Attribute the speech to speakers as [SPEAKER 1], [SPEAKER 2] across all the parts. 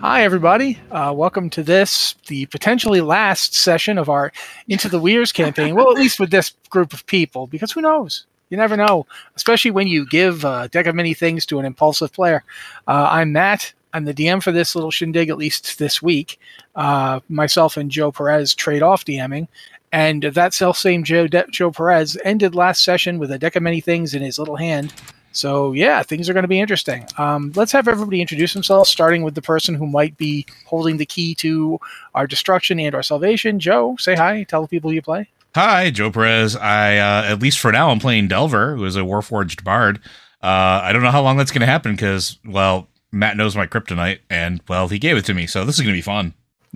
[SPEAKER 1] Hi, everybody. Uh, welcome to this, the potentially last session of our Into the Weirs campaign. well, at least with this group of people, because who knows? You never know, especially when you give a deck of many things to an impulsive player. Uh, I'm Matt. I'm the DM for this little shindig, at least this week. Uh, myself and Joe Perez trade off DMing. And that self same Joe, De- Joe Perez ended last session with a deck of many things in his little hand. So yeah, things are going to be interesting. Um, let's have everybody introduce themselves, starting with the person who might be holding the key to our destruction and our salvation. Joe, say hi. Tell the people you play.
[SPEAKER 2] Hi, Joe Perez. I uh, at least for now I'm playing Delver, who is a Warforged bard. Uh, I don't know how long that's going to happen because well, Matt knows my kryptonite, and well, he gave it to me, so this is going to be fun.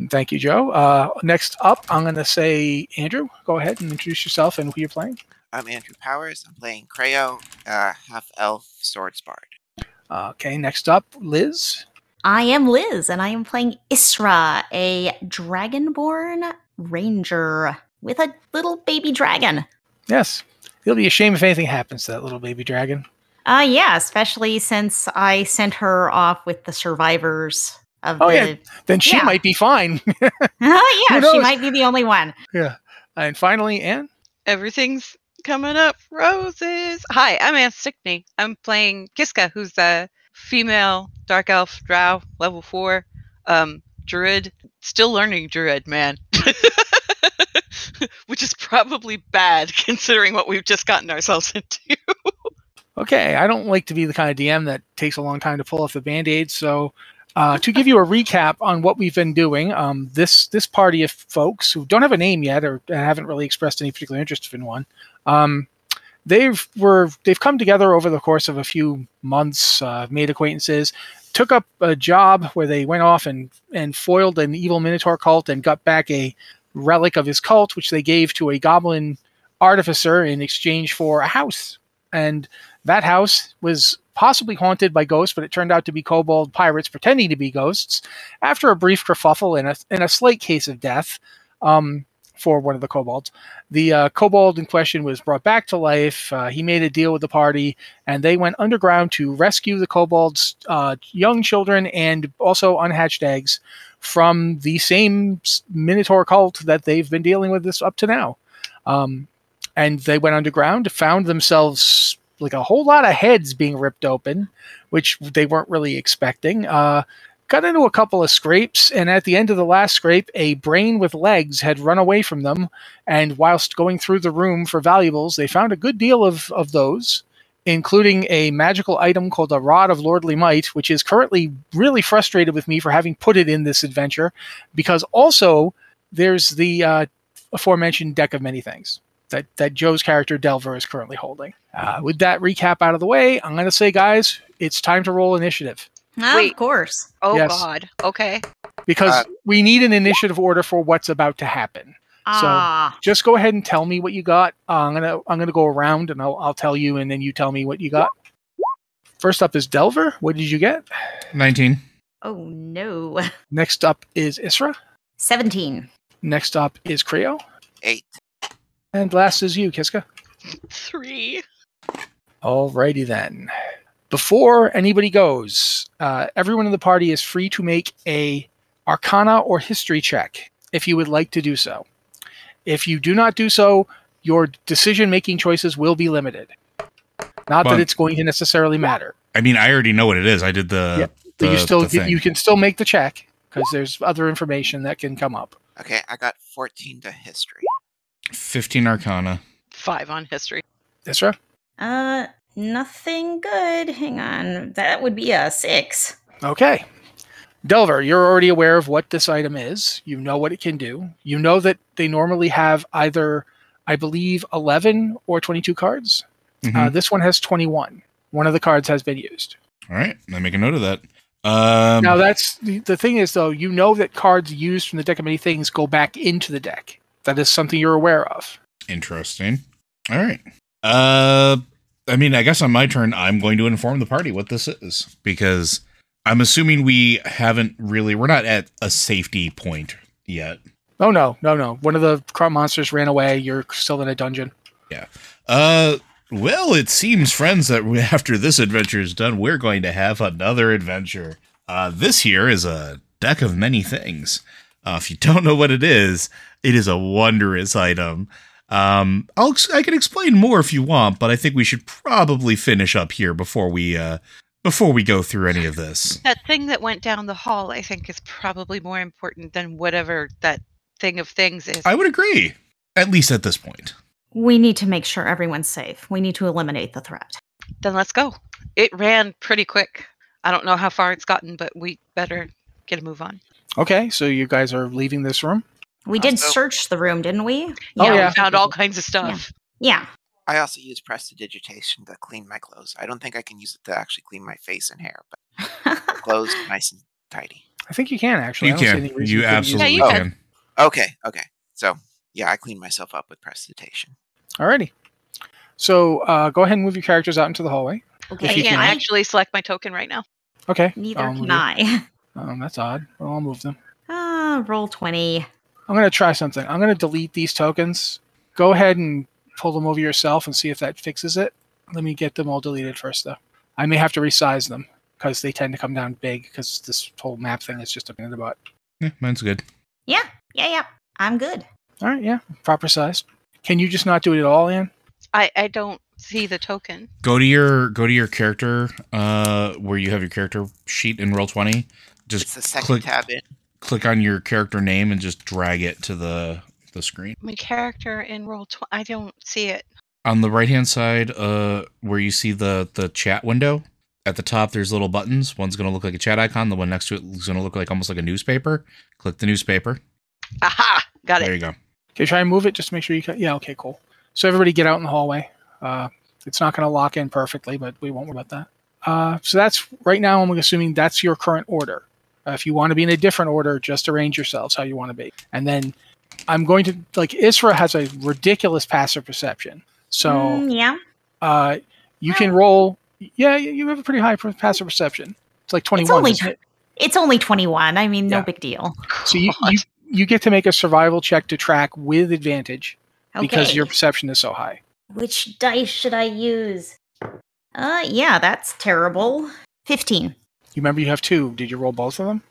[SPEAKER 1] Thank you, Joe. Uh, next up, I'm going to say Andrew. Go ahead and introduce yourself and who you're playing.
[SPEAKER 3] I'm Andrew Powers. I'm playing Creo, uh, half elf swords bard.
[SPEAKER 1] Okay, next up, Liz.
[SPEAKER 4] I am Liz, and I am playing Isra, a dragonborn ranger with a little baby dragon.
[SPEAKER 1] Yes, it'll be a shame if anything happens to that little baby dragon.
[SPEAKER 4] Uh, yeah, especially since I sent her off with the survivors of
[SPEAKER 1] Oh,
[SPEAKER 4] the.
[SPEAKER 1] yeah. Then she
[SPEAKER 4] Yeah.
[SPEAKER 1] might be fine. Who
[SPEAKER 4] yeah, she
[SPEAKER 1] knows?
[SPEAKER 4] might be the only one.
[SPEAKER 1] yeah. And finally, Anne.
[SPEAKER 5] Everything's coming up roses. Hi, I'm Ann Stickney. I'm playing Kiska, who's a female dark elf drow, level four, um, druid. Still learning druid, man. Which is probably bad considering what we've just gotten ourselves into.
[SPEAKER 1] Okay, I don't like to be the kind of DM that takes a long time to pull off the band aid. So, uh, to give you a recap on what we've been doing, um, this this party of folks who don't have a name yet or uh, haven't really expressed any particular interest in one, um, they've were they've come together over the course of a few months, uh, made acquaintances, took up a job where they went off and and foiled an evil minotaur cult and got back a relic of his cult, which they gave to a goblin artificer in exchange for a house and that house was possibly haunted by ghosts, but it turned out to be kobold pirates pretending to be ghosts. After a brief kerfuffle and a, and a slight case of death um, for one of the kobolds, the uh, kobold in question was brought back to life. Uh, he made a deal with the party, and they went underground to rescue the kobold's uh, young children and also unhatched eggs from the same s- minotaur cult that they've been dealing with this up to now. Um, and they went underground, found themselves like a whole lot of heads being ripped open, which they weren't really expecting. Uh, got into a couple of scrapes, and at the end of the last scrape, a brain with legs had run away from them. And whilst going through the room for valuables, they found a good deal of, of those, including a magical item called a Rod of Lordly Might, which is currently really frustrated with me for having put it in this adventure, because also there's the uh, aforementioned deck of many things that that Joe's character Delver is currently holding. Uh, with that recap out of the way, I'm going to say, guys, it's time to roll initiative
[SPEAKER 4] Ah,
[SPEAKER 5] Wait.
[SPEAKER 4] Of course.
[SPEAKER 5] Oh
[SPEAKER 1] Yes.
[SPEAKER 5] god. Okay.
[SPEAKER 1] because
[SPEAKER 3] Uh,
[SPEAKER 1] we need an initiative order for what's about to happen.
[SPEAKER 4] Ah,
[SPEAKER 1] Just go ahead and tell me what you got. Uh, I'm gonna I'm gonna go around and I'll I'll tell you, and then you tell me what you got. First up is Delver. What did you get?
[SPEAKER 2] Nineteen.
[SPEAKER 4] oh no.
[SPEAKER 1] Next up is Isra.
[SPEAKER 4] 17.
[SPEAKER 1] Next up is Creo.
[SPEAKER 3] Eight.
[SPEAKER 1] And last is you, Kiska.
[SPEAKER 5] Three.
[SPEAKER 1] Alrighty then. Before anybody goes, uh, everyone in the party is free to make a Arcana or History check if you would like to do so. If you do not do so, your decision-making choices will be limited. Not
[SPEAKER 2] Well-
[SPEAKER 1] that it's going to necessarily matter,
[SPEAKER 2] I mean, I already know what it is. I did the.
[SPEAKER 1] Yep. but you
[SPEAKER 2] the-
[SPEAKER 1] still
[SPEAKER 2] the thing.
[SPEAKER 1] you can still make the check because there's other information that can come up.
[SPEAKER 3] Okay, I got 14 to history.
[SPEAKER 2] fifteen Arcana.
[SPEAKER 5] Five on history.
[SPEAKER 1] Isra,
[SPEAKER 4] Uh, nothing good. Hang on. That would be a 6.
[SPEAKER 1] okay. Delver, you're already aware of what this item is. You know what it can do. You know that they normally have either, I believe, 11 or 22 cards.
[SPEAKER 2] Mhm.
[SPEAKER 1] Uh, this one has 21. One of the cards has been used.
[SPEAKER 2] All right, I make a note of that. Um,
[SPEAKER 1] now, that's the, the thing is, though, you know that cards used from the deck of many things go back into the deck. That is something you're aware of.
[SPEAKER 2] Interesting. All right. Uh, I mean, I guess on my turn, I'm going to inform the party what this is because I'm assuming we haven't really, we're not at a safety point yet.
[SPEAKER 1] Oh no, no, no! One of the crumb monsters ran away. You're still in a dungeon.
[SPEAKER 2] Uh, well, it seems, friends, that we- after this adventure is done, we're going to have another adventure. Uh, this here is a deck of many things. Uh, if you don't know what it is, it is a wondrous item. Um, I'll ex- I can explain more if you want, but I think we should probably finish up here before we uh before we go through any of this.
[SPEAKER 5] That thing that went down the hall, I think, is probably more important than whatever that thing of things is.
[SPEAKER 2] I would agree, at least at this point.
[SPEAKER 4] We need to make sure everyone's safe. We need to eliminate the threat.
[SPEAKER 5] then let's go. It ran pretty quick. I don't know how far it's gotten, but we better get a move on.
[SPEAKER 1] Okay, so you guys are leaving this room.
[SPEAKER 4] We did
[SPEAKER 3] Also-
[SPEAKER 4] search the room, didn't we?
[SPEAKER 1] Oh,
[SPEAKER 5] we
[SPEAKER 1] yeah.
[SPEAKER 5] found all kinds of stuff.
[SPEAKER 4] Yeah.
[SPEAKER 3] I also use prestidigitation to clean my clothes. I don't think I can use it to actually clean my face and hair, but clothes are nice and tidy.
[SPEAKER 1] I think you can actually.
[SPEAKER 2] you
[SPEAKER 1] I don't see
[SPEAKER 2] can,
[SPEAKER 1] any
[SPEAKER 2] you,
[SPEAKER 1] reason couldn't use it.
[SPEAKER 2] absolutely
[SPEAKER 5] Yeah, you
[SPEAKER 2] can.
[SPEAKER 3] Okay, okay. So yeah, I clean myself up with prestidigitation.
[SPEAKER 1] Alrighty. So uh, go ahead and move your characters out into the hallway.
[SPEAKER 4] okay.
[SPEAKER 5] I
[SPEAKER 1] you
[SPEAKER 5] can't
[SPEAKER 1] can.
[SPEAKER 5] actually select my token right now.
[SPEAKER 1] Okay.
[SPEAKER 4] Neither
[SPEAKER 1] Um,
[SPEAKER 4] can I.
[SPEAKER 1] Um, that's odd. Well, I'll move them.
[SPEAKER 4] Uh, roll 20.
[SPEAKER 1] I'm gonna try something. I'm gonna delete these tokens. Go ahead and pull them over yourself and see if that fixes it. Let me get them all deleted first, though. I may have to resize them because they tend to come down big because this whole map thing is just a pain in the butt.
[SPEAKER 2] Yeah, mine's good.
[SPEAKER 4] Yeah. Yeah, yeah. I'm good.
[SPEAKER 1] All right, yeah, proper size. Can you just not do it at all, Anne?
[SPEAKER 5] I, I don't see the token.
[SPEAKER 2] go to your go to your character uh where you have your character sheet in roll 20
[SPEAKER 3] It's
[SPEAKER 2] just
[SPEAKER 3] the second
[SPEAKER 2] click-
[SPEAKER 3] tab in.
[SPEAKER 2] click on your character name and just drag it to the the screen
[SPEAKER 5] My character in roll tw- I don't see it.
[SPEAKER 2] on the right hand side uh where you see the the chat window at the top there's little buttons one's going to look like a chat icon the one next to it is going to look like almost like a newspaper click the newspaper
[SPEAKER 5] Aha! Got
[SPEAKER 2] there
[SPEAKER 5] it.
[SPEAKER 2] you go
[SPEAKER 1] Okay, try and move it just to make sure you can. Yeah, okay, cool. So everybody get out in the hallway. Uh, it's not going to lock in perfectly, but we won't worry about that. Uh, so that's right now. I'm assuming that's your current order. Uh, if you want to be in a different order, just arrange yourselves how you want to be. And then I'm going to like Isra has a ridiculous passive perception, so
[SPEAKER 4] Mm, yeah.
[SPEAKER 1] uh, you can roll. Yeah, you you have a pretty high per- passive perception. It's like 21.
[SPEAKER 4] only
[SPEAKER 1] isn't it?
[SPEAKER 4] It's only 21. I mean, no
[SPEAKER 1] Yeah.
[SPEAKER 4] big deal.
[SPEAKER 1] So you, you you get to make a survival check to track with advantage
[SPEAKER 4] Okay.
[SPEAKER 1] because your perception is so high.
[SPEAKER 4] Which dice should I use? Uh, yeah, that's terrible. 15.
[SPEAKER 1] You remember you have two. Did you roll both of them?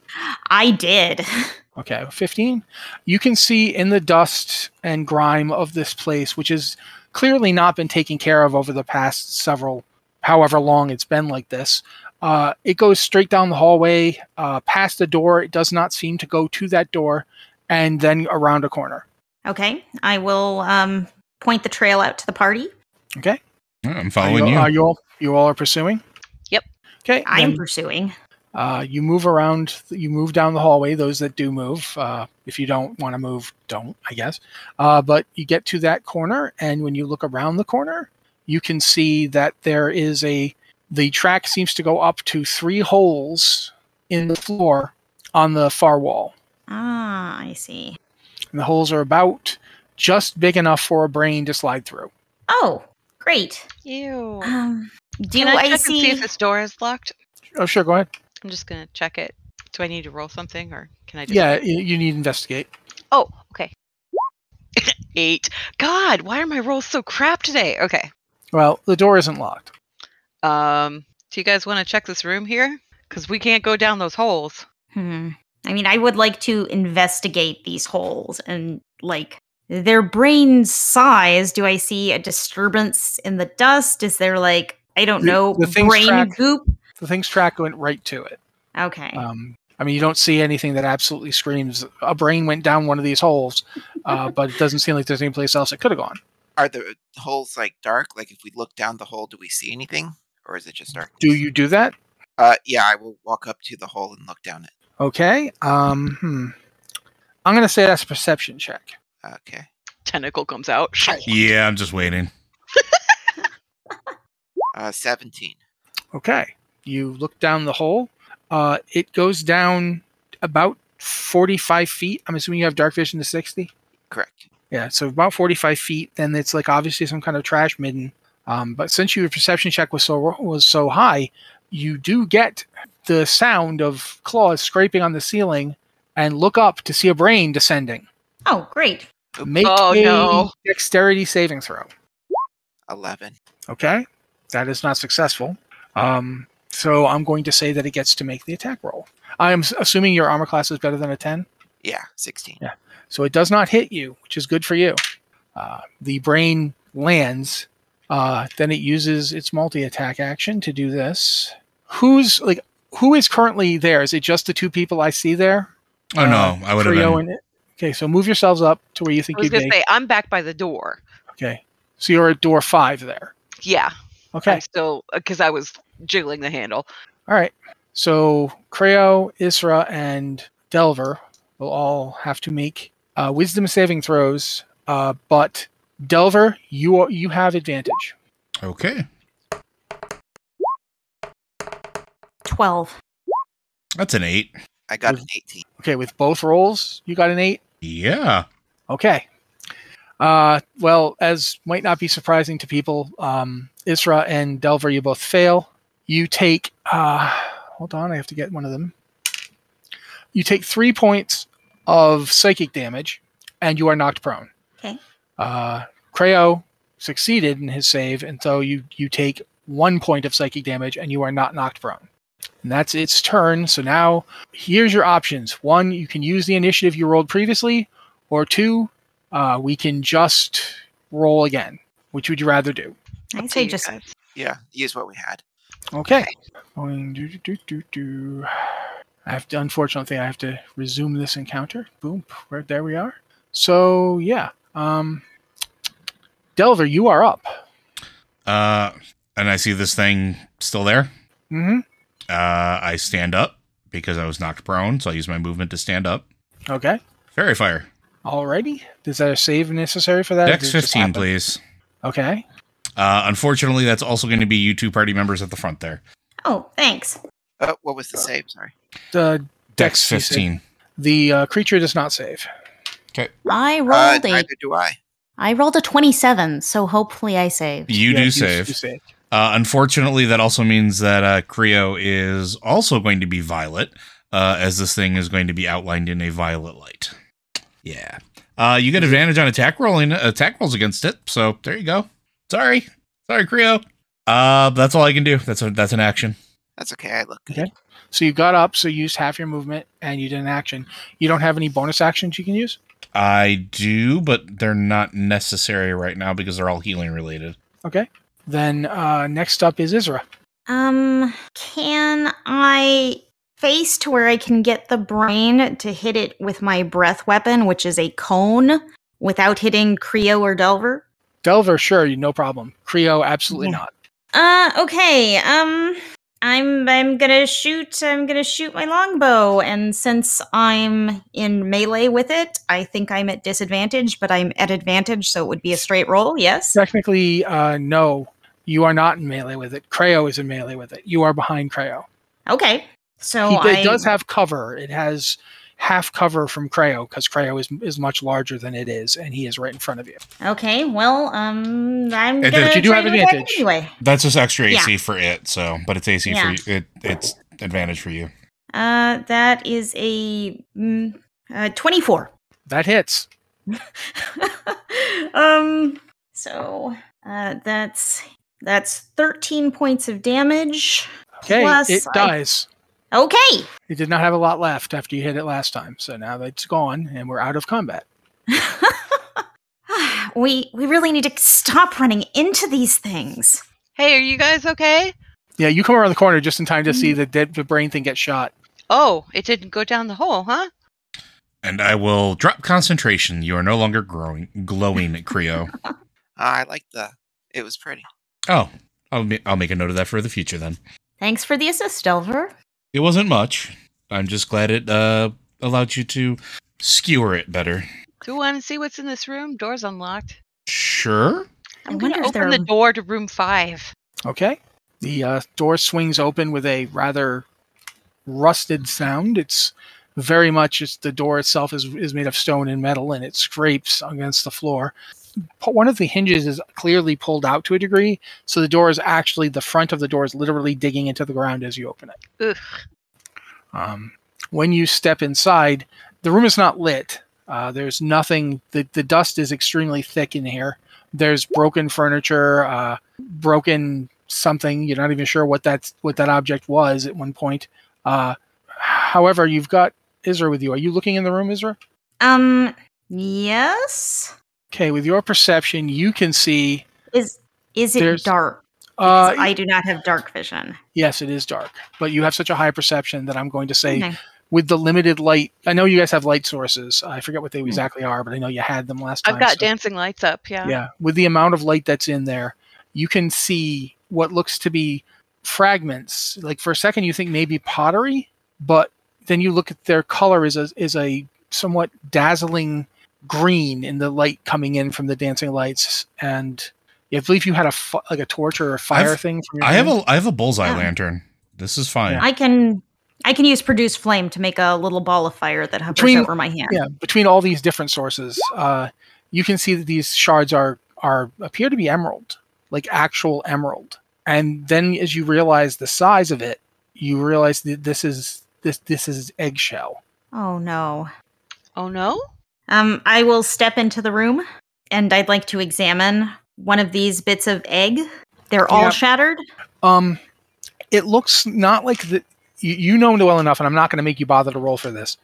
[SPEAKER 4] I did.
[SPEAKER 1] Okay, 15. You can see in the dust and grime of this place, which has clearly not been taken care of over the past several, however long it's been like this. Uh, it goes straight down the hallway, uh, past the door. It does not seem to go to that door, and then around a corner.
[SPEAKER 4] Okay. I will um point the trail out to the party.
[SPEAKER 1] Okay,
[SPEAKER 2] Yeah, i'm
[SPEAKER 1] are
[SPEAKER 2] following you,
[SPEAKER 1] Are you all you all are pursuing?
[SPEAKER 5] Yep.
[SPEAKER 1] Okay,
[SPEAKER 4] I'm
[SPEAKER 1] then-
[SPEAKER 4] pursuing.
[SPEAKER 1] Uh, you move around, you move down the hallway. Those that do move, uh, if you don't want to move, don't, I guess. Uh, but you get to that corner, and when you look around the corner, you can see that there is a the track seems to go up to three holes in the floor on the far wall.
[SPEAKER 4] Ah, I see.
[SPEAKER 1] And the holes are about just big enough for a brain to slide through.
[SPEAKER 4] Oh, great.
[SPEAKER 5] Ew.
[SPEAKER 4] Um, do
[SPEAKER 1] Ah,
[SPEAKER 5] Can
[SPEAKER 4] I,
[SPEAKER 5] I check and see
[SPEAKER 4] see?
[SPEAKER 5] if this door is locked?
[SPEAKER 1] Oh, sure, go ahead.
[SPEAKER 5] I'm just gonna check it. Do I need to roll something or can I just
[SPEAKER 1] Yeah, you, you need to investigate.
[SPEAKER 5] Oh, okay. Eight. God, why are my rolls so crap today? Okay.
[SPEAKER 1] Well, the door isn't locked.
[SPEAKER 5] Um, do you guys want to check this room here? Because we can't go down those holes.
[SPEAKER 4] Hmm. I mean, I would like to investigate these holes and like their brain size. Do I see a disturbance in the dust? Is there like I don't
[SPEAKER 1] The-
[SPEAKER 4] know
[SPEAKER 1] the things
[SPEAKER 4] brain
[SPEAKER 1] track-
[SPEAKER 4] goop?
[SPEAKER 1] The thing's track went right to it.
[SPEAKER 4] Okay.
[SPEAKER 1] Um, I mean, you don't see anything that absolutely screams a brain went down one of these holes, uh, but it doesn't seem like there's any place else it could have gone.
[SPEAKER 3] Are the holes like dark? Like if we look down the hole, do we see anything, or is it just dark?
[SPEAKER 1] Do you do that?
[SPEAKER 3] Uh, yeah, I will walk up to the hole and look down it.
[SPEAKER 1] Okay. Um, hmm. I'm going to say that's a perception check.
[SPEAKER 3] Okay.
[SPEAKER 5] Tentacle comes out.
[SPEAKER 2] yeah i'm just waiting
[SPEAKER 3] Uh, seventeen.
[SPEAKER 1] Okay. You look down the hole. Uh, it goes down about 45 feet. I'm assuming you have dark vision to 60.
[SPEAKER 3] Correct.
[SPEAKER 1] Yeah, so about 45 feet. Then it's like obviously some kind of trash midden. Um, but since your perception check was so was so high, you do get the sound of claws scraping on the ceiling, and look up to see a brain descending.
[SPEAKER 4] Oh, great.
[SPEAKER 1] Make
[SPEAKER 5] Oh,
[SPEAKER 1] a
[SPEAKER 5] no.
[SPEAKER 1] dexterity saving throw.
[SPEAKER 3] Eleven.
[SPEAKER 1] Okay, that is not successful. Um, so I'm going to say that it gets to make the attack roll. I am s- assuming your armor class is better than a 10,
[SPEAKER 3] Yeah, sixteen.
[SPEAKER 1] Yeah. so it does not hit you, which is good for you. Uh, the brain lands. Uh, then it uses its multi attack action to do this. Who's like who is currently there? Is it just the two people I see there? Uh,
[SPEAKER 2] Oh no, I would have
[SPEAKER 1] Trio
[SPEAKER 2] been.
[SPEAKER 1] and okay, so move yourselves up to where you
[SPEAKER 5] I
[SPEAKER 1] think
[SPEAKER 5] was
[SPEAKER 1] you'd
[SPEAKER 5] gonna
[SPEAKER 1] be.
[SPEAKER 5] say I'm back by the door.
[SPEAKER 1] Okay, so you're at door five there.
[SPEAKER 5] Yeah,
[SPEAKER 1] Okay,
[SPEAKER 5] I'm still because I was jiggling the handle.
[SPEAKER 1] All right. So Creo, Isra, and Delver will all have to make uh, wisdom saving throws. Uh, but Delver, you you have advantage.
[SPEAKER 2] Okay,
[SPEAKER 4] 12.
[SPEAKER 2] that's an eight.
[SPEAKER 3] I got
[SPEAKER 1] Mm-hmm.
[SPEAKER 3] an eighteen.
[SPEAKER 1] Okay, with both rolls, you got an eight.
[SPEAKER 2] Yeah.
[SPEAKER 1] Okay. Uh, well, as might not be surprising to people, um, Isra and Delver, you both fail. You take. Uh, hold on, I have to get one of them. You take three points of psychic damage, and you are knocked prone.
[SPEAKER 4] Okay.
[SPEAKER 1] Uh, Creo succeeded in his save, and so you you take one point of psychic damage, and you are not knocked prone. And that's its turn. So now, here's your options: one, you can use the initiative you rolled previously, or two, uh, we can just roll again. Which would you rather do?
[SPEAKER 4] I
[SPEAKER 5] to
[SPEAKER 4] say
[SPEAKER 5] you
[SPEAKER 4] just
[SPEAKER 5] guys.
[SPEAKER 3] Yeah, use what we had.
[SPEAKER 1] Okay. Going do, do, do, do, do. I have to, unfortunately, I have to resume this encounter. Boom. Right there we are. So, yeah. Um, Delver, you are up.
[SPEAKER 2] Uh, and I see this thing still there.
[SPEAKER 1] hmm
[SPEAKER 2] Uh, I stand up because I was knocked prone, so I use my movement to stand up.
[SPEAKER 1] Okay.
[SPEAKER 2] Fairy fire.
[SPEAKER 1] Alrighty. Is that a save necessary for that? or
[SPEAKER 2] Dex
[SPEAKER 1] does it just
[SPEAKER 2] 15,
[SPEAKER 1] happen?
[SPEAKER 2] please.
[SPEAKER 1] Okay.
[SPEAKER 2] Uh, unfortunately, that's also going to be you two party members at the front there.
[SPEAKER 4] Oh, thanks.
[SPEAKER 3] Oh, what was the
[SPEAKER 1] Uh,
[SPEAKER 3] save? Sorry.
[SPEAKER 1] The,
[SPEAKER 2] Dex
[SPEAKER 1] Dex
[SPEAKER 2] 15.
[SPEAKER 1] the uh, creature does not save.
[SPEAKER 4] I
[SPEAKER 3] Uh,
[SPEAKER 4] rolled a
[SPEAKER 3] neither do I.
[SPEAKER 4] I rolled a 27, so hopefully I saved.
[SPEAKER 2] You
[SPEAKER 1] Yeah,
[SPEAKER 2] do save.
[SPEAKER 1] You save.
[SPEAKER 2] Uh, unfortunately, that also means that uh, Creo is also going to be violet, uh, as this thing is going to be outlined in a violet light. Yeah. Uh, you get advantage on attack rolling attack rolls against it, so there you go. Sorry, sorry, Creo. Uh, that's all I can do. That's a, that's an action.
[SPEAKER 3] That's okay. I look good.
[SPEAKER 1] Okay. So you got up, so you used half your movement, and you did an action. You don't have any bonus actions you can use?
[SPEAKER 2] I do, but they're not necessary right now because they're all healing related.
[SPEAKER 1] Okay. Then uh, next up is Isra.
[SPEAKER 4] Um, can I face to where I can get the brain to hit it with my breath weapon, which is a cone, without hitting Creo or Delver?
[SPEAKER 1] Delver, sure, you- no problem. Creo, absolutely
[SPEAKER 4] Yeah.
[SPEAKER 1] not.
[SPEAKER 4] Uh, okay. Um, I'm I'm gonna shoot. I'm gonna shoot my longbow, and since I'm in melee with it, I think I'm at disadvantage, but I'm at advantage, so it would be a straight roll. Yes.
[SPEAKER 1] Technically, uh, no, you are not in melee with it. Creo is in melee with it. You are behind Creo.
[SPEAKER 4] Okay. So
[SPEAKER 1] He- it
[SPEAKER 4] I
[SPEAKER 1] does have cover. It has half cover from Creo because Creo is is much larger than it is, and he is right in front of you.
[SPEAKER 4] Okay, well, um, I'm
[SPEAKER 2] And
[SPEAKER 4] gonna
[SPEAKER 2] that
[SPEAKER 1] you do
[SPEAKER 4] try
[SPEAKER 1] have
[SPEAKER 4] to attack
[SPEAKER 1] advantage.
[SPEAKER 4] anyway.
[SPEAKER 2] That's just extra
[SPEAKER 4] Yeah.
[SPEAKER 2] AC for it. So, but it's AC
[SPEAKER 4] Yeah.
[SPEAKER 2] for you. It, it's advantage for you.
[SPEAKER 4] Uh, that is a mm, uh, twenty-four.
[SPEAKER 1] That hits.
[SPEAKER 4] um, so uh, that's that's thirteen points of damage.
[SPEAKER 1] Okay,
[SPEAKER 4] Plus
[SPEAKER 1] it
[SPEAKER 4] I-
[SPEAKER 1] dies.
[SPEAKER 4] Okay.
[SPEAKER 1] It did not have a lot left after you hit it last time, so now that's gone, and we're out of combat.
[SPEAKER 4] we we really need to stop running into these things.
[SPEAKER 5] Hey, are you guys okay?
[SPEAKER 1] Yeah, you come around the corner just in time
[SPEAKER 4] Mm.
[SPEAKER 1] to see the dead, the brain thing get shot.
[SPEAKER 5] Oh, it didn't go down the hole, huh?
[SPEAKER 2] And I will drop concentration. You are no longer growing, glowing, Creo.
[SPEAKER 3] Uh, I like the. It was pretty.
[SPEAKER 2] Oh, I'll, ma- I'll make a note of that for the future then.
[SPEAKER 4] Thanks for the assist, Delver.
[SPEAKER 2] It wasn't much. I'm just glad it uh, allowed you to skewer it better.
[SPEAKER 5] Do you want to see what's in this room? Door's unlocked.
[SPEAKER 2] Sure.
[SPEAKER 5] I'm
[SPEAKER 4] I
[SPEAKER 5] gonna
[SPEAKER 4] wonder if
[SPEAKER 5] open
[SPEAKER 4] there
[SPEAKER 5] the
[SPEAKER 4] are-
[SPEAKER 5] door to room five.
[SPEAKER 1] Okay. The uh, door swings open with a rather rusted sound. It's very much it's the door itself is, is made of stone and metal and it scrapes against the floor. P- One of the hinges is clearly pulled out to a degree, so the door is actually the front of the door is literally digging into the ground as you open it.
[SPEAKER 5] Ugh.
[SPEAKER 1] Um, when you step inside, the room is not lit. Uh, there's nothing. The, the dust is extremely thick in here. There's broken furniture, uh, broken something. You're not even sure what that's what that object was at one point. Uh, however, you've got Isra with you. Are you looking in the room, Isra?
[SPEAKER 4] Um, yes.
[SPEAKER 1] Okay. With your perception, you can see.
[SPEAKER 4] Is is it
[SPEAKER 1] There's-
[SPEAKER 4] dark?
[SPEAKER 1] Uh,
[SPEAKER 4] I do not have dark vision.
[SPEAKER 1] yes, it is dark, but you have such a high perception that I'm going to say
[SPEAKER 4] Okay.
[SPEAKER 1] with the limited light. I know you guys have light sources. I forget what they exactly are, but I know you had them last time.
[SPEAKER 5] I've got
[SPEAKER 1] so-
[SPEAKER 5] dancing lights up. Yeah.
[SPEAKER 1] yeah with the amount of light that's in there you can see what looks to be fragments like for a second you think maybe pottery but then you look at their color is a is a somewhat dazzling green in the light coming in from the dancing lights and i believe you had a fi- like a torch or a fire
[SPEAKER 2] I've-
[SPEAKER 1] thing from your
[SPEAKER 2] I have
[SPEAKER 1] hand.
[SPEAKER 2] a I have a bullseye
[SPEAKER 4] Yeah.
[SPEAKER 2] lantern. This is fine.
[SPEAKER 4] I can I can use produce flame to make a little ball of fire that hovers
[SPEAKER 1] Between-
[SPEAKER 4] over my hand.
[SPEAKER 1] yeah between all these different sources uh you can see that these shards are are appear to be emerald like actual emerald and then as you realize the size of it you realize that this is this this is eggshell
[SPEAKER 4] Oh no.
[SPEAKER 5] Oh no.
[SPEAKER 4] Um, I will step into the room and I'd like to examine one of these bits of egg. They're all
[SPEAKER 1] Yeah.
[SPEAKER 4] shattered.
[SPEAKER 1] um it looks not like the you, you know well enough and i'm not going to make you bother to roll for this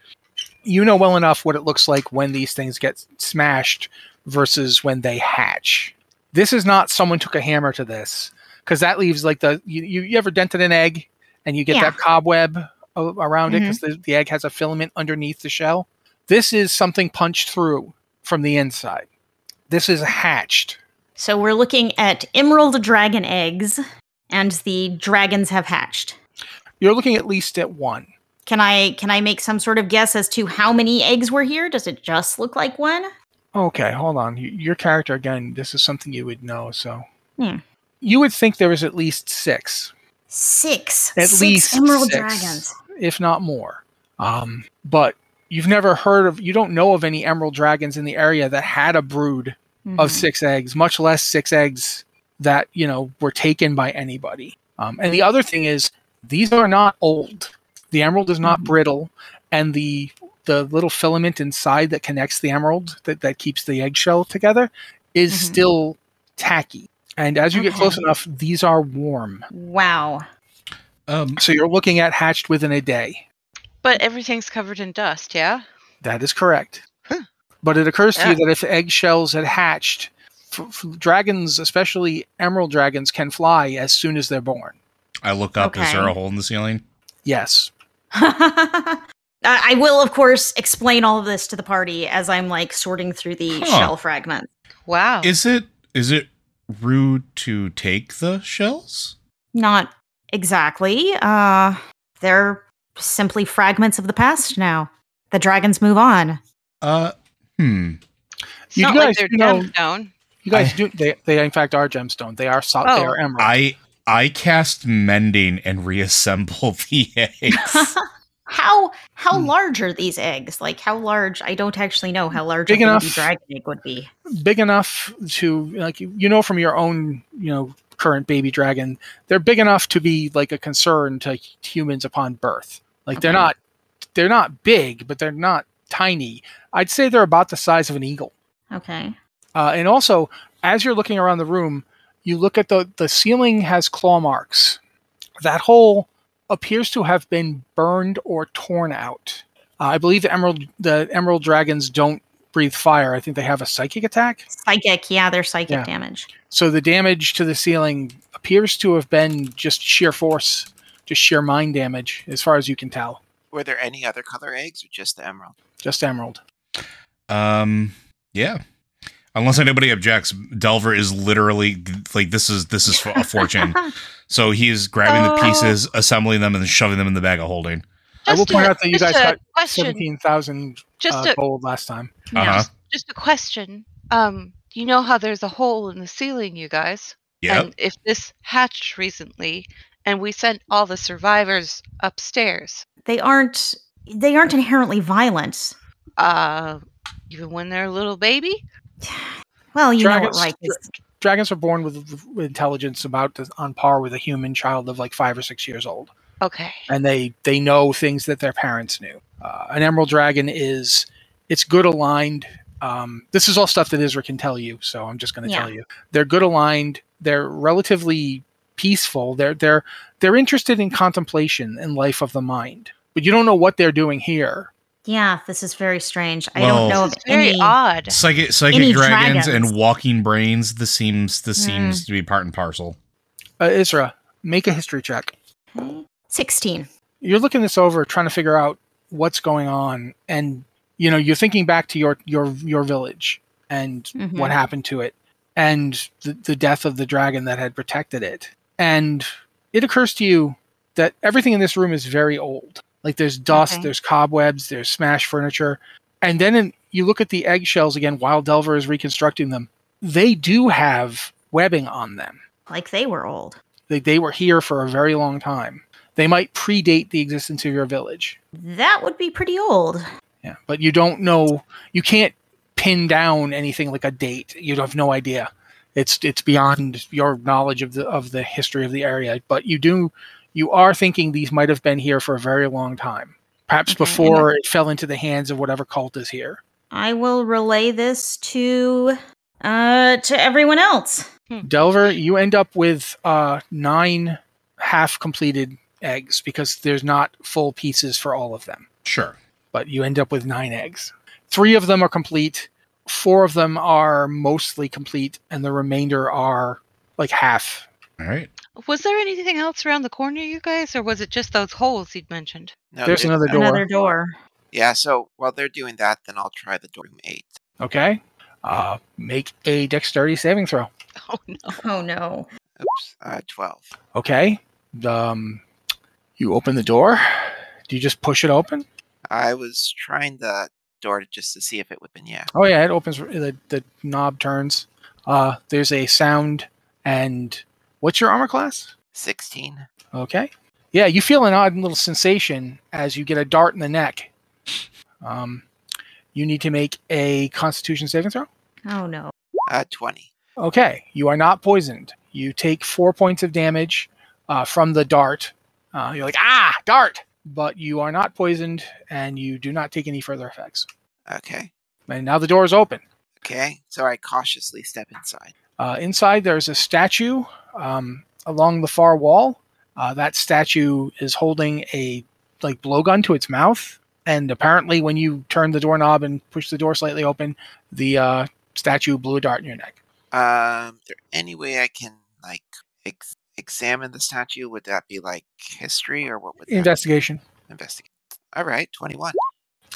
[SPEAKER 1] you know well enough what it looks like when these things get smashed versus when they hatch this is not someone took a hammer to this because that leaves like the you, you, you ever dented an egg and you get
[SPEAKER 4] Yeah.
[SPEAKER 1] that cobweb a- around it 'cause it because the, the egg has a filament underneath the shell this is something punched through from the inside this is hatched
[SPEAKER 4] So we're looking at emerald dragon eggs, and the dragons have hatched.
[SPEAKER 1] you're looking at least at one
[SPEAKER 4] Can I can I make some sort of guess as to how many eggs were here? Does it just look like one?
[SPEAKER 1] Okay, hold on. Y- Your character again. This is something you would know. So
[SPEAKER 4] Hmm.
[SPEAKER 1] you would think there was at least six,
[SPEAKER 4] Six.
[SPEAKER 1] At
[SPEAKER 4] Six
[SPEAKER 1] least
[SPEAKER 4] emerald
[SPEAKER 1] six.
[SPEAKER 4] dragons.
[SPEAKER 1] if not more. Um, but you've never heard of. You don't know of any emerald dragons in the area that had a brood of
[SPEAKER 4] Mhm.
[SPEAKER 1] six eggs, much less six eggs that you know were taken by anybody. Um, and the other thing is, these are not old. The emerald is not brittle, and the the little filament inside that connects the emerald that that keeps the eggshell together is
[SPEAKER 4] Mhm.
[SPEAKER 1] still tacky. And as you get
[SPEAKER 4] Okay.
[SPEAKER 1] close enough, these are warm.
[SPEAKER 4] Wow.
[SPEAKER 2] Um,
[SPEAKER 1] So you're looking at hatched within a day.
[SPEAKER 5] But everything's covered in dust. Yeah.
[SPEAKER 1] That is correct.
[SPEAKER 5] Huh.
[SPEAKER 1] But it occurs to
[SPEAKER 5] Yeah.
[SPEAKER 1] you that if eggshells had hatched, f- f- dragons, especially emerald dragons, can fly as soon as they're born.
[SPEAKER 2] I look up. Is
[SPEAKER 4] Okay.
[SPEAKER 2] there a hole in the ceiling?
[SPEAKER 1] Yes.
[SPEAKER 4] I I will, of course, explain all of this to the party as I'm like sorting through the
[SPEAKER 2] Huh.
[SPEAKER 4] shell fragments.
[SPEAKER 5] Wow.
[SPEAKER 2] Is it is it rude to take the shells?
[SPEAKER 4] Not exactly. Uh, they're simply fragments of the past now. The dragons move on.
[SPEAKER 2] Uh, hmm.
[SPEAKER 5] it's
[SPEAKER 1] you
[SPEAKER 5] not
[SPEAKER 1] guys
[SPEAKER 5] like they're
[SPEAKER 1] do know-
[SPEAKER 5] gemstone.
[SPEAKER 1] You guys
[SPEAKER 2] I-
[SPEAKER 1] do. They, they in fact are gemstone. They are salt. they
[SPEAKER 5] Oh,
[SPEAKER 1] are emerald.
[SPEAKER 2] I I cast mending and reassemble the eggs.
[SPEAKER 4] how how
[SPEAKER 1] Hmm.
[SPEAKER 4] large are these eggs? Like how large? I don't actually know how large
[SPEAKER 1] Big
[SPEAKER 4] a
[SPEAKER 1] enough.
[SPEAKER 4] baby dragon egg would be.
[SPEAKER 1] big enough to like you you know from your own you know current baby dragon. They're big enough to be like a concern to humans upon birth. Like they're
[SPEAKER 4] Okay.
[SPEAKER 1] not they're not big, but they're not tiny. I'd say they're about the size of an eagle.
[SPEAKER 4] Okay.
[SPEAKER 1] Uh, and also, as you're looking around the room, you look at the the ceiling has claw marks. That hole appears to have been burned or torn out. Uh, I believe the emerald the emerald dragons don't breathe fire. I think they have a psychic attack.
[SPEAKER 4] Psychic. Yeah, they're psychic
[SPEAKER 1] Yeah.
[SPEAKER 4] damage.
[SPEAKER 1] So the damage to the ceiling appears to have been just sheer force, just sheer mind damage, as far as you can tell.
[SPEAKER 3] Were there any other color eggs or just the emerald?
[SPEAKER 1] Just emerald.
[SPEAKER 2] um, yeah. Unless anybody objects, Delver is literally like this is this is a fortune. so he is grabbing the
[SPEAKER 5] Oh.
[SPEAKER 2] pieces, assembling them, and shoving them in the bag of holding.
[SPEAKER 1] I will
[SPEAKER 5] Just
[SPEAKER 1] point
[SPEAKER 5] a-
[SPEAKER 1] out that you
[SPEAKER 5] just
[SPEAKER 1] guys
[SPEAKER 5] a
[SPEAKER 1] got
[SPEAKER 5] question.
[SPEAKER 1] seventeen thousand
[SPEAKER 5] just
[SPEAKER 1] uh,
[SPEAKER 5] a
[SPEAKER 1] gold last time.
[SPEAKER 4] No.
[SPEAKER 2] Uh huh.
[SPEAKER 5] just a question. Um, you know how there's a hole in the ceiling, you guys.
[SPEAKER 2] Yeah.
[SPEAKER 5] And if this hatched recently, and we sent all the survivors upstairs,
[SPEAKER 4] They aren't they aren't inherently violent.
[SPEAKER 5] Uh, even when they're a little baby.
[SPEAKER 4] Well, you know
[SPEAKER 1] Dragons-
[SPEAKER 4] what like is.
[SPEAKER 1] Dragons are born with, with intelligence about the, on par with a human child of like five or six years old.
[SPEAKER 5] Okay.
[SPEAKER 1] and they they know things that their parents knew. Uh, an emerald dragon is it's good aligned. Um, this is all stuff that Isra can tell you, so I'm just going to
[SPEAKER 4] Yeah.
[SPEAKER 1] tell you they're good aligned. They're relatively peaceful. They're they're they're interested in contemplation and life of the mind, but you don't know what they're doing here.
[SPEAKER 4] Yeah, this is very strange. I
[SPEAKER 2] Well-
[SPEAKER 4] don't know of
[SPEAKER 5] It's very
[SPEAKER 4] any.
[SPEAKER 5] odd.
[SPEAKER 2] Psychic, psychic
[SPEAKER 4] Any
[SPEAKER 2] dragons, Hmm.
[SPEAKER 4] dragons.
[SPEAKER 2] and walking brains. This seems this
[SPEAKER 4] Mm.
[SPEAKER 2] seems to be part and parcel.
[SPEAKER 1] Uh, Isra, make a history check.
[SPEAKER 4] Okay. Sixteen.
[SPEAKER 1] you're looking this over trying to figure out what's going on and you know you're thinking back to your your your village and
[SPEAKER 4] Mhm.
[SPEAKER 1] what happened to it and the, the death of the dragon that had protected it and it occurs to you that everything in this room is very old like there's dust
[SPEAKER 5] Okay.
[SPEAKER 1] there's cobwebs there's smashed furniture and then in, you look at the eggshells again while delver is reconstructing them they do have webbing on them
[SPEAKER 4] Like they were old.
[SPEAKER 1] like they were here for a very long time. They might predate the existence of your village.
[SPEAKER 4] That would be pretty old.
[SPEAKER 1] Yeah, but you don't know. You can't pin down anything like a date. You have no idea. It's it's beyond your knowledge of the of the history of the area. But you do you are thinking these might have been here for a very long time, perhaps
[SPEAKER 4] Okay.
[SPEAKER 1] before it fell into the hands of whatever cult is here.
[SPEAKER 4] I will relay this to uh to everyone else.
[SPEAKER 1] Delver, you end up with uh, nine half completed eggs because there's not full pieces for all of them.
[SPEAKER 2] Sure.
[SPEAKER 1] but you end up with nine eggs. Three of them are complete, four of them are mostly complete, and the remainder are like half.
[SPEAKER 2] All right.
[SPEAKER 5] Was there anything else around the corner, you guys, or was it just those holes you'd mentioned?
[SPEAKER 3] No,
[SPEAKER 1] There's
[SPEAKER 3] just-
[SPEAKER 1] another
[SPEAKER 3] uh,
[SPEAKER 1] Door.
[SPEAKER 4] Another door.
[SPEAKER 3] Yeah, so while they're doing that, then I'll try the door room eight.
[SPEAKER 1] Okay. Uh, make a dexterity saving throw.
[SPEAKER 5] Oh no.
[SPEAKER 4] Oh no.
[SPEAKER 3] Oops, uh, twelve.
[SPEAKER 1] Okay. Um, you open the door. Do you just push it open?
[SPEAKER 3] I was trying the door to- just to see if it would. Been yeah.
[SPEAKER 1] Oh yeah, it opens. The, the knob turns. Uh, there's a sound. And what's your armor class?
[SPEAKER 3] Sixteen.
[SPEAKER 1] Okay. Yeah, you feel an odd little sensation as you get a dart in the neck. Um, you need to make a Constitution saving throw.
[SPEAKER 4] Oh no.
[SPEAKER 3] Uh, twenty.
[SPEAKER 1] Okay, you are not poisoned. You take four points of damage uh, from the dart. Uh, you're like ah, dart, but you are not poisoned, and you do not take any further effects.
[SPEAKER 3] Okay.
[SPEAKER 1] And now the door is open.
[SPEAKER 3] Okay. So I cautiously step inside.
[SPEAKER 1] Uh, inside, there's a statue um, along the far wall. Uh, that statue is holding a like blowgun to its mouth, and apparently, when you turn the doorknob and push the door slightly open, the uh, statue blew a dart in your neck.
[SPEAKER 3] Um, there any way I can like ex- examine the statue? Would that be like history or what would that be?
[SPEAKER 1] Investigation.
[SPEAKER 3] investigate? All right, twenty-one.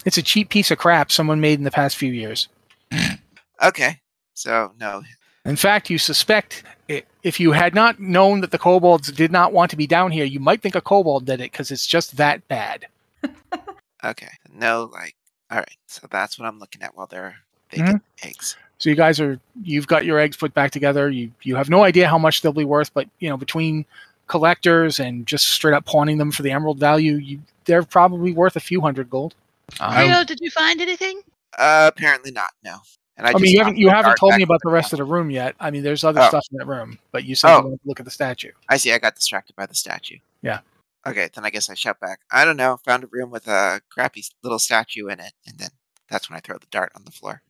[SPEAKER 1] It's a cheap piece of crap someone made in the past few years.
[SPEAKER 3] Okay. So no.
[SPEAKER 1] In fact, you suspect i if you had not known that the kobolds did not want to be down here, you might think a kobold did it because it's just that bad.
[SPEAKER 3] Okay. No. Like. All right. So that's what I'm looking at while they're they
[SPEAKER 1] Mhm.
[SPEAKER 3] get the eggs.
[SPEAKER 1] So you guys are you've got your eggs put back together. You you have no idea how much they'll be worth, but you know between collectors and just straight up pawning them for the emerald value, you, they're probably worth a few hundred gold.
[SPEAKER 2] I-
[SPEAKER 1] Um,
[SPEAKER 5] Rio, did you find anything?
[SPEAKER 3] Uh, apparently not. No. And
[SPEAKER 1] I mean, you haven't you haven't told me about the rest
[SPEAKER 3] of.
[SPEAKER 1] of the room yet. I mean, there's other
[SPEAKER 3] Oh.
[SPEAKER 1] stuff in that room, but you said
[SPEAKER 3] Oh.
[SPEAKER 1] you wanted to look at the statue.
[SPEAKER 3] I see. I got distracted by the statue.
[SPEAKER 1] Yeah.
[SPEAKER 3] Okay, then I guess I shout back. I don't know. Found a room with a crappy s- little statue in it, and then that's when I throw the dart on the floor.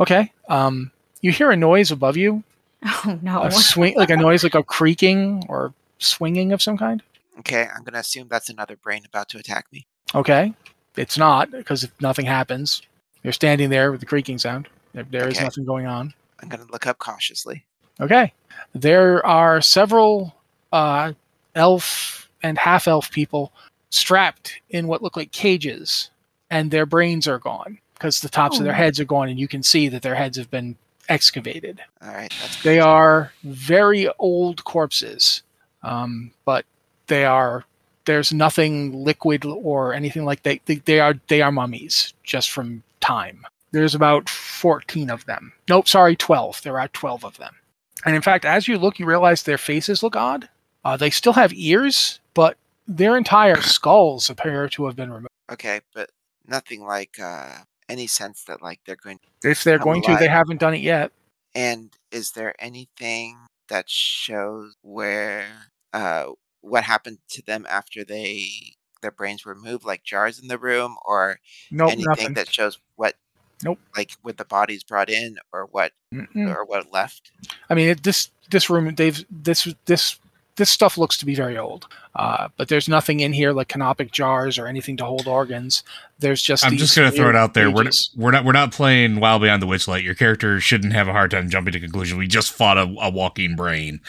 [SPEAKER 1] Okay. Um, you hear a noise above you,
[SPEAKER 4] Oh no.
[SPEAKER 1] a swing like a noise like a creaking or swinging of some kind.
[SPEAKER 3] Okay, I'm gonna assume that's another brain about to attack me.
[SPEAKER 1] Okay, it's not because if nothing happens, you're standing there with the creaking sound. There, there is
[SPEAKER 3] Okay.
[SPEAKER 1] nothing going on.
[SPEAKER 3] I'm gonna look up cautiously.
[SPEAKER 1] Okay. There are several uh, elf and half elf people strapped in what look like cages, and their brains are gone because the tops of their
[SPEAKER 4] Oh.
[SPEAKER 1] heads are gone, and you can see that their heads have been excavated.
[SPEAKER 3] All right, that's
[SPEAKER 1] They are very old corpses, um, but they are. There's nothing liquid or anything like that. They, they are they are mummies just from time. There's about 14 of them. Nope, sorry, 12. There are 12 of them. And in fact, as you look, you realize their faces look odd. Uh, they still have ears, but their entire skulls appear to have been removed.
[SPEAKER 3] Okay, but nothing like uh, any sense that like they're going.
[SPEAKER 1] If they're
[SPEAKER 3] I'm
[SPEAKER 1] going to, they
[SPEAKER 3] alive.
[SPEAKER 1] haven't done it yet.
[SPEAKER 3] And is there anything that shows where uh, what happened to them after they their brains were moved, like jars in the room, or
[SPEAKER 1] Nope,
[SPEAKER 3] anything
[SPEAKER 1] nothing.
[SPEAKER 3] that shows what?
[SPEAKER 1] Nope. Hmm.
[SPEAKER 3] Like with the bodies brought in, or what,
[SPEAKER 1] Mm-mm.
[SPEAKER 3] or what left.
[SPEAKER 1] I mean, it, this this room, they've this this this stuff looks to be very old. Uh, but there's nothing in here like canopic jars or anything to hold organs. There's just.
[SPEAKER 2] I'm
[SPEAKER 1] these
[SPEAKER 2] just gonna throw it
[SPEAKER 1] weird
[SPEAKER 2] out there. We're,
[SPEAKER 1] cages.
[SPEAKER 2] we're not we're not playing Wild Beyond the Witchlight. Your character shouldn't have a hard time jumping to conclusions. We just fought a, a walking brain.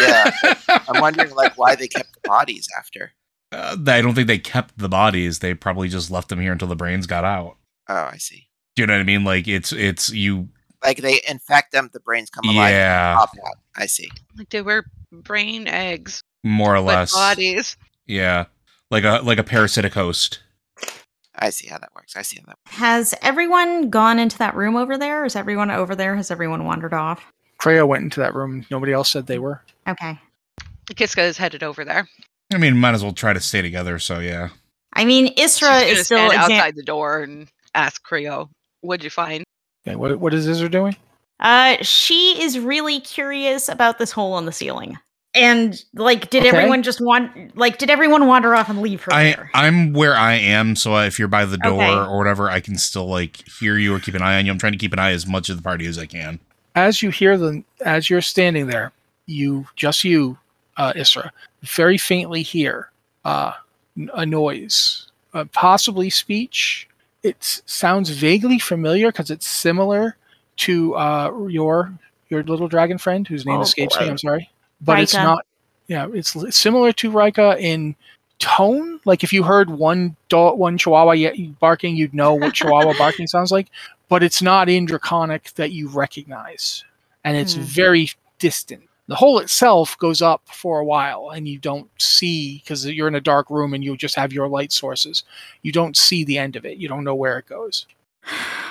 [SPEAKER 3] Yeah, I'm wondering like why they kept the bodies after.
[SPEAKER 2] Uh, I don't think they kept the bodies. They probably just left them here until the brains got out.
[SPEAKER 3] Oh, I see.
[SPEAKER 2] Do you know what I mean? Like it's it's you.
[SPEAKER 3] Like they infect them, the brains come alive, and
[SPEAKER 2] yeah,
[SPEAKER 3] pop out. I see.
[SPEAKER 5] Like they were brain eggs,
[SPEAKER 2] more or
[SPEAKER 5] but
[SPEAKER 2] less.
[SPEAKER 5] bodies.
[SPEAKER 2] Yeah, like a like a parasitic host.
[SPEAKER 3] I see how that works. I see how that.
[SPEAKER 4] Has everyone gone into that room over there? Is everyone over there? Has everyone wandered off?
[SPEAKER 1] Creo went into that room. Nobody else said they were.
[SPEAKER 4] Okay.
[SPEAKER 5] Kiska is headed over there.
[SPEAKER 2] I mean, might as well try to stay together. So yeah,
[SPEAKER 4] I mean, Isra
[SPEAKER 5] She's gonna
[SPEAKER 4] is still
[SPEAKER 5] stand
[SPEAKER 4] exam-
[SPEAKER 5] outside the door and ask Creo, "What'd you find?"
[SPEAKER 1] Okay, what what is Izzer doing?
[SPEAKER 4] uh she is really curious about this hole on the ceiling. And like did
[SPEAKER 1] Okay.
[SPEAKER 4] everyone just want like did everyone wander off and leave her
[SPEAKER 2] I
[SPEAKER 4] there?
[SPEAKER 2] I'm where I am. So if you're by the door
[SPEAKER 4] Okay.
[SPEAKER 2] or whatever, I can still like hear you or keep an eye on you. I'm trying to keep an eye as much of the party as I can.
[SPEAKER 1] as you hear them, as you're standing there, you just you, uh, Isra, very faintly hear uh, n- a noise, uh, possibly speech. It s- sounds vaguely familiar because it's similar to uh, your your little dragon friend, whose name
[SPEAKER 4] Oh,
[SPEAKER 1] escapes me.
[SPEAKER 4] boy.
[SPEAKER 1] I'm sorry, but it's
[SPEAKER 4] Rika.
[SPEAKER 1] not. Yeah, it's l- similar to Rika in tone. Like if you heard one dog, one Chihuahua ye- barking, you'd know what Chihuahua barking sounds like. But it's not in Draconic that you recognize, and it's
[SPEAKER 4] Hmm.
[SPEAKER 1] very distant. The hole itself goes up for a while, and you don't see because you're in a dark room and you just have your light sources. You don't see the end of it. You don't know where it goes.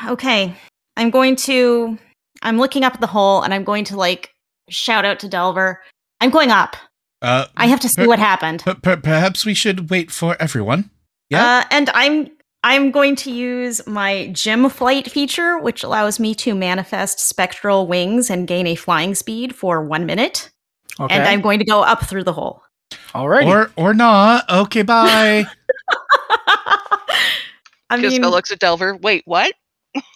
[SPEAKER 4] okay. I'm going to I'm looking up at the hole and I'm going to like shout out to Delver. I'm going up.
[SPEAKER 2] Uh,
[SPEAKER 4] I have to see
[SPEAKER 2] per-
[SPEAKER 4] what happened.
[SPEAKER 2] per- per- perhaps we should wait for everyone. Yeah.
[SPEAKER 4] Uh, and I'm I'm going to use my gem flight feature, which allows me to manifest spectral wings and gain a flying speed for one minute.
[SPEAKER 1] Okay.
[SPEAKER 4] And I'm going to go up through the hole.
[SPEAKER 1] All right.
[SPEAKER 2] Or or not. Okay, bye.
[SPEAKER 4] I
[SPEAKER 5] Kiska
[SPEAKER 4] mean,
[SPEAKER 5] looks at Delver. Wait, what?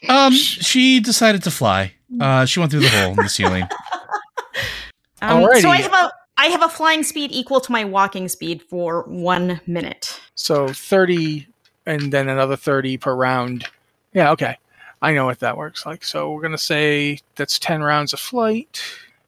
[SPEAKER 2] um, she decided to fly. Uh, she went through the hole in the ceiling.
[SPEAKER 4] um,
[SPEAKER 1] Alrighty.
[SPEAKER 4] so I have a I have a flying speed equal to my walking speed for one minute.
[SPEAKER 1] So 30 and then another 30 per round. Yeah, okay. I know what that works like. So we're going to say that's 10 rounds of flight.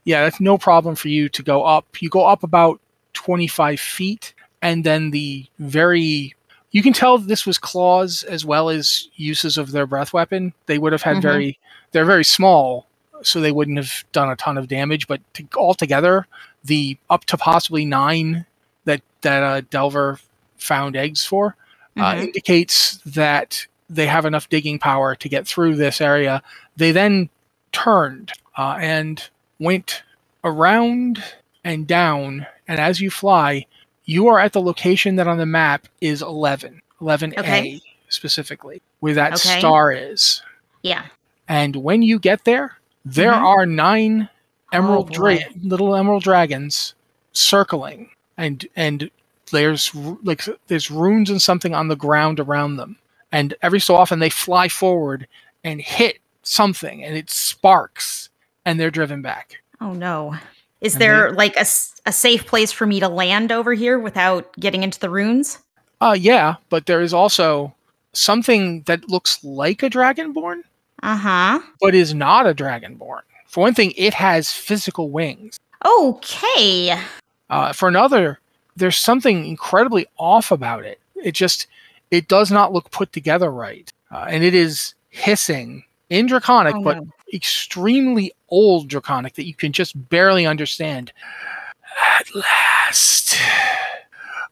[SPEAKER 1] Yeah, that's no problem for you to go up. You go up about 25 feet, and then the very. You can tell this was claws as well as uses of their breath weapon. They would have had
[SPEAKER 4] Mhm.
[SPEAKER 1] very. They're very small, so they wouldn't have done a ton of damage, but to, altogether, the up to possibly nine that, that uh, Delver found eggs for uh,
[SPEAKER 4] Mhm.
[SPEAKER 1] indicates that they have enough digging power to get through this area. They then turned uh, and went around and down. And as you fly, you are at the location that on the map is 11, 11A
[SPEAKER 4] Okay.
[SPEAKER 1] specifically, where that
[SPEAKER 4] Okay.
[SPEAKER 1] star is.
[SPEAKER 4] yeah.
[SPEAKER 1] And when you get there, there
[SPEAKER 4] Mhm.
[SPEAKER 1] are nine emerald
[SPEAKER 4] Oh, boy.
[SPEAKER 1] dra- little emerald dragons circling, and and there's ru- like there's runes and something on the ground around them, and every so often they fly forward and hit something, and it sparks, and they're driven back.
[SPEAKER 4] Oh no. Is
[SPEAKER 1] I
[SPEAKER 4] there like a, s- a safe place for me to land over here without getting into the runes?
[SPEAKER 1] Uh, yeah, but there is also something that looks like a dragonborn,
[SPEAKER 4] Uh huh.
[SPEAKER 1] but is not a dragonborn. For one thing, it has physical wings.
[SPEAKER 4] Okay.
[SPEAKER 1] Uh, for another, there's something incredibly off about it. It just it does not look put together right, uh, and it is hissing in Draconic,
[SPEAKER 4] Oh,
[SPEAKER 1] but
[SPEAKER 4] no.
[SPEAKER 1] extremely old Draconic that you can just barely understand. At last,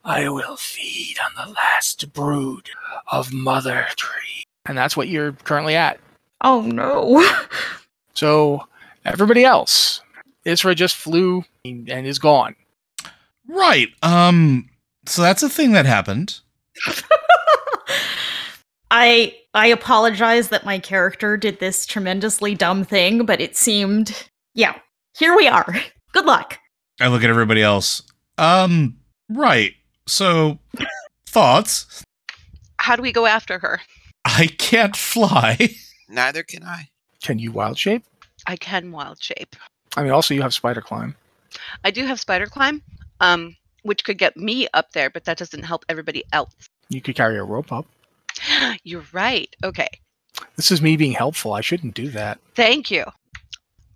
[SPEAKER 1] I will feed on the last brood of Mother Tree, and that's what you're currently at.
[SPEAKER 4] Oh no.
[SPEAKER 1] So everybody else, Isra just flew and and is gone.
[SPEAKER 2] Right. Um. So that's a thing that happened.
[SPEAKER 4] I I apologize that my character did this tremendously dumb thing, but it seemed yeah. Here we are. Good luck.
[SPEAKER 2] I look at everybody else. Um, right. So, thoughts?
[SPEAKER 5] How do we go after her?
[SPEAKER 2] I can't fly.
[SPEAKER 3] Neither can I.
[SPEAKER 1] Can you wild shape?
[SPEAKER 5] I can wild shape.
[SPEAKER 1] I mean, also you have spider climb.
[SPEAKER 5] I do have spider climb, um, which could get me up there, but that doesn't help everybody else.
[SPEAKER 1] You could carry a rope up.
[SPEAKER 5] You're right. Okay.
[SPEAKER 1] This is me being helpful. I shouldn't do that.
[SPEAKER 5] Thank you.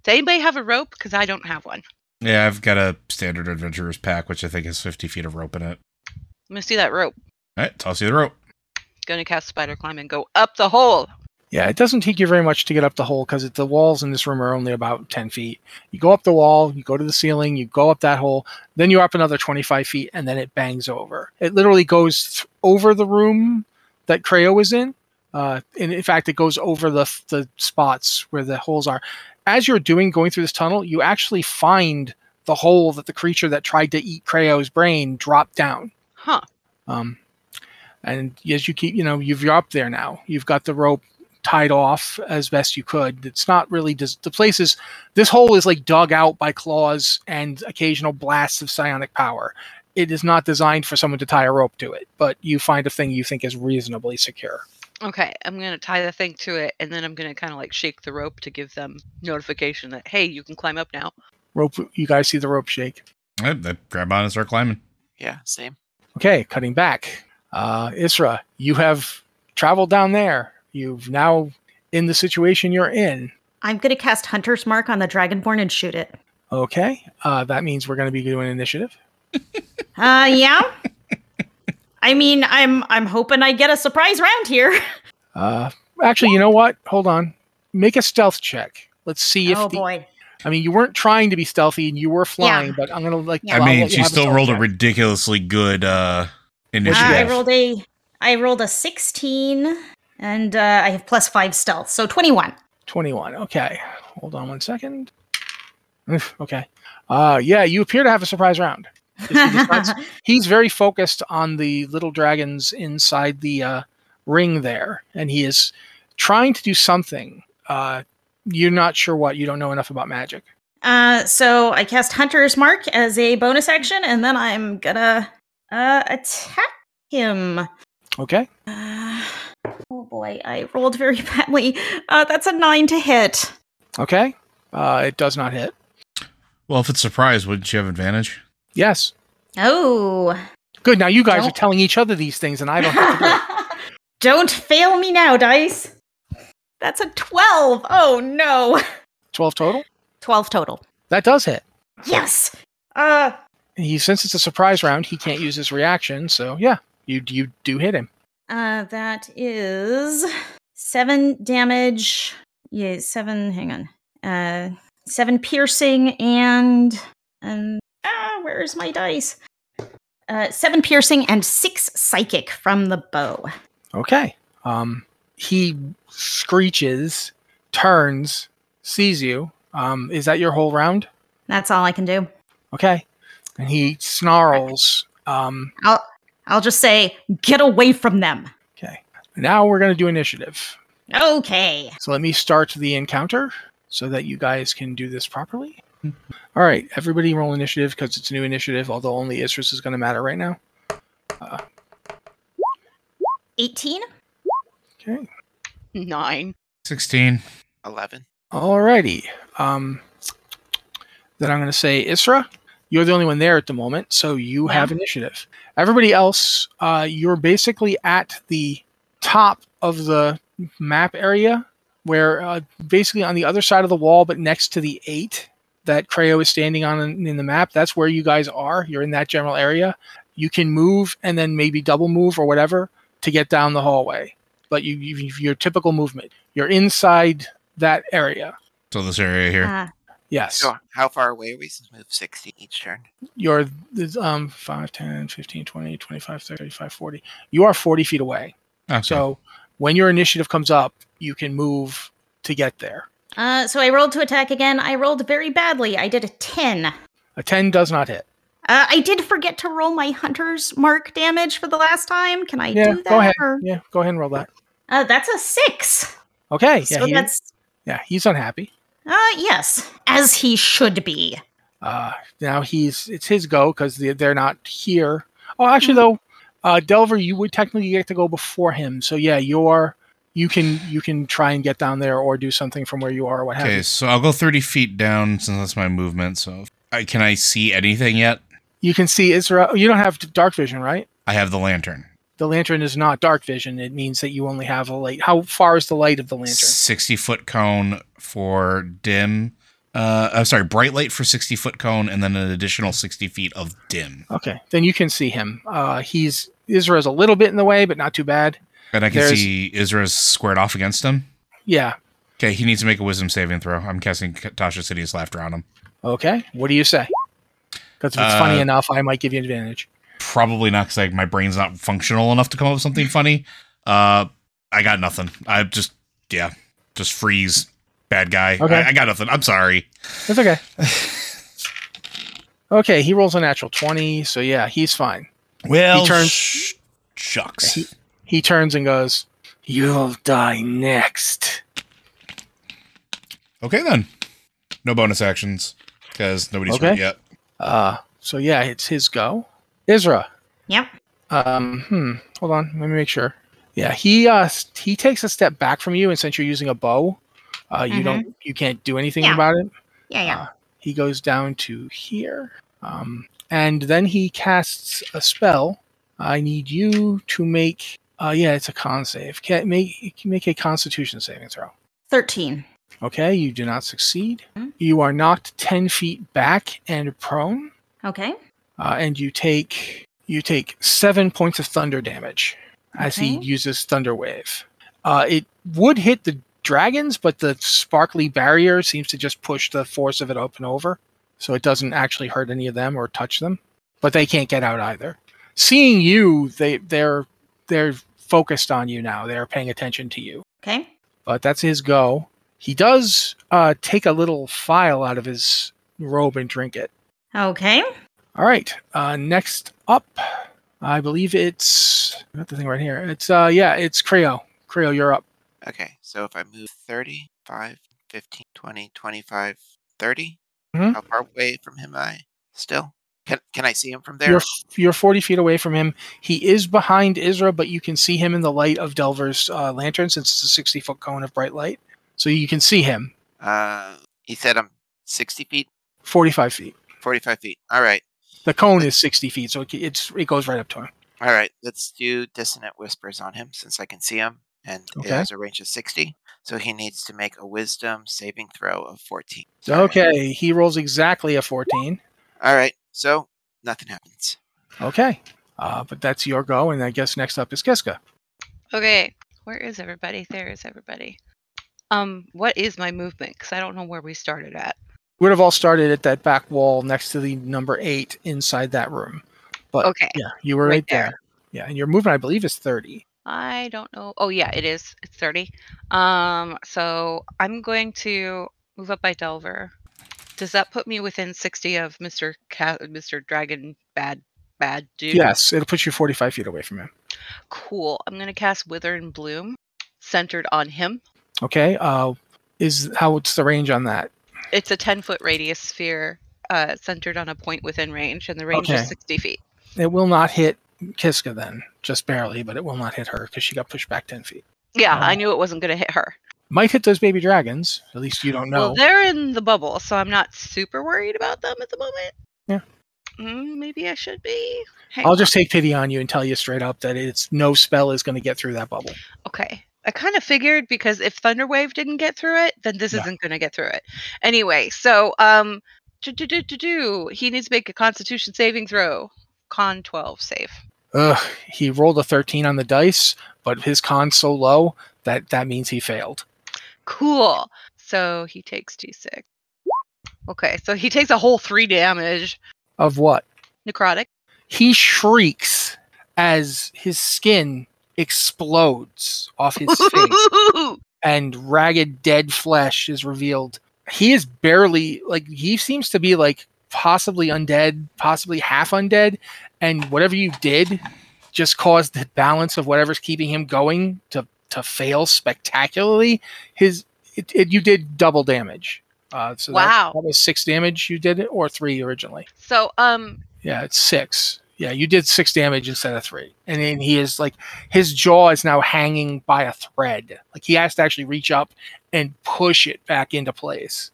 [SPEAKER 5] Does anybody have a rope? Because I don't have one.
[SPEAKER 2] Yeah, I've got a standard adventurer's pack, which I think has 50 feet of rope in it.
[SPEAKER 5] I'm gonna see that rope.
[SPEAKER 2] All right, toss you the rope.
[SPEAKER 5] Gonna cast spider climb and go up the hole.
[SPEAKER 1] Yeah, it doesn't take you very much to get up the hole because the walls in this room are only about 10 feet. You go up the wall, you go to the ceiling, you go up that hole, then you're up another 25 feet, and then it bangs over. It literally goes th- over the room that Creo is in. Uh, and in fact, it goes over the, f- the spots where the holes are. As you're doing going through this tunnel, you actually find the hole that the creature that tried to eat Creo's brain dropped down.
[SPEAKER 5] Huh.
[SPEAKER 1] Um, and as you keep, you know, you've, you're up there now. You've got the rope tied off as best you could. It's not really dis- the place is this hole is like dug out by claws and occasional blasts of psionic power. It is not designed for someone to tie a rope to it, but you find a thing you think is reasonably secure.
[SPEAKER 5] Okay, I'm gonna tie the thing to it, and then I'm gonna kind of like shake the rope to give them notification that hey, you can climb up now.
[SPEAKER 1] Rope, you guys see the rope shake.
[SPEAKER 2] All right, I grab on and start climbing.
[SPEAKER 3] Yeah, same.
[SPEAKER 1] Okay, cutting back. Uh, Isra, you have traveled down there. You've now in the situation you're in.
[SPEAKER 4] I'm gonna cast Hunter's Mark on the Dragonborn and shoot it.
[SPEAKER 1] Okay, uh, that means we're going to be doing initiative.
[SPEAKER 4] Uh, yeah. I mean, I'm I'm hoping I get a surprise round here.
[SPEAKER 1] Uh, actually, you know what? Hold on. Make a stealth check. Let's see if
[SPEAKER 4] oh
[SPEAKER 1] the
[SPEAKER 4] boy.
[SPEAKER 1] I mean, you weren't trying to be stealthy and you were flying,
[SPEAKER 4] Yeah.
[SPEAKER 1] but I'm gonna like.
[SPEAKER 4] Yeah.
[SPEAKER 1] I'll
[SPEAKER 2] I mean,
[SPEAKER 1] let you
[SPEAKER 2] she
[SPEAKER 1] have
[SPEAKER 2] still
[SPEAKER 1] stealth
[SPEAKER 2] rolled a
[SPEAKER 1] check.
[SPEAKER 2] ridiculously good uh initiative.
[SPEAKER 4] I rolled a I rolled a 16 and uh, I have plus 5 stealth, so 21.
[SPEAKER 1] 21. Okay, hold on one second. Oof, Okay, uh, yeah, you appear to have a surprise round. If he decides- He's very focused on the little dragons inside the uh, ring there, and he is trying to do something. Uh, you're not sure what. You don't know enough about magic.
[SPEAKER 4] Uh, so I cast Hunter's Mark as a bonus action, and then I'm gonna uh, attack him.
[SPEAKER 1] Okay,
[SPEAKER 4] Uh, oh boy, I rolled very badly. Uh, that's a nine to hit.
[SPEAKER 1] okay. Uh, it does not hit.
[SPEAKER 2] Well, if it's surprise, wouldn't you have advantage?
[SPEAKER 1] Yes.
[SPEAKER 4] Oh.
[SPEAKER 1] Good. Now you guys
[SPEAKER 4] Don't-
[SPEAKER 1] are telling each other these things, and I don't have to do it.
[SPEAKER 4] Don't fail me now, dice. That's a 12. Oh no.
[SPEAKER 1] 12 total?
[SPEAKER 4] 12 total.
[SPEAKER 1] That does hit.
[SPEAKER 4] Yes. Uh,
[SPEAKER 1] He since it's a surprise round, he can't use his reaction, so yeah, you you do hit him.
[SPEAKER 4] uh that is 7 damage. Yeah, 7, hang on. Uh 7 piercing and and ah, where is my dice? Uh 7 piercing and 6 psychic from the bow.
[SPEAKER 1] Okay. Um he screeches, turns, sees you. Um is that your whole round?
[SPEAKER 4] That's all I can do.
[SPEAKER 1] Okay. And he snarls. Um
[SPEAKER 4] I'll I'll just say get away from them.
[SPEAKER 1] okay. Now we're going to do initiative.
[SPEAKER 4] Okay.
[SPEAKER 1] So let me start the encounter so that you guys can do this properly. All right, everybody roll initiative because it's a new initiative, although only Isris is going to matter right now.
[SPEAKER 4] 18?
[SPEAKER 1] Okay.
[SPEAKER 5] Nine.
[SPEAKER 2] Sixteen.
[SPEAKER 3] 11.
[SPEAKER 1] Alrighty. Um, then I'm going to say, Isra, you're the only one there at the moment, so you have initiative. Everybody else, uh, you're basically at the top of the map area, where uh, basically on the other side of the wall, but next to the eight that Creo is standing on in, in the map. That's where you guys are. You're in that general area. You can move and then maybe double move or whatever to get down the hallway. But you, you your typical movement. You're inside that area.
[SPEAKER 2] So this area here.
[SPEAKER 4] Uh,
[SPEAKER 1] Yes.
[SPEAKER 3] So, how far away are we since move 60 each turn?
[SPEAKER 1] You're th- um 5, 10, 15, 20, 25, 30, 35, 40. You are 40 feet away.
[SPEAKER 2] Okay.
[SPEAKER 1] Uh, So when your initiative comes up, you can move to get there.
[SPEAKER 4] uh, so I rolled to attack again. I rolled very badly. I did a 10. Uh,
[SPEAKER 1] A 10 does not hit.
[SPEAKER 4] I did forget to roll my hunter's mark damage for the last time. Can I
[SPEAKER 1] Yeah,
[SPEAKER 4] do that?
[SPEAKER 1] go ahead.
[SPEAKER 4] or-
[SPEAKER 1] Yeah, go ahead and roll that.
[SPEAKER 4] Uh, that's a six.
[SPEAKER 1] Okay.
[SPEAKER 4] so
[SPEAKER 1] yeah, he-
[SPEAKER 4] that's
[SPEAKER 1] yeah, he's unhappy.
[SPEAKER 4] uh yes, as he should be.
[SPEAKER 1] Uh, now he's it's his go because they're not here. Oh, actually though, uh, Delver, you would technically get to go before him. So yeah, you're you can you can try and get down there or do something from where you are or what have
[SPEAKER 2] Okay,
[SPEAKER 1] you.
[SPEAKER 2] so I'll go 30 feet down since that's my movement. So I, can I see anything yet?
[SPEAKER 1] You can see Israel. You don't have dark vision, right?
[SPEAKER 2] I have the lantern.
[SPEAKER 1] The lantern is not dark vision. It means that you only have a light. How far is the light of the lantern?
[SPEAKER 2] 60 foot cone for dim. Uh, I'm sorry, bright light for 60 foot cone and then an additional 60 feet of dim.
[SPEAKER 1] Okay, then you can see him. Uh, he's Israel's a little bit in the way, but not too bad.
[SPEAKER 2] And I can
[SPEAKER 1] There's-
[SPEAKER 2] see Isra's squared off against him.
[SPEAKER 1] Yeah.
[SPEAKER 2] Okay, he needs to make a wisdom saving throw. I'm casting Tasha City's laughter on him.
[SPEAKER 1] Okay. What do you say? Because if it's
[SPEAKER 2] Uh,
[SPEAKER 1] funny enough, I might give you an advantage.
[SPEAKER 2] Probably not because my brain's not functional enough to come up with something funny. Uh, I got nothing. I just, yeah, just freeze. Bad guy.
[SPEAKER 1] Okay.
[SPEAKER 2] I, I got nothing. I'm sorry.
[SPEAKER 1] That's okay. okay, he rolls a natural twenty, so yeah, he's fine.
[SPEAKER 2] Well,
[SPEAKER 1] He turns-
[SPEAKER 2] sh- shucks.
[SPEAKER 1] He turns and goes, "You'll die next."
[SPEAKER 2] Okay then. No bonus actions because nobody's
[SPEAKER 1] Okay.
[SPEAKER 2] hurt yet.
[SPEAKER 1] Uh, so yeah, it's his go. Isra.
[SPEAKER 4] Yep.
[SPEAKER 1] Um, hmm. Hold on. Let me make sure. Yeah, he uh s- he takes a step back from you, and since you're using a bow, uh, you
[SPEAKER 4] Mhm.
[SPEAKER 1] don't you can't do anything
[SPEAKER 4] Yeah.
[SPEAKER 1] about it.
[SPEAKER 4] Yeah, yeah.
[SPEAKER 1] Uh, he goes down to here, um, and then he casts a spell. I need you to make. Uh, yeah, it's a con save. Can make make a Constitution saving throw.
[SPEAKER 4] Thirteen.
[SPEAKER 1] Okay, you do not succeed.
[SPEAKER 4] Hmm.
[SPEAKER 1] You are knocked ten feet back and prone,
[SPEAKER 4] Okay.
[SPEAKER 1] uh, and you take you take seven points of thunder damage as he
[SPEAKER 4] Okay.
[SPEAKER 1] uses Thunder Wave. Uh, it would hit the dragons, but the sparkly barrier seems to just push the force of it up and over, so it doesn't actually hurt any of them or touch them. But they can't get out either. Seeing you, they they're they're focused on you now. They're paying attention to you
[SPEAKER 4] Okay.
[SPEAKER 1] but that's his go. He does uh, take a little file out of his robe and drink it.
[SPEAKER 4] Okay.
[SPEAKER 1] All right. Uh, next up, I believe it's I got the thing right here. It's uh, yeah, it's Creo. Creo, you're up.
[SPEAKER 3] Okay, so if I move 30, 5, 15, 20, 25, 30,
[SPEAKER 1] Mhm.
[SPEAKER 3] how far away from him am I still? Can, can I see him from there?
[SPEAKER 1] You're you're 40 feet away from him. He is behind Isra, but you can see him in the light of Delver's uh, lantern since it's a 60 foot cone of bright light. So you can see him
[SPEAKER 3] Uh, he said I'm 60 feet,
[SPEAKER 1] 45 feet.
[SPEAKER 3] 45 feet. All right,
[SPEAKER 1] The cone is 60 feet, so it, it's it goes right up to him.
[SPEAKER 3] all right. Let's do dissonant whispers on him since I can see him, and
[SPEAKER 1] Okay.
[SPEAKER 3] it has a range of 60. So he needs to make a wisdom saving throw of 14. Sorry.
[SPEAKER 1] Okay, he rolls exactly a 14.
[SPEAKER 3] All right. So nothing happens.
[SPEAKER 1] Okay. Uh, but that's your go, and I guess next up is Kiska.
[SPEAKER 5] Okay, where is everybody? There is everybody. Um, what is my movement? Because I don't know where we started at.
[SPEAKER 1] We'd have all started at that back wall next to the number eight inside that room. But
[SPEAKER 5] Okay,
[SPEAKER 1] yeah, you were right,
[SPEAKER 5] right
[SPEAKER 1] there.
[SPEAKER 5] there.
[SPEAKER 1] Yeah, and your movement, I believe, is 30.
[SPEAKER 5] I don't know. Oh yeah, it is. It's thirty. Um, so I'm going to move up by Delver. Does that put me within sixty of Mister Ca- Mister Dragon Bad Bad Dude?
[SPEAKER 1] Yes, it'll put you 45 feet away from him.
[SPEAKER 5] Cool. I'm gonna cast Wither and Bloom, centered on him.
[SPEAKER 1] Okay. Uh, is how what's the range on that?
[SPEAKER 5] It's a ten foot radius sphere, uh, centered on a point within range, and the range
[SPEAKER 1] Okay.
[SPEAKER 5] is sixty feet.
[SPEAKER 1] It will not hit Kiska then, just barely, but it will not hit her because she got pushed back 10 feet.
[SPEAKER 5] Yeah, I
[SPEAKER 1] Oh.
[SPEAKER 5] knew it wasn't gonna hit her.
[SPEAKER 1] Might hit those baby dragons. At least you don't know.
[SPEAKER 5] Well, they're in the bubble, so I'm not super worried about them at the moment.
[SPEAKER 1] Yeah.
[SPEAKER 5] Mm, maybe I should be. Hang
[SPEAKER 1] I'll
[SPEAKER 5] on.
[SPEAKER 1] just take pity on you and tell you straight up that it's no spell is going to get through that bubble.
[SPEAKER 5] Okay. I kind of figured because if Thunderwave didn't get through it, then this
[SPEAKER 1] Yeah.
[SPEAKER 5] isn't going to get through it. Anyway, so um do, do, do, do, do. he needs to make a constitution saving throw. Con 12 save.
[SPEAKER 1] Ugh, he rolled a 13 on the dice, but his con's so low that that means he failed.
[SPEAKER 5] Cool. So he takes d6. Okay, so he takes a whole 3 damage
[SPEAKER 1] Of what?
[SPEAKER 5] necrotic.
[SPEAKER 1] He shrieks as his skin explodes off his face and ragged dead flesh is revealed. He is barely like he seems to be like possibly undead, possibly half undead, and whatever you did just caused the balance of whatever's keeping him going to to fail spectacularly, his it, it, you did double damage. Uh, so that-
[SPEAKER 5] Wow.
[SPEAKER 1] that, was six damage you did, or three originally.
[SPEAKER 5] So, um,
[SPEAKER 1] Yeah, it's six. Yeah, you did six damage instead of three, and then he is like his jaw is now hanging by a thread. Like he has to actually reach up and push it back into place.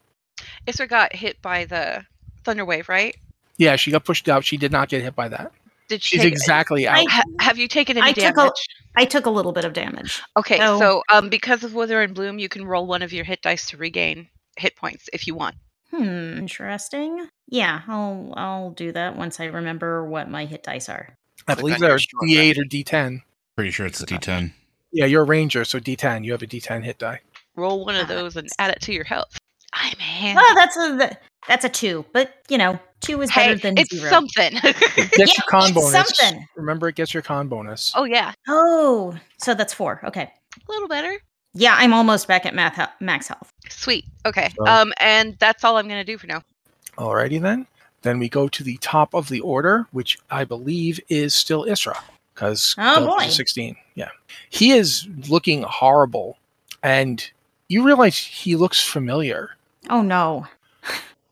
[SPEAKER 5] Isra got hit by the thunder wave, right?
[SPEAKER 1] Yeah, she got pushed out. She did not get hit by that.
[SPEAKER 5] Did she?
[SPEAKER 1] She's
[SPEAKER 5] take-
[SPEAKER 1] exactly out.
[SPEAKER 4] I-
[SPEAKER 5] ha- have you taken any
[SPEAKER 4] I
[SPEAKER 5] damage?
[SPEAKER 4] took a- I took a little bit of damage.
[SPEAKER 5] Okay,
[SPEAKER 4] No.
[SPEAKER 5] so um, because of Wither and Bloom, you can roll one of your hit dice to regain hit points if you want.
[SPEAKER 4] Hmm, interesting. Yeah, I'll I'll do that once I remember what my hit dice are.
[SPEAKER 1] I
[SPEAKER 3] Click
[SPEAKER 1] believe
[SPEAKER 3] on your
[SPEAKER 1] there's
[SPEAKER 3] shortcut.
[SPEAKER 1] D8 or D10.
[SPEAKER 2] Pretty sure it's a D10.
[SPEAKER 1] Yeah, you're a ranger, so D10. You have a D10 hit die.
[SPEAKER 5] Roll one of
[SPEAKER 4] Ah,
[SPEAKER 5] those and add it to your health. I'm handy.
[SPEAKER 4] Oh, that's a th- that's a two, but you know, two is
[SPEAKER 5] hey,
[SPEAKER 4] better than
[SPEAKER 5] it's
[SPEAKER 4] zero.
[SPEAKER 5] something.
[SPEAKER 1] It
[SPEAKER 4] Yeah,
[SPEAKER 1] gets your con
[SPEAKER 4] it's
[SPEAKER 1] bonus.
[SPEAKER 4] something.
[SPEAKER 1] Remember, it gets your con bonus.
[SPEAKER 5] oh yeah,
[SPEAKER 4] Oh, so that's four. Okay.
[SPEAKER 5] a little better.
[SPEAKER 4] Yeah, I'm almost back at math hel- max health.
[SPEAKER 5] Sweet. Okay.
[SPEAKER 1] So-
[SPEAKER 5] Um, and that's all I'm gonna do for now.
[SPEAKER 1] Alrighty then. Then we go to the top of the order, which I believe is still Isra, because
[SPEAKER 4] Oh, boy.
[SPEAKER 1] sixteen. Yeah, he is looking horrible, and you realize he looks familiar.
[SPEAKER 4] Oh no.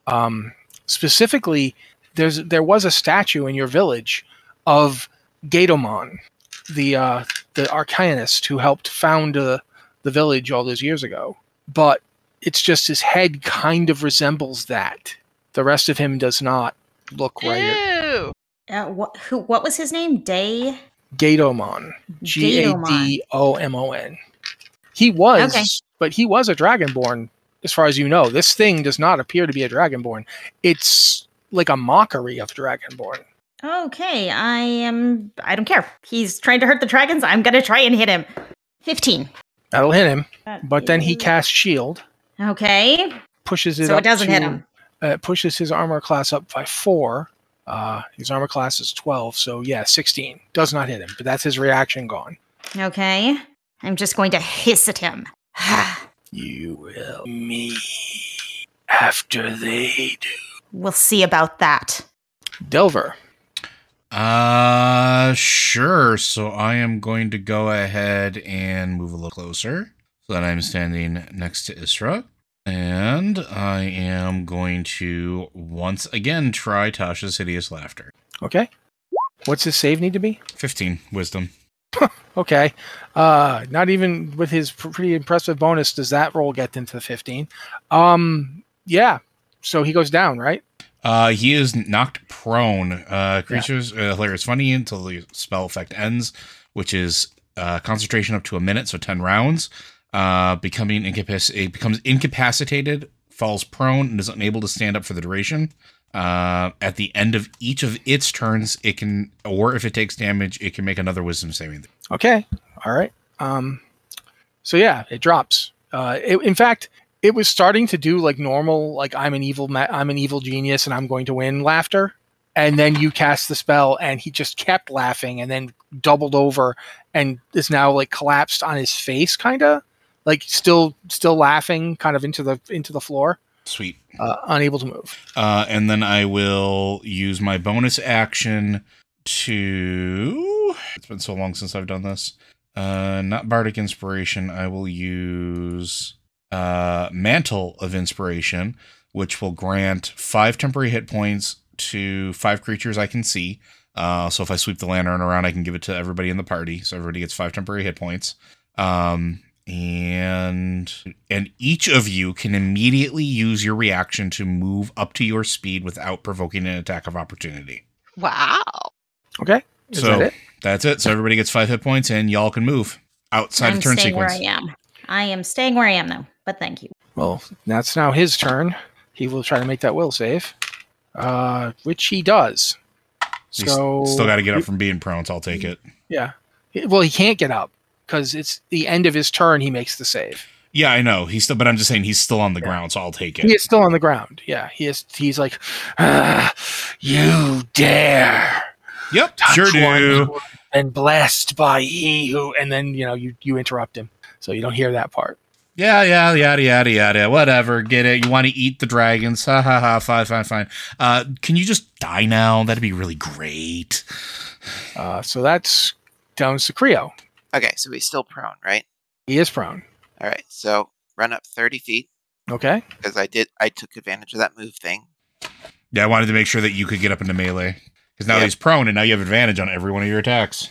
[SPEAKER 1] um, specifically there's there was a statue in your village of Gatomon, the uh, the arcanist who helped found uh, the village all those years ago. But it's just his head kind of resembles that. The rest of him does not look right.
[SPEAKER 5] Ew.
[SPEAKER 4] Uh, what who? What was his name? Day.
[SPEAKER 1] Gatomon, G A D O M O N. He was,
[SPEAKER 4] Okay.
[SPEAKER 1] but he was a dragonborn, as far as you know. This thing does not appear to be a dragonborn. It's like a mockery of dragonborn.
[SPEAKER 4] Okay, I am. I don't care. He's trying to hurt the dragons. I'm gonna try and hit him. Fifteen.
[SPEAKER 1] That'll hit him,
[SPEAKER 4] That
[SPEAKER 1] but then he
[SPEAKER 4] is-
[SPEAKER 1] casts shield,
[SPEAKER 4] Okay,
[SPEAKER 1] pushes it
[SPEAKER 4] so
[SPEAKER 1] up.
[SPEAKER 4] it doesn't
[SPEAKER 1] to,
[SPEAKER 4] hit him.
[SPEAKER 1] Uh, pushes his armor class up by four. Uh, his armor class is twelve, so yeah, sixteen does not hit him. But that's his reaction gone.
[SPEAKER 4] Okay, I'm just going to hiss at him.
[SPEAKER 1] You will me after they do.
[SPEAKER 4] we'll see about that.
[SPEAKER 1] Delver.
[SPEAKER 2] Uh, sure. So I am going to go ahead and move a little closer so that I'm standing next to Isra. And I am going to once again try Tasha's Hideous Laughter.
[SPEAKER 1] Okay. What's his save need to be?
[SPEAKER 2] 15 wisdom.
[SPEAKER 1] Okay. Uh, not even with his pr- pretty impressive bonus does that roll get him to 15. Um, yeah. So he goes down, right?
[SPEAKER 2] Uh, he is knocked prone. Uh, creatures uh, hilarious funny until the spell effect ends, which is uh, concentration up to a minute, so ten rounds. Uh, becoming incapac- it becomes incapacitated, falls prone, and is unable to stand up for the duration. Uh, at the end of each of its turns, it can, or if it takes damage, it can make another Wisdom saving. throw.
[SPEAKER 1] Okay. All right. Um, so yeah, it drops. Uh, it, in fact, it was starting to do like normal, like I'm an evil, ma- I'm an evil genius, and I'm going to win laughter. And then you cast the spell, and he just kept laughing, and then doubled over, and is now like collapsed on his face, kind of like still, still laughing, kind of into the into the floor,
[SPEAKER 2] Sweet.
[SPEAKER 1] uh, unable to move.
[SPEAKER 2] Uh, and then I will use my bonus action to. It's been so long since I've done this. Uh, not bardic inspiration. I will use uh, mantle of inspiration, which will grant five temporary hit points to five creatures I can see. Uh, so if I sweep the lantern around, I can give it to everybody in the party, so everybody gets five temporary hit points. Um, and and each of you can immediately use your reaction to move up to your speed without provoking an attack of opportunity.
[SPEAKER 5] Wow.
[SPEAKER 1] Is
[SPEAKER 2] so
[SPEAKER 1] that it?
[SPEAKER 2] that's it. So everybody gets five hit points, and y'all can move outside
[SPEAKER 4] I'm
[SPEAKER 2] of turn
[SPEAKER 4] staying
[SPEAKER 2] sequence.
[SPEAKER 4] where I am. I am staying where I am though. But thank you.
[SPEAKER 1] Well, that's now his turn. He will try to make that will save, uh, which he does.
[SPEAKER 2] You s-
[SPEAKER 1] So
[SPEAKER 2] still got to get up from being prone. So I'll take it.
[SPEAKER 1] Yeah. He- Well, he can't get up because it's the end of his turn. He makes the save.
[SPEAKER 2] Yeah, I know. He's still, but I'm just saying he's still on the
[SPEAKER 1] Yeah.
[SPEAKER 2] ground. So I'll take
[SPEAKER 1] He
[SPEAKER 2] it.
[SPEAKER 1] is still on the ground. Yeah, he is. He's like, "Ah, you dare
[SPEAKER 2] Yep,
[SPEAKER 1] touch
[SPEAKER 2] sure
[SPEAKER 1] one
[SPEAKER 2] do.
[SPEAKER 1] who has been blessed by he who, and then you know you you interrupt him, so you don't hear that part.
[SPEAKER 2] Yeah, yeah, yada, yada, yada. Whatever. Get it. You want to eat the dragons. Ha, ha, ha. Fine, fine, fine. Uh, can you just die now? That'd be really great.
[SPEAKER 1] Uh, so that's down to Creo.
[SPEAKER 3] Okay, so he's still prone, right?
[SPEAKER 1] He is prone.
[SPEAKER 3] All right, so run up 30 feet
[SPEAKER 1] Okay.
[SPEAKER 3] because I did. I took advantage of that move thing.
[SPEAKER 2] Yeah, I wanted to make sure that you could get up into melee because now
[SPEAKER 3] Yeah.
[SPEAKER 2] he's prone, and now you have advantage on every one of your attacks.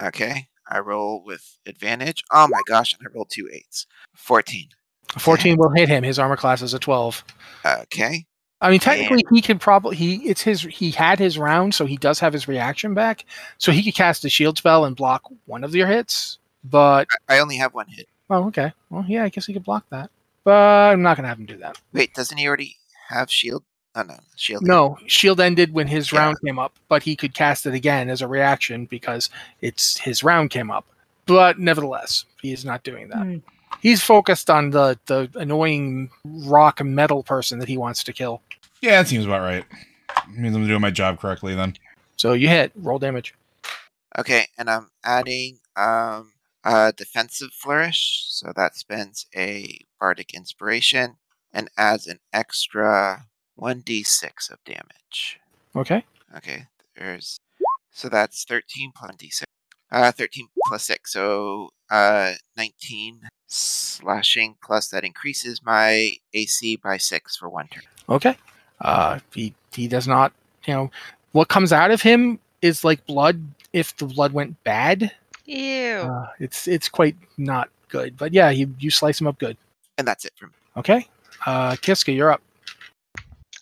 [SPEAKER 3] Okay, I roll with advantage. Oh my gosh, and I rolled two eights. 14.
[SPEAKER 1] A 14 will hit him. His armor class is a 12.
[SPEAKER 3] Okay.
[SPEAKER 1] I mean, technically, he could probably he it's his he had his round, so he does have his reaction back, so he could cast a shield spell and block one of your hits. But
[SPEAKER 3] I- I only have one hit.
[SPEAKER 1] oh, okay, well, yeah, I guess he could block that. But I'm not gonna have him do that.
[SPEAKER 3] Wait, doesn't he already have shield? Oh no, shield.
[SPEAKER 1] No, shield ended when his
[SPEAKER 3] Yeah.
[SPEAKER 1] round came up, but he could cast it again as a reaction because it's his round came up. But nevertheless, he is not doing that.
[SPEAKER 4] Hmm.
[SPEAKER 1] He's focused on the the annoying rock metal person that he wants to kill.
[SPEAKER 2] Yeah, that seems about right. Means I'm doing my job correctly then.
[SPEAKER 1] So you hit, roll damage.
[SPEAKER 3] Okay, and I'm adding um a defensive flourish, so that spends a bardic inspiration and adds an extra 1d6 of damage.
[SPEAKER 1] Okay.
[SPEAKER 3] Okay, there's so that's 13 plus d6. Uh, 13 plus 6, so uh, 19 slashing, plus that increases my AC by 6 for one turn.
[SPEAKER 1] Okay. Uh, he he does not. You know what comes out of him is like blood. If the blood went bad,
[SPEAKER 5] Ew.
[SPEAKER 1] uh, it's it's quite not good. But yeah, you you slice him up good.
[SPEAKER 3] And that's it for me.
[SPEAKER 1] Okay. Uh, Kiska, you're up.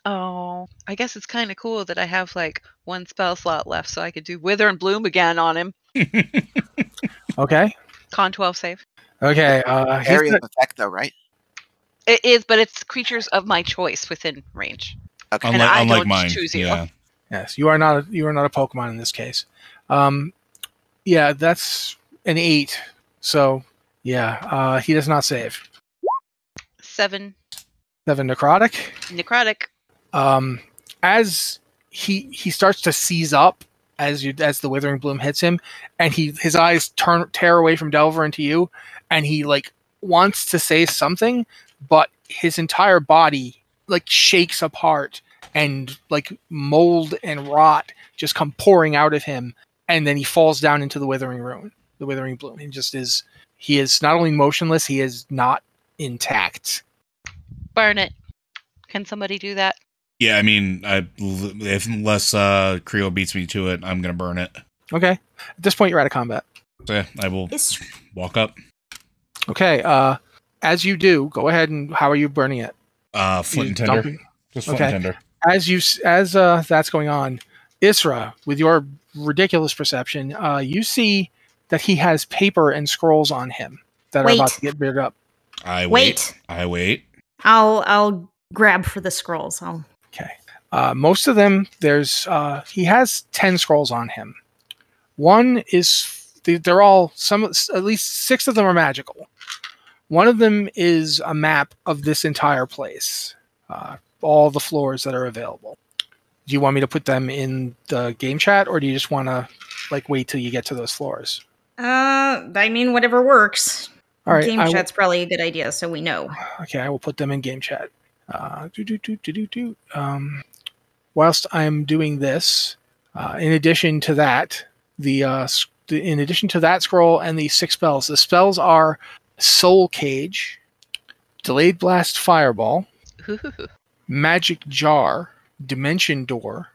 [SPEAKER 5] Oh, I guess it's kind of cool that I have like one spell slot left, so I could do Wither and Bloom again on him.
[SPEAKER 1] Okay.
[SPEAKER 5] Con 12 save.
[SPEAKER 1] Okay. Uh, he's
[SPEAKER 3] Area
[SPEAKER 1] gonna-
[SPEAKER 3] of effect, though, right?
[SPEAKER 5] It is, but it's creatures of my choice within range.
[SPEAKER 3] Okay.
[SPEAKER 5] And
[SPEAKER 2] Unlike,
[SPEAKER 5] I
[SPEAKER 2] unlike
[SPEAKER 5] don't
[SPEAKER 2] mine.
[SPEAKER 5] choose you.
[SPEAKER 2] yeah.
[SPEAKER 1] yes, you are not. A, you are not a Pokemon in this case. Um, yeah, that's an eight. So yeah, uh, he does not save.
[SPEAKER 5] Seven
[SPEAKER 1] Seven necrotic.
[SPEAKER 5] necrotic.
[SPEAKER 1] um, as he he starts to seize up as you as the withering bloom hits him and he his eyes turn tear away from delver into you and he like wants to say something but his entire body like shakes apart and like mold and rot just come pouring out of him and then he falls down into the withering ruin the withering bloom he just is he is not only motionless he is not intact
[SPEAKER 5] Burn it. Can somebody do that?
[SPEAKER 2] Yeah, I mean, I, if, unless uh, Creo beats me to it, I'm gonna burn it.
[SPEAKER 1] okay at this point you're out of combat
[SPEAKER 2] So yeah, I will
[SPEAKER 4] It's
[SPEAKER 2] walk up.
[SPEAKER 1] Okay. Uh, as you do, go ahead and how are you burning it?
[SPEAKER 2] Uh, flint
[SPEAKER 1] You
[SPEAKER 2] and tender.
[SPEAKER 1] dumping-
[SPEAKER 2] Just flint
[SPEAKER 1] Okay.
[SPEAKER 2] and tender.
[SPEAKER 1] As you s- as uh, that's going on, Isra, with your ridiculous perception, uh, you see that he has paper and scrolls on him that are about
[SPEAKER 4] Wait.
[SPEAKER 1] to get buried up.
[SPEAKER 2] I wait.
[SPEAKER 4] wait.
[SPEAKER 2] I wait.
[SPEAKER 4] I'll I'll grab for the scrolls. I'll
[SPEAKER 1] Uh, most of them, there's uh, he has ten scrolls on him. One is they- they're all some at least six of them are magical. One of them is a map of this entire place, uh, all the floors that are available. Do you want me to put them in the game chat, or do you just want to like wait till you get to those floors?
[SPEAKER 4] uh I mean whatever works.
[SPEAKER 1] All right,
[SPEAKER 4] Game
[SPEAKER 1] I will-
[SPEAKER 4] chat's probably a good idea, so we know.
[SPEAKER 1] Okay, I will put them in game chat. Uh, do, do, do, do, do, do. Um, whilst I'm doing this, uh, in addition to that, the, uh, s- the in addition to that scroll and the six spells, the spells are Soul Cage, Delayed Blast Fireball,
[SPEAKER 5] Ooh.
[SPEAKER 1] Magic Jar, Dimension Door,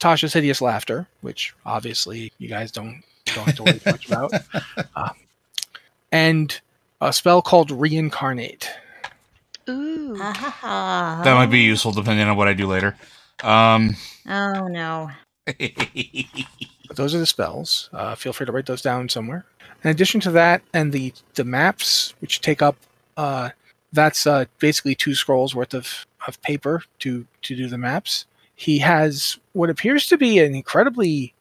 [SPEAKER 1] Tasha's hideous laughter, which obviously you guys don't don't have to worry much about, uh, and a spell called Reincarnate.
[SPEAKER 5] Ooh.
[SPEAKER 4] Ha, ha, ha.
[SPEAKER 2] That might be useful depending on what I do later. Um,
[SPEAKER 4] Oh no.
[SPEAKER 1] But those are the spells. Uh, feel free to write those down somewhere. In addition to that, and the the maps, which take up, uh, that's uh, basically two scrolls worth of, of paper to to do the maps. He has what appears to be an incredibly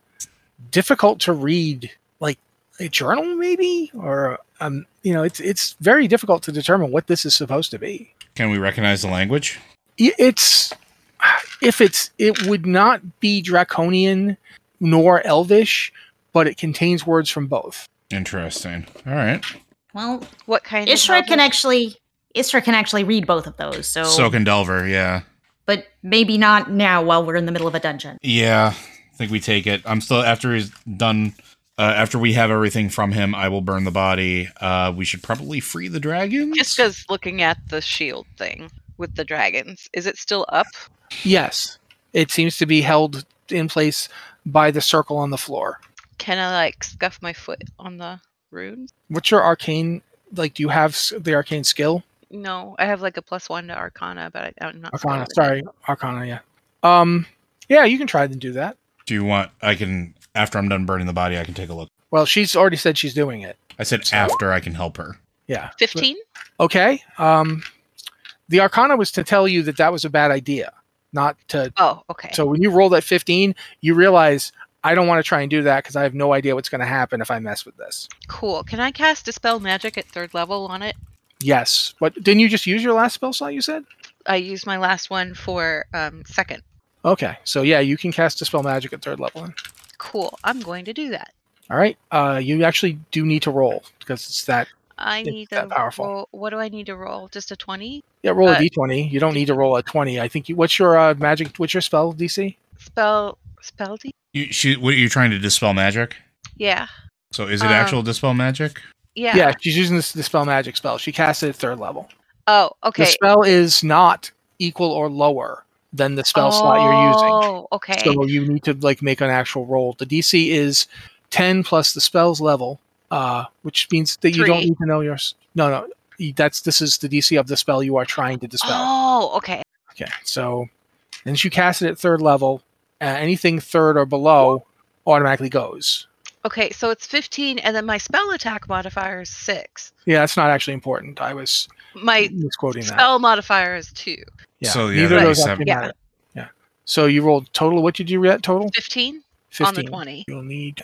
[SPEAKER 1] difficult to read, like a journal, maybe, or um, you know, it's it's very difficult to determine what this is supposed to be
[SPEAKER 2] can we recognize the language?
[SPEAKER 1] i- it's if it's it would not be draconian nor elvish but it contains words from both
[SPEAKER 2] Interesting. All right.
[SPEAKER 4] Well,
[SPEAKER 5] What kind
[SPEAKER 4] Isra
[SPEAKER 5] of
[SPEAKER 4] can
[SPEAKER 5] helmet?
[SPEAKER 4] actually Isra can actually read both of those, so
[SPEAKER 2] So can Delver. Yeah.
[SPEAKER 4] but maybe not now while we're in the middle of a dungeon.
[SPEAKER 2] Yeah. I think we take it. I'm still after he's done Uh, after we have everything from him, I will burn the body. Uh, we should probably free the dragons.
[SPEAKER 5] Kiska's looking at the shield thing with the dragons. Is it still up?
[SPEAKER 1] Yes, it seems to be held in place by the circle on the floor.
[SPEAKER 5] Can I like scuff my foot on the rune?
[SPEAKER 1] What's your arcane? Like, do you have s- the arcane skill?
[SPEAKER 5] No, I have like a plus one to Arcana, but I, I'm not.
[SPEAKER 1] Arcana,
[SPEAKER 5] scaling
[SPEAKER 1] Uh,
[SPEAKER 5] it.
[SPEAKER 1] sorry, Arcana. Yeah. Um. Yeah, you can try and do that.
[SPEAKER 2] Do you want? I can. After I'm done burning the body, I can take a look.
[SPEAKER 1] Well, she's already said she's doing it.
[SPEAKER 2] I said after I can help her.
[SPEAKER 1] Yeah.
[SPEAKER 5] Fifteen.
[SPEAKER 1] Okay. Um, the Arcana was to tell you that that was a bad idea, not to.
[SPEAKER 5] Oh, okay.
[SPEAKER 1] So when you roll that 15, you realize I don't want to try and do that because I have no idea what's going to happen if I mess with this.
[SPEAKER 5] cool. Can I cast Dispel Magic at third level on it?
[SPEAKER 1] Yes. What didn't you just use your last spell slot? You said.
[SPEAKER 5] I used my last one for um, second.
[SPEAKER 1] Okay. So yeah, you can cast dispel magic at third level. then.
[SPEAKER 5] Cool. I'm going to do that.
[SPEAKER 1] All right. Uh, you actually do need to roll because it's that.
[SPEAKER 5] I
[SPEAKER 1] It's
[SPEAKER 5] need
[SPEAKER 1] that
[SPEAKER 5] to
[SPEAKER 1] powerful.
[SPEAKER 5] roll. What do I need to roll? Just a twenty.
[SPEAKER 1] Yeah, roll a
[SPEAKER 5] Uh,
[SPEAKER 1] d20. You don't need to roll a 20. I think you. What's your uh, magic? What's your spell DC?
[SPEAKER 5] Spell spell D.
[SPEAKER 2] You, she, what, you're trying to dispel magic.
[SPEAKER 5] Yeah.
[SPEAKER 2] So is it
[SPEAKER 5] Um,
[SPEAKER 3] Uh,
[SPEAKER 2] actual dispel magic?
[SPEAKER 5] Yeah.
[SPEAKER 1] Yeah. she's using this dispel magic spell. She casts it at third level.
[SPEAKER 5] Oh,
[SPEAKER 1] The
[SPEAKER 5] okay.
[SPEAKER 1] spell is not equal or lower than the spell slot you're using.
[SPEAKER 5] Oh, okay.
[SPEAKER 1] So you need to like make an actual roll. The DC is 10 plus the spell's level, uh, which means that you don't
[SPEAKER 5] Three.
[SPEAKER 1] need to know your. s- No, no. y- That's this is the DC of the spell you are trying to dispel.
[SPEAKER 5] Oh, okay.
[SPEAKER 1] Okay, so and you cast it at third level. Uh, anything third or below automatically goes.
[SPEAKER 5] Okay, so it's 15, and then my spell attack modifier is 6.
[SPEAKER 1] Yeah, that's not actually important. I was
[SPEAKER 5] My
[SPEAKER 1] misquoting that.
[SPEAKER 5] spell modifier is 2.
[SPEAKER 1] Yeah.
[SPEAKER 2] So, yeah,
[SPEAKER 1] neither of
[SPEAKER 2] that'd
[SPEAKER 1] those
[SPEAKER 2] be
[SPEAKER 1] actually
[SPEAKER 2] seven.
[SPEAKER 5] Yeah.
[SPEAKER 1] matter. Yeah. So you rolled total. What did you get total?
[SPEAKER 5] 15
[SPEAKER 1] 15.
[SPEAKER 5] on the 20.
[SPEAKER 1] You'll need.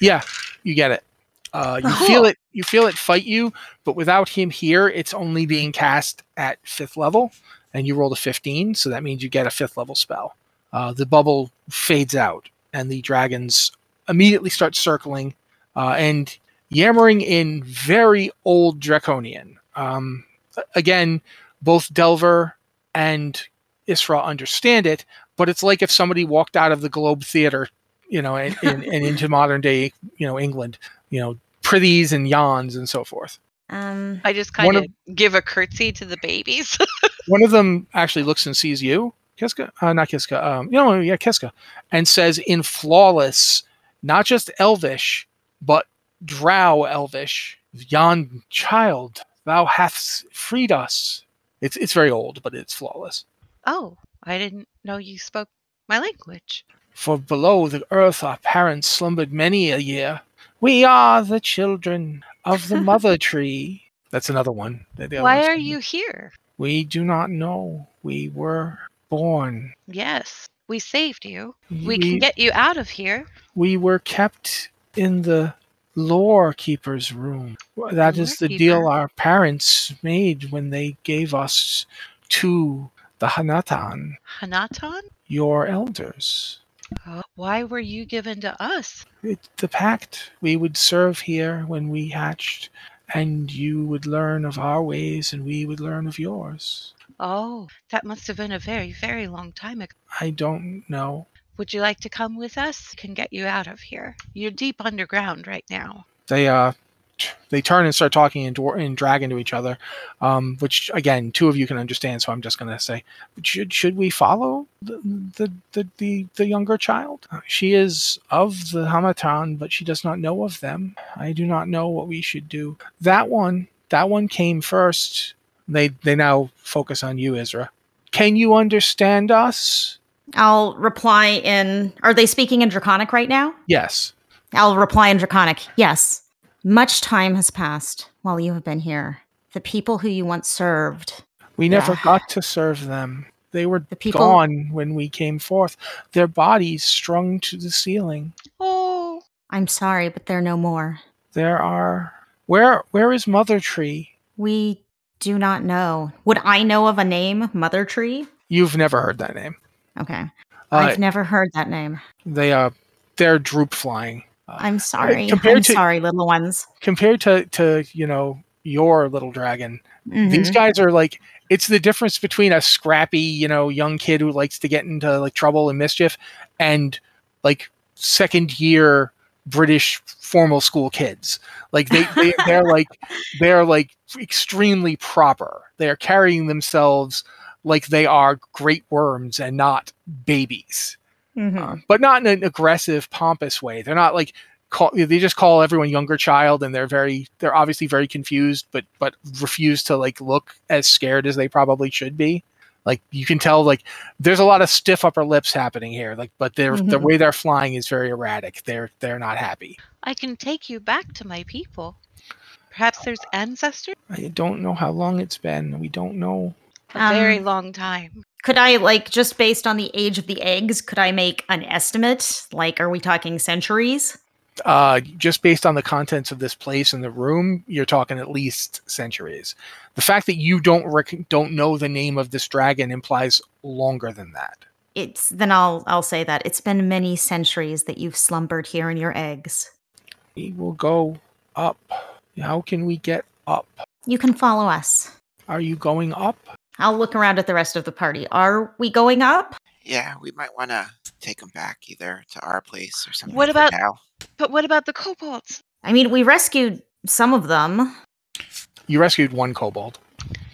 [SPEAKER 1] Yeah, you get it. Uh, you
[SPEAKER 5] Cool.
[SPEAKER 1] feel it. You feel it fight you, but without him here, it's only being cast at fifth level, and you rolled a fifteen, so that means you get a fifth level spell. Uh, the bubble fades out, and the dragons immediately start circling uh, and yammering in very old draconian. Um, a- again, both Delver and Isra understand it, but it's like if somebody walked out of the Globe Theater, you know, and, and, and into modern day, you know, England, you know, prithies and yawns and so forth.
[SPEAKER 4] Um,
[SPEAKER 5] I just
[SPEAKER 1] One
[SPEAKER 5] kind of give a curtsy to the babies.
[SPEAKER 1] One of them actually looks and sees you, Kiska, uh, not Kiska, um, you know, yeah, Kiska, and says in flawless, not just Elvish, but Drow Elvish, yon child, thou hast freed us. It's it's very old, but it's flawless.
[SPEAKER 5] oh, I didn't know you spoke my language.
[SPEAKER 1] For below the earth our parents slumbered many a year. We are the children of the mother tree. That's another one. The- the other
[SPEAKER 5] Why
[SPEAKER 1] one's-
[SPEAKER 5] are you here?
[SPEAKER 1] We do not know. We were born.
[SPEAKER 5] Yes, we saved you. We can get you out of here.
[SPEAKER 1] we were kept in the lore keeper's room. That is the
[SPEAKER 5] Lore
[SPEAKER 1] deal
[SPEAKER 5] keeper.
[SPEAKER 1] our parents made when they gave us to the Hanatan,
[SPEAKER 5] Hanatan?
[SPEAKER 1] your elders.
[SPEAKER 5] Uh, Why were you given to us?
[SPEAKER 1] it, the pact we would serve here when we hatched, and you would learn of our ways, and we would learn of yours.
[SPEAKER 5] Oh, that must have been a very, very long time ago.
[SPEAKER 1] I don't know.
[SPEAKER 5] Would you like to come with us? Can get you out of here. You're deep underground right now.
[SPEAKER 1] They uh, t- they turn and start talking in, dwar- in dragon to each other, um, which again, two of you can understand. So I'm just gonna say, should should we follow the the the, the, the younger child? She is of the Hamatan, but she does not know of them. I do not know what we should do. That one, that one came first. They they now focus on you, Ezra. Can you understand us?
[SPEAKER 4] I'll reply in. Are they speaking in Draconic right now?
[SPEAKER 1] Yes.
[SPEAKER 4] I'll reply in Draconic. Yes. Much time has passed while you have been here. The people who you once served,
[SPEAKER 1] We never
[SPEAKER 4] Yeah.
[SPEAKER 1] got to serve them. They were
[SPEAKER 4] the people.
[SPEAKER 1] gone when we came forth, their bodies strung to the ceiling.
[SPEAKER 5] Oh,
[SPEAKER 4] I'm sorry, but they're no more.
[SPEAKER 1] There are where where is Mother Tree?
[SPEAKER 4] We do not know. Would I know of a name, Mother Tree?
[SPEAKER 1] You've never heard that name.
[SPEAKER 4] Okay.
[SPEAKER 1] Uh,
[SPEAKER 4] I've never heard that name.
[SPEAKER 1] they uh they're droop flying.
[SPEAKER 4] I'm sorry.
[SPEAKER 1] uh, compared
[SPEAKER 4] I'm
[SPEAKER 1] to-
[SPEAKER 4] sorry, little ones.
[SPEAKER 1] Compared to to, you know, your little dragon. These
[SPEAKER 4] Mhm.
[SPEAKER 1] guys are like it's the difference between a scrappy, you know, young kid who likes to get into like trouble and mischief and like second year British formal school kids. Like they, they they're like they're like extremely proper. They are carrying themselves like they are great worms and not babies.
[SPEAKER 4] Mhm.
[SPEAKER 1] Um, but not in an aggressive, pompous way. They're not like call, they just call everyone younger child, and they're very they're obviously very confused, but but refuse to like look as scared as they probably should be. Like you can tell, like there's a lot of stiff upper lips happening here. Like, but they're the
[SPEAKER 4] Mhm.
[SPEAKER 1] way they're flying is very erratic. They're they're not happy.
[SPEAKER 5] I can take you back to my people. Perhaps there's ancestors?
[SPEAKER 1] I don't know how long it's been. We don't know.
[SPEAKER 5] A very
[SPEAKER 4] Um,
[SPEAKER 5] long time.
[SPEAKER 4] Could I like just based on the age of the eggs? Could I make an estimate? Like, are we talking centuries?
[SPEAKER 1] Uh, just based on the contents of this place and the room, you're talking at least centuries. The fact that you don't rec- don't know the name of this dragon implies longer than that.
[SPEAKER 4] It's then I'll I'll say that it's been many centuries that you've slumbered here in your eggs.
[SPEAKER 1] We will go up. How can we get up?
[SPEAKER 4] You can follow us.
[SPEAKER 1] Are you going up?
[SPEAKER 4] I'll look around at the rest of the party. Are we going up?
[SPEAKER 3] Yeah, we might want to take them back either to our place or something.
[SPEAKER 5] What
[SPEAKER 3] for
[SPEAKER 5] about-
[SPEAKER 3] now?
[SPEAKER 5] But what about the kobolds?
[SPEAKER 4] I mean, we rescued some of them.
[SPEAKER 1] You rescued one kobold.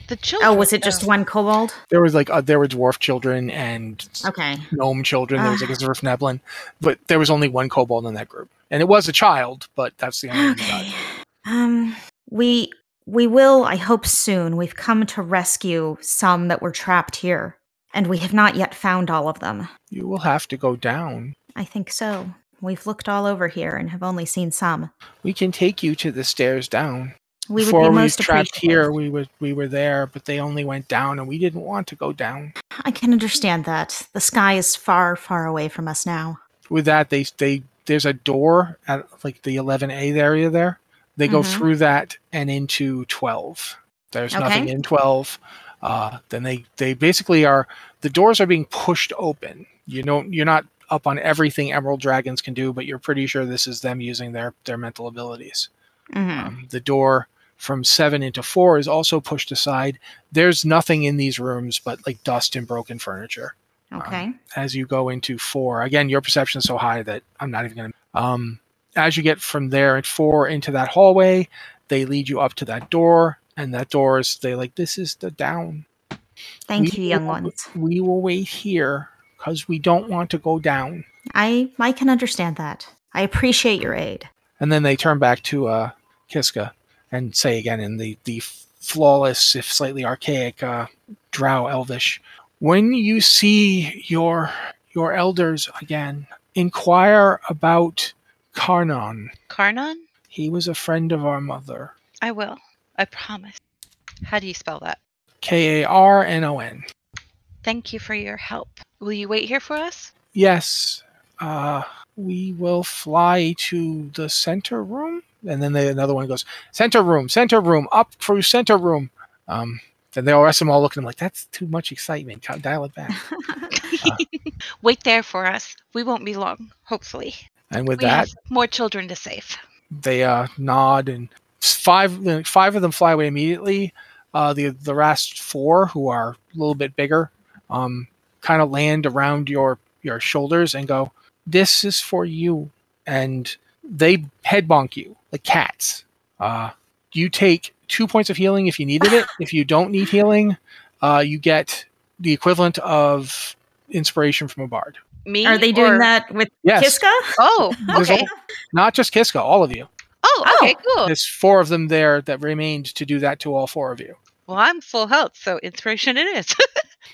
[SPEAKER 5] The children?
[SPEAKER 4] Oh, was it just
[SPEAKER 5] though.
[SPEAKER 4] one kobold?
[SPEAKER 1] There was like uh, there were dwarf children and
[SPEAKER 4] Okay.
[SPEAKER 1] gnome children. There was like a
[SPEAKER 4] Ah.
[SPEAKER 1] Zerf Neblin, but there was only one kobold in that group, and it was a child. But that's the only one you got.
[SPEAKER 4] Okay. Um we we will, I hope soon. We've come to rescue some that were trapped here, and we have not yet found all of them.
[SPEAKER 1] You will have to go down.
[SPEAKER 4] I think so. We've looked all over here and have only seen some.
[SPEAKER 1] We can take you to the stairs down.
[SPEAKER 4] We would
[SPEAKER 1] Before
[SPEAKER 4] be
[SPEAKER 1] we
[SPEAKER 4] most
[SPEAKER 1] trapped
[SPEAKER 4] appreciative.
[SPEAKER 1] here, we were we were there, but they only went down, and we didn't want to go down.
[SPEAKER 4] I can understand that. The sky is far, far away from us now.
[SPEAKER 1] with that they they there's a door at like the 11a area there they go
[SPEAKER 4] Mhm.
[SPEAKER 1] through that and into 12 there's nothing
[SPEAKER 4] Okay.
[SPEAKER 1] in 12 uh, then they they basically are the doors are being pushed open you don't you're not up on everything emerald dragons can do but you're pretty sure this is them using their their mental abilities
[SPEAKER 4] Mhm.
[SPEAKER 1] um, the door from seven into four is also pushed aside there's nothing in these rooms but like dust and broken furniture
[SPEAKER 4] Okay.
[SPEAKER 1] as you go into four. Again, your perception is so high that I'm not even going to. Um, as you get from there at four into that hallway, they lead you up to that door, and that door is they like this is the down.
[SPEAKER 4] Thank
[SPEAKER 1] we
[SPEAKER 4] you, young
[SPEAKER 1] will-
[SPEAKER 4] ones.
[SPEAKER 1] We will wait here because we don't want to go down.
[SPEAKER 4] I I can understand that. I appreciate your aid.
[SPEAKER 1] And then they turn back to uh, Kiska and say again in the the flawless, if slightly archaic, uh, Drow Elvish, when you see your your elders again, inquire about Carnon.
[SPEAKER 5] Carnon?
[SPEAKER 1] He was a friend of our mother.
[SPEAKER 5] I will. I promise. How do you spell that?
[SPEAKER 1] K A R N O N.
[SPEAKER 5] Thank you for your help. Will you wait here for us?
[SPEAKER 1] Yes. Uh, we will fly to the center room. And then they, another one goes, center room, center room, up through center room. Um, then they all rest of them all looking at him like, that's too much excitement. Cal- Dial it back.
[SPEAKER 5] Wait there for us. We won't be long, hopefully.
[SPEAKER 1] And with
[SPEAKER 5] we
[SPEAKER 1] that,
[SPEAKER 5] have more children to save.
[SPEAKER 1] they uh, nod and s- five like, five of them fly away immediately. Uh, the the last four, who are a little bit bigger, um, kind of land around your your shoulders and go, "This is for you." And they head bonk you like cats. Uh, you take two points of healing if you needed it. if you don't need healing, uh, you get the equivalent of inspiration from a bard.
[SPEAKER 5] Me?
[SPEAKER 4] Are they doing
[SPEAKER 5] or-
[SPEAKER 4] that with
[SPEAKER 1] Yes,
[SPEAKER 4] Kiska?
[SPEAKER 5] Oh,
[SPEAKER 1] There's
[SPEAKER 5] okay.
[SPEAKER 1] not just Kiska, all of you.
[SPEAKER 5] Oh, okay, cool.
[SPEAKER 1] There's four of them there that remained to do that to all four of you.
[SPEAKER 5] Well, I'm full health, so inspiration it is.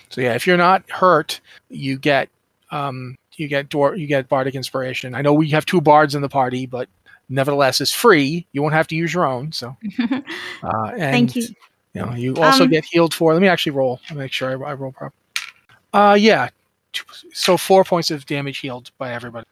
[SPEAKER 1] So yeah, if you're not hurt, you get um, you get dwar- you get bardic inspiration. I know we have two bards in the party, but nevertheless, it's free. You won't have to use your own. So uh, and
[SPEAKER 4] Thank you.
[SPEAKER 1] You know, you also
[SPEAKER 4] Um,
[SPEAKER 1] get healed for. Let me actually roll. I'll make sure I, I roll proper. Uh, yeah. Two- So four points of damage healed by everybody.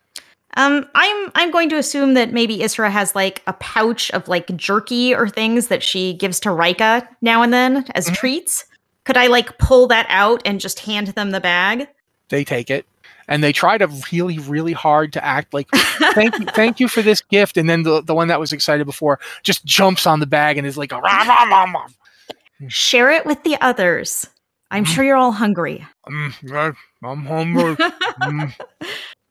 [SPEAKER 4] Um, I'm I'm going to assume that maybe Isra has like a pouch of like jerky or things that she gives to Rika now and then as
[SPEAKER 1] Mhm.
[SPEAKER 4] treats. Could I like pull that out and just hand them the bag?
[SPEAKER 1] They take it, and they try to really, really hard to act like thank you, thank you for this gift. And then the the one that was excited before just jumps on the bag and is like, "Ah, rah, rah, rah, rah."
[SPEAKER 4] Share it with the others. I'm
[SPEAKER 1] Mhm.
[SPEAKER 4] sure you're all hungry.
[SPEAKER 1] Mm, yeah, I'm hungry. Mm.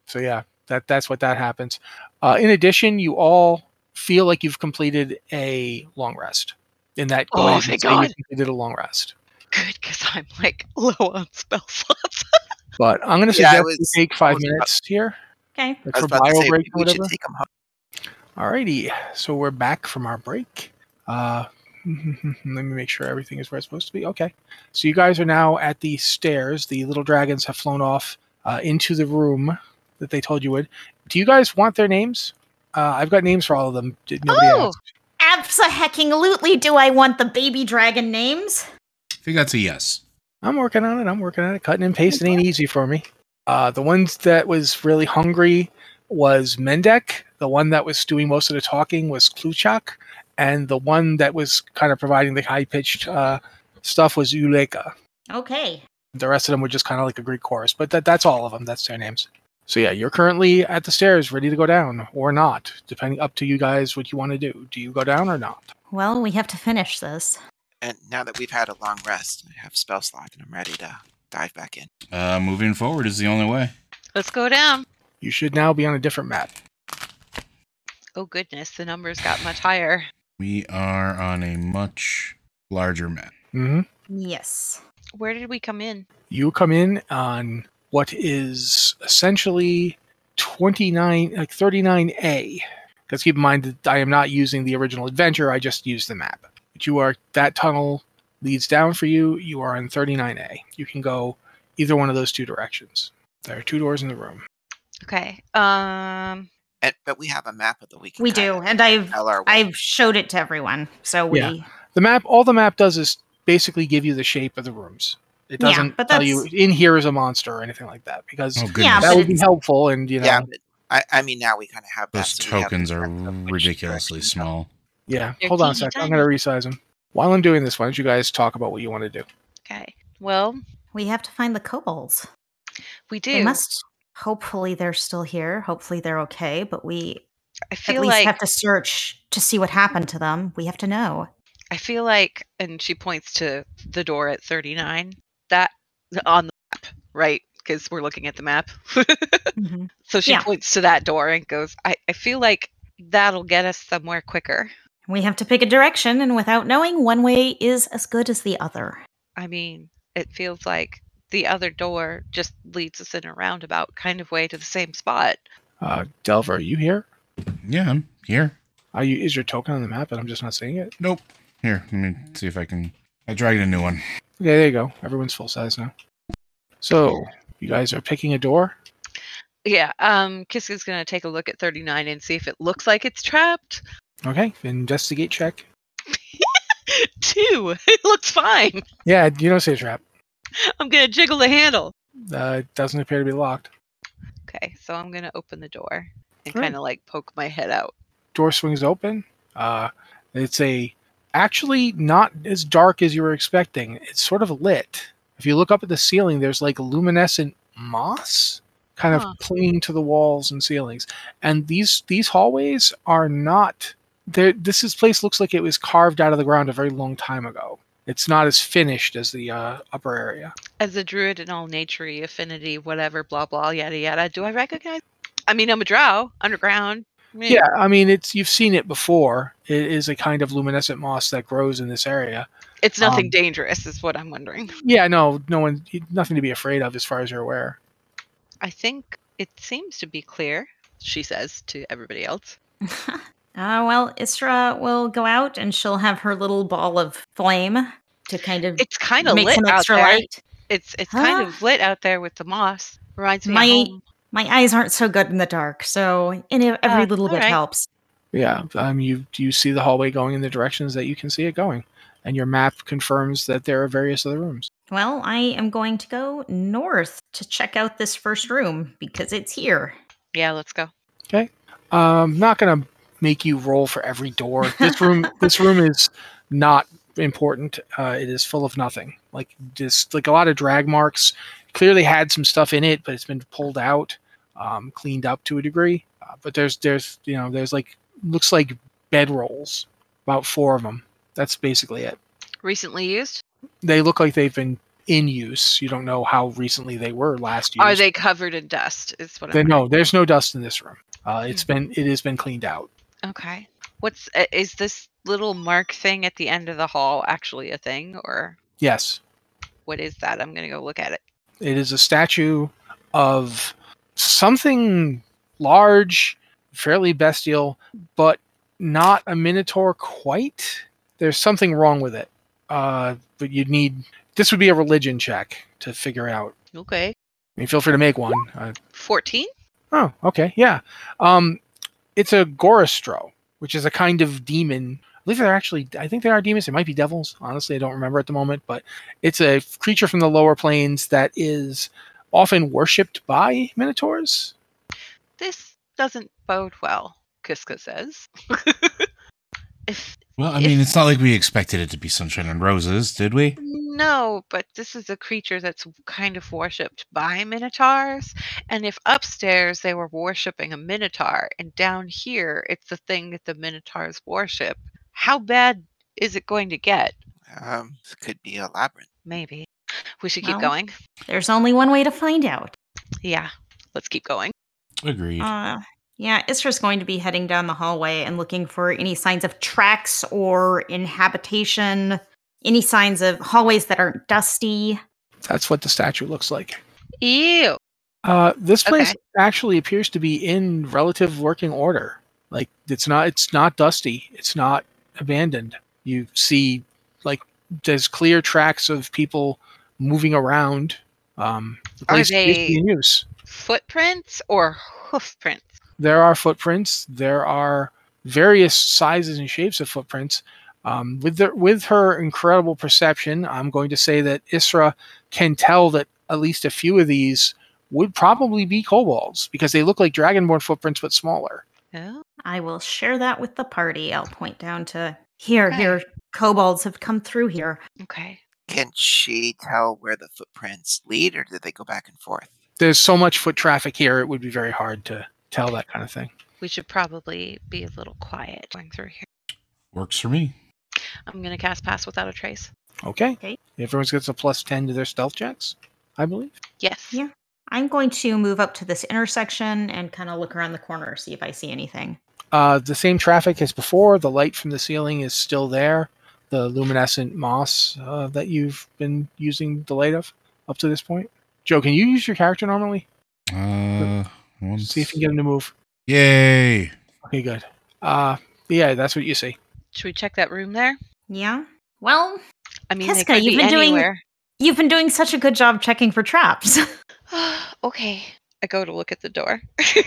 [SPEAKER 1] So yeah, that that's what that happens. Uh, in addition, you all feel like you've completed a long rest. In that,
[SPEAKER 5] Oh,
[SPEAKER 1] glance,
[SPEAKER 5] thank
[SPEAKER 1] you
[SPEAKER 5] God.
[SPEAKER 1] completed a long rest.
[SPEAKER 5] Good, because I'm like low on spell slots.
[SPEAKER 1] But I'm going to
[SPEAKER 3] Yeah, I
[SPEAKER 1] suggest we
[SPEAKER 3] was-
[SPEAKER 1] take five
[SPEAKER 3] was about-
[SPEAKER 1] minutes here
[SPEAKER 4] Okay.
[SPEAKER 1] like,
[SPEAKER 3] I was
[SPEAKER 1] for
[SPEAKER 3] about to
[SPEAKER 1] bio
[SPEAKER 3] say
[SPEAKER 1] break or
[SPEAKER 3] we
[SPEAKER 1] whatever.
[SPEAKER 3] should take him home.
[SPEAKER 1] Alrighty, so we're back from our break. Uh, let me make sure everything is where it's supposed to be. Okay, so you guys are now at the stairs. The little dragons have flown off uh, into the room that they told you would. Do you guys want their names? Uh, I've got names for all of them. Did nobody
[SPEAKER 5] Oh!
[SPEAKER 1] ask?
[SPEAKER 4] Absolutely do I want the baby dragon names.
[SPEAKER 2] I think that's a yes.
[SPEAKER 1] I'm working on it. I'm working on it. Cutting and pasting ain't easy for me. Uh, the ones that was really hungry was Mendek. The one that was doing most of the talking was Kluchak. And the one that was kind of providing the high pitched uh, stuff was Uleka.
[SPEAKER 4] Okay.
[SPEAKER 1] The rest of them were just kind of like a Greek chorus, but that, that's all of them. That's their names. So yeah, you're currently at the stairs, ready to go down or not, depending up to you guys what you want to do. Do you go down or not?
[SPEAKER 4] Well, we have to finish this.
[SPEAKER 3] And now that we've had a long rest, I have spell slot and I'm ready to dive back in.
[SPEAKER 2] Uh, moving forward is the only way.
[SPEAKER 5] Let's go down.
[SPEAKER 1] You should now be on a different map.
[SPEAKER 5] Oh goodness, the numbers got much higher.
[SPEAKER 2] We are on a much larger map.
[SPEAKER 1] Mm-hmm.
[SPEAKER 4] Yes.
[SPEAKER 5] Where did we come in?
[SPEAKER 1] you come in on what is essentially 29 like 39a because keep in mind that i am not using the original adventure i just used the map but you are that tunnel leads down for you you are on 39a you can go either one of those two directions there are two doors in the room
[SPEAKER 5] Okay. Um.
[SPEAKER 3] And, but we have a map of the week.
[SPEAKER 4] We do. And I've
[SPEAKER 3] LR.
[SPEAKER 4] I've showed it to everyone. So we
[SPEAKER 1] Yeah. the map all the map does is basically give you the shape of the rooms it
[SPEAKER 4] Yeah,
[SPEAKER 1] doesn't
[SPEAKER 4] but
[SPEAKER 1] tell you
[SPEAKER 4] that's-
[SPEAKER 1] in here is a monster or anything like that because
[SPEAKER 2] Oh, goodness.
[SPEAKER 4] Yeah,
[SPEAKER 1] that
[SPEAKER 4] but
[SPEAKER 1] would be
[SPEAKER 4] it's-
[SPEAKER 1] helpful and you know
[SPEAKER 3] yeah. but I, I mean, now we kind of have that,
[SPEAKER 2] Those
[SPEAKER 3] so we have the
[SPEAKER 2] tokens are
[SPEAKER 3] direction of which
[SPEAKER 2] ridiculously
[SPEAKER 3] direction to go.
[SPEAKER 2] small.
[SPEAKER 1] Yeah,
[SPEAKER 5] They're
[SPEAKER 1] hold on a
[SPEAKER 5] teeny
[SPEAKER 1] sec. I'm going to resize them. While I'm doing this, why don't you guys talk about what you want to do?
[SPEAKER 5] Okay. Well,
[SPEAKER 4] we have to find the kobolds.
[SPEAKER 5] we
[SPEAKER 4] We
[SPEAKER 5] do.
[SPEAKER 4] must hopefully they're still here. Hopefully they're okay, but we
[SPEAKER 5] I
[SPEAKER 4] at
[SPEAKER 5] feel
[SPEAKER 4] least
[SPEAKER 5] like
[SPEAKER 4] have to search to see what happened to them. We have to know.
[SPEAKER 5] I feel like, and she points to the door at 39. That on the map, right? Because we're looking at the map.
[SPEAKER 4] Mhm.
[SPEAKER 5] so she
[SPEAKER 4] Yeah.
[SPEAKER 5] points to that door and goes, I, I feel like that'll get us somewhere quicker.
[SPEAKER 4] We have to pick a direction, and without knowing, one way is as good as the other.
[SPEAKER 5] I mean, it feels like the other door just leads us in a roundabout kind of way to the same spot.
[SPEAKER 1] Uh, Delver, are you here?
[SPEAKER 2] Yeah, I'm here.
[SPEAKER 1] Are you, is your token on the map and I'm just not seeing it?
[SPEAKER 2] Nope. Here, let me see if I can. I dragged a new one.
[SPEAKER 1] Okay, there you go. Everyone's full size now. So, you guys are picking a door?
[SPEAKER 5] Yeah, um, Kiska's gonna take a look at 39 and see if it looks like it's trapped.
[SPEAKER 1] Okay, investigate check.
[SPEAKER 5] Two, it looks fine.
[SPEAKER 1] Yeah, you don't see a trap.
[SPEAKER 5] I'm gonna jiggle the handle.
[SPEAKER 1] Uh, it doesn't appear to be locked.
[SPEAKER 5] Okay, so I'm gonna open the door and
[SPEAKER 1] Alright.
[SPEAKER 5] kind of like poke my head out.
[SPEAKER 1] Door swings open. Uh, it's a actually not as dark as you were expecting. It's sort of lit. If you look up at the ceiling, there's like luminescent moss kind of
[SPEAKER 5] Huh.
[SPEAKER 1] clinging to the walls and ceilings. And these these hallways are not there this is place looks like it was carved out of the ground a very long time ago. It's not as finished as the uh, upper area.
[SPEAKER 5] As a druid in all nature affinity, whatever, blah blah yada yada. Do I recognize? I mean, I'm a drow, underground. meh.
[SPEAKER 1] Yeah, I mean it's you've seen it before. It is a kind of luminescent moss that grows in this area.
[SPEAKER 5] it's nothing
[SPEAKER 1] um,
[SPEAKER 5] dangerous, is what I'm wondering.
[SPEAKER 1] Yeah, no, no one nothing to be afraid of as far as you're aware.
[SPEAKER 5] I think it seems to be clear. She says to everybody else.
[SPEAKER 4] uh, well, Isra will go out, and she'll have her little ball of flame to kind of
[SPEAKER 5] It's kind of
[SPEAKER 4] make
[SPEAKER 5] lit
[SPEAKER 4] some
[SPEAKER 5] out
[SPEAKER 4] extra
[SPEAKER 5] there.
[SPEAKER 4] light.
[SPEAKER 5] It's it's
[SPEAKER 4] Huh?
[SPEAKER 5] kind of lit out there with the moss. Reminds me.
[SPEAKER 4] My-
[SPEAKER 5] of home.
[SPEAKER 4] My eyes aren't so good in the dark, so and if- every
[SPEAKER 5] Uh,
[SPEAKER 4] little bit
[SPEAKER 5] alright.
[SPEAKER 4] helps.
[SPEAKER 1] Yeah, um, you you see the hallway going in the directions that you can see it going, and your map confirms that there are various other rooms.
[SPEAKER 4] Well, I am going to go north to check out this first room because it's here.
[SPEAKER 5] Yeah, let's go.
[SPEAKER 1] Um, not gonna make you roll for every door. This room this room is not important. Uh, it is full of nothing. Like just like a lot of drag marks. Clearly had some stuff in it, but it's been pulled out, um, cleaned up to a degree. Uh, but there's there's you know there's like looks like bed rolls, about four of them. That's basically it.
[SPEAKER 5] Recently used.
[SPEAKER 1] they look like they've been in use. You don't know how recently they were last year.
[SPEAKER 5] Are they covered in dust? Is what
[SPEAKER 1] They-
[SPEAKER 5] I'm
[SPEAKER 1] no, there's no dust in this room. Uh, it's
[SPEAKER 5] Hmm.
[SPEAKER 1] been it has been cleaned out.
[SPEAKER 5] Okay. What's uh, is this little mark thing at the end of the hall actually a thing or
[SPEAKER 1] Yes,
[SPEAKER 5] what is that? I'm gonna go look at it.
[SPEAKER 1] it is a statue of something large, fairly bestial, but not a minotaur quite. There's something wrong with it. Uh, but you'd need this would be a religion check to figure out.
[SPEAKER 5] Okay.
[SPEAKER 1] I mean, feel free to make one. Uh,
[SPEAKER 5] Fourteen.
[SPEAKER 1] Oh, okay, yeah. Um, it's a Gorostro, which is a kind of demon. I believe they're actually, I think they are demons. They might be devils. Honestly, I don't remember at the moment, but it's a creature from the lower planes that is often worshipped by minotaurs.
[SPEAKER 5] This doesn't bode well. Kiska says. if
[SPEAKER 2] Well, I
[SPEAKER 5] If-
[SPEAKER 2] mean, it's not like we expected it to be sunshine and roses, did we?
[SPEAKER 5] No, but this is a creature that's kind of worshipped by minotaurs. And if upstairs they were worshipping a minotaur, and down here it's the thing that the minotaurs worship, how bad is it going to get?
[SPEAKER 3] Um, this could be a labyrinth.
[SPEAKER 5] Maybe. We should keep
[SPEAKER 4] Well.
[SPEAKER 5] going.
[SPEAKER 4] There's only one way to find out.
[SPEAKER 5] Yeah, let's keep going.
[SPEAKER 2] Agreed.
[SPEAKER 4] Uh, yeah, Isra's going to be heading down the hallway and looking for any signs of tracks or inhabitation, any signs of hallways that aren't dusty.
[SPEAKER 1] That's what the statue looks like.
[SPEAKER 5] Ew.
[SPEAKER 1] Uh, this place
[SPEAKER 5] Okay.
[SPEAKER 1] actually appears to be in relative working order. Like it's not it's not dusty. It's not abandoned. You see like there's clear tracks of people moving around. Um, the
[SPEAKER 5] Are
[SPEAKER 1] place appears to be
[SPEAKER 5] they-
[SPEAKER 1] in use.
[SPEAKER 5] Footprints or hoof prints?
[SPEAKER 1] There are footprints. There are various sizes and shapes of footprints. Um, with the, with her incredible perception, I'm going to say that Isra can tell that at least a few of these would probably be kobolds because they look like dragonborn footprints but smaller.
[SPEAKER 5] Oh,
[SPEAKER 4] I will share that with the party. I'll point down to here,
[SPEAKER 5] Okay.
[SPEAKER 4] here, kobolds have come through here.
[SPEAKER 5] okay.
[SPEAKER 3] Can she tell where the footprints lead, or do they go back and forth?
[SPEAKER 1] There's so much foot traffic here; it would be very hard to tell that kind of thing.
[SPEAKER 5] We should probably be a little quiet going through here.
[SPEAKER 2] Works for me.
[SPEAKER 5] I'm going to cast Pass Without a Trace.
[SPEAKER 1] Okay.
[SPEAKER 4] Okay.
[SPEAKER 1] Everyone gets a plus ten to their stealth checks, I believe.
[SPEAKER 5] Yes.
[SPEAKER 4] Yeah. I'm going to move up to this intersection and kind of look around the corner, see if I see anything.
[SPEAKER 1] Uh, the same traffic as before. The light from the ceiling is still there. The luminescent moss uh, that you've been using the light of up to this point. Joe, can you use your character normally?
[SPEAKER 2] Uh, one,
[SPEAKER 1] See if you can get him to move.
[SPEAKER 2] Yay!
[SPEAKER 1] Okay, good. Uh, yeah, that's what you see.
[SPEAKER 5] Should we check that room there?
[SPEAKER 4] Yeah. Well,
[SPEAKER 5] I mean,
[SPEAKER 4] Kiska,
[SPEAKER 5] they could
[SPEAKER 4] you've
[SPEAKER 5] be
[SPEAKER 4] been doing-
[SPEAKER 5] anywhere.
[SPEAKER 4] you've been doing such a good job checking for traps.
[SPEAKER 5] okay. I go to look at the door.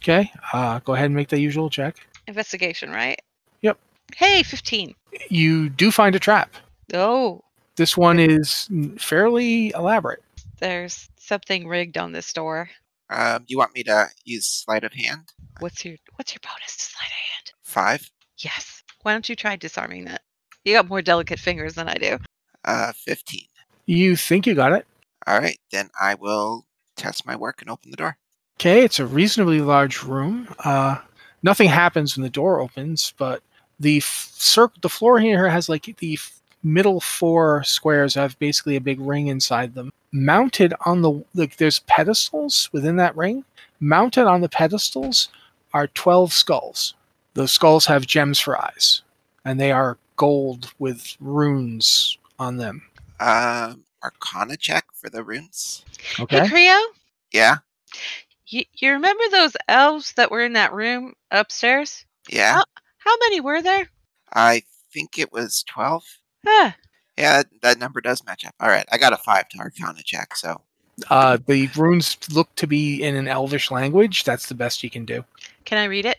[SPEAKER 1] Okay. Uh, go ahead and make the usual check.
[SPEAKER 5] Investigation, right?
[SPEAKER 1] Yep.
[SPEAKER 5] Hey, 15.
[SPEAKER 1] You do find a trap.
[SPEAKER 5] Oh,
[SPEAKER 1] This one is fairly elaborate.
[SPEAKER 5] there's something rigged on this door.
[SPEAKER 3] Um, you want me to use sleight of hand?
[SPEAKER 5] What's your what's your bonus to sleight of hand?
[SPEAKER 3] Five,
[SPEAKER 5] Yes. Why don't you try disarming that? You got more delicate fingers than I do.
[SPEAKER 3] uh, fifteen.
[SPEAKER 1] You think you got it.
[SPEAKER 3] All right, then I will test my work and open the door.
[SPEAKER 1] Okay, it's a reasonably large room. Uh, nothing happens when the door opens, but the f- cir- the floor here has like the f- middle four squares have basically a big ring inside them. Mounted on the like, there's pedestals within that ring. Mounted on the pedestals are twelve skulls. Those skulls have gems for eyes, and they are gold with runes on them.
[SPEAKER 3] Um, Arcana check for the runes.
[SPEAKER 1] Okay,
[SPEAKER 5] Hey, Creo,
[SPEAKER 3] Yeah,
[SPEAKER 5] you, you remember those elves that were in that room upstairs?
[SPEAKER 3] yeah.
[SPEAKER 5] How many were there?
[SPEAKER 3] I think it was twelve.
[SPEAKER 5] Huh.
[SPEAKER 3] Yeah, that, that number does match up. All right, I got a five to Arcana check, so
[SPEAKER 1] uh, the runes look to be in an Elvish language. That's the best you can do.
[SPEAKER 5] Can I read it?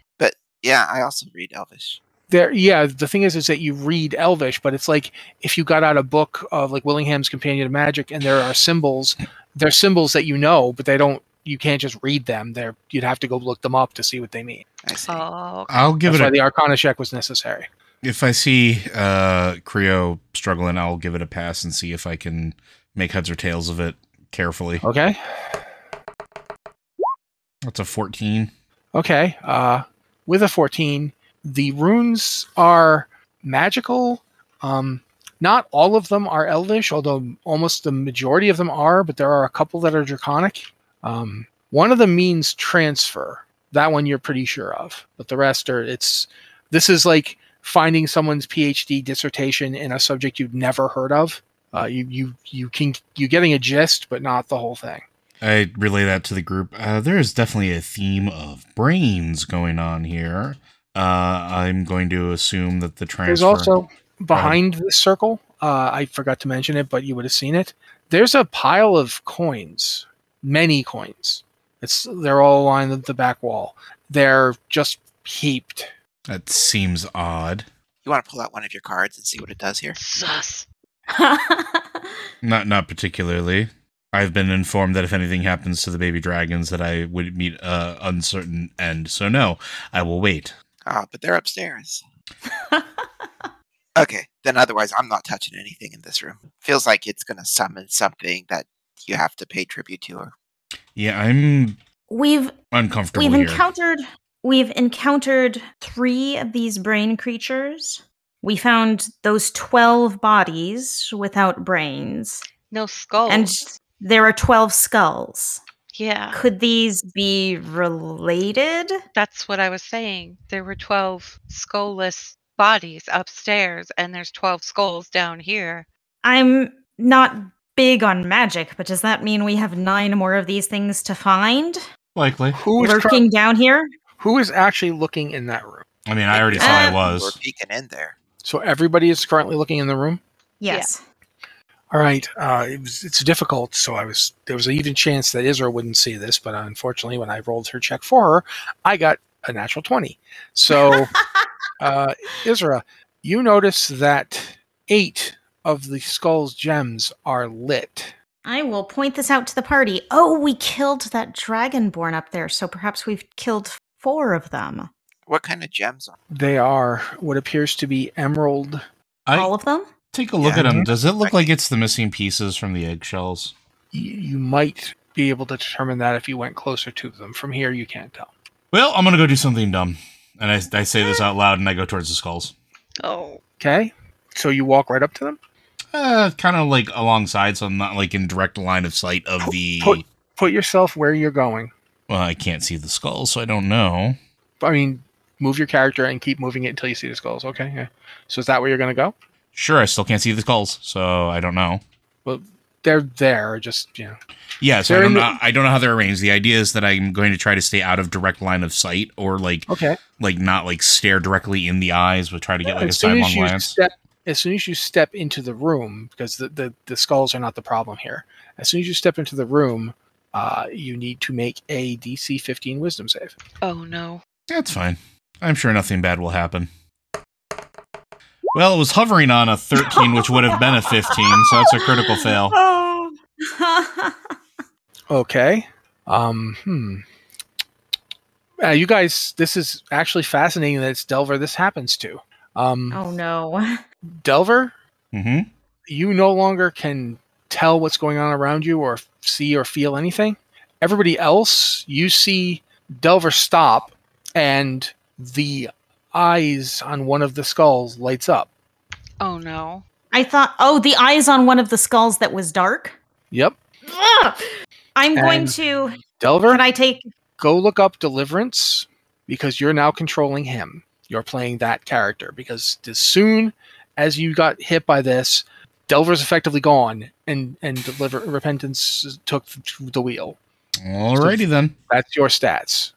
[SPEAKER 3] yeah, I also read Elvish.
[SPEAKER 1] there yeah the thing is is that you read elvish but it's like if you got out a book of like willingham's companion of magic and there are symbols they're symbols that you know but they don't you can't just read them they're you'd have to go look them up to see what they mean
[SPEAKER 3] I see.
[SPEAKER 5] Oh,
[SPEAKER 2] I'll give
[SPEAKER 1] that's
[SPEAKER 2] it
[SPEAKER 1] why
[SPEAKER 2] a.
[SPEAKER 1] the arcana check was necessary
[SPEAKER 2] if I see uh, Creo struggling, I'll give it a pass and see if I can make heads or tails of it carefully.
[SPEAKER 1] okay
[SPEAKER 2] That's a fourteen.
[SPEAKER 1] Okay. Uh, with a 14, the runes are magical. Um, Not all of them are Elvish, although almost the majority of them are, but there are a couple that are Draconic. Um, one of them means transfer. That one you're pretty sure of, but the rest are. It's this is like finding someone's PhD dissertation in a subject you've never heard of. Uh, you you you can you're getting a gist, but not the whole thing.
[SPEAKER 2] I relay that to the group. Uh, there is definitely a theme of brains going on here. Uh, I'm going to assume that the transfer.
[SPEAKER 1] There's also behind this circle. Uh, I forgot to mention it, but you would have seen it. There's a pile of coins, many coins. It's they're all lined at the back wall. They're just heaped.
[SPEAKER 2] that seems odd.
[SPEAKER 3] You want to pull out one of your cards and see what it does here?
[SPEAKER 5] Sus.
[SPEAKER 2] Not not particularly. I've been informed that if anything happens to the baby dragons, that I would meet a uncertain end. So no, I will wait.
[SPEAKER 3] Ah, but they're upstairs. Okay, then otherwise I'm not touching anything in this room. Feels like it's gonna summon something that you have to pay tribute to or
[SPEAKER 2] Yeah, I'm
[SPEAKER 4] we've
[SPEAKER 2] uncomfortable
[SPEAKER 4] we've
[SPEAKER 2] here.
[SPEAKER 4] encountered we've encountered three of these brain creatures. We found those twelve bodies without brains,
[SPEAKER 5] No skulls.
[SPEAKER 4] and there are twelve skulls.
[SPEAKER 5] yeah,
[SPEAKER 4] Could these be related?
[SPEAKER 5] that's what I was saying. There were 12 skullless bodies upstairs, and there's 12 skulls down here.
[SPEAKER 4] I'm not big on magic, but does that mean we have nine more of these things to find
[SPEAKER 2] Likely.
[SPEAKER 1] Who is try-
[SPEAKER 4] lurking down here?
[SPEAKER 1] who is actually looking in that room?
[SPEAKER 2] I mean, I already
[SPEAKER 4] Uh,
[SPEAKER 2] thought I
[SPEAKER 3] We're
[SPEAKER 2] was.
[SPEAKER 3] peeking in there.
[SPEAKER 1] So everybody is currently looking in the room.
[SPEAKER 4] Yes.
[SPEAKER 1] All right, uh, it was, it's difficult. So I was there was an even chance that Israel wouldn't see this, but unfortunately, when I rolled her check for her, I got a natural twenty. So, uh, Israel, you notice that eight of the skull's gems are lit.
[SPEAKER 4] I will point this out to the party. Oh, we killed that dragonborn up there, so perhaps we've killed four of them.
[SPEAKER 3] What kind of gems are
[SPEAKER 1] They are what appears to be emerald.
[SPEAKER 2] I
[SPEAKER 4] All of them?
[SPEAKER 2] take a look
[SPEAKER 3] Yeah.
[SPEAKER 2] at them. Does it look like it's the missing pieces from the eggshells?
[SPEAKER 1] You, you might be able to determine that if you went closer to them. From here, you can't tell.
[SPEAKER 2] Well, I'm gonna go do something dumb, and I, I say this out loud, and I go towards the skulls,
[SPEAKER 5] Oh,
[SPEAKER 1] Okay, so you walk right up to them.
[SPEAKER 2] uh, kind of like alongside, so I'm not like in direct line of sight of the.
[SPEAKER 1] put- Put yourself where you're going.
[SPEAKER 2] Well, I can't see the skulls, so I don't know.
[SPEAKER 1] I mean, move your character and keep moving it until you see the skulls. Okay. Yeah. So is that where you're going to go?
[SPEAKER 2] Sure, I still can't see the skulls, so I don't know.
[SPEAKER 1] They're there. Just you know.
[SPEAKER 2] Yeah, so I
[SPEAKER 1] They're
[SPEAKER 2] don't
[SPEAKER 1] in
[SPEAKER 2] know. I don't know how they're arranged. The idea is that I'm going to try to stay out of direct line of sight, or like
[SPEAKER 1] Okay.
[SPEAKER 2] like not like stare directly in the eyes, but try to get like a
[SPEAKER 1] as soon
[SPEAKER 2] sidelong
[SPEAKER 1] as you
[SPEAKER 2] glance.
[SPEAKER 1] step, as soon as you step into the room, because the, the the skulls are not the problem here. As soon as you step into the room, uh, you need to make a DC 15 Wisdom save.
[SPEAKER 5] oh no.
[SPEAKER 2] That's fine. I'm sure nothing bad will happen. Well, it was hovering on a 13, which would have been a 15, so that's a critical fail.
[SPEAKER 4] Oh.
[SPEAKER 1] Okay. Um. Hmm. Uh, you guys, this is actually fascinating that it's Delver this happens to. Um,
[SPEAKER 4] oh no.
[SPEAKER 1] Delver,
[SPEAKER 2] hmm
[SPEAKER 1] you no longer can tell what's going on around you or f- see or feel anything. Everybody else, you see Delver stop and the eyes on one of the skulls lights up.
[SPEAKER 5] Oh no.
[SPEAKER 4] I thought oh, the eyes on one of the skulls that was dark.
[SPEAKER 1] Yep.
[SPEAKER 4] Ugh. I'm going
[SPEAKER 1] And-
[SPEAKER 4] to
[SPEAKER 1] Delver,
[SPEAKER 4] can I take
[SPEAKER 1] go look up Deliverance because you're now controlling him. You're playing that character because as soon as you got hit by this, Delver's effectively gone and and deliver repentance took the wheel.
[SPEAKER 2] Alrighty then.
[SPEAKER 1] That's your stats.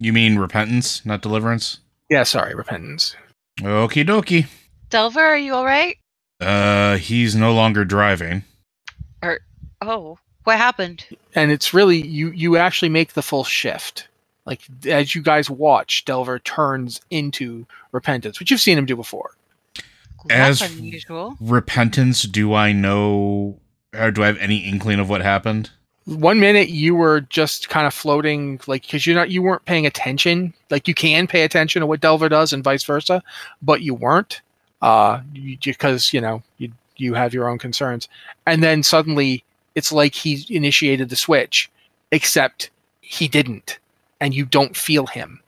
[SPEAKER 2] You mean repentance, not deliverance?
[SPEAKER 1] Yeah, sorry, repentance.
[SPEAKER 2] Okie dokie.
[SPEAKER 5] Delver, are you all right?
[SPEAKER 2] Uh, he's no longer driving.
[SPEAKER 5] Oh, what happened?
[SPEAKER 1] and it's really you you actually make the full shift like as you guys watch delver turns into repentance which you've seen him do before
[SPEAKER 5] That's
[SPEAKER 2] As-
[SPEAKER 5] unusual.
[SPEAKER 2] Repentance, do I know, or do I have any inkling of what happened?
[SPEAKER 1] one minute you were just kind of floating like because you're not you weren't paying attention like you can pay attention to what delver does and vice versa but you weren't uh because you know you you have your own concerns and then suddenly it's like he initiated the switch except he didn't and you don't feel him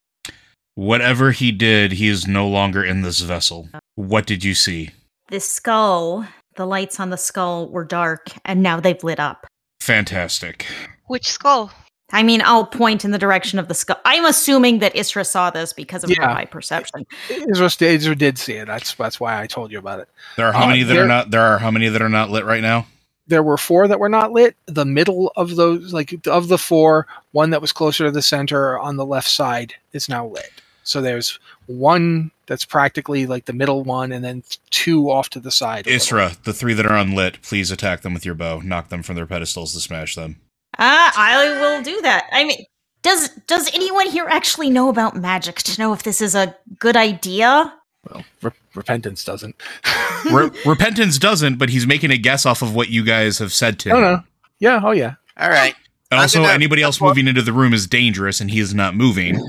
[SPEAKER 2] Whatever he did, he is no longer in this vessel. What did you see?
[SPEAKER 4] the skull, the lights on the skull were dark and now they've lit up.
[SPEAKER 2] Fantastic.
[SPEAKER 5] Which skull?
[SPEAKER 4] I mean, I'll point in the direction of the skull. I'm assuming that Isra saw this because of
[SPEAKER 1] Yeah.
[SPEAKER 4] her high perception.
[SPEAKER 1] Israel, st- Israel did see it. That's that's why I told you about it.
[SPEAKER 2] There are how
[SPEAKER 1] Uh,
[SPEAKER 2] many that
[SPEAKER 1] there-
[SPEAKER 2] are not there are how many that are not lit right now?
[SPEAKER 1] There were four that were not lit. The middle of those, like of the four, one that was closer to the center on the left side is now lit. So there's one that's practically like the middle one, and then two off to the side. a little.
[SPEAKER 2] Isra, the three that are unlit, please attack them with your bow. Knock them from their pedestals to smash them.
[SPEAKER 4] Ah, I will do that. I mean, does does anyone here actually know about magic to know if this is a good idea?
[SPEAKER 1] Well, re- repentance doesn't. Hmm.
[SPEAKER 2] Re- Repentance doesn't, but he's making a guess off of what you guys have said to
[SPEAKER 1] I don't
[SPEAKER 2] him.
[SPEAKER 1] know. Yeah. Oh yeah.
[SPEAKER 3] All right.
[SPEAKER 2] And
[SPEAKER 3] I'm
[SPEAKER 2] also,
[SPEAKER 3] gonna-
[SPEAKER 2] anybody else
[SPEAKER 3] Well-
[SPEAKER 2] moving into the room is dangerous, and he is not moving.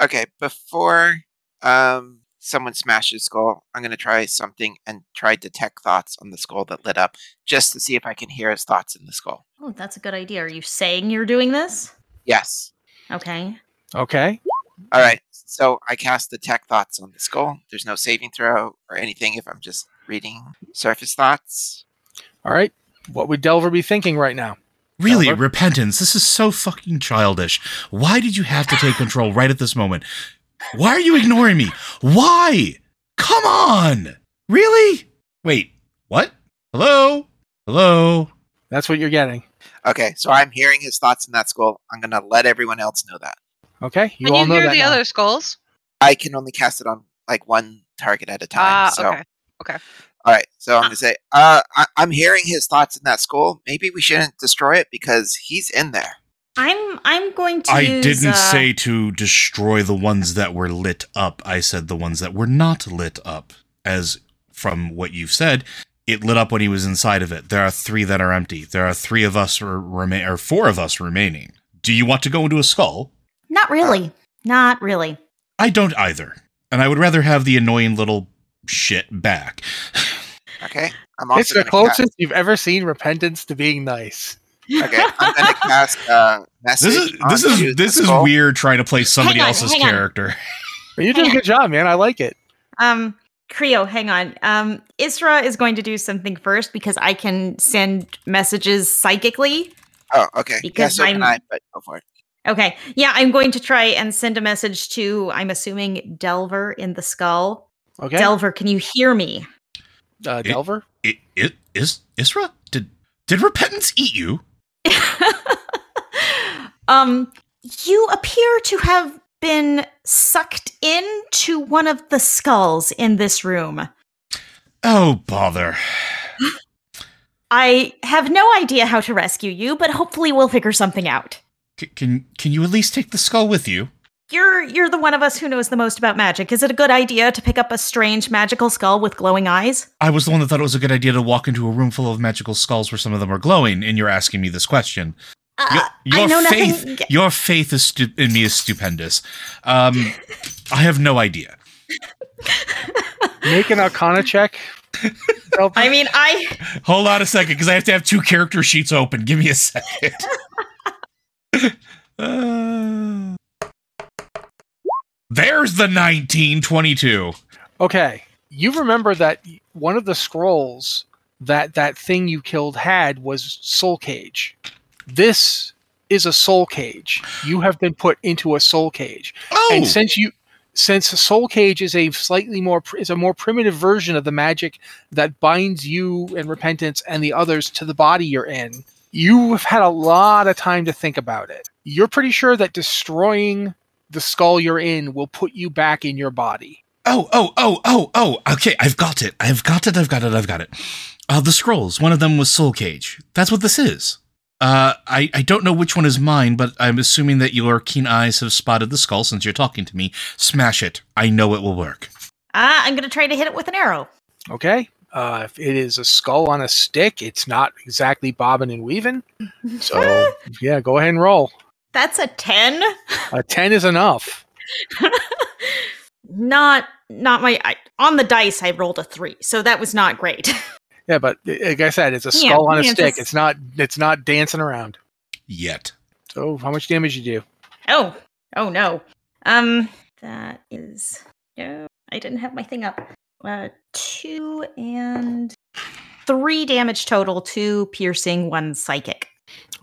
[SPEAKER 3] Okay. Before um someone smashes skull, I'm gonna try something and try detect thoughts on the skull that lit up, just to see if I can hear his thoughts in the skull.
[SPEAKER 4] Oh, that's a good idea. Are you saying you're doing this?
[SPEAKER 3] Yes.
[SPEAKER 4] Okay.
[SPEAKER 1] Okay.
[SPEAKER 5] Mm-hmm.
[SPEAKER 3] All right. So I cast detect thoughts on the skull. There's no saving throw or anything if I'm just reading surface thoughts.
[SPEAKER 1] All right. What would Delver be thinking right now?
[SPEAKER 2] Really,
[SPEAKER 1] Delver?
[SPEAKER 2] repentance. This is so fucking childish. Why did you have to take control right at this moment? Why are you ignoring me? Why? Come on. Really? Wait. What? Hello? Hello?
[SPEAKER 1] That's what you're getting.
[SPEAKER 3] Okay, so I'm hearing his thoughts in that skull. I'm gonna let everyone else know that.
[SPEAKER 1] Okay. You
[SPEAKER 5] Can
[SPEAKER 1] all
[SPEAKER 5] you
[SPEAKER 1] know
[SPEAKER 5] hear
[SPEAKER 1] that.
[SPEAKER 5] the
[SPEAKER 1] now.
[SPEAKER 5] other skulls?
[SPEAKER 3] I can only cast it on like one target at a time.
[SPEAKER 5] Ah,
[SPEAKER 3] so
[SPEAKER 5] okay.
[SPEAKER 3] all right, so I'm gonna say, uh, I- I'm hearing his thoughts in that skull. Maybe we shouldn't destroy it because he's in there.
[SPEAKER 4] I'm I'm going to.
[SPEAKER 2] I
[SPEAKER 4] use,
[SPEAKER 2] didn't
[SPEAKER 4] uh,
[SPEAKER 2] say to destroy the ones that were lit up. I said the ones that were not lit up. As from what you've said, it lit up when he was inside of it. There are three that are empty. There are three of us or remain or four of us remaining. Do you want to go into a skull?
[SPEAKER 4] Not really. Not really.
[SPEAKER 2] I don't either. And I would rather have the annoying little shit back.
[SPEAKER 3] Okay, I'm also
[SPEAKER 1] It's the
[SPEAKER 3] gonna
[SPEAKER 1] closest
[SPEAKER 3] Cast,
[SPEAKER 1] you've ever seen repentance to being nice.
[SPEAKER 3] okay, I'm gonna cast uh, message.
[SPEAKER 2] This is this
[SPEAKER 3] onto
[SPEAKER 2] is
[SPEAKER 3] the
[SPEAKER 2] this is
[SPEAKER 3] skull.
[SPEAKER 2] weird trying to play somebody
[SPEAKER 4] Hang on,
[SPEAKER 2] else's
[SPEAKER 4] hang on.
[SPEAKER 2] character.
[SPEAKER 1] But you did a good job, man. I like it.
[SPEAKER 4] Um, Creo, hang on. Um, Isra is going to do something first because I can send messages psychically.
[SPEAKER 3] Oh, okay. Yeah,
[SPEAKER 4] because
[SPEAKER 3] so can
[SPEAKER 4] I'm-
[SPEAKER 3] I, but go for it.
[SPEAKER 4] Okay. Yeah, I'm going to try and send a message to, I'm assuming, Delver in the skull.
[SPEAKER 1] Okay.
[SPEAKER 4] Delver, can you hear me?
[SPEAKER 1] uh, Delver.
[SPEAKER 2] It, it is Isra did did repentance eat you?
[SPEAKER 4] um, you appear to have been sucked into one of the skulls in this room.
[SPEAKER 2] Oh bother.
[SPEAKER 4] I have no idea how to rescue you, but hopefully we'll figure something out.
[SPEAKER 2] C- can can you at least take the skull with you?
[SPEAKER 4] You're you're the one of us who knows the most about magic. Is it a good idea to pick up a strange magical skull with glowing eyes?
[SPEAKER 2] I was the one that thought it was a good idea to walk into a room full of magical skulls where some of them are glowing, and you're asking me this question. Your,
[SPEAKER 4] Uh,
[SPEAKER 2] your
[SPEAKER 4] I know
[SPEAKER 2] faith,
[SPEAKER 4] nothing.
[SPEAKER 2] your faith is stu- in me is stupendous. Um, I have no idea.
[SPEAKER 1] Make an Arcana check. Delver.
[SPEAKER 4] I mean, I
[SPEAKER 2] Hold on a second, because I have to have two character sheets open. Give me a second. Uh, there's the 1922.
[SPEAKER 1] Okay. You remember that one of the scrolls that that thing you killed had was soul cage. This is a soul cage. You have been put into a soul cage.
[SPEAKER 2] Oh,
[SPEAKER 1] And since you since soul cage is a slightly more pr- is a more primitive version of the magic that binds you and repentance and the others to the body you're in, you've had a lot of time to think about it. You're pretty sure that destroying the skull you're in will put you back in your body.
[SPEAKER 2] oh, oh, oh, oh, oh. Okay, I've got it. I've got it. I've got it. I've got it. Uh, the scrolls. One of them was Soul Cage. That's what this is. Uh, I, I don't know which one is mine, but I'm assuming that your keen eyes have spotted the skull since you're talking to me. Smash it. I know it will work.
[SPEAKER 4] Ah, I'm gonna try to hit it with an arrow.
[SPEAKER 1] Okay. Uh, if it is a skull on a stick. It's not exactly bobbing and weaving.
[SPEAKER 2] Oh.
[SPEAKER 1] So, yeah, go ahead and roll.
[SPEAKER 4] That's a ten.
[SPEAKER 1] A 10 is enough.
[SPEAKER 4] Not not my I, on the dice. I rolled a three, so that was not great.
[SPEAKER 1] Yeah, but uh, like I said, it's a
[SPEAKER 4] Yeah,
[SPEAKER 1] skull on a
[SPEAKER 4] yeah, it's
[SPEAKER 1] stick.
[SPEAKER 4] a s-
[SPEAKER 1] It's not it's not dancing around.
[SPEAKER 2] Yet.
[SPEAKER 1] So, how much damage you do?
[SPEAKER 4] Oh, oh no. Um, that is no. I didn't have my thing up. uh, two and three damage total two piercing, one psychic.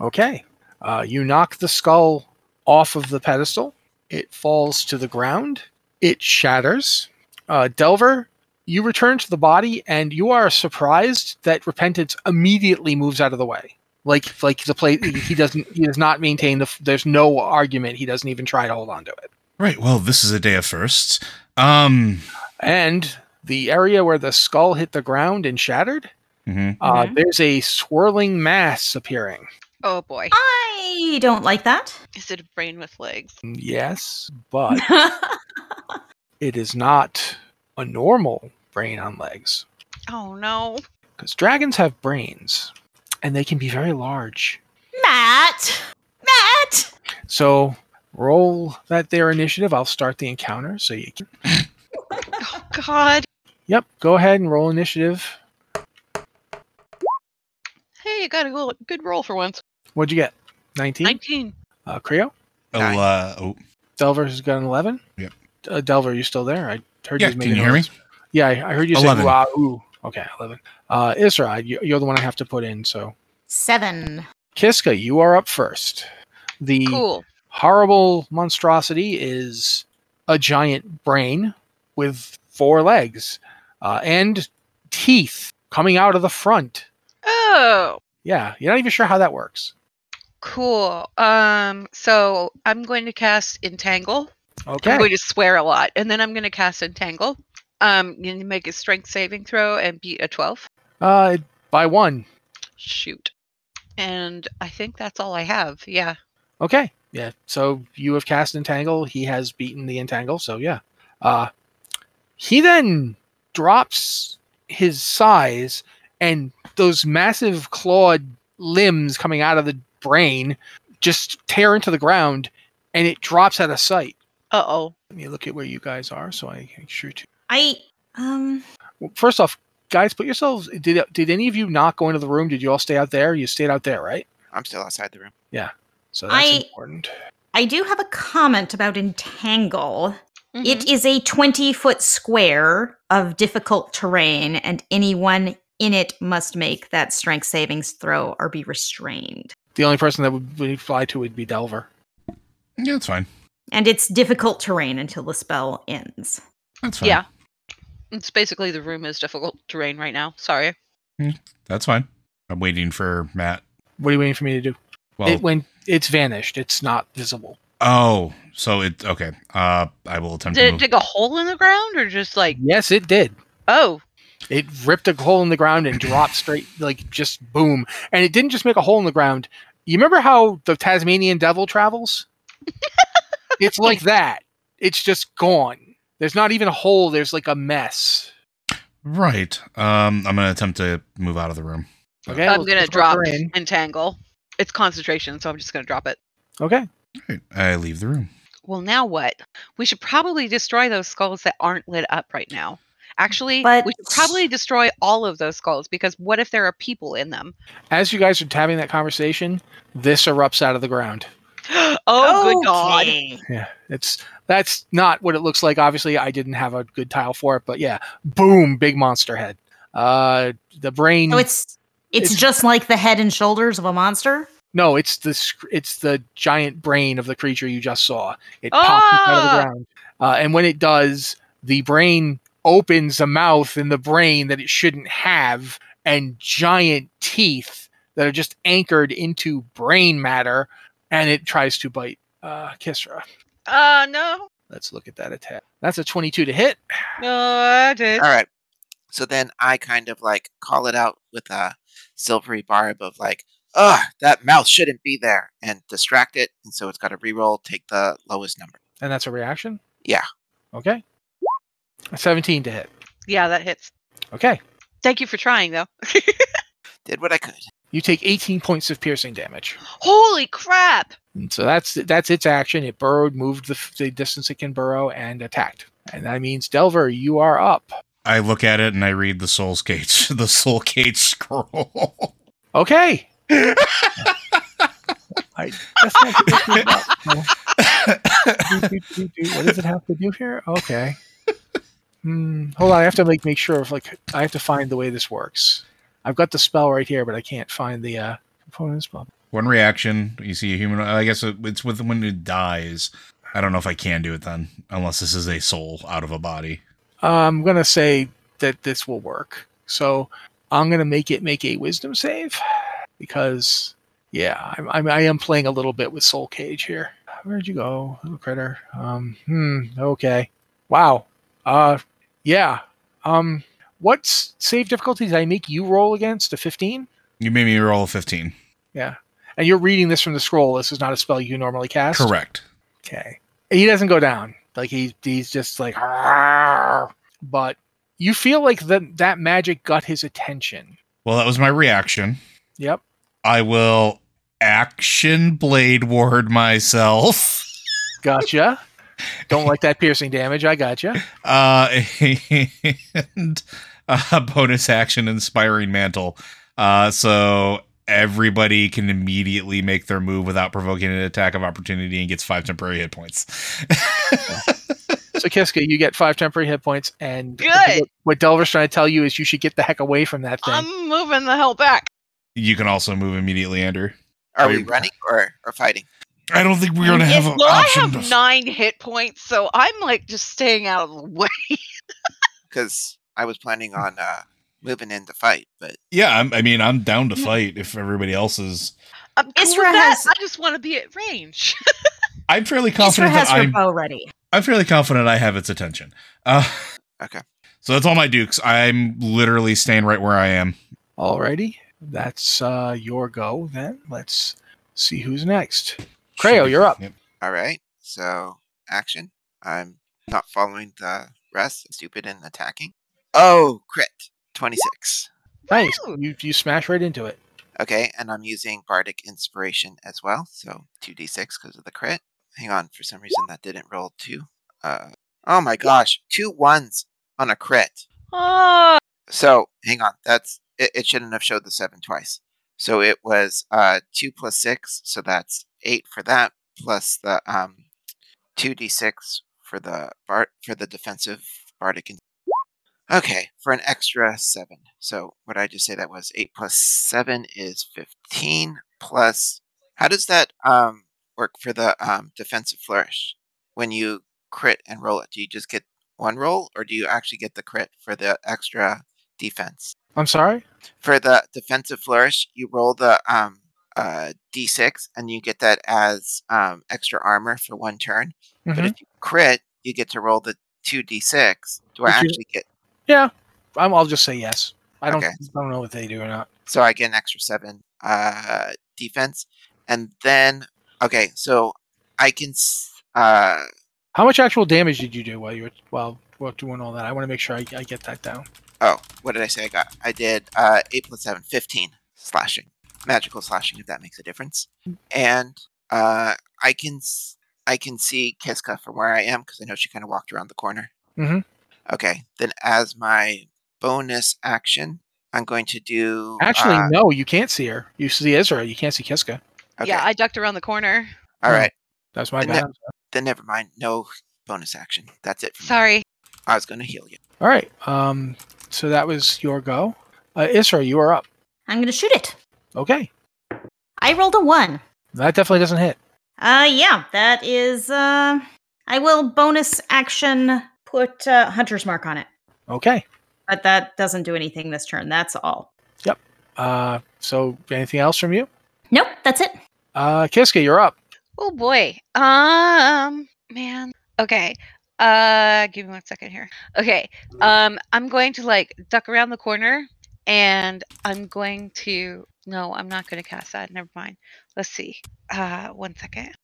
[SPEAKER 1] Okay. Uh, you knock the skull off of the pedestal. It falls to the ground. It shatters. Uh, Delver, you return to the body, and you are surprised that Repentance immediately moves out of the way. Like, like the play, he doesn't, he does not maintain the. There's no argument. He doesn't even try to hold on to it.
[SPEAKER 2] Right. Well, this is a day of firsts. Um.
[SPEAKER 1] And the area where the skull hit the ground and shattered,
[SPEAKER 2] mhm.
[SPEAKER 1] uh,
[SPEAKER 4] Mhm.
[SPEAKER 1] there's a swirling mass appearing.
[SPEAKER 5] Oh boy.
[SPEAKER 4] I don't like that.
[SPEAKER 5] Is it a brain with legs?
[SPEAKER 1] Yes, but it is not a normal brain on legs
[SPEAKER 5] Oh no.
[SPEAKER 1] because dragons have brains and they can be very large.
[SPEAKER 4] Matt! Matt!
[SPEAKER 1] So roll that their initiative. I'll start the encounter. So you can.
[SPEAKER 5] Oh god.
[SPEAKER 1] Yep, go ahead and roll initiative.
[SPEAKER 5] Hey, you got a good, good roll for once.
[SPEAKER 1] What'd you get? 19?
[SPEAKER 5] Nineteen.
[SPEAKER 1] Uh, Creo?
[SPEAKER 2] Oh,
[SPEAKER 3] Nine.
[SPEAKER 2] uh, oh.
[SPEAKER 1] Delver has got an 11?
[SPEAKER 2] Yep.
[SPEAKER 1] Uh, Delver, are you still there? I heard
[SPEAKER 2] Yeah,
[SPEAKER 1] you
[SPEAKER 2] can
[SPEAKER 1] making
[SPEAKER 2] you hear me?
[SPEAKER 1] noise. Yeah, I, I heard you say,
[SPEAKER 2] 11.
[SPEAKER 1] wow, ooh. Okay, 11. Uh, Isra, you, you're the one I have to put in. So
[SPEAKER 4] Seven.
[SPEAKER 1] Kiska, you are up first. The
[SPEAKER 5] Cool.
[SPEAKER 1] horrible monstrosity is a giant brain with four legs uh, and teeth coming out of the front.
[SPEAKER 5] Oh.
[SPEAKER 1] Yeah, you're not even sure how that works.
[SPEAKER 5] Cool. Um, so I'm going to cast Entangle. I'm
[SPEAKER 1] Okay.
[SPEAKER 5] going to swear a lot, and then I'm going to cast Entangle. Um, you need to make a strength saving throw and beat a 12.
[SPEAKER 1] Uh, by one.
[SPEAKER 5] Shoot. And I think that's all I have. Yeah.
[SPEAKER 1] Okay. Yeah. So you have cast Entangle. He has beaten the Entangle. So yeah. Uh, he then drops his size and those massive clawed limbs coming out of the brain just tear into the ground and it drops out of sight.
[SPEAKER 5] Uh oh.
[SPEAKER 1] Let me look at where you guys are so I can shoot you.
[SPEAKER 4] I, um,
[SPEAKER 1] Well, first off, guys, put yourselves. Did, did any of you not go into the room? Did you all stay out there? You stayed out there, right?
[SPEAKER 3] I'm still outside the room.
[SPEAKER 1] So that's
[SPEAKER 4] I-
[SPEAKER 1] important.
[SPEAKER 4] I do have a comment about entangle.
[SPEAKER 5] Mm-hmm.
[SPEAKER 4] It is a 20 foot square of difficult terrain, and anyone in it must make that strength savings throw or be restrained.
[SPEAKER 1] The only person that would, would fly to would be Delver.
[SPEAKER 2] Yeah, that's fine.
[SPEAKER 4] And it's difficult terrain until the spell ends.
[SPEAKER 2] That's fine.
[SPEAKER 5] Yeah. It's basically the room is difficult terrain right now. Sorry.
[SPEAKER 2] That's fine. I'm waiting for Matt.
[SPEAKER 1] What are you waiting for me to do?
[SPEAKER 2] Well,
[SPEAKER 1] It when it's vanished, it's not visible.
[SPEAKER 2] oh, so it okay. Uh, I will attempt to
[SPEAKER 5] Did it
[SPEAKER 2] move.
[SPEAKER 5] dig a hole in the ground or just like,
[SPEAKER 1] Yes, it did.
[SPEAKER 5] oh,
[SPEAKER 1] It ripped a hole in the ground and dropped straight, like just boom. And it didn't just make a hole in the ground. You remember how the Tasmanian devil travels? it's like that. It's just gone. There's not even a hole. There's like a mess.
[SPEAKER 2] Right. Um, I'm gonna attempt to move out of the room.
[SPEAKER 1] Okay,
[SPEAKER 5] I'm
[SPEAKER 1] let's-
[SPEAKER 5] going to
[SPEAKER 1] let's
[SPEAKER 5] drop
[SPEAKER 1] work her in.
[SPEAKER 5] Entangle. It's concentration, so I'm just going to drop it.
[SPEAKER 1] Okay,
[SPEAKER 2] Right. I leave the room.
[SPEAKER 5] Well, now what? We should probably destroy those skulls that aren't lit up right now. Actually,
[SPEAKER 4] But-
[SPEAKER 5] we should probably destroy all of those skulls because what if there are people in them?
[SPEAKER 1] as you guys are having that conversation, this erupts out of the ground.
[SPEAKER 5] oh, good God.
[SPEAKER 4] Okay.
[SPEAKER 1] Yeah, it's that's not what it looks like. Obviously, I didn't have a good tile for it, but yeah, boom, big monster head. Uh, the brain.
[SPEAKER 4] So Oh, it's, it's
[SPEAKER 1] It's-
[SPEAKER 4] just like the head and shoulders of a monster.
[SPEAKER 1] no, it's the sc- it's the giant brain of the creature you just saw. It pops out of
[SPEAKER 5] Ah!
[SPEAKER 1] the ground, uh, and when it does, the brain opens a mouth in the brain that it shouldn't have, and giant teeth that are just anchored into brain matter, and it tries to bite uh, Kisra.
[SPEAKER 5] Uh, no.
[SPEAKER 1] Let's look at that attack. That's a twenty-two to hit.
[SPEAKER 5] No, I did.
[SPEAKER 3] All right. So then I kind of like call it out with a silvery barb of like, ugh, that mouth shouldn't be there, and distract it. And so it's got to reroll, take the lowest number.
[SPEAKER 1] And that's a reaction?
[SPEAKER 3] Yeah.
[SPEAKER 1] Okay. A 17 to hit.
[SPEAKER 5] Yeah, that hits.
[SPEAKER 1] Okay.
[SPEAKER 5] Thank you for trying, though.
[SPEAKER 3] Did what I could.
[SPEAKER 1] You take 18 points of piercing damage.
[SPEAKER 5] Holy crap.
[SPEAKER 1] And so that's that's its action. It burrowed, moved the, f- the distance it can burrow, and attacked. And that means Delver, you are up.
[SPEAKER 2] I look at it and I read the Soul's Cage, the Soul Cage scroll.
[SPEAKER 1] Okay. I, that's not what this is about. No. Do, do, do, do. What does it have to do here? Okay. Mm, hold on, I have to make make sure of like I have to find the way this works. I've got the spell right here, but I can't find the uh, components. Blah,
[SPEAKER 2] One reaction, you see a human. I guess it- it's with when it dies. I don't know if I can do it then, unless this is a soul out of a body.
[SPEAKER 1] I'm going to say that this will work. So I'm going to make it make a wisdom save because, yeah, I'm, I'm, I am playing a little bit with Soul Cage here. Where'd you go, little critter? Um, hmm, okay. Wow. Uh, yeah. Um, what s- save difficulty did I make you roll against? A 15?
[SPEAKER 2] You made me roll a fifteen.
[SPEAKER 1] And you're reading this from the scroll. This is not a spell you normally cast.
[SPEAKER 2] Correct.
[SPEAKER 1] Okay. He doesn't go down. Like he he's just like "Arr!" but you feel like that that magic got his attention.
[SPEAKER 2] Well, that was my reaction.
[SPEAKER 1] Yep.
[SPEAKER 2] I will action blade ward myself.
[SPEAKER 1] Gotcha. Don't like that piercing damage. I gotcha.
[SPEAKER 2] Uh, and uh, bonus action inspiring mantle. Uh, so everybody can immediately make their move without provoking an attack of opportunity and gets five temporary hit points.
[SPEAKER 1] So Kiska, you get five temporary hit points and
[SPEAKER 5] Good. Um,
[SPEAKER 1] I think what Delver's trying to tell you is you should get the heck away from that thing.
[SPEAKER 5] I'm moving the hell back.
[SPEAKER 2] you can also move immediately, Andrew.
[SPEAKER 3] Are
[SPEAKER 2] Are
[SPEAKER 3] we
[SPEAKER 2] you-
[SPEAKER 3] running or, or fighting?
[SPEAKER 2] I don't think we're gonna have
[SPEAKER 5] If-
[SPEAKER 2] an
[SPEAKER 5] well, I
[SPEAKER 2] option.
[SPEAKER 5] have
[SPEAKER 2] to-
[SPEAKER 5] nine hit points, so I'm like just staying out of the way.
[SPEAKER 3] Because I was planning on uh, moving in to fight, but
[SPEAKER 2] yeah, I'm, I mean, I'm down to fight if everybody else is.
[SPEAKER 5] I'm cool with
[SPEAKER 4] Isra
[SPEAKER 5] that.
[SPEAKER 4] has-
[SPEAKER 5] I just want to be at range.
[SPEAKER 2] I'm fairly
[SPEAKER 4] Isra
[SPEAKER 2] confident
[SPEAKER 4] has
[SPEAKER 2] that
[SPEAKER 4] her
[SPEAKER 2] I'm
[SPEAKER 4] bow ready.
[SPEAKER 2] I'm fairly confident I have its attention. Uh,
[SPEAKER 3] Okay.
[SPEAKER 2] So that's all my dukes. I'm literally staying right where I am.
[SPEAKER 1] Alrighty. That's uh your go then. Let's see who's next.
[SPEAKER 2] Should
[SPEAKER 1] Creo,
[SPEAKER 2] be-
[SPEAKER 1] you're up.
[SPEAKER 2] Yep.
[SPEAKER 3] all right. So action. I'm not following the rest. Stupid in attacking. Oh, crit. 26.
[SPEAKER 1] Nice.
[SPEAKER 5] Woo!
[SPEAKER 1] You you smash right into it.
[SPEAKER 3] Okay, and I'm using Bardic Inspiration as well, so 2d6 because of the crit. Hang on, for some reason that didn't roll two. Uh, oh my gosh, two ones on a crit.
[SPEAKER 5] Oh,
[SPEAKER 3] So hang on, that's it, it shouldn't have showed the seven twice. So it was uh, two plus six, so that's eight for that, plus the um, 2d6 for the bar- for the defensive Bardic. In- okay, for an extra seven. So what I just say that was eight plus seven is fifteen. Plus, how does that um, work for the um, defensive flourish? When you crit and roll it, do you just get one roll, or do you actually get the crit for the extra defense?
[SPEAKER 1] I'm sorry?
[SPEAKER 3] for the defensive flourish, you roll the um uh d6 and you get that as um extra armor for one turn. But
[SPEAKER 1] Mhm.
[SPEAKER 3] if you crit, you get to roll the two d6. Do I
[SPEAKER 1] Which is-
[SPEAKER 3] actually get?
[SPEAKER 1] I'm, I'll just say yes. I don't
[SPEAKER 3] Okay.
[SPEAKER 1] I don't know what they do or not.
[SPEAKER 3] So I get an extra seven uh defense, and then okay, so I can s- uh
[SPEAKER 1] How much actual damage did you do while you were while, while doing all that? I want to make sure I, I get that down.
[SPEAKER 3] oh what did I say? I got I did uh eight plus seven, 15 slashing, magical slashing if that makes a difference, and uh I can s- I can see Kiska from where I am because I know she kind of walked around the corner.
[SPEAKER 1] Mhm.
[SPEAKER 3] Okay, then as my bonus action, I'm going to do
[SPEAKER 1] Actually,
[SPEAKER 3] uh,
[SPEAKER 1] no, you can't see her. You see Ezra. You can't see Kiska.
[SPEAKER 3] okay,
[SPEAKER 5] yeah, I ducked around the corner.
[SPEAKER 3] all right.
[SPEAKER 1] That's my
[SPEAKER 3] And
[SPEAKER 1] bad.
[SPEAKER 3] Then never mind. No bonus action. That's it. For me.
[SPEAKER 5] Sorry.
[SPEAKER 3] I was going to heal you.
[SPEAKER 1] All right. Um. So that was your go. Uh, Isra, you are up.
[SPEAKER 4] I'm gonna shoot it.
[SPEAKER 1] Okay.
[SPEAKER 4] I rolled a one.
[SPEAKER 1] That definitely doesn't hit.
[SPEAKER 4] Uh, yeah, that is. Uh, I will bonus action put uh, Hunter's Mark on it,
[SPEAKER 1] Okay.
[SPEAKER 4] but that doesn't do anything this turn. That's all.
[SPEAKER 1] Uh. So anything else from you?
[SPEAKER 4] Nope, that's it.
[SPEAKER 1] Uh. Kiska, you're up.
[SPEAKER 5] Oh boy. Um, man. Okay. Uh, give me one second here. Okay. Um, I'm going to like duck around the corner, and I'm going to. No, I'm not going to cast that. Never mind. Let's see. Uh, one second.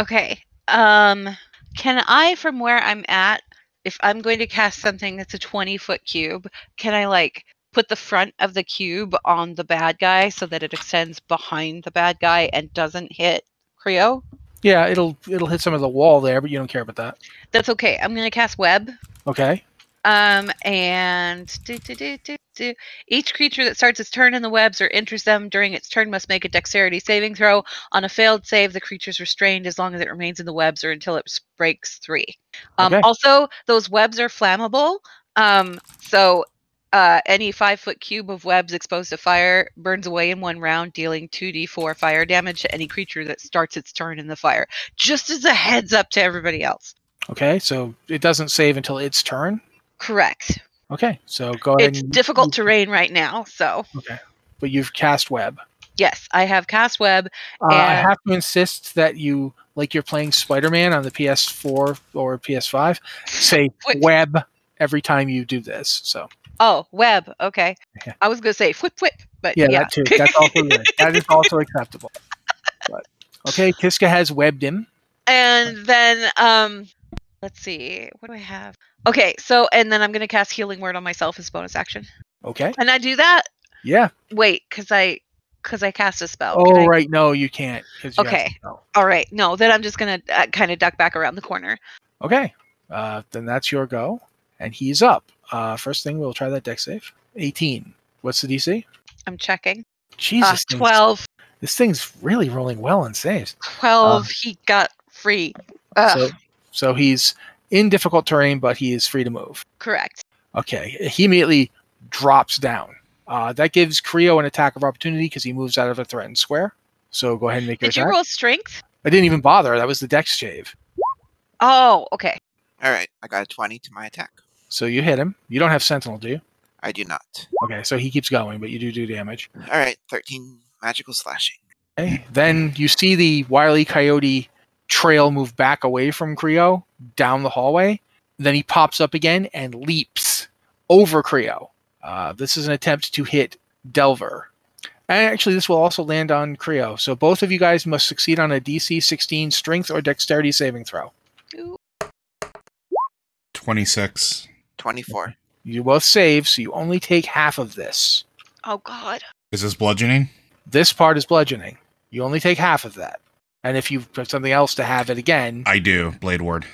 [SPEAKER 5] Okay. Um, can I, from where I'm at, if I'm going to cast something that's a 20 foot cube, can I like put the front of the cube on the bad guy so that it extends behind the bad guy and doesn't hit Creo?
[SPEAKER 1] Yeah. It'll it'll hit some of the wall there, but you don't care about that.
[SPEAKER 5] That's okay. I'm gonna cast web.
[SPEAKER 1] Okay.
[SPEAKER 5] Um, and do, do, do, do, do. each creature that starts its turn in the webs or enters them during its turn must make a dexterity saving throw. On a failed save, the creature is restrained as long as it remains in the webs or until it s- breaks three. Um,
[SPEAKER 1] Okay.
[SPEAKER 5] Also, those webs are flammable. Um, so uh, any five foot cube of webs exposed to fire burns away in one round, dealing 2d4 fire damage to any creature that starts its turn in the fire. Just as a heads up to everybody else.
[SPEAKER 1] Okay, so it doesn't save until its turn.
[SPEAKER 5] Correct.
[SPEAKER 1] Okay, so go ahead.
[SPEAKER 5] It's
[SPEAKER 1] and-
[SPEAKER 5] difficult terrain right now, so
[SPEAKER 1] but you've cast web.
[SPEAKER 5] yes, I have cast web.
[SPEAKER 1] Uh, I
[SPEAKER 5] And-
[SPEAKER 1] have to insist that you, like you're playing Spider Man on the PS4 or PS5, say
[SPEAKER 5] Whip.
[SPEAKER 1] web every time you do this. So,
[SPEAKER 5] Oh, web. Okay.
[SPEAKER 1] Yeah.
[SPEAKER 5] I was gonna say whip whip, but
[SPEAKER 1] yeah,
[SPEAKER 5] yeah.
[SPEAKER 1] that too. That's also good. that is also acceptable. But, okay, Kiska has webbed him.
[SPEAKER 5] and then um, let's see, what do I have? Okay, so and then I'm gonna cast healing word on myself as bonus action.
[SPEAKER 1] Okay,
[SPEAKER 5] And I do that.
[SPEAKER 1] yeah.
[SPEAKER 5] Wait, because I because I cast a spell.
[SPEAKER 1] Oh,
[SPEAKER 5] Can I-
[SPEAKER 1] right. No, you can't. 'cause you have
[SPEAKER 5] Okay.
[SPEAKER 1] to go.
[SPEAKER 5] All right. No, then I'm just gonna uh, kind of duck back around the corner.
[SPEAKER 1] Okay. Uh, then that's your go, and he's up. Uh, first thing, we'll try that deck save. 18. What's the DC?
[SPEAKER 5] I'm checking. Uh,
[SPEAKER 1] Jesus, things-
[SPEAKER 5] 12.
[SPEAKER 1] This thing's really rolling well on saves.
[SPEAKER 5] 12. he got free. Ugh,
[SPEAKER 1] Ah. So, so he's in difficult terrain, but he is free to move.
[SPEAKER 5] correct.
[SPEAKER 1] Okay, he immediately drops down. Uh, that gives Creo an attack of opportunity because he moves out of a threatened square. So go ahead and make your
[SPEAKER 5] Did you
[SPEAKER 1] attack.
[SPEAKER 5] roll strength?
[SPEAKER 1] I didn't even bother. That was the dex shave.
[SPEAKER 5] Oh, okay.
[SPEAKER 3] All right, I got a 20 to my attack.
[SPEAKER 1] So you hit him. You don't have sentinel, do you?
[SPEAKER 3] I do not.
[SPEAKER 1] Okay, so he keeps going, but you do do damage.
[SPEAKER 3] All right, 13 magical slashing.
[SPEAKER 1] Okay. Then you see the wily coyote trail move back away from Creo down the hallway. Then he pops up again and leaps over Creo. Uh, this is an attempt to hit Delver. And actually, this will also land on Creo. So both of you guys must succeed on a DC 16 strength or dexterity saving throw.
[SPEAKER 5] Ooh,
[SPEAKER 2] 26.
[SPEAKER 3] 24.
[SPEAKER 1] You both save, so you only take half of this.
[SPEAKER 5] Oh God.
[SPEAKER 2] Is this bludgeoning?
[SPEAKER 1] This part is bludgeoning. You only take half of that. And if you put something else to have it again,
[SPEAKER 2] I do. Blade Ward.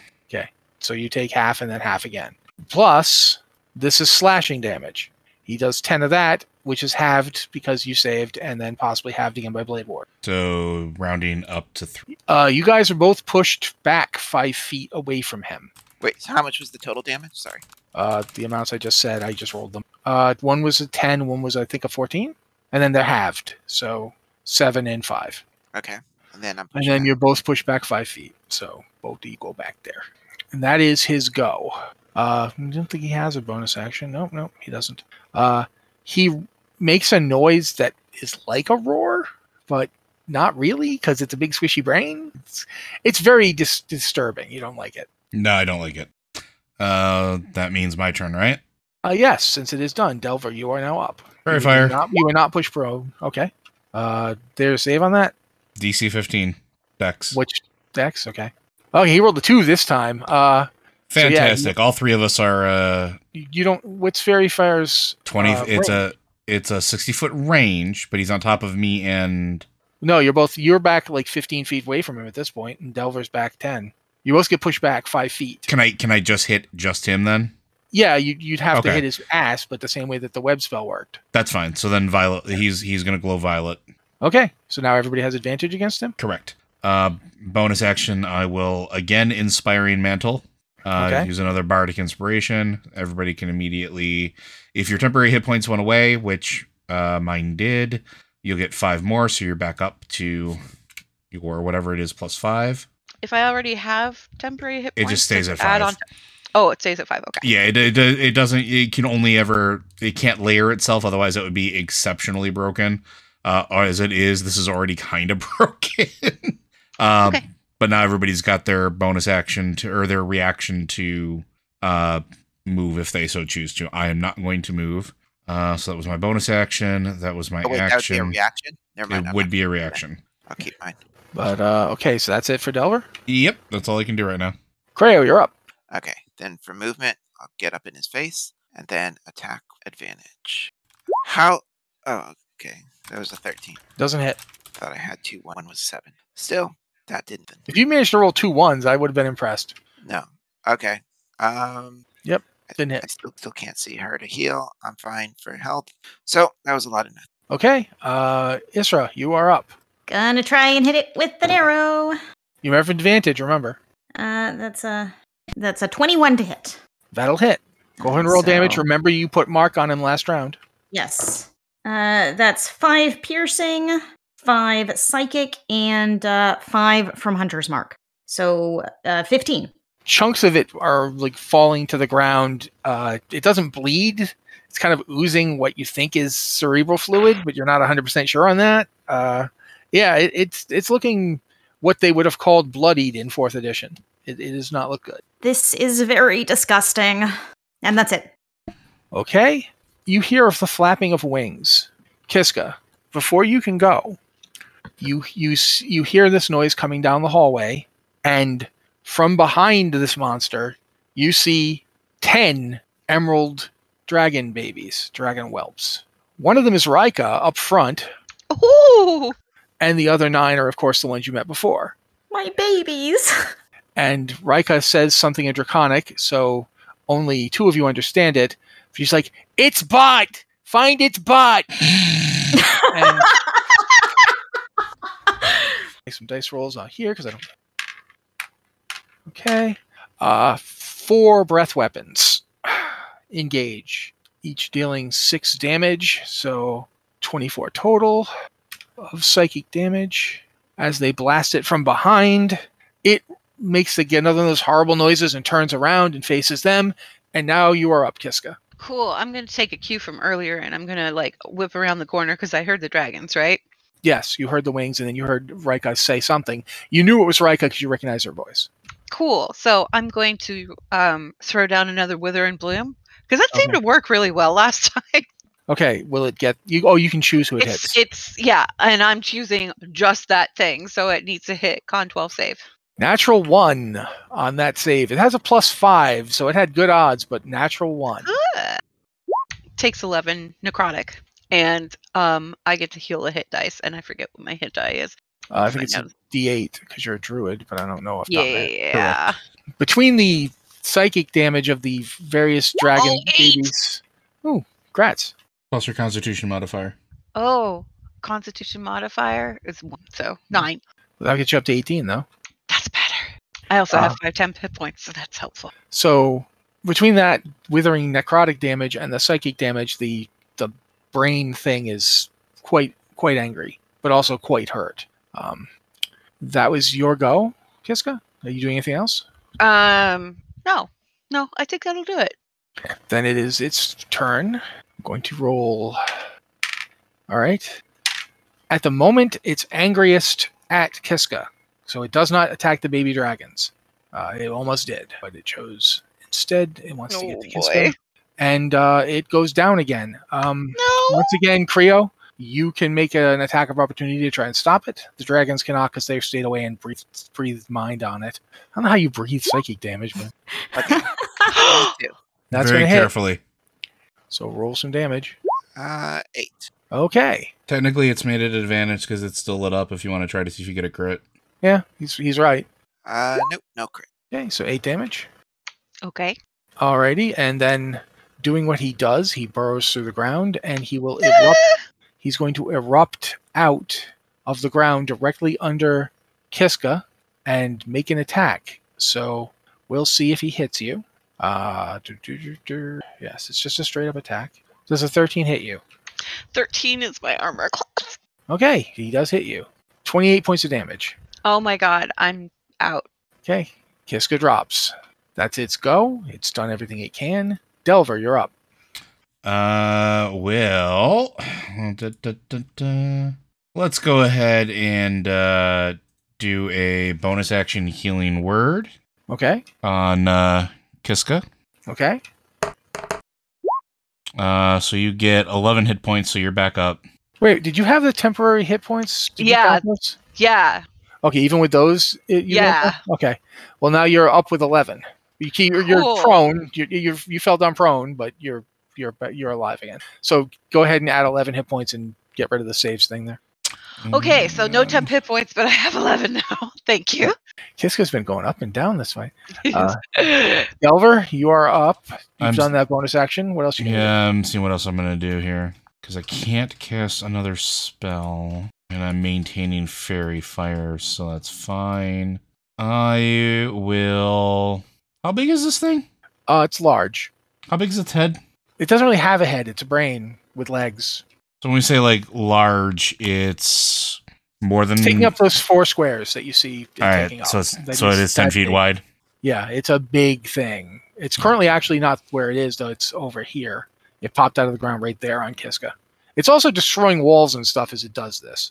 [SPEAKER 1] So you take half and then half again. Plus, this is slashing damage. He does 10 of that, which is halved because you saved, and then possibly halved again by Blade Ward.
[SPEAKER 2] So rounding up to three.
[SPEAKER 1] Uh, you guys are both pushed back five feet away from him.
[SPEAKER 3] Wait, so how much was the total damage? Sorry.
[SPEAKER 1] Uh, the amounts I just said, I just rolled them. Uh, one was a 10, one was, I think, a 14, and then they're halved. So seven and five.
[SPEAKER 3] Okay. And then I'm
[SPEAKER 1] And
[SPEAKER 3] pushing
[SPEAKER 1] then
[SPEAKER 3] back.
[SPEAKER 1] you're both pushed back five feet. So both of you go back there. And that is his go. Uh, I don't think he has a bonus action. Nope, nope, he doesn't. Uh, he makes a noise that is like a roar, but not really because it's a big squishy brain. It's, it's very dis- disturbing. You don't like it.
[SPEAKER 2] No, I don't like it. Uh, that means my turn, right?
[SPEAKER 1] Uh, yes, since it is done, Delver, you are now up.
[SPEAKER 2] Prairie
[SPEAKER 1] you
[SPEAKER 2] fire.
[SPEAKER 1] Were not, you were not push pro. Okay. Uh, there's a save on that.
[SPEAKER 2] DC 15. Dex.
[SPEAKER 1] Which dex? Okay. Oh, he rolled a two this time. Uh, so yeah,
[SPEAKER 2] Fantastic. All three of us are uh,
[SPEAKER 1] you you don't what's fairy fire's
[SPEAKER 2] 20.
[SPEAKER 1] Uh,
[SPEAKER 2] it's a it's a 60 foot range, but he's on top of me and
[SPEAKER 1] no you're both you're back like 15 feet away from him at this point and delver's back 10 you both get pushed back five feet
[SPEAKER 2] Can I can I just hit just him then?
[SPEAKER 1] yeah you, you'd have to
[SPEAKER 2] Okay.
[SPEAKER 1] hit his ass but the same way that the web spell worked
[SPEAKER 2] That's fine. So then Violet he's he's gonna glow violet.
[SPEAKER 1] okay so now everybody has advantage against him
[SPEAKER 2] Correct. Uh bonus action, I will again inspiring mantle. Uh
[SPEAKER 1] Okay.
[SPEAKER 2] use another bardic inspiration. Everybody can immediately if your temporary hit points went away, which uh mine did, you'll get five more, so you're back up to your whatever it is plus five.
[SPEAKER 5] If I already have temporary hit
[SPEAKER 2] It
[SPEAKER 5] points,
[SPEAKER 2] just stays
[SPEAKER 5] does
[SPEAKER 2] at
[SPEAKER 5] it add
[SPEAKER 2] five.
[SPEAKER 5] on to- oh, it stays at five. Okay.
[SPEAKER 2] Yeah, it, it it doesn't. It can only ever. It can't layer itself. Otherwise, it would be exceptionally broken. Uh, or as it is, this is already kind of broken. um,
[SPEAKER 5] Okay.
[SPEAKER 2] But now everybody's got their bonus action to or their reaction to uh, move if they so choose to. I am not going to move. Uh, so that was my bonus action. That was my
[SPEAKER 3] Oh, wait, that would be a
[SPEAKER 2] action.
[SPEAKER 3] reaction? Never mind.
[SPEAKER 2] it
[SPEAKER 3] I'm
[SPEAKER 2] would
[SPEAKER 3] not-
[SPEAKER 2] be a reaction.
[SPEAKER 3] I'll keep mine.
[SPEAKER 1] but uh okay so that's it for delver
[SPEAKER 2] Yep, that's all I can do right now.
[SPEAKER 1] creo you're up
[SPEAKER 3] Okay. Then for movement, I'll get up in his face and then attack advantage. How? Oh, okay. That was a 13.
[SPEAKER 1] doesn't hit
[SPEAKER 3] Thought I had two. One was seven. Still, that didn't.
[SPEAKER 1] if you managed to roll two ones i would have been impressed
[SPEAKER 3] No. Okay. Um.
[SPEAKER 1] Yep,
[SPEAKER 3] I-
[SPEAKER 1] didn't hit.
[SPEAKER 3] I still, still can't see her to heal. I'm fine for health. So that was a lot of nothing.
[SPEAKER 1] okay uh isra you are up
[SPEAKER 4] Gonna try and hit it with an arrow.
[SPEAKER 1] you have advantage remember
[SPEAKER 4] Uh, that's a that's a twenty-one to hit.
[SPEAKER 1] that'll hit Go ahead and roll
[SPEAKER 4] So-
[SPEAKER 1] damage. Remember, you put mark on him last round.
[SPEAKER 4] Yes. Uh, that's five piercing, five psychic, and uh, five from Hunter's Mark. So uh, 15.
[SPEAKER 1] Chunks of it are like falling to the ground. Uh, it doesn't bleed. It's kind of oozing what you think is cerebral fluid, but you're not 100% sure on that. Uh, yeah, it, it's it's looking what they would have called bloodied in fourth edition. It, it does not look good.
[SPEAKER 4] This is very disgusting. And that's it.
[SPEAKER 1] Okay. You hear of the flapping of wings. Kiska, before you can go, you you s- you hear this noise coming down the hallway and from behind this monster, you see 10 emerald dragon babies, dragon whelps. One of them is Rika up front,
[SPEAKER 5] Ooh!
[SPEAKER 1] and the other nine are of course the ones you met before.
[SPEAKER 4] My babies.
[SPEAKER 1] and Rika says something in Draconic, so only two of you understand it. She's like, "It's bot. Find its bot." and make some dice rolls on here because I don't. Okay, uh, four breath weapons engage, each dealing six damage, so twenty-four total of psychic damage as they blast it from behind makes again another one of those horrible noises and turns around and faces them. And now you are up, Kiska.
[SPEAKER 5] Cool. I'm going to take a cue from earlier and I'm going to like whip around the corner because I heard the dragons, right?
[SPEAKER 1] Yes, you heard the wings and then you heard Rika say something. You knew it was Rika because you recognized her voice.
[SPEAKER 5] Cool. So I'm going to um, throw down another Wither and Bloom because that seemed
[SPEAKER 1] Okay.
[SPEAKER 5] to work really well last time.
[SPEAKER 1] Okay, will it get you? Oh, you can choose who it
[SPEAKER 5] It's,
[SPEAKER 1] hits.
[SPEAKER 5] it's, yeah. And I'm choosing just that thing. So it needs to hit Con 12 save.
[SPEAKER 1] Natural one on that save. It has a plus five, so it had good odds, but natural one.
[SPEAKER 5] Ah. Takes 11 necrotic. And um, I get to heal a hit dice and I forget what my hit die is.
[SPEAKER 1] Uh, I
[SPEAKER 5] Find
[SPEAKER 1] think it's
[SPEAKER 5] out.
[SPEAKER 1] a D8 because you're a druid, but I don't know if
[SPEAKER 5] Yeah.
[SPEAKER 1] between the psychic damage of the various dragon
[SPEAKER 5] Oh, eight.
[SPEAKER 1] babies. Ooh, grats.
[SPEAKER 2] Plus your constitution modifier.
[SPEAKER 5] Oh, Constitution modifier is one. So nine.
[SPEAKER 1] That'll get you up to 18, though.
[SPEAKER 5] That's better. I also
[SPEAKER 1] Ah.
[SPEAKER 5] have five temp hit points, so that's helpful.
[SPEAKER 1] So between that withering necrotic damage and the psychic damage, the the brain thing is quite quite angry, but also quite hurt. Um, that was your go, Kiska. Are you doing anything else?
[SPEAKER 5] Um, no, no, I think that'll do it.
[SPEAKER 1] Then it is its turn. I'm going to roll. All right. At the moment, it's angriest at Kiska, so it does not attack the baby dragons. Uh, it almost did, but it chose instead. It wants to get
[SPEAKER 5] Oh,
[SPEAKER 1] to Kiska,
[SPEAKER 5] boy.
[SPEAKER 1] and uh, it goes down again. Um,
[SPEAKER 5] No.
[SPEAKER 1] once again, Creo, you can make an attack of opportunity to try and stop it. The dragons cannot because they've stayed away and breathed, breathed mind on it. I don't know how you breathe psychic damage, but
[SPEAKER 3] Two.
[SPEAKER 1] that's
[SPEAKER 2] Very
[SPEAKER 1] going to hit.
[SPEAKER 2] carefully.
[SPEAKER 1] So roll some damage.
[SPEAKER 3] Uh, eight.
[SPEAKER 1] Okay.
[SPEAKER 2] Technically, it's made at advantage because it's still lit up. If you want to try to see if you get a crit,
[SPEAKER 1] Yeah, he's he's right.
[SPEAKER 3] Uh, nope, no crit.
[SPEAKER 1] Okay, so eight damage.
[SPEAKER 5] okay.
[SPEAKER 1] Alrighty, and then doing what he does, he burrows through the ground and he will erupt. He's going to erupt out of the ground directly under Kiska and make an attack. So we'll see if he hits you. Uh, do, do, do, do. Yes, it's just a straight up attack. Does a 13 hit you?
[SPEAKER 5] Thirteen is my armor class.
[SPEAKER 1] Okay, he does hit you. 28 points of damage.
[SPEAKER 5] Oh my god, I'm out.
[SPEAKER 1] Okay. Kiska drops. That's its go. It's done everything it can. Delver, you're up.
[SPEAKER 2] uh, well, da, da, da, da. let's go ahead and uh, do a bonus action healing word
[SPEAKER 1] Okay.
[SPEAKER 2] on uh, Kiska.
[SPEAKER 1] Okay.
[SPEAKER 2] Uh, so you get 11 hit points, so you're back up.
[SPEAKER 1] Wait, did you have the temporary hit points? Did you
[SPEAKER 5] Yeah.
[SPEAKER 1] count those?
[SPEAKER 5] Yeah.
[SPEAKER 1] Okay, even with those, it, you
[SPEAKER 5] Yeah.
[SPEAKER 1] went up? Okay. Well, now you're up with 11. You keep, you're,
[SPEAKER 5] Cool.
[SPEAKER 1] you're prone. You, you you fell down prone, but you're you're but you're alive again. So go ahead and add 11 hit points and get rid of the saves thing there.
[SPEAKER 5] Okay, so no
[SPEAKER 1] Mm.
[SPEAKER 2] Um,
[SPEAKER 5] temp hit points, but I have eleven now. Thank you.
[SPEAKER 1] Kiska's been going up and down this way. Uh, Delver, you are up. You've
[SPEAKER 2] I'm-
[SPEAKER 1] done that bonus action. What else you can do?
[SPEAKER 2] Yeah, I'm seeing what else I'm gonna do here because I can't cast another spell, and I'm maintaining fairy fire, so that's fine. I will. How big is this thing?
[SPEAKER 1] Uh, it's large.
[SPEAKER 2] How big is its head?
[SPEAKER 1] It doesn't really have a head; it's a brain with legs.
[SPEAKER 2] So when we say like large, it's more than
[SPEAKER 1] It's taking up those four squares that you see. it
[SPEAKER 2] Mm. All
[SPEAKER 1] taking
[SPEAKER 2] right,
[SPEAKER 1] up.
[SPEAKER 2] so it's
[SPEAKER 1] That
[SPEAKER 2] so it is ten
[SPEAKER 1] that
[SPEAKER 2] feet
[SPEAKER 1] big.
[SPEAKER 2] wide.
[SPEAKER 1] Yeah, it's a big thing. It's currently actually not where it is though. It's over here. It popped out of the ground right there on Kiska. It's also destroying walls and stuff as it does this.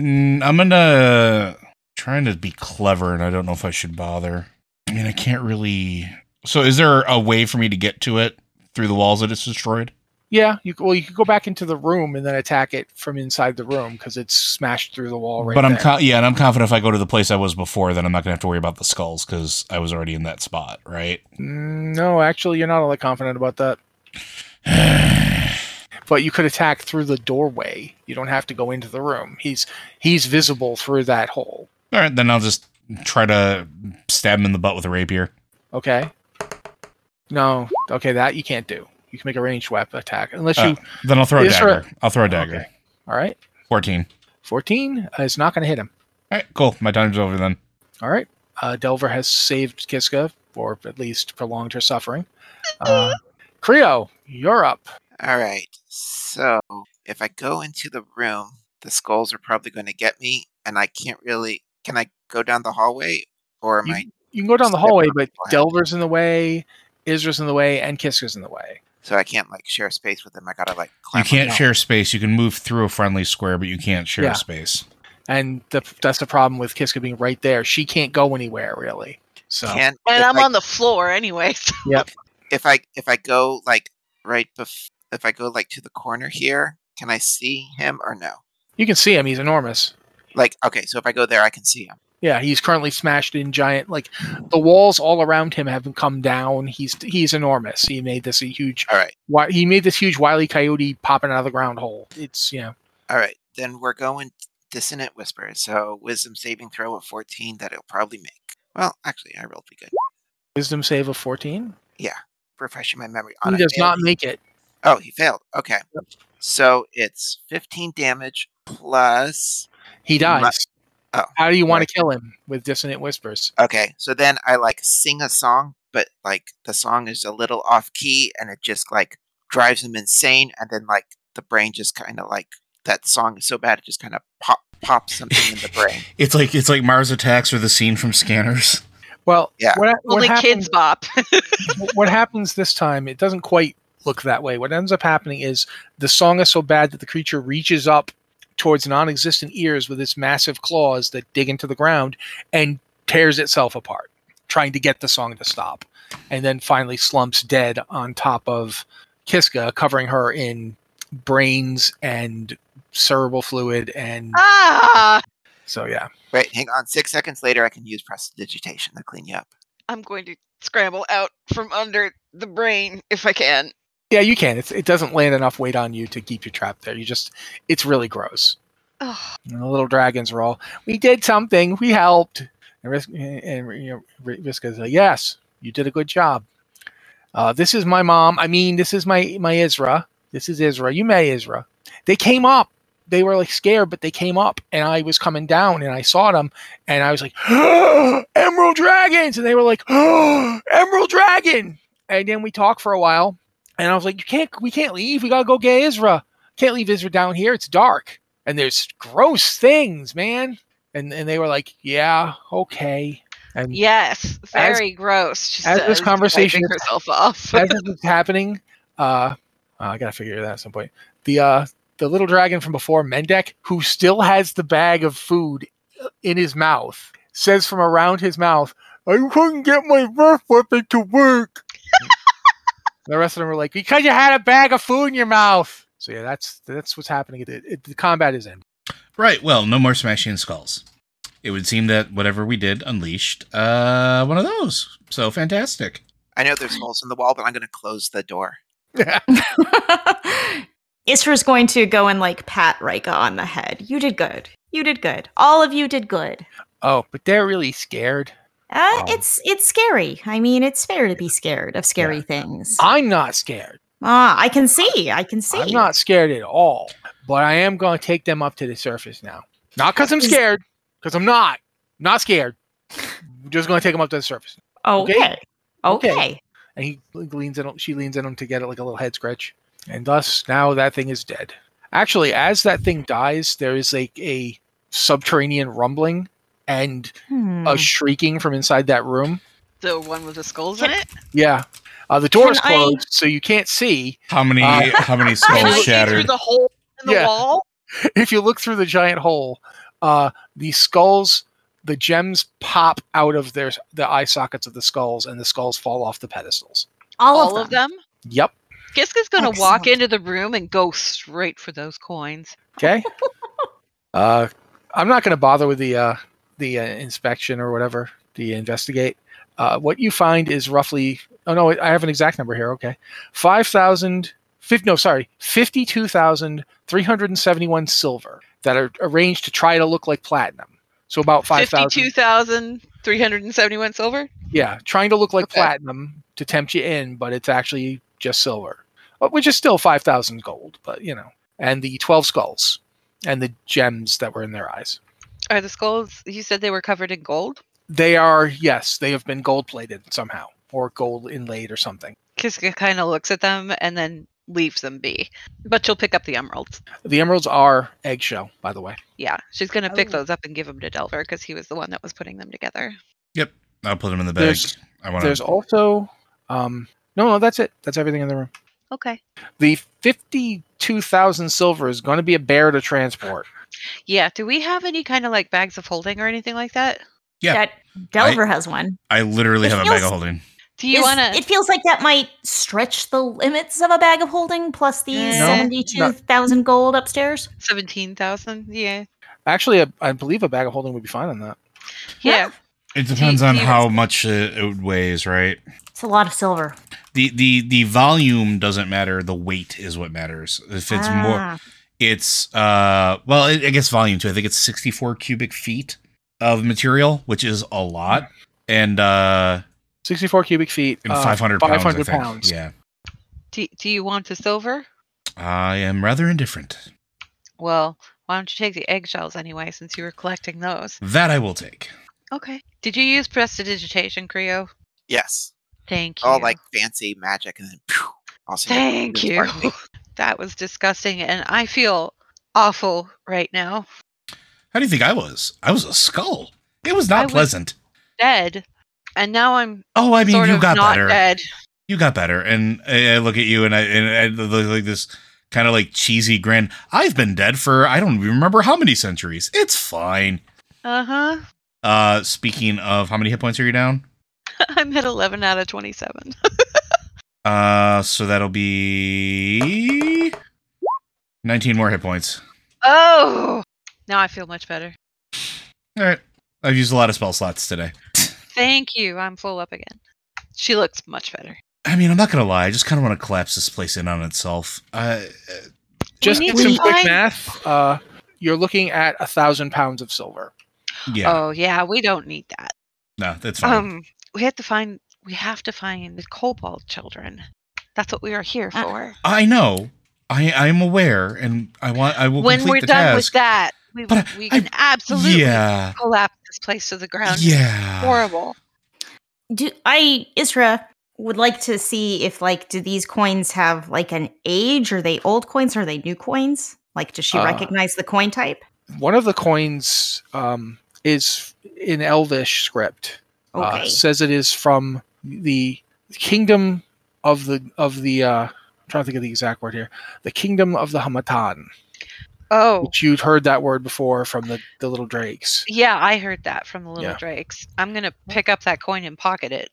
[SPEAKER 2] Mm, I'm gonna trying to be clever, and I don't know if I should bother. I mean, I can't really. So, is there a way for me to get to it through the walls that it's destroyed?
[SPEAKER 1] Yeah, you c- well you could go back into the room and then attack it from inside the room because it's smashed through the wall right.
[SPEAKER 2] but I'm
[SPEAKER 1] there.
[SPEAKER 2] co- yeah, and I'm confident if I go to the place I was before, then I'm not gonna have to worry about the skulls because I was already in that spot, right?
[SPEAKER 1] Mm, no, actually, you're not all that confident about that. But you could attack through the doorway. You don't have to go into the room. He's he's visible through that hole.
[SPEAKER 2] All right, then I'll just try to stab him in the butt with a rapier.
[SPEAKER 1] Okay. No. Okay, that you can't do. You can make a ranged weapon attack unless you.
[SPEAKER 2] Uh, Then I'll throw a
[SPEAKER 1] Yes, sir.
[SPEAKER 2] dagger. I'll throw a dagger.
[SPEAKER 1] Okay.
[SPEAKER 3] Ah.
[SPEAKER 1] All right.
[SPEAKER 2] Fourteen.
[SPEAKER 1] Fourteen is not going to hit him.
[SPEAKER 2] All right, cool. My time's over then.
[SPEAKER 1] All right. Uh, Delver has saved Kiska, or at least prolonged her suffering. Uh, Creo, you're up.
[SPEAKER 3] All right. So if I go into the room, the skulls are probably going to get me, and I can't really. Can I go down the hallway, or am I?
[SPEAKER 1] You can go down the
[SPEAKER 3] Step
[SPEAKER 1] hallway,
[SPEAKER 3] up
[SPEAKER 1] but
[SPEAKER 3] behind.
[SPEAKER 1] Delver's in the way, Isra's in the way, and Kiska's in the way.
[SPEAKER 3] So I can't like share space with them. I gotta like
[SPEAKER 2] You
[SPEAKER 3] climb. up.
[SPEAKER 2] can't
[SPEAKER 1] down.
[SPEAKER 2] share space. You can move through a friendly square, but you can't share
[SPEAKER 1] Yeah.
[SPEAKER 2] space.
[SPEAKER 1] And the, that's the problem with Kiska being right there. She can't go anywhere, really. So,
[SPEAKER 3] Can
[SPEAKER 5] And
[SPEAKER 3] if
[SPEAKER 5] I'm
[SPEAKER 3] I,
[SPEAKER 5] on the floor anyway. so-
[SPEAKER 3] if I if I go like right bef- if I go like to the corner here, can I see him or no?
[SPEAKER 1] you can see him. He's enormous.
[SPEAKER 3] Like okay, so if I go there, I can see him.
[SPEAKER 1] Yeah, he's currently smashed in giant. Like the walls all around him have come down. He's he's enormous. He made this a huge.
[SPEAKER 3] All right,
[SPEAKER 1] wi- He made this huge wily coyote popping out of the ground hole. It's you know
[SPEAKER 3] all right. Then we're going dissonant whisper. So wisdom saving throw of fourteen that it'll probably make. Well, actually, I rolled pretty good.
[SPEAKER 1] wisdom save of fourteen.
[SPEAKER 3] Refreshing my memory.
[SPEAKER 1] He
[SPEAKER 3] a
[SPEAKER 1] does
[SPEAKER 3] fail.
[SPEAKER 1] not make it.
[SPEAKER 3] Oh, he failed. Okay, so it's fifteen damage plus.
[SPEAKER 1] He dies.
[SPEAKER 3] Oh,
[SPEAKER 1] How do you want
[SPEAKER 3] right.
[SPEAKER 1] to kill him with dissonant whispers?
[SPEAKER 3] Okay, so then I like sing a song, but like the song is a little off key and it just like drives him insane. And then like the brain just kind of like that song is so bad it just kind of pop pops something in the brain.
[SPEAKER 2] It's like it's like Mars attacks or the scene from Scanners.
[SPEAKER 1] Well,
[SPEAKER 3] Yeah.
[SPEAKER 1] What, what
[SPEAKER 5] Only
[SPEAKER 1] happens-
[SPEAKER 5] kids bop.
[SPEAKER 1] wh- what happens this time, it doesn't quite look that way. What ends up happening is the song is so bad that the creature reaches up towards non existent ears with its massive claws that dig into the ground and tears itself apart, trying to get the song to stop. And then finally slumps dead on top of Kiska, covering her in brains and cerebral fluid. And
[SPEAKER 5] ah!
[SPEAKER 1] so, yeah.
[SPEAKER 3] Wait, hang on. Six seconds later, I can use prestidigitation to clean you up.
[SPEAKER 5] I'm going to scramble out from under the brain if I can.
[SPEAKER 1] Yeah, you can. It's, it doesn't land enough weight on you to keep you trapped there. You just, it's really gross.
[SPEAKER 5] Oh,
[SPEAKER 1] And the little dragons are all, "We did something. We helped." And Risk and you know, Ri- Riska's like, "Yes, you did a good job. Uh, this is my mom. I mean, this is my my Isra. This is Isra. You may Isra. They came up. They were like scared, but they came up, and I was coming down, and I saw them, and I was like, "Emerald dragons!" And they were like, "Emerald dragon!" And then we talked for a while, and I was like, "You can't. We can't leave. We gotta go get Isra. Can't leave Isra down here. It's dark." and there's gross things, man. And and they were like, yeah, okay. And
[SPEAKER 5] yes. Very gross. She
[SPEAKER 1] as this
[SPEAKER 5] says, wiping
[SPEAKER 1] conversation is-
[SPEAKER 5] herself off.
[SPEAKER 1] as this was happening, uh, uh, I gotta figure that out at some point. The uh, the little dragon from before, Mendek, who still has the bag of food in his mouth, says from around his mouth, "I couldn't get my breath weapon to work." the rest of them were like, "Because you had a bag of food in your mouth." So yeah, that's that's what's happening. It, it, the combat is ended.
[SPEAKER 2] Right. Well, no more smashing skulls. It would seem that whatever we did unleashed uh, one of those. So fantastic.
[SPEAKER 3] I know there's holes in the wall, but I'm going to close the door.
[SPEAKER 4] Isra's going to go and like pat Rika on the head. You did good. You did good. All of you did good.
[SPEAKER 1] Oh, but they're really scared.
[SPEAKER 4] Uh,
[SPEAKER 1] Um,
[SPEAKER 4] it's it's scary. I mean, it's fair to be scared of scary things.
[SPEAKER 1] I'm not scared.
[SPEAKER 4] Ah, I can see. I can see.
[SPEAKER 1] I'm not scared at all, but I am going to take them up to the surface now. Not because I'm
[SPEAKER 4] Is-
[SPEAKER 1] scared, because I'm not. Not scared. I'm just going to take them up to the surface.
[SPEAKER 4] Oh, okay.
[SPEAKER 1] okay.
[SPEAKER 4] Okay.
[SPEAKER 1] Okay. and he leans in. She leans in him to get it like a little head scratch, and thus now that thing is dead. Actually, as that thing dies, there is like a subterranean rumbling and
[SPEAKER 4] Hmm.
[SPEAKER 1] a shrieking from inside that room.
[SPEAKER 5] The one with the skulls in it.
[SPEAKER 1] Yeah, uh, the door is
[SPEAKER 4] Can I-
[SPEAKER 1] closed, so you can't see.
[SPEAKER 2] How many
[SPEAKER 1] Uh,
[SPEAKER 2] how many
[SPEAKER 5] Can
[SPEAKER 2] skulls
[SPEAKER 5] I see through
[SPEAKER 2] shattered?
[SPEAKER 5] the hole in the
[SPEAKER 1] Yeah.
[SPEAKER 5] wall?
[SPEAKER 1] If you look through the giant hole, uh, the skulls, the gems pop out of their the eye sockets of the skulls, and the skulls fall off the pedestals.
[SPEAKER 4] all,
[SPEAKER 5] All
[SPEAKER 4] of
[SPEAKER 5] of
[SPEAKER 4] them.
[SPEAKER 5] them.
[SPEAKER 1] Yep.
[SPEAKER 5] Kiska's gonna walk
[SPEAKER 4] Excellent.
[SPEAKER 5] into the room and go straight for those coins.
[SPEAKER 1] Okay. uh, I'm not going to bother with the uh, the uh, inspection or whatever the investigate. Uh, what you find is roughly. Oh no, I have an exact number here. Okay, five thousand. Fif- no, sorry, fifty-two thousand three hundred and seventy-one silver that are arranged to try to look like platinum. So about five
[SPEAKER 5] Fifty-two
[SPEAKER 1] thousand.
[SPEAKER 5] thousand three hundred and seventy-one silver.
[SPEAKER 1] Yeah, trying to look like
[SPEAKER 5] Okay.
[SPEAKER 1] platinum to tempt you in, but it's actually just silver, uh, which is still five thousand gold. But you know, and the twelve skulls and the gems that were in their eyes.
[SPEAKER 5] Are the skulls? You said they were covered in gold.
[SPEAKER 1] They are, yes, they have been gold plated somehow or gold inlaid or something.
[SPEAKER 5] Kiska kind of looks at them and then leaves them be, but she'll pick up the emeralds.
[SPEAKER 1] The emeralds are eggshell, by the way.
[SPEAKER 5] Yeah, she's gonna pick
[SPEAKER 4] Oh.
[SPEAKER 5] those up and give them to Delver because he was the one that was putting them together.
[SPEAKER 2] I'll put them in the bag.
[SPEAKER 1] There's-
[SPEAKER 2] I want
[SPEAKER 1] There's
[SPEAKER 2] to.
[SPEAKER 1] also, um, no, no, that's it. That's everything in the room.
[SPEAKER 5] Okay.
[SPEAKER 1] The 52,000 silver is going to be a bear to transport.
[SPEAKER 5] Yeah. Do we have any kind of like bags of holding or anything like that?
[SPEAKER 2] Yeah.
[SPEAKER 4] That Delver has one.
[SPEAKER 2] I literally
[SPEAKER 4] It
[SPEAKER 2] have a bag
[SPEAKER 4] feels-
[SPEAKER 2] of holding.
[SPEAKER 5] Do you
[SPEAKER 4] Is-
[SPEAKER 5] want to?
[SPEAKER 4] It feels like that might stretch the limits of a bag of holding, plus the
[SPEAKER 5] No,
[SPEAKER 4] seventy-two thousand gold upstairs.
[SPEAKER 5] Seventeen thousand. Yeah.
[SPEAKER 1] Actually, I, I believe a bag of holding would be fine on that.
[SPEAKER 5] Yeah.
[SPEAKER 2] It depends
[SPEAKER 5] do
[SPEAKER 2] on
[SPEAKER 5] you-
[SPEAKER 2] how much uh, it weighs, right?
[SPEAKER 4] It's a lot of silver.
[SPEAKER 2] The the the volume doesn't matter. The weight is what matters. If it's more,
[SPEAKER 4] Ah,
[SPEAKER 2] it's uh well i I guess volume too i think it's 64 cubic feet of material which is a lot and uh
[SPEAKER 1] 64 cubic feet.
[SPEAKER 2] and
[SPEAKER 1] uh,
[SPEAKER 2] 500 pounds
[SPEAKER 1] 500
[SPEAKER 2] I think.
[SPEAKER 1] pounds.
[SPEAKER 2] yeah
[SPEAKER 5] Do, do you want the silver?
[SPEAKER 2] i am rather indifferent
[SPEAKER 5] Well, why don't you take the eggshells anyway, since you were collecting those?
[SPEAKER 2] that i will take
[SPEAKER 5] Okay. Did you use prestidigitation, Creo?
[SPEAKER 3] Yes.
[SPEAKER 5] Thank you.
[SPEAKER 3] All Oh, like fancy magic and then phew, also
[SPEAKER 5] Thank you. That was disgusting, and I feel awful right now.
[SPEAKER 2] how do you think i was i was a skull it was not
[SPEAKER 5] I was-
[SPEAKER 2] pleasant
[SPEAKER 5] Dead, and now I'm
[SPEAKER 2] oh i mean
[SPEAKER 5] sort
[SPEAKER 2] you
[SPEAKER 5] of
[SPEAKER 2] got
[SPEAKER 5] not
[SPEAKER 2] better
[SPEAKER 5] dead.
[SPEAKER 2] you got better and I, I look at you and i and i look like this kind of like cheesy grin i've been dead for i don't even remember how many centuries it's fine
[SPEAKER 5] Uh huh.
[SPEAKER 2] uh speaking of how many hit points are you down
[SPEAKER 5] I'm at 11 out of 27.
[SPEAKER 2] Uh, so that'll be 19 more hit points.
[SPEAKER 5] Oh, now I feel much better.
[SPEAKER 2] All right. I've used a lot of spell slots today.
[SPEAKER 5] Thank you. I'm full up again. She looks much better.
[SPEAKER 2] I mean, I'm not going to lie. I just kind of want to collapse this place in on itself. Uh,
[SPEAKER 1] Just
[SPEAKER 5] need
[SPEAKER 1] did
[SPEAKER 5] to
[SPEAKER 1] some quick
[SPEAKER 5] find-
[SPEAKER 1] math. Uh, you're looking at a thousand pounds of silver.
[SPEAKER 2] yeah.
[SPEAKER 5] Oh yeah, we don't need that.
[SPEAKER 2] no, that's fine.
[SPEAKER 5] Um, we have to find. We have to find the Cobalt children. That's what we are here
[SPEAKER 4] Uh,
[SPEAKER 5] for.
[SPEAKER 2] I know. I I'm aware, and I want. I will
[SPEAKER 5] when
[SPEAKER 2] complete
[SPEAKER 5] we're
[SPEAKER 2] the
[SPEAKER 5] done with
[SPEAKER 2] task.
[SPEAKER 5] that, we,
[SPEAKER 2] But I-
[SPEAKER 5] we
[SPEAKER 2] I-
[SPEAKER 5] can absolutely
[SPEAKER 2] yeah.
[SPEAKER 5] collapse this place to the ground.
[SPEAKER 2] Yeah.
[SPEAKER 5] Horrible.
[SPEAKER 4] do I, Isra, would like to see if like do these coins have like an age? Are they old coins? Are they new coins? Like, does she
[SPEAKER 1] Uh,
[SPEAKER 4] recognize the coin type?
[SPEAKER 1] One of the coins um, is in Elvish script. uh,
[SPEAKER 4] Okay,
[SPEAKER 1] says it is from the kingdom of the of the uh, I'm trying to think of the exact word here. The kingdom of the Hamatan,
[SPEAKER 5] Oh
[SPEAKER 1] which you'd heard that word before from the, the little drakes.
[SPEAKER 5] yeah, I heard that from the little
[SPEAKER 1] Yeah.
[SPEAKER 5] drakes. I'm gonna pick up that coin and pocket it.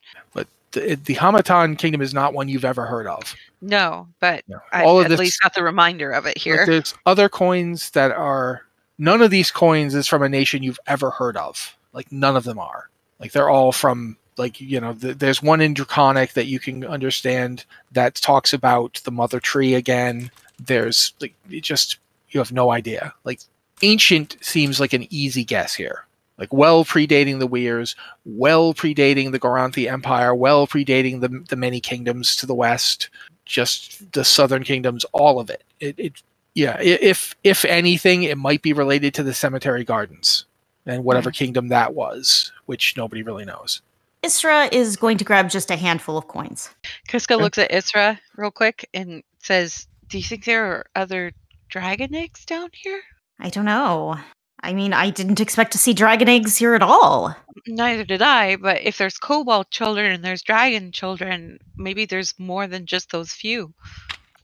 [SPEAKER 1] The, the Hamatan kingdom is not one you've ever heard of.
[SPEAKER 5] No, but
[SPEAKER 1] No.
[SPEAKER 5] I
[SPEAKER 1] All of
[SPEAKER 5] at
[SPEAKER 1] this-
[SPEAKER 5] least got the reminder of it
[SPEAKER 1] But
[SPEAKER 5] here.
[SPEAKER 1] there's other coins that are none of these coins is from a nation you've ever heard of. Like none of them are. Like they're all from like you know th- there's one in draconic that you can understand that talks about the mother tree again. There's like it just you have no idea. Like ancient seems like an easy guess here. Like well predating the Weirs, well predating the Garanthi Empire, well predating the the many kingdoms to the west, just the southern kingdoms, all of it. It, it yeah. i- If if anything, it might be related to the cemetery gardens and whatever kingdom that was, which nobody really knows.
[SPEAKER 4] Isra is going to grab just a handful of coins.
[SPEAKER 5] Kiska looks at Isra real quick and says, Do you think there are other dragon eggs down here?
[SPEAKER 4] I don't know. I mean, I didn't expect to see dragon eggs here at all.
[SPEAKER 5] Neither did I, but if there's cobalt children and there's dragon children, maybe there's more than just those few.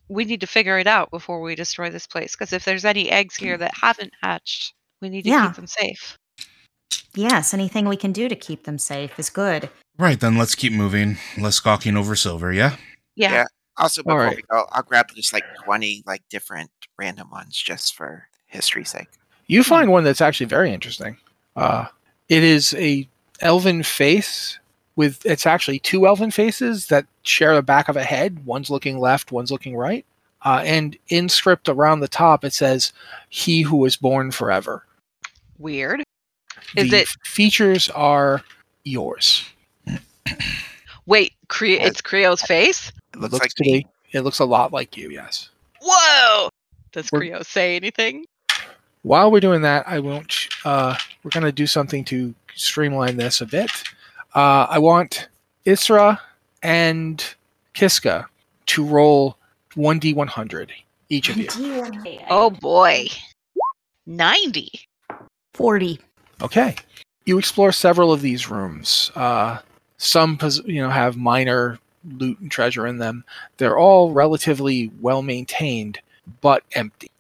[SPEAKER 5] We need to figure it out before we destroy this place, because if there's any eggs
[SPEAKER 1] Mm.
[SPEAKER 5] here that haven't hatched, we need to
[SPEAKER 4] Yeah.
[SPEAKER 5] keep them safe.
[SPEAKER 4] Yes, anything we can do to keep them safe is good.
[SPEAKER 2] Right, then let's keep moving. Less gawking over silver, yeah?
[SPEAKER 5] Yeah.
[SPEAKER 3] Yeah. Also, before
[SPEAKER 1] Alright.
[SPEAKER 3] we go, I'll grab just like 20 like different random ones just for history's sake.
[SPEAKER 1] You find one that's actually very interesting. Uh, it is a elven face with it's actually two elven faces that share the back of a head. One's looking left, one's looking right. Uh, and in script around the top, it says, "He who was born forever."
[SPEAKER 5] Weird. Is
[SPEAKER 1] the
[SPEAKER 5] it-
[SPEAKER 1] features are yours?
[SPEAKER 5] Wait, Cre- it's Creo's face?
[SPEAKER 3] It looks, like
[SPEAKER 1] to
[SPEAKER 3] me.
[SPEAKER 1] be- it looks a lot like you. Yes.
[SPEAKER 5] Whoa! Does
[SPEAKER 1] We're-
[SPEAKER 5] Creo say anything?
[SPEAKER 1] while we're doing that, I won't. Uh, we're going to do something to streamline this a bit. Uh, I want Isra and Kiska to roll one d one hundred each of you.
[SPEAKER 5] Oh boy. 90.
[SPEAKER 4] 40.
[SPEAKER 1] Okay. You explore several of these rooms. Uh, some, pos- you know, have minor loot and treasure in them. They're all relatively well maintained, but empty.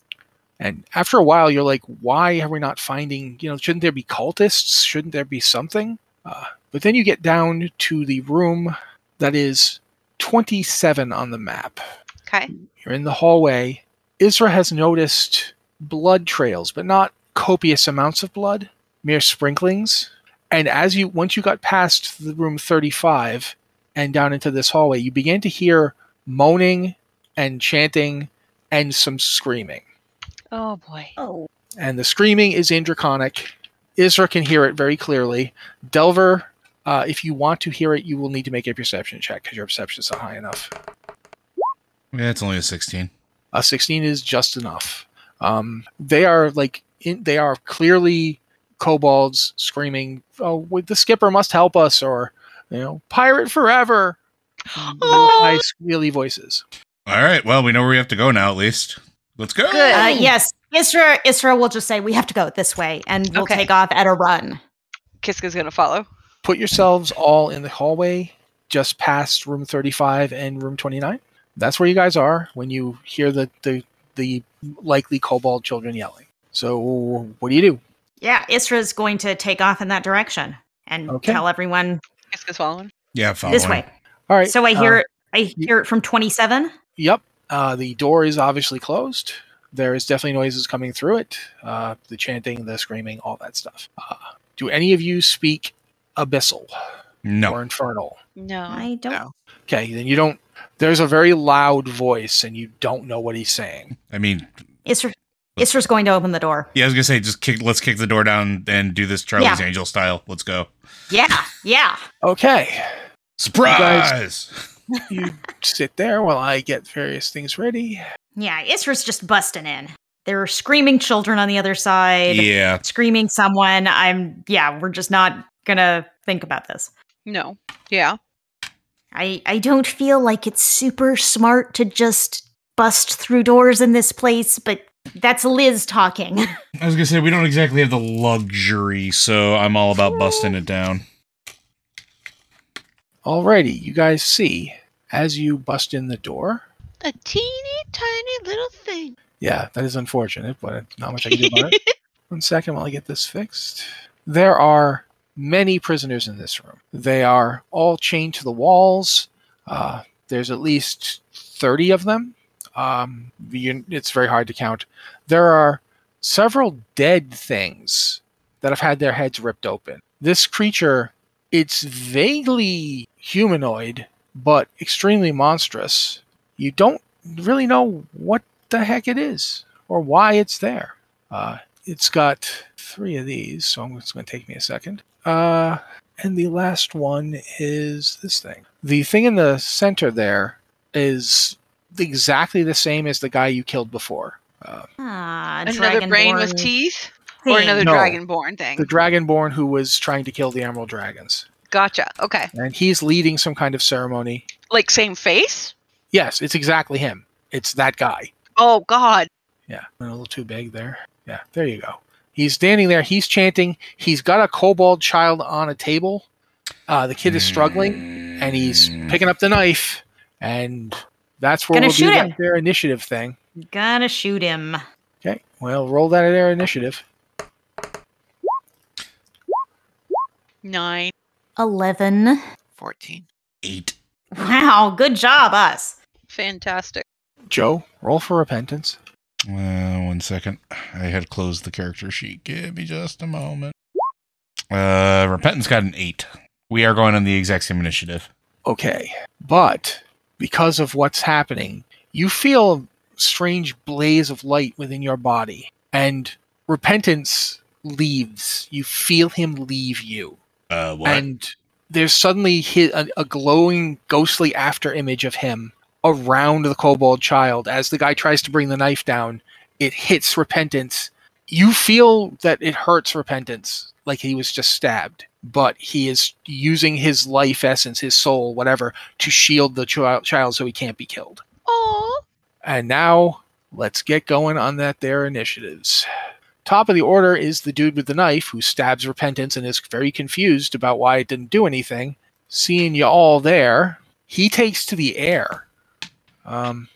[SPEAKER 1] And after a while, you're like, why are we not finding? You know, shouldn't there be cultists? Shouldn't there be something? Uh, but then you get down to the room that is 27 on the map.
[SPEAKER 5] Okay.
[SPEAKER 1] You're in the hallway. Isra has noticed blood trails, but not copious amounts of blood, mere sprinklings. And as you once you got past the room 35 and down into this hallway, you began to hear moaning and chanting and some screaming.
[SPEAKER 5] Oh boy.
[SPEAKER 4] Oh.
[SPEAKER 1] And the screaming is in Draconic. Isra can hear it very clearly. Delver, uh, if you want to hear it, you will need to make a perception check because your perception is not high enough.
[SPEAKER 2] Yeah, it's only a 16.
[SPEAKER 1] Uh, 16 is just enough. Um, they are like in, they are clearly kobolds screaming, "Oh, with the skipper must help us!" or you know, "Pirate forever!" High
[SPEAKER 5] Oh,
[SPEAKER 1] squealy voices.
[SPEAKER 2] All right, well, we know where we have to go now, at least. Let's go.
[SPEAKER 5] Good.
[SPEAKER 4] Uh, yes, Isra, Isra will just say, we have to go this way, and we'll
[SPEAKER 5] Okay.
[SPEAKER 4] take off at a run.
[SPEAKER 5] Kiska's gonna follow.
[SPEAKER 1] Put yourselves all in the hallway, just past room 35 and room 29. That's where you guys are when you hear the the, the likely kobold children yelling. So, what do you do?
[SPEAKER 4] Yeah, Isra's going to take off in that direction and
[SPEAKER 1] Okay.
[SPEAKER 4] tell everyone
[SPEAKER 5] Kiska's following.
[SPEAKER 2] Yeah, follow
[SPEAKER 4] this way.
[SPEAKER 1] All right.
[SPEAKER 4] So I
[SPEAKER 1] uh,
[SPEAKER 4] hear it. I hear it from 27.
[SPEAKER 1] Yep. Uh, the door is obviously closed. There is definitely noises coming through it uh, the chanting, the screaming, all that stuff. Uh, do any of you speak abyssal
[SPEAKER 2] No.
[SPEAKER 1] or infernal?
[SPEAKER 5] No.
[SPEAKER 4] I don't.
[SPEAKER 3] No.
[SPEAKER 1] Okay, then you don't. There's a very loud voice, and you don't know what he's saying.
[SPEAKER 2] I mean,
[SPEAKER 4] Isra, Isra's going to open the door.
[SPEAKER 2] yeah, I was gonna say, just kick. Let's kick the door down and do this Charlie's Angel style. Let's go.
[SPEAKER 4] Yeah, yeah.
[SPEAKER 1] Okay,
[SPEAKER 2] Surprise!
[SPEAKER 1] you sit there while I get various things ready.
[SPEAKER 4] Yeah, Isra's just busting in. There are screaming children on the other side,
[SPEAKER 2] Yeah,
[SPEAKER 4] screaming someone. I'm, yeah, we're just not going to think about this.
[SPEAKER 5] No. Yeah.
[SPEAKER 4] I, I don't feel like it's super smart to just bust through doors in this place, but that's Liz talking.
[SPEAKER 2] I was gonna say we don't exactly have the luxury, so I'm all about busting it down.
[SPEAKER 1] Alrighty, you guys see as you bust in the door.
[SPEAKER 5] A teeny tiny little thing.
[SPEAKER 1] Yeah, that is unfortunate, but not much I can do about it. One second while I get this fixed. There are many prisoners in this room. They are all chained to the walls. Uh, there's at least 30 of them. Um, you, it's very hard to count. There are several dead things that have had their heads ripped open. This creature, it's vaguely humanoid, but extremely monstrous. You don't really know what the heck it is or why it's there. Uh, it's got three of these, so I'm- it's going to take me a second. Uh, and the last one is this thing. The thing in the center there is exactly the same as the guy you killed before. Uh,
[SPEAKER 4] Ah,
[SPEAKER 5] Another brain with
[SPEAKER 4] dragonborn
[SPEAKER 5] teeth,
[SPEAKER 4] thing.
[SPEAKER 5] or another
[SPEAKER 1] No.
[SPEAKER 5] dragonborn thing.
[SPEAKER 1] the dragonborn who was trying to kill the emerald dragons.
[SPEAKER 5] Gotcha. Okay.
[SPEAKER 1] and he's leading some kind of ceremony.
[SPEAKER 5] Like same face?
[SPEAKER 1] Yes, it's exactly him. It's that guy.
[SPEAKER 5] Oh God.
[SPEAKER 1] Yeah, went a little too big there. Yeah, there you go. He's standing there. He's chanting. He's got a kobold child on a table. Uh, the kid is struggling, and he's
[SPEAKER 2] Hmm.
[SPEAKER 1] picking up the knife. And that's where
[SPEAKER 4] Gonna
[SPEAKER 1] we'll do
[SPEAKER 4] shoot
[SPEAKER 1] that
[SPEAKER 4] him.
[SPEAKER 1] their initiative thing.
[SPEAKER 4] Gotta shoot him.
[SPEAKER 1] Okay, well, roll that at their initiative.
[SPEAKER 5] Nine.
[SPEAKER 4] 11.
[SPEAKER 3] 14.
[SPEAKER 2] eight.
[SPEAKER 4] Wow, good job, us.
[SPEAKER 5] Fantastic.
[SPEAKER 1] Joe, roll for repentance.
[SPEAKER 2] Uh, one second. I had closed the character sheet. Give me just a moment. Uh, Repentance got an eight. We are going on the exact same initiative.
[SPEAKER 1] okay. But because of what's happening, you feel a strange blaze of light within your body, and repentance leaves. You feel him leave you,
[SPEAKER 2] Uh, what?
[SPEAKER 1] and there's suddenly hi- a, a glowing, ghostly after image of him around the kobold child as the guy tries to bring the knife down. It hits repentance. You feel that it hurts repentance, like he was just stabbed, but he is using his life essence, his soul, whatever, to shield the child, child so he can't be killed.
[SPEAKER 5] Oh.
[SPEAKER 1] And now let's get going on that there initiatives. Top of the order is the dude with the knife who stabs Repentance and is very confused about why it didn't do anything. Seeing you all there, he takes to the air. Um,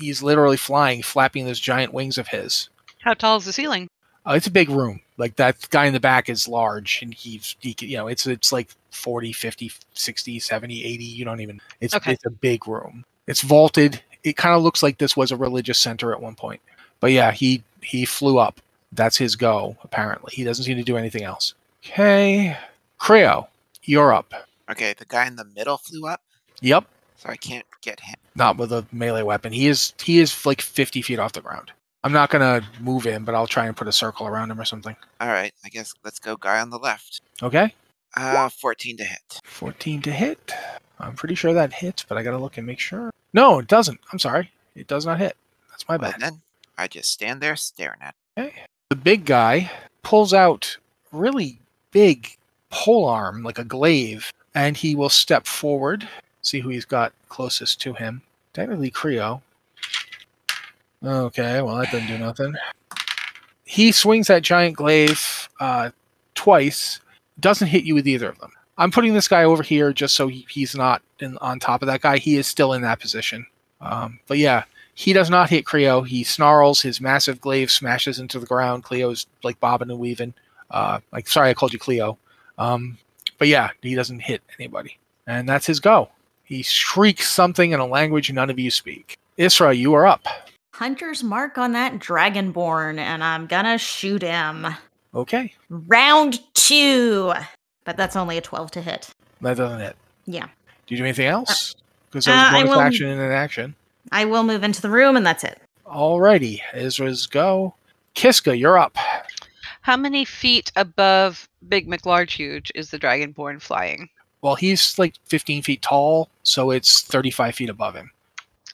[SPEAKER 1] he's literally flying, flapping those giant wings of his.
[SPEAKER 5] How tall is the ceiling?
[SPEAKER 1] Uh, it's a big room. Like that guy in the back is large and he's, he, c- you know, it's, it's like 40, 50, 60, 70, 80. You don't even, it's,
[SPEAKER 5] Okay.
[SPEAKER 1] it's a big room. It's vaulted. It kind of looks like this was a religious center at one point. But yeah, he, he flew up. That's his go, apparently. He doesn't seem to do anything else. Okay. Creo, you're up.
[SPEAKER 3] Okay, the guy in the middle flew up,
[SPEAKER 1] Yep.
[SPEAKER 3] so I can't get him.
[SPEAKER 1] Not with a melee weapon. He is, he is like 50 feet off the ground. I'm not going to move him, but I'll try and put a circle around him or something.
[SPEAKER 3] All right, I guess let's go guy on the left.
[SPEAKER 1] Okay.
[SPEAKER 3] Uh, 14 to hit.
[SPEAKER 1] 14 to hit. I'm pretty sure that hits, but I gotta look and make sure. No, it doesn't. I'm sorry. It does not hit. That's my
[SPEAKER 3] Well,
[SPEAKER 1] bad.
[SPEAKER 3] then I just stand there staring at
[SPEAKER 1] The big guy pulls out really big pole arm, like a glaive, and he will step forward, see who he's got closest to him. Technically Creo. Okay, well that doesn't do nothing. He swings that giant glaive uh, twice, doesn't hit you with either of them. I'm putting this guy over here just so he, he's not in, on top of that guy. He is still in that position. Um, but yeah, he does not hit Creo. He snarls. His massive glaive smashes into the ground. Cleo's like bobbing and weaving. Uh, like, sorry, I called you Cleo. Um, but yeah, he doesn't hit anybody. And that's his go. He shrieks something in a language none of you speak. Isra, you are up.
[SPEAKER 4] Hunter's mark on that dragonborn, and I'm gonna shoot him.
[SPEAKER 1] Okay.
[SPEAKER 4] Round two. But that's only a 12 to hit.
[SPEAKER 1] That doesn't hit.
[SPEAKER 4] Yeah.
[SPEAKER 1] Do you do anything else? Because there's
[SPEAKER 4] Uh, I
[SPEAKER 1] bonus
[SPEAKER 4] will-
[SPEAKER 1] action and an action.
[SPEAKER 4] I will move into the room, and that's it.
[SPEAKER 1] Alrighty. Isra's go. Kiska, you're up.
[SPEAKER 5] How many feet above Big McLarge Huge is the Dragonborn flying?
[SPEAKER 1] Well, he's like 15 feet tall, so it's 35 feet above him.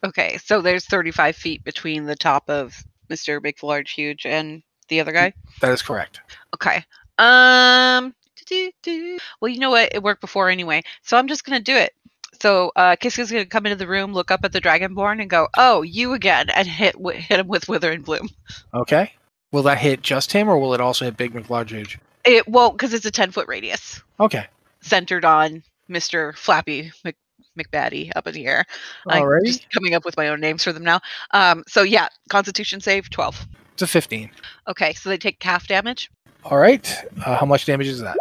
[SPEAKER 5] Okay, so there's 35 feet between the top of Mr. Big Large Huge and the other guy.
[SPEAKER 1] That is correct.
[SPEAKER 5] Okay. Um. do-do-do. Well, you know what? It worked before anyway, so I'm just gonna do it. So uh, Kiska's gonna come into the room, look up at the Dragonborn, and go, "Oh, you again!" and hit wi- hit him with Wither and Bloom.
[SPEAKER 1] Okay. Will that hit just him, or will it also hit Big McLarge?
[SPEAKER 5] It won't, because it's a 10 foot radius
[SPEAKER 1] Okay.
[SPEAKER 5] centered on Mister Flappy Mc- McBatty up in the air. I'm
[SPEAKER 1] Alrighty.
[SPEAKER 5] just coming up with my own names for them now. Um. So yeah, Constitution save 12.
[SPEAKER 1] It's a 15.
[SPEAKER 5] Okay, so they take calf damage.
[SPEAKER 1] All right. Uh, how much damage is that?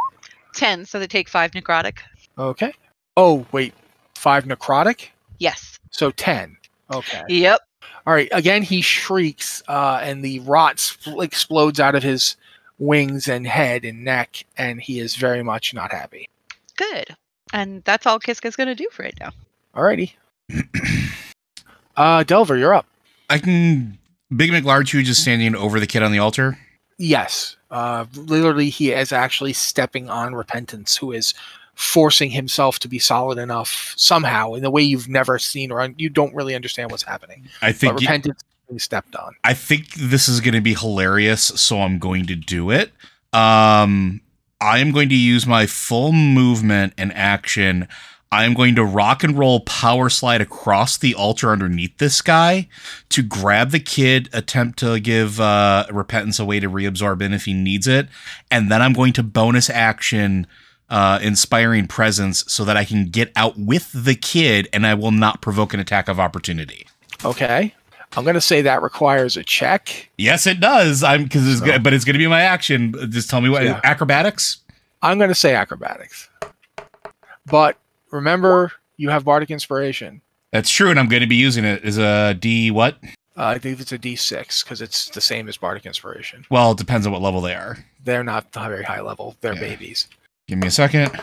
[SPEAKER 5] 10, so they take 5 necrotic.
[SPEAKER 1] Okay. Oh, wait. Five necrotic?
[SPEAKER 5] Yes.
[SPEAKER 1] So 10. Okay.
[SPEAKER 5] Yep.
[SPEAKER 1] All right. Again, he shrieks, uh, and the rot sp- explodes out of his wings and head and neck, and he is very much not happy.
[SPEAKER 5] Good. And that's all Kiska's going to do for right now.
[SPEAKER 1] Alrighty. Uh, Delver, you're up.
[SPEAKER 2] I can. Big McLarge, who's just standing over the kid on the altar.
[SPEAKER 1] Yes. Uh, literally, he is actually stepping on repentance, who is forcing himself to be solid enough somehow in the way you've never seen or un- you don't really understand what's happening.
[SPEAKER 2] I
[SPEAKER 1] But
[SPEAKER 2] think.
[SPEAKER 1] repentance is being stepped on.
[SPEAKER 2] I think this is going to be hilarious, so I'm going to do it. Um, I am going to use my full movement and action. I am going to rock and roll power slide across the altar underneath this guy to grab the kid, attempt to give uh, repentance a way to reabsorb in if he needs it, and then I'm going to bonus action uh, inspiring presence so that I can get out with the kid and I will not provoke an attack of opportunity.
[SPEAKER 1] Okay. I'm going to say that requires a check.
[SPEAKER 2] Yes, it does. I'm because it's go- but it's going to be my action. Just tell me what
[SPEAKER 1] Yeah.
[SPEAKER 2] acrobatics.
[SPEAKER 1] I'm going to say acrobatics. But remember, you have bardic inspiration.
[SPEAKER 2] That's true, and I'm going to be using it as a D. What?
[SPEAKER 1] Uh, I believe it's a D6 because it's the same as bardic inspiration.
[SPEAKER 2] Well, it depends on what level they are.
[SPEAKER 1] They're not the very high level. They're
[SPEAKER 2] Yeah.
[SPEAKER 1] babies.
[SPEAKER 2] Give me a second.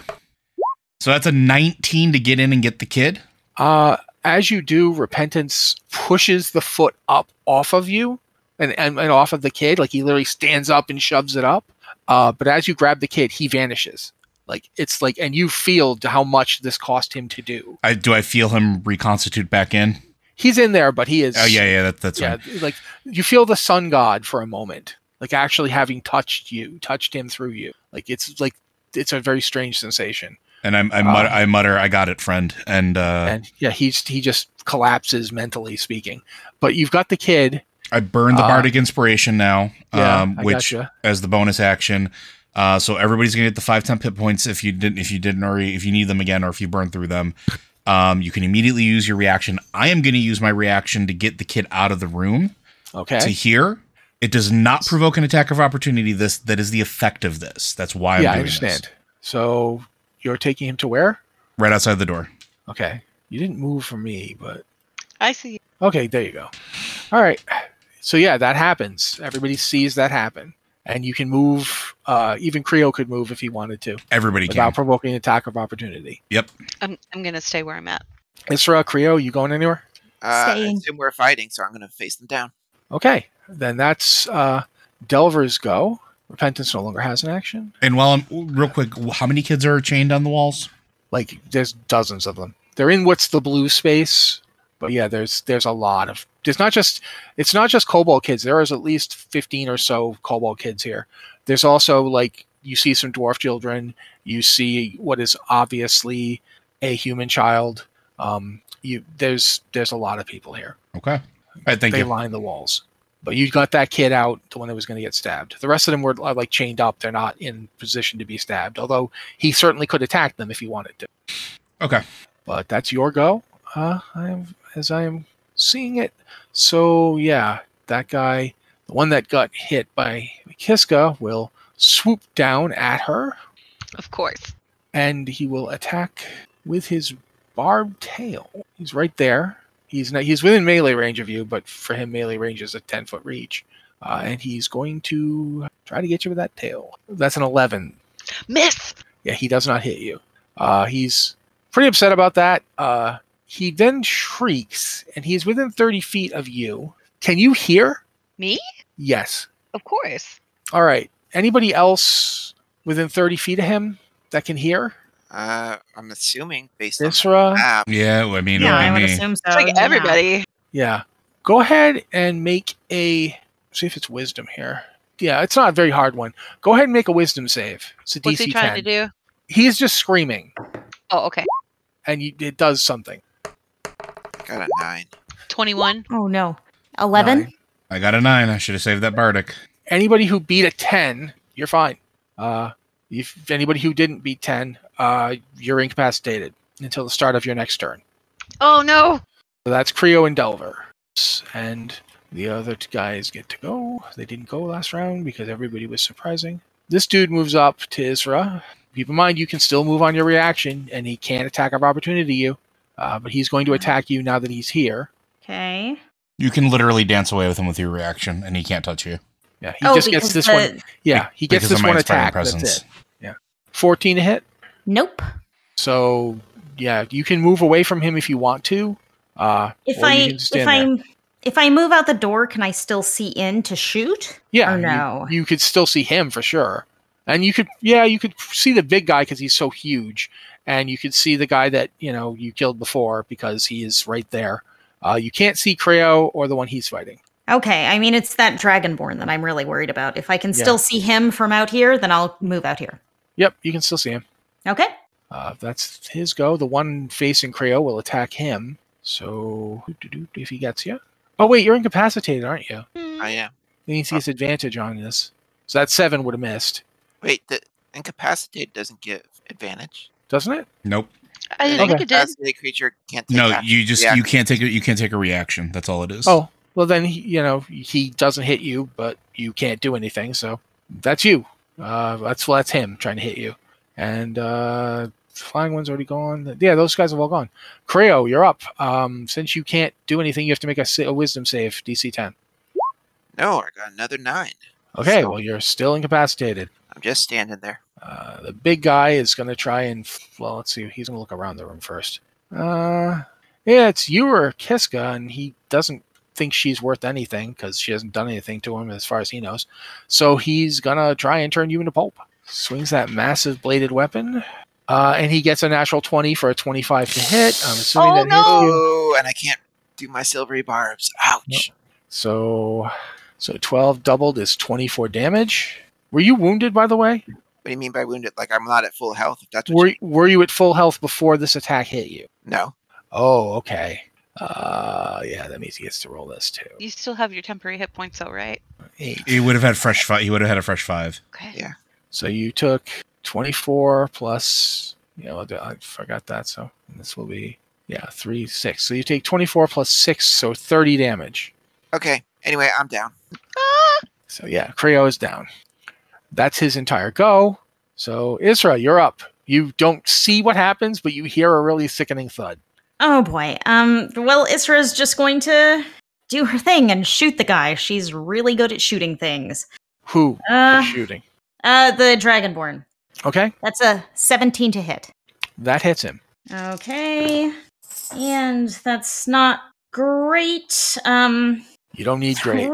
[SPEAKER 2] So that's a 19 to get in and get the kid.
[SPEAKER 1] Uh, as you do, repentance pushes the foot up off of you and, and, and off of the kid. Like he literally stands up and shoves it up. Uh, but as you grab the kid, he vanishes. Like it's like, and you feel how much this cost him to do.
[SPEAKER 2] I do I feel him reconstitute back in?
[SPEAKER 1] He's in there, but he is.
[SPEAKER 2] Oh yeah, yeah, that, that's
[SPEAKER 1] yeah.
[SPEAKER 2] right.
[SPEAKER 1] Like you feel the sun god for a moment, like actually having touched you, touched him through you. Like it's like it's a very strange sensation.
[SPEAKER 2] And I'm, I
[SPEAKER 1] Um,
[SPEAKER 2] mutter, I mutter, I got it, friend. And uh,
[SPEAKER 1] and yeah, he's he just collapses mentally speaking. But you've got the kid.
[SPEAKER 2] I burn the
[SPEAKER 1] uh,
[SPEAKER 2] bardic inspiration now,
[SPEAKER 1] Yeah,
[SPEAKER 2] um,
[SPEAKER 1] I
[SPEAKER 2] which
[SPEAKER 1] gotcha.
[SPEAKER 2] as the bonus action. Uh, so everybody's gonna get the five temp hit points if you didn't if you didn't already if you need them again or if you burn through them. Um, you can immediately use your reaction. I am gonna use my reaction to get the kid out of the room
[SPEAKER 1] Okay.
[SPEAKER 2] to here. It does not provoke an attack of opportunity. This that is the effect of this. That's why I'm
[SPEAKER 1] yeah, I
[SPEAKER 2] doing
[SPEAKER 1] understand.
[SPEAKER 2] this.
[SPEAKER 1] So you're taking him to where?
[SPEAKER 2] Right outside the door.
[SPEAKER 1] Okay. You didn't move for me, but
[SPEAKER 5] I see.
[SPEAKER 1] okay, there you go. All right. So yeah, that happens. Everybody sees that happen. And you can move uh, even Creo could move if he wanted to
[SPEAKER 2] Everybody
[SPEAKER 1] without
[SPEAKER 2] can.
[SPEAKER 1] provoking an attack of opportunity.
[SPEAKER 2] Yep.
[SPEAKER 5] I'm, I'm going to stay where I'm at.
[SPEAKER 1] Isra, Creo, you going anywhere?
[SPEAKER 3] Uh, I
[SPEAKER 4] Staying.
[SPEAKER 3] assume we're fighting, so I'm going to face them down.
[SPEAKER 1] Okay. Then that's uh, Delver's go. Repentance no longer has an action.
[SPEAKER 2] And while I'm real quick, how many kids are chained on the walls?
[SPEAKER 1] like there's dozens of them they're in what's the blue space but yeah there's there's a lot of it's not just it's not just cobalt kids there is at least 15 or so cobalt kids here there's also like you see some dwarf children you see what is obviously a human child um you there's there's a lot of people here
[SPEAKER 2] Okay. All right. Thank
[SPEAKER 1] they
[SPEAKER 2] you.
[SPEAKER 1] line the walls but you got that kid out the one that was going to get stabbed the rest of them were are, like chained up they're not in position to be stabbed although he certainly could attack them if he wanted to
[SPEAKER 2] Okay.
[SPEAKER 1] but that's your go. Uh, I'm as I am seeing it. So yeah, that guy, the one that got hit by Kiska, will swoop down at her,
[SPEAKER 5] Of course.
[SPEAKER 1] and he will attack with his barbed tail. He's right there. He's not, he's within melee range of you, but for him, melee range is a ten foot reach. Uh, and he's going to try to get you with that tail. That's an eleven.
[SPEAKER 5] Miss!
[SPEAKER 1] Yeah, he does not hit you. Uh, he's pretty upset about that. Uh, he then shrieks, and he's within 30 feet of you. Can you hear?
[SPEAKER 5] Me?
[SPEAKER 1] Yes.
[SPEAKER 5] Of course.
[SPEAKER 1] All right. Anybody else within 30 feet of him that can hear?
[SPEAKER 3] Uh, I'm assuming based on the
[SPEAKER 1] Isra?
[SPEAKER 3] map.
[SPEAKER 2] Yeah. well, I mean,
[SPEAKER 4] yeah,
[SPEAKER 2] it
[SPEAKER 4] I
[SPEAKER 2] would be
[SPEAKER 4] would
[SPEAKER 2] me.
[SPEAKER 4] assume so.
[SPEAKER 5] It's like
[SPEAKER 4] yeah.
[SPEAKER 5] everybody.
[SPEAKER 1] Yeah. Go ahead and make a. See if it's wisdom here. Yeah, it's not a very hard one. Go ahead and make a wisdom save. It's a
[SPEAKER 5] What's
[SPEAKER 1] DC
[SPEAKER 5] he
[SPEAKER 1] 10.
[SPEAKER 5] trying to do?
[SPEAKER 1] He's just screaming,
[SPEAKER 5] Oh, okay.
[SPEAKER 1] and you, it does something.
[SPEAKER 3] Got a nine.
[SPEAKER 5] 21.
[SPEAKER 4] Oh no. Eleven.
[SPEAKER 1] Nine.
[SPEAKER 2] I got a nine. I should have saved that bardic.
[SPEAKER 1] anybody who beat a 10 you're fine uh, if anybody who didn't beat 10 uh, you're incapacitated until the start of your next turn
[SPEAKER 5] Oh, no.
[SPEAKER 1] so that's creo and delver and the other two guys get to go they didn't go last round because everybody was surprising this dude moves up to isra keep in mind you can still move on your reaction and he can't attack of opportunity you uh, but he's going to attack you now that he's here
[SPEAKER 4] Okay.
[SPEAKER 2] You can literally dance away with him with your reaction, and he can't touch you.
[SPEAKER 1] yeah he
[SPEAKER 4] oh,
[SPEAKER 1] just gets
[SPEAKER 4] because
[SPEAKER 1] this
[SPEAKER 4] the-
[SPEAKER 1] one yeah he gets
[SPEAKER 2] Because of
[SPEAKER 1] this
[SPEAKER 2] my
[SPEAKER 1] one
[SPEAKER 2] inspiring
[SPEAKER 1] attack
[SPEAKER 2] presence.
[SPEAKER 1] that's it yeah 14 to hit
[SPEAKER 4] Nope.
[SPEAKER 1] So yeah, you can move away from him if you want to. Uh,
[SPEAKER 4] If
[SPEAKER 1] or
[SPEAKER 4] I
[SPEAKER 1] you can
[SPEAKER 4] if
[SPEAKER 1] stand there.
[SPEAKER 4] I if I move out the door, can I still see in to shoot?
[SPEAKER 1] yeah,
[SPEAKER 4] or
[SPEAKER 1] you-
[SPEAKER 4] Oh, no?
[SPEAKER 1] you, could still see him for sure, and you could yeah, you could see the big guy because he's so huge, and you could see the guy that you know you killed before because he is right there. Uh, you can't see Creo or the one he's fighting.
[SPEAKER 4] Okay. I mean, it's that dragonborn that I'm really worried about. If I can
[SPEAKER 1] Yeah.
[SPEAKER 4] still see him from out here, then I'll move out here.
[SPEAKER 1] Yep, you can still see him.
[SPEAKER 4] Okay.
[SPEAKER 1] Uh, that's his go. The one facing Creo will attack him. So if he gets you. Oh wait, you're incapacitated, aren't you?
[SPEAKER 5] Hmm,
[SPEAKER 3] I am.
[SPEAKER 1] That means he gets advantage on this. So that seven would have missed,
[SPEAKER 3] Wait, the incapacitated doesn't give advantage.
[SPEAKER 1] doesn't it?
[SPEAKER 2] Nope.
[SPEAKER 5] I didn't
[SPEAKER 1] Okay.
[SPEAKER 5] think it did.
[SPEAKER 3] Incapacitated creature can't take
[SPEAKER 2] No,
[SPEAKER 3] action.
[SPEAKER 2] you just
[SPEAKER 3] Yeah.
[SPEAKER 2] you can't take a you can't take a reaction. That's all it is.
[SPEAKER 1] Oh, well then he, you know he doesn't hit you, but you can't do anything. So that's you. Uh, that's well, that's him trying to hit you. And uh, flying one's already gone. Yeah, those guys have all gone. Creo, you're up. Um, since you can't do anything, you have to make a, sa- a wisdom save, DC ten.
[SPEAKER 3] No, I got another nine.
[SPEAKER 1] Okay,
[SPEAKER 3] So-
[SPEAKER 1] well you're still incapacitated.
[SPEAKER 3] I'm just standing there.
[SPEAKER 1] Uh, the big guy is going to try and well, let's see. He's going to look around the room first. Uh, yeah, it's you or Kiska, and he doesn't think she's worth anything because she hasn't done anything to him as far as he knows. So he's going to try and turn you into pulp. Swings that massive bladed weapon, uh, and he gets a natural twenty for a twenty-five to hit. I'm assuming
[SPEAKER 4] Oh,
[SPEAKER 1] that
[SPEAKER 4] no!
[SPEAKER 1] hits you.
[SPEAKER 3] Oh, and I can't do my silvery barbs. Ouch.
[SPEAKER 1] So, so twelve doubled is twenty-four damage. Were you wounded, by the way?
[SPEAKER 3] What do you mean by wounded? Like I'm not at full health. If that's what
[SPEAKER 1] Were
[SPEAKER 3] you
[SPEAKER 1] Were you at full health before this attack hit you?
[SPEAKER 3] no.
[SPEAKER 1] Oh, okay. Uh, yeah, that means he gets to roll this too.
[SPEAKER 5] You still have your temporary hit points, though, right?
[SPEAKER 1] Eight.
[SPEAKER 2] He would have had fresh five. He would have had a fresh five.
[SPEAKER 5] Okay.
[SPEAKER 3] Yeah.
[SPEAKER 1] So you took 24 plus, you know, I forgot that. So this will be, yeah, three, six. So you take 24 plus six, so 30 damage.
[SPEAKER 3] Okay. Anyway, I'm down.
[SPEAKER 5] Ah!
[SPEAKER 1] So yeah, Creo is down. That's his entire go. So Isra, you're up. You don't see what happens, but you hear a really sickening thud.
[SPEAKER 4] Oh boy. Um. Well, Isra's just going to do her thing and shoot the guy. She's really good at shooting things.
[SPEAKER 1] Who?
[SPEAKER 4] Uh.
[SPEAKER 1] shooting.
[SPEAKER 4] Uh. The dragonborn.
[SPEAKER 1] Okay,
[SPEAKER 4] That's a seventeen to hit.
[SPEAKER 1] that hits him.
[SPEAKER 4] Okay. And that's not great. Um.
[SPEAKER 1] You don't need great.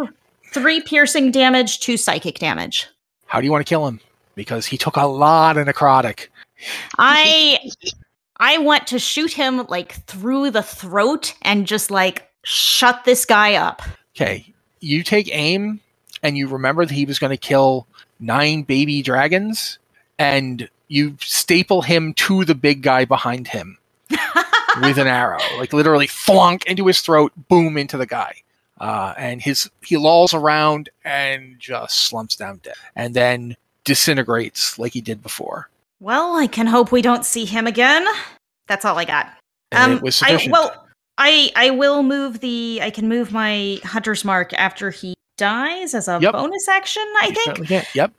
[SPEAKER 4] Three piercing damage, two psychic damage.
[SPEAKER 1] How do you want to kill him? Because he took a lot of necrotic.
[SPEAKER 4] I I want to shoot him like through the throat and just like shut this guy up.
[SPEAKER 1] Okay, you take aim and you remember that he was going to kill nine baby dragons and you staple him to the big guy behind him with an arrow, like literally flunk into his throat, boom into the guy. Uh, and his he lolls around and just slumps down dead and then disintegrates like he did before.
[SPEAKER 4] well, I can hope we don't see him again. That's all I got.
[SPEAKER 1] And it was
[SPEAKER 4] Um, I,
[SPEAKER 1] sufficient.
[SPEAKER 4] well, I I will move the I can move my hunter's mark after he dies as a
[SPEAKER 1] Yep.
[SPEAKER 4] bonus action, I
[SPEAKER 1] You
[SPEAKER 4] think.
[SPEAKER 1] certainly can't- Yep.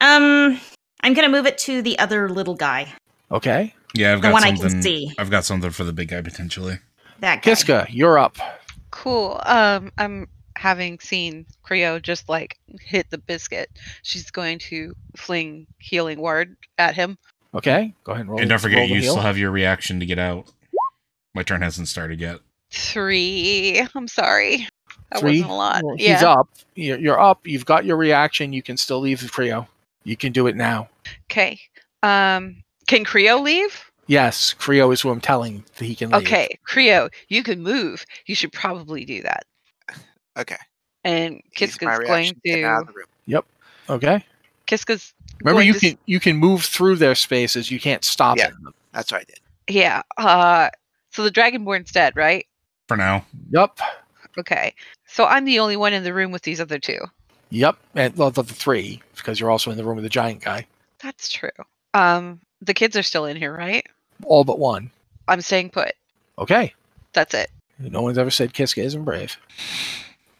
[SPEAKER 4] Um I'm going to move it to the other little guy,
[SPEAKER 1] Okay.
[SPEAKER 2] Yeah, I've
[SPEAKER 4] the
[SPEAKER 2] got
[SPEAKER 4] one I
[SPEAKER 2] something.
[SPEAKER 4] can see.
[SPEAKER 2] I've got something for the big guy potentially.
[SPEAKER 4] That guy.
[SPEAKER 1] Kiska, you're up.
[SPEAKER 5] Cool. Um, I'm having seen Creo just like hit the biscuit. She's going to fling healing word at him.
[SPEAKER 1] Okay. Go ahead and roll.
[SPEAKER 2] and don't
[SPEAKER 1] roll
[SPEAKER 2] forget,
[SPEAKER 1] the
[SPEAKER 2] you
[SPEAKER 1] heal.
[SPEAKER 2] still have your reaction to get out. My turn hasn't started yet.
[SPEAKER 5] Three. I'm sorry. That
[SPEAKER 1] Three?
[SPEAKER 5] wasn't a lot.
[SPEAKER 1] Well,
[SPEAKER 5] yeah.
[SPEAKER 1] He's up. You're, you're up. You've got your reaction. You can still leave the Creo. You can do it now.
[SPEAKER 5] Okay. Um, can Creo leave?
[SPEAKER 1] Yes, Creo is who I'm telling that he can leave.
[SPEAKER 5] Okay, Creo, you can move. You should probably do that.
[SPEAKER 3] Okay.
[SPEAKER 5] And
[SPEAKER 3] Use my
[SPEAKER 5] Kiska's going
[SPEAKER 3] reaction get out of
[SPEAKER 5] to
[SPEAKER 3] the room.
[SPEAKER 1] Okay.
[SPEAKER 5] Kiska's
[SPEAKER 1] Remember,
[SPEAKER 5] going
[SPEAKER 1] you
[SPEAKER 5] to
[SPEAKER 1] can you can move through their spaces. You can't stop
[SPEAKER 3] Yeah.
[SPEAKER 1] them.
[SPEAKER 3] That's what I did.
[SPEAKER 5] yeah. Uh, so the dragonborn's dead, right?
[SPEAKER 2] For now,
[SPEAKER 1] Yep.
[SPEAKER 5] Okay. So I'm the only one in the room with these other two.
[SPEAKER 1] Yep. And well, the, the three because you're also in the room with the giant guy.
[SPEAKER 5] That's true. Um, the kids are still in here, right?
[SPEAKER 1] All but one.
[SPEAKER 5] I'm staying put.
[SPEAKER 1] Okay.
[SPEAKER 5] That's it.
[SPEAKER 1] No one's ever said Kiska isn't brave.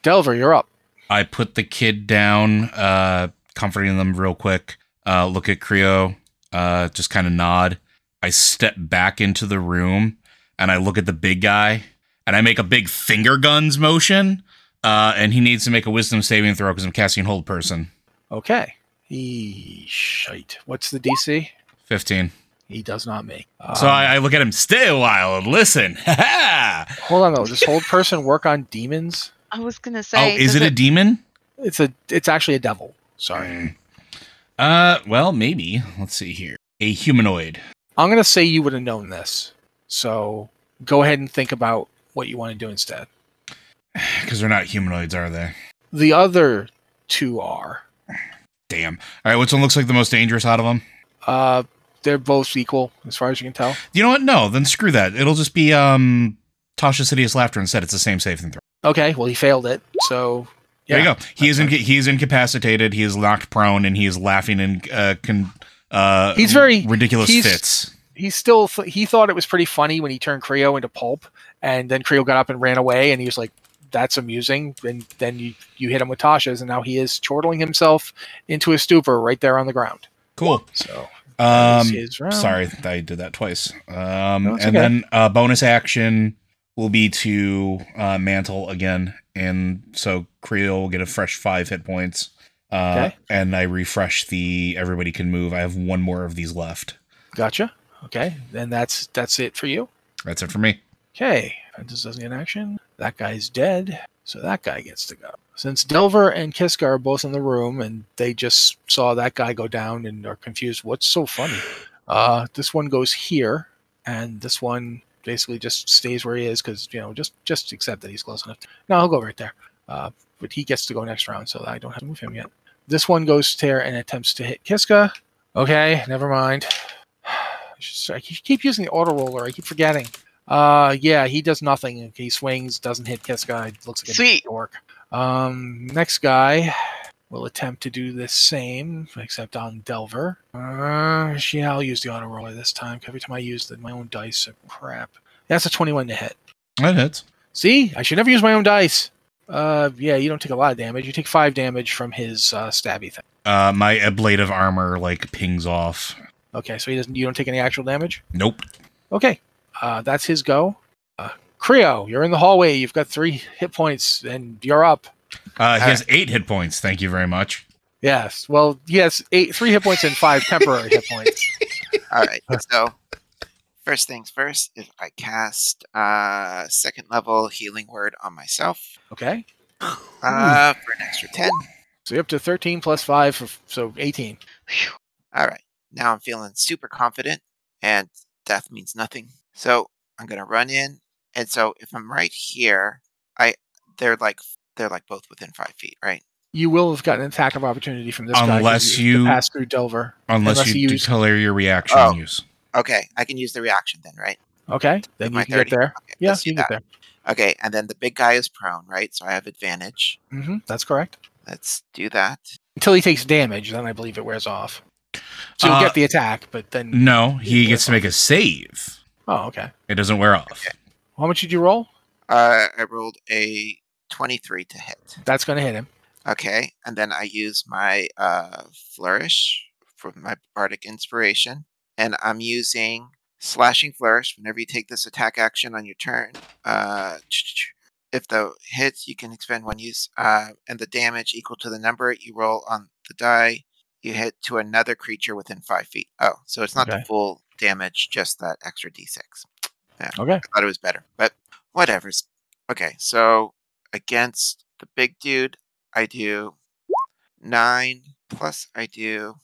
[SPEAKER 1] Delver, you're up.
[SPEAKER 2] I put the kid down, uh, comforting them real quick. Uh, look at Creo, uh, just kind of nod. I step back into the room and I look at the big guy and I make a big finger guns motion. Uh, and he needs to make a wisdom saving throw because I'm casting hold person.
[SPEAKER 1] Okay. He shite. What's the DC?
[SPEAKER 2] 15.
[SPEAKER 1] He does not make.
[SPEAKER 2] so
[SPEAKER 1] Um,
[SPEAKER 2] I, I look at him, stay a while and listen. Ha ha!
[SPEAKER 1] hold on though. Does hold person work on demons?
[SPEAKER 5] I was gonna
[SPEAKER 2] Oh,
[SPEAKER 5] say.
[SPEAKER 2] is
[SPEAKER 5] does
[SPEAKER 2] it a demon?
[SPEAKER 1] It's a it's actually a devil. Sorry.
[SPEAKER 2] Mm. Uh, well, maybe. Let's see here. A humanoid.
[SPEAKER 1] I'm gonna say you would have known this. So go ahead and think about what you want to do instead.
[SPEAKER 2] Because they're not humanoids, are they?
[SPEAKER 1] The other two are.
[SPEAKER 2] Damn. All right, which one looks like the most dangerous out of them?
[SPEAKER 1] Uh, they're both equal as far as you can tell.
[SPEAKER 2] You know what? No, then screw that. It'll just be um Tasha's Hideous Laughter instead. It's the same saving throw.
[SPEAKER 1] Okay, well he failed it, so
[SPEAKER 2] There you go. He is inca- he is incapacitated. He is knocked prone, and he is laughing in uh, con- uh,
[SPEAKER 1] He's very-
[SPEAKER 2] ridiculous
[SPEAKER 1] he's-
[SPEAKER 2] fits.
[SPEAKER 1] he still th- he thought it was pretty funny when he turned Creo into pulp, and then Creo got up and ran away, and he was like, "That's amusing." And then you you hit him with Tasha's, and now he is chortling himself into a stupor right there on the ground.
[SPEAKER 2] Cool.
[SPEAKER 1] So that
[SPEAKER 2] Um,
[SPEAKER 1] is his round.
[SPEAKER 2] sorry, I did that twice. Um,
[SPEAKER 1] No,
[SPEAKER 2] and
[SPEAKER 1] it's okay.
[SPEAKER 2] then uh, bonus action will be to uh, mantle again, and so Creel will get a fresh five hit points. Uh,
[SPEAKER 1] Okay.
[SPEAKER 2] And I refresh the everybody can move. I have one more of these left.
[SPEAKER 1] gotcha. Okay, then that's that's it for you.
[SPEAKER 2] That's it for me.
[SPEAKER 1] Okay, this doesn't get action. That guy's dead, so that guy gets to go. Since Delver and Kiska are both in the room and they just saw that guy go down and are confused, what's so funny? Uh, this one goes here, and this one basically just stays where he is because you know just just accept that he's close enough. No, he'll go right there. Uh, but he gets to go next round, so I don't have to move him yet. This one goes to there and attempts to hit Kiska. Okay, never mind. I should start- I keep using the auto roller. I keep forgetting. Uh, yeah, he does nothing. He swings, doesn't hit Kiska. He Looks like
[SPEAKER 5] Sweet.
[SPEAKER 1] a dork. Um, next guy will attempt to do the same, except on Delver. Uh, yeah, I'll use the auto roller this time. 'cause Every time I use the, my own dice, I'm crap. That's a 21 to hit.
[SPEAKER 2] That hits.
[SPEAKER 1] See, I should never use my own dice. Uh, yeah, you don't take a lot of damage. You take five damage from his uh, stabby thing.
[SPEAKER 2] Uh, my ablative armor like pings off.
[SPEAKER 1] Okay, so he doesn't. You don't take any actual damage.
[SPEAKER 2] Nope.
[SPEAKER 1] Okay, uh, that's his go. Uh, Creo, you're in the hallway. You've got three hit points, and you're up.
[SPEAKER 2] Uh, he
[SPEAKER 3] All
[SPEAKER 2] has eight hit points. Thank you very much.
[SPEAKER 1] Yes. Well, yes, eight, three hit points and five temporary hit points.
[SPEAKER 3] All right. So, first things first, if I cast uh, second level healing word on myself
[SPEAKER 1] Okay.
[SPEAKER 3] uh, for an extra 10.
[SPEAKER 1] So you're up to 13 plus five, for, so 18.
[SPEAKER 5] Phew.
[SPEAKER 3] All right. Now I'm feeling super confident and death means nothing. So, I'm going to run in. And so, if I'm right here, I they're like they're like both within 5 feet, right?
[SPEAKER 1] You will have gotten an attack of opportunity from this guy 'cause
[SPEAKER 2] Unless
[SPEAKER 1] you,
[SPEAKER 2] you-
[SPEAKER 1] pass through Delver.
[SPEAKER 2] Unless,
[SPEAKER 1] Unless
[SPEAKER 2] you
[SPEAKER 1] you use-
[SPEAKER 2] declare your reaction
[SPEAKER 3] Oh.
[SPEAKER 2] use.
[SPEAKER 3] Okay, I can use the reaction then, right?
[SPEAKER 1] Okay, then
[SPEAKER 3] Am
[SPEAKER 1] you
[SPEAKER 3] I
[SPEAKER 1] can get
[SPEAKER 3] 30?
[SPEAKER 1] there.
[SPEAKER 3] Okay,
[SPEAKER 1] Yeah,
[SPEAKER 3] let's do
[SPEAKER 1] you can get there.
[SPEAKER 3] Okay, and then the big guy is prone, right? So I have advantage.
[SPEAKER 1] hmm that's correct.
[SPEAKER 3] Let's do that.
[SPEAKER 1] Until he takes damage, then I believe it wears off. So you'll
[SPEAKER 2] Uh,
[SPEAKER 1] get the attack, but then
[SPEAKER 2] No, he gets to make a save.
[SPEAKER 1] oh, okay.
[SPEAKER 2] It doesn't wear off.
[SPEAKER 1] How much did you roll?
[SPEAKER 3] Uh, I rolled a 23 to hit.
[SPEAKER 1] That's going to hit him.
[SPEAKER 3] Okay, and then I use my uh, flourish for my bardic inspiration, and I'm using slashing flourish. Whenever you take this attack action on your turn, uh, if the hits, you can expend one use, uh, and the damage equal to the number you roll on the die you hit to another creature within five feet. Oh, so it's not
[SPEAKER 1] Okay.
[SPEAKER 3] the full damage, just that extra d6.
[SPEAKER 1] Okay.
[SPEAKER 3] I thought it was better, but whatever's okay. So against the big dude, I do nine plus I do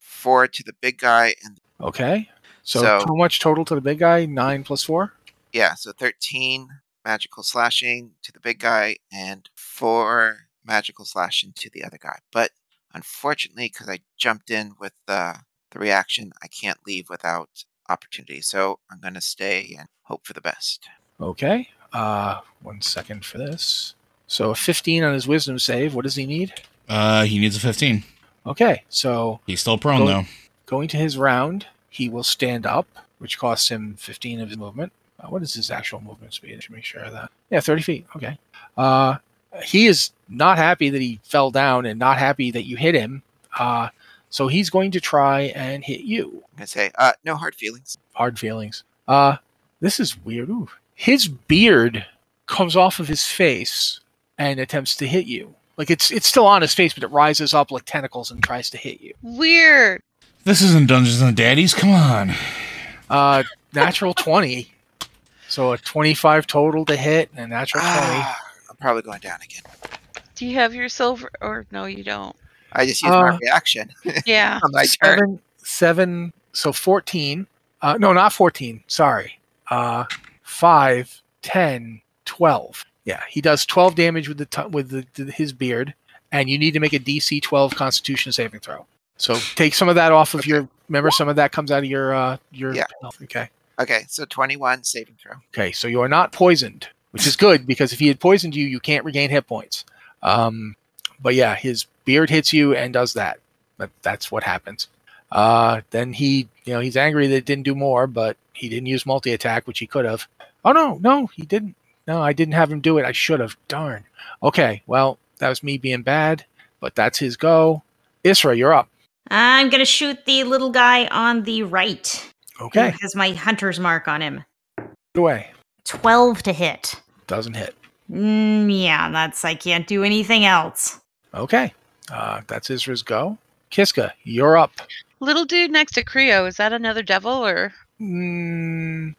[SPEAKER 3] four to the big guy, and
[SPEAKER 1] Okay. So,
[SPEAKER 3] So-
[SPEAKER 1] how much total to the big guy? Nine plus four.
[SPEAKER 3] yeah, so 13 magical slashing to the big guy and four magical slashing to the other guy. But unfortunately, because I jumped in with the, the reaction, I can't leave without opportunity, so I'm gonna stay and hope for the best.
[SPEAKER 1] Okay. Uh, one second for this. So a fifteen on his wisdom save. What does he need?
[SPEAKER 2] Uh, he needs a 15.
[SPEAKER 1] Okay. So
[SPEAKER 2] He's still prone,
[SPEAKER 1] Go-
[SPEAKER 2] though.
[SPEAKER 1] going to his round, he will stand up, which costs him fifteen of his movement. Uh, what is his actual movement speed? I should make sure of that. Yeah, thirty feet. Okay. Uh, he is not happy that he fell down and not happy that you hit him. Uh, so he's going to try and hit you.
[SPEAKER 3] I'm gonna say, uh, no hard feelings.
[SPEAKER 1] hard feelings. Uh, this is weird. Ooh. His beard comes off of his face and attempts to hit you. Like it's it's still on his face, but it rises up like tentacles and tries to hit you.
[SPEAKER 5] Weird.
[SPEAKER 2] This isn't Dungeons and Daddies. Come on.
[SPEAKER 1] Uh, natural twenty, so a twenty-five total to hit and a natural twenty.
[SPEAKER 3] Ah, I'm probably going down again.
[SPEAKER 5] Do you have your silver? Or no, you don't.
[SPEAKER 3] I just used my
[SPEAKER 1] Uh,
[SPEAKER 3] reaction
[SPEAKER 5] Yeah.
[SPEAKER 3] on my turn.
[SPEAKER 1] seven, seven, so 14. Uh, no, not 14. Sorry. Uh, 5, 10, 12. Yeah, he does 12 damage with the t- with the, th- his beard, and you need to make a DC 12 Constitution saving throw. So take some of that off of your Remember, some of that comes out of your uh, your
[SPEAKER 3] Yeah.
[SPEAKER 1] health. Okay.
[SPEAKER 3] Okay, so 21 saving throw.
[SPEAKER 1] Okay. So you are not poisoned, which is good because if he had poisoned you, you can't regain hit points. Um, but yeah, his beard hits you and does that. But that's what happens. Uh, then he, you know, he's angry that it didn't do more, but he didn't use multi attack, which he could have. Oh no, no, he didn't. No, I didn't have him do it. I should have. Darn. Okay. Well, that was me being bad, but that's his go. Isra, you're up.
[SPEAKER 4] I'm gonna shoot the little guy on the right. who
[SPEAKER 1] Okay.
[SPEAKER 4] has my hunter's mark on him.
[SPEAKER 1] Get away.
[SPEAKER 4] Twelve to hit.
[SPEAKER 1] Doesn't hit.
[SPEAKER 4] Mm, yeah, that's I can't do anything else.
[SPEAKER 1] Okay. Uh, that's Isra's go. Kiska, you're up.
[SPEAKER 5] Little dude next to Creo, is that another devil or
[SPEAKER 1] Mm,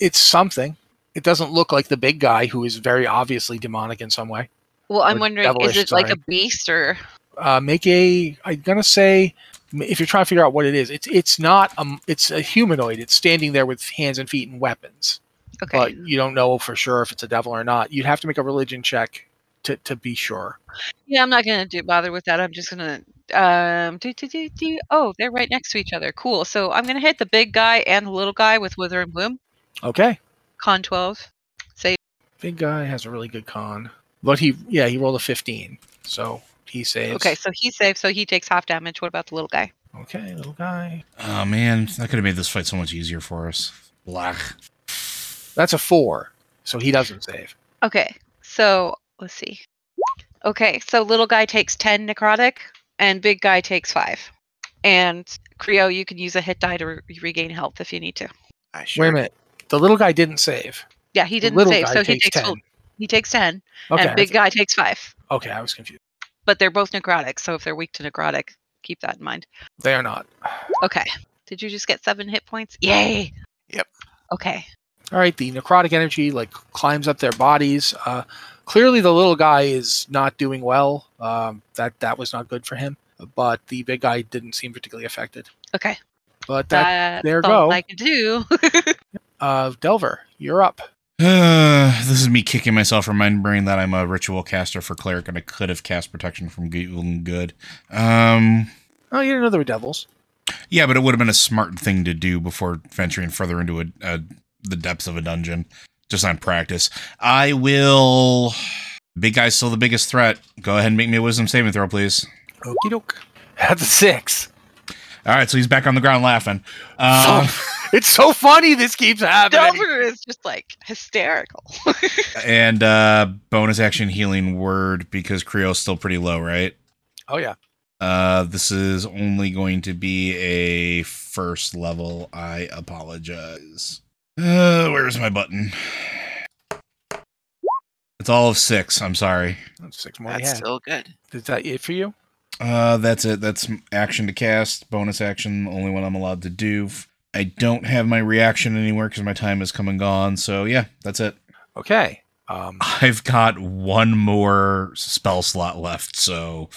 [SPEAKER 1] it's something. It doesn't look like the big guy who is very obviously demonic in some way.
[SPEAKER 5] well I'm
[SPEAKER 1] Or
[SPEAKER 5] wondering
[SPEAKER 1] devilish,
[SPEAKER 5] is it like a
[SPEAKER 1] sorry.
[SPEAKER 5] beast or
[SPEAKER 1] Uh, make a. I'm gonna say, m- if you're trying to figure out what it is, it's it's not um it's a humanoid. It's standing there with hands and feet and weapons,
[SPEAKER 5] okay.
[SPEAKER 1] but you don't know for sure if it's a devil or not. You'd have to make a religion check to to be sure.
[SPEAKER 5] Yeah, I'm not gonna do bother with that. I'm just gonna um do do do do. Oh, they're right next to each other. Cool. So I'm gonna hit the big guy and the little guy with Wither and Bloom.
[SPEAKER 1] Okay.
[SPEAKER 5] Con twelve. Say
[SPEAKER 1] Big guy has a really good con, but he yeah he rolled a 15, so he saves.
[SPEAKER 5] okay. So he's safe. So he takes half damage. What about the little guy?
[SPEAKER 1] Okay, little guy.
[SPEAKER 2] Oh man, that could have made this fight so much easier for us. Blech.
[SPEAKER 1] That's a four, so he doesn't save.
[SPEAKER 5] Okay. So let's see. Okay. So little guy takes ten necrotic, and big guy takes five. And Creo, you can use a hit die to re- regain health if you need to.
[SPEAKER 3] I sure
[SPEAKER 1] Wait a minute. The little guy didn't save.
[SPEAKER 5] Yeah, he
[SPEAKER 1] The
[SPEAKER 5] didn't
[SPEAKER 1] little
[SPEAKER 5] save,
[SPEAKER 1] guy
[SPEAKER 5] so he
[SPEAKER 1] takes
[SPEAKER 5] takes
[SPEAKER 1] ten.
[SPEAKER 5] full- he takes ten,
[SPEAKER 1] Okay.
[SPEAKER 5] and big guy takes five.
[SPEAKER 1] okay, I was confused.
[SPEAKER 5] but they're both necrotic. So if they're weak to necrotic, keep that in mind.
[SPEAKER 1] They are not.
[SPEAKER 5] Okay. Did you just get seven hit points? Yay.
[SPEAKER 3] Yep.
[SPEAKER 5] Okay.
[SPEAKER 1] All right. The necrotic energy like climbs up their bodies. Uh, clearly, the little guy is not doing well. Um, that that was not good for him. But the big guy didn't seem particularly affected.
[SPEAKER 5] Okay.
[SPEAKER 1] But that
[SPEAKER 5] That's
[SPEAKER 1] there
[SPEAKER 5] all
[SPEAKER 1] go.
[SPEAKER 5] I can do.
[SPEAKER 1] uh, Delver, you're up.
[SPEAKER 2] this is me kicking myself, remembering that I'm a ritual caster for cleric, and I could have cast protection from evil and good. Um,
[SPEAKER 1] Oh, you didn't know there were devils.
[SPEAKER 2] yeah, but it would have been a smart thing to do before venturing further into a, a the depths of a dungeon, just on practice. I will. Big guy's still the biggest threat. Go ahead and make me a wisdom saving throw, please.
[SPEAKER 1] Okie doke. That's a six.
[SPEAKER 2] All right, so he's back on the ground laughing. Um,
[SPEAKER 1] it's so funny. This keeps happening.
[SPEAKER 5] Delver is just like hysterical.
[SPEAKER 2] and uh, bonus action healing word because Creole's still pretty low, right?
[SPEAKER 1] Oh yeah.
[SPEAKER 2] Uh, this is only going to be a first level. I apologize. Uh, where's my button? It's all of six. I'm sorry.
[SPEAKER 1] That's six more.
[SPEAKER 3] That's
[SPEAKER 1] Yeah.
[SPEAKER 3] still good.
[SPEAKER 1] Is that it for you?
[SPEAKER 2] Uh, that's it. That's m- action to cast. Bonus action, the only one I'm allowed to do. I don't have my reaction anywhere because my time is come and gone. So yeah, that's it.
[SPEAKER 1] Okay. Um,
[SPEAKER 2] I've got one more spell slot left. So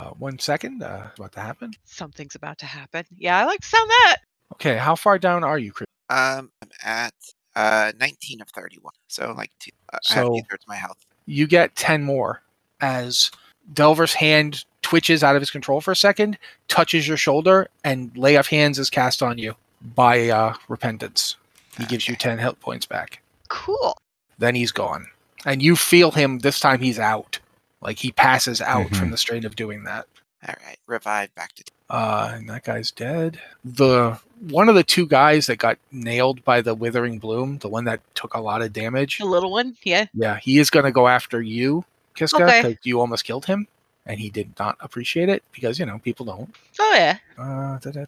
[SPEAKER 1] uh, one second. Uh, about to happen.
[SPEAKER 5] Something's about to happen. Yeah, I like to sound that.
[SPEAKER 1] Okay, how far down are you, Chris?
[SPEAKER 3] Um, I'm at uh 19 of 31, so like two. Uh, I have
[SPEAKER 1] So-
[SPEAKER 3] two thirds my health.
[SPEAKER 1] You get 10 more as Delver's hand twitches out of his control for a second, touches your shoulder, and lay of hands is cast on you by uh, repentance. He gives you
[SPEAKER 3] Okay.
[SPEAKER 1] 10 health points back.
[SPEAKER 5] Cool.
[SPEAKER 1] Then he's gone. And you feel him this time he's out. Like he passes out
[SPEAKER 2] Mhm.
[SPEAKER 1] from the strain of doing that.
[SPEAKER 3] All right, revive back to.
[SPEAKER 1] Uh, and that guy's dead. The one of the two guys that got nailed by the withering bloom, the one that took a lot of damage.
[SPEAKER 5] The little one. Yeah.
[SPEAKER 1] Yeah, he is going to go after you, Kiska,
[SPEAKER 5] Okay.
[SPEAKER 1] because you almost killed him, and he did not appreciate it because you know people don't.
[SPEAKER 5] Oh, yeah.
[SPEAKER 1] Uh, da, da.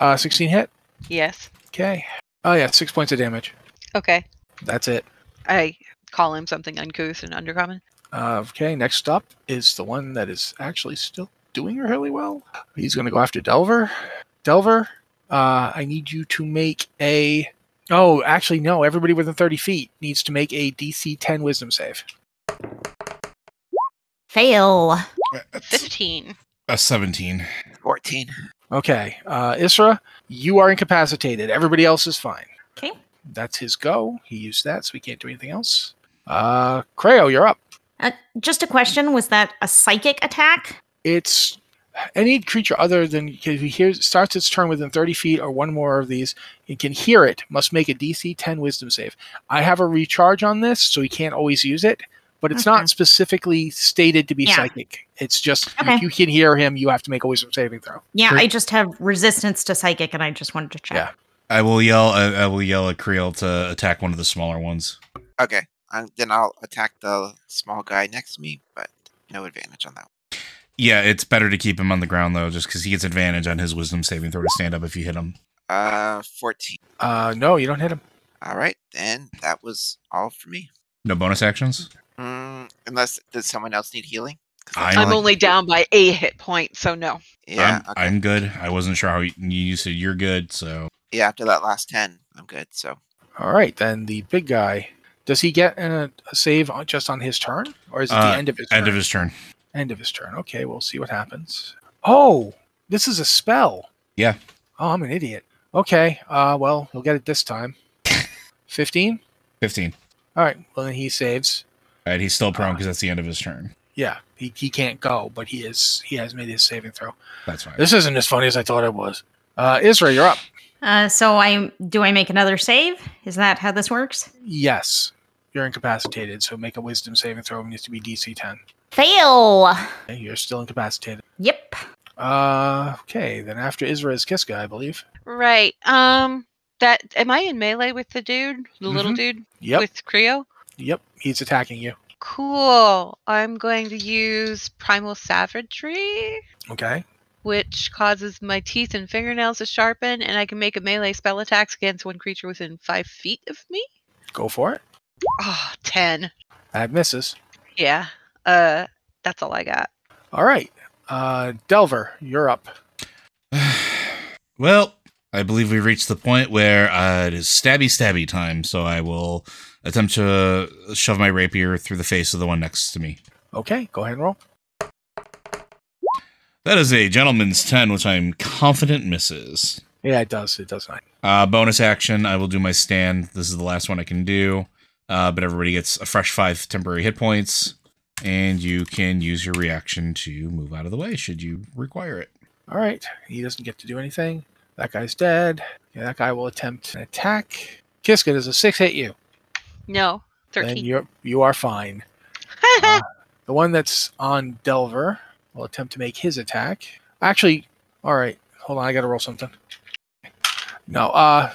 [SPEAKER 1] uh sixteen hit.
[SPEAKER 5] Yes.
[SPEAKER 1] Okay. Oh yeah, six points of damage.
[SPEAKER 5] Okay.
[SPEAKER 1] That's it.
[SPEAKER 5] I call him something uncouth and undercommon.
[SPEAKER 1] Uh, okay, next up is the one that is actually still doing really well. He's going to go after Delver. Delver, uh, I need you to make a. Oh, actually, no. Everybody within 30 feet needs to make a DC 10 wisdom save.
[SPEAKER 4] Fail.
[SPEAKER 2] that's
[SPEAKER 5] 15.
[SPEAKER 2] a 17.
[SPEAKER 3] 14.
[SPEAKER 1] Okay. Uh, Isra, you are incapacitated. Everybody else is fine.
[SPEAKER 4] Okay.
[SPEAKER 1] That's his go. He used that, so he can't do anything else. Uh, Creo, you're up.
[SPEAKER 4] Uh, just a question: Was that a psychic attack?
[SPEAKER 1] It's Any creature other than who hears starts its turn within 30 feet or one more of these and can hear it must make a DC 10 Wisdom save. I have a recharge on this, so you can't always use it, but it's
[SPEAKER 4] Okay.
[SPEAKER 1] not specifically stated to be
[SPEAKER 4] Yeah.
[SPEAKER 1] psychic. It's just
[SPEAKER 4] Okay.
[SPEAKER 1] if you can hear him, you have to make a Wisdom saving throw.
[SPEAKER 4] Yeah,
[SPEAKER 2] Great.
[SPEAKER 4] I just have resistance to psychic, and I just wanted to check.
[SPEAKER 1] Yeah.
[SPEAKER 2] I will yell. I, I will yell at Creel to attack one of the smaller ones.
[SPEAKER 3] Okay, um, then I'll attack the small guy next to me, but no advantage on that. one.
[SPEAKER 2] Yeah, it's better to keep him on the ground though, just because he gets advantage on his wisdom saving throw to stand up if you hit him.
[SPEAKER 3] Uh, fourteen.
[SPEAKER 1] Uh, no, you don't hit him.
[SPEAKER 3] All right, then that was all for me.
[SPEAKER 2] No bonus actions.
[SPEAKER 3] Mm, unless does someone else need healing? 'Cause
[SPEAKER 2] I'm
[SPEAKER 5] I'm
[SPEAKER 2] like-
[SPEAKER 5] only down by a hit point, so no.
[SPEAKER 3] Yeah,
[SPEAKER 2] I'm,
[SPEAKER 3] okay.
[SPEAKER 2] I'm good. I wasn't sure how you, you said you're good, so
[SPEAKER 3] yeah. After that last ten, I'm good. So
[SPEAKER 1] All right, then the big guy. Does he get a, a save on, just on his turn, or is it
[SPEAKER 2] Uh,
[SPEAKER 1] the end of his
[SPEAKER 2] end
[SPEAKER 1] turn?
[SPEAKER 2] of his turn.
[SPEAKER 1] end of his turn. Okay, we'll see what happens. Oh, this is a spell.
[SPEAKER 2] Yeah.
[SPEAKER 1] Oh, I'm an idiot. Okay. Uh, well, he'll get it this time. Fifteen.
[SPEAKER 2] Fifteen.
[SPEAKER 1] All right. Well, then he saves.
[SPEAKER 2] All right, he's still prone because that's the end of his turn.
[SPEAKER 1] Yeah, he, he can't go, but he is he has made his saving throw.
[SPEAKER 2] That's fine.
[SPEAKER 1] This isn't as funny as I thought it was. Uh, Israel, you're up.
[SPEAKER 4] Uh, so I do I make another save? Is that how this works?
[SPEAKER 1] Yes, you're incapacitated, so make a Wisdom saving throw. It needs to be DC 10.
[SPEAKER 4] Fail.
[SPEAKER 1] Okay, You're still incapacitated.
[SPEAKER 4] Yep.
[SPEAKER 1] Uh, okay, then after Israel is Kiska, I believe.
[SPEAKER 5] Right. Um. That am I in melee with the dude, the little
[SPEAKER 2] Mm-hmm.
[SPEAKER 1] Mhm.
[SPEAKER 5] dude
[SPEAKER 1] Yep,
[SPEAKER 5] with Creo?
[SPEAKER 1] yep, he's attacking you.
[SPEAKER 5] Cool. I'm going to use primal savagery,
[SPEAKER 1] Okay.
[SPEAKER 5] which causes my teeth and fingernails to sharpen, and I can make a melee spell attacks against one creature within five feet of me.
[SPEAKER 1] Go for it.
[SPEAKER 5] Ah, ten.
[SPEAKER 1] That misses.
[SPEAKER 5] Yeah. Uh, that's all I got.
[SPEAKER 1] All right. Uh, Delver, you're up.
[SPEAKER 2] well, I believe we reached the point where uh, it is stabby stabby time, so I will attempt to shove my rapier through the face of the one next to me.
[SPEAKER 1] Okay, go ahead and roll.
[SPEAKER 2] That is a gentleman's 10, which I'm confident misses.
[SPEAKER 1] Yeah, it does. It does not.
[SPEAKER 2] Uh, bonus action, I will do my stand. This is the last one I can do, uh, but everybody gets a fresh five temporary hit points, and you can use your reaction to move out of the way should you require it.
[SPEAKER 1] All right. He doesn't get to do anything. That guy's dead. Yeah, that guy will attempt an attack. Kiska does a six hit you.
[SPEAKER 5] No,
[SPEAKER 1] Then
[SPEAKER 5] thirteen.
[SPEAKER 1] you're you are fine. The one that's on Delver will attempt to make his attack. Actually, all right. Hold on, I gotta roll something. No, uh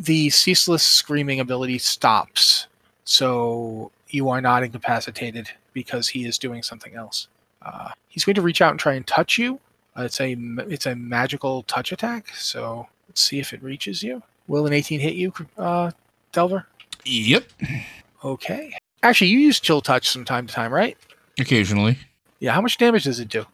[SPEAKER 1] the ceaseless screaming ability stops. So you are not incapacitated because he is doing something else. Uh, he's going to reach out and try and touch you. Uh, it's a ma- it's a magical touch attack. So let's see if it reaches you. Will an 18 hit you, uh, Delver?
[SPEAKER 2] Yep.
[SPEAKER 1] Okay. Actually, you use chill touch from time to time, right?
[SPEAKER 2] Occasionally.
[SPEAKER 1] Yeah, how much damage does it do?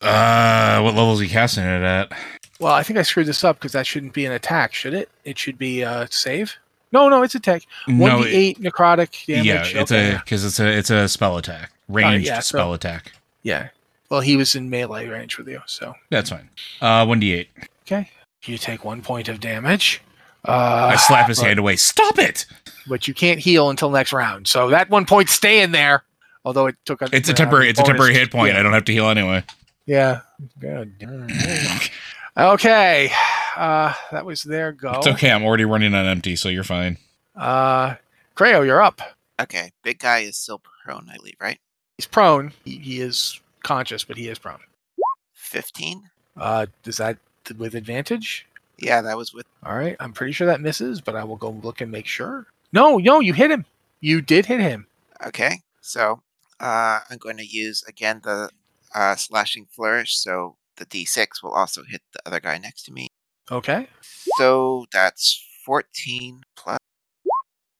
[SPEAKER 2] Uh, what level is he casting it at?
[SPEAKER 1] Well, I think I screwed this up because that shouldn't be an attack, should it? It should be uh, save. No, no, it's attack. One
[SPEAKER 2] No,
[SPEAKER 1] d eight necrotic damage.
[SPEAKER 2] yeah, it's
[SPEAKER 1] Okay.
[SPEAKER 2] a because it's a it's a spell attack, ranged
[SPEAKER 1] yeah, so-
[SPEAKER 2] spell attack.
[SPEAKER 1] yeah. Well, he was in melee range with you, so
[SPEAKER 2] That's fine. Uh, one d eight.
[SPEAKER 1] okay. You take one point of damage.
[SPEAKER 2] I
[SPEAKER 1] Uh,
[SPEAKER 2] slap his
[SPEAKER 1] but-
[SPEAKER 2] hand away. Stop it!
[SPEAKER 1] but you can't heal until next round, so that one point stay in there. Although it took a uh,
[SPEAKER 2] It's a temporary. It's a
[SPEAKER 1] bonus-
[SPEAKER 2] temporary hit point.
[SPEAKER 1] Yeah.
[SPEAKER 2] I don't have to heal anyway.
[SPEAKER 1] yeah. Good. Okay. Uh, that was their go.
[SPEAKER 2] It's okay. I'm already running on empty, so you're fine.
[SPEAKER 1] Uh, Creo, you're up.
[SPEAKER 3] okay, big guy is still prone, I believe, right?
[SPEAKER 1] He's prone. He, he is conscious, but he is prone.
[SPEAKER 3] Fifteen.
[SPEAKER 1] Uh, is that th- with advantage?
[SPEAKER 3] Yeah, that was with.
[SPEAKER 1] All right. I'm pretty sure that misses, but I will go look and make sure. No, no, you hit him. You did hit him.
[SPEAKER 3] Okay, so uh, I'm going to use again the uh, slashing flourish, so the d6 will also hit the other guy next to me.
[SPEAKER 1] Okay.
[SPEAKER 3] So that's 14 plus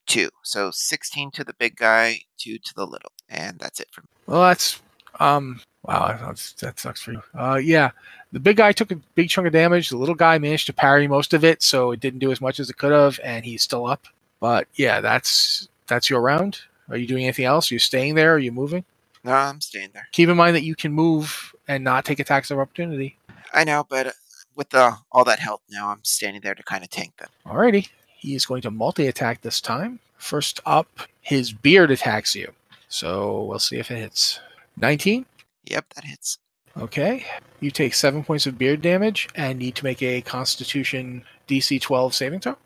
[SPEAKER 3] 2. So 16 to the big guy, 2 to the little. And that's it for me.
[SPEAKER 1] Well, that's um. Wow, that's, that sucks for you. Uh, yeah, the big guy took a big chunk of damage. The little guy managed to parry most of it, so it didn't do as much as it could have, and he's still up. But yeah, that's that's your round. Are you doing anything else? Are you staying there? Are you moving?
[SPEAKER 3] No, I'm staying there.
[SPEAKER 1] Keep in mind that you can move and not take attacks of opportunity.
[SPEAKER 3] I know, but uh, with the, all that health now, I'm standing there to kind of tank them.
[SPEAKER 1] Alrighty. He is going to multi attack this time. First up, his beard attacks you. So we'll see if it hits. 19.
[SPEAKER 3] Yep, that hits.
[SPEAKER 1] Okay. You take seven points of beard damage and need to make a Constitution DC 12 saving throw.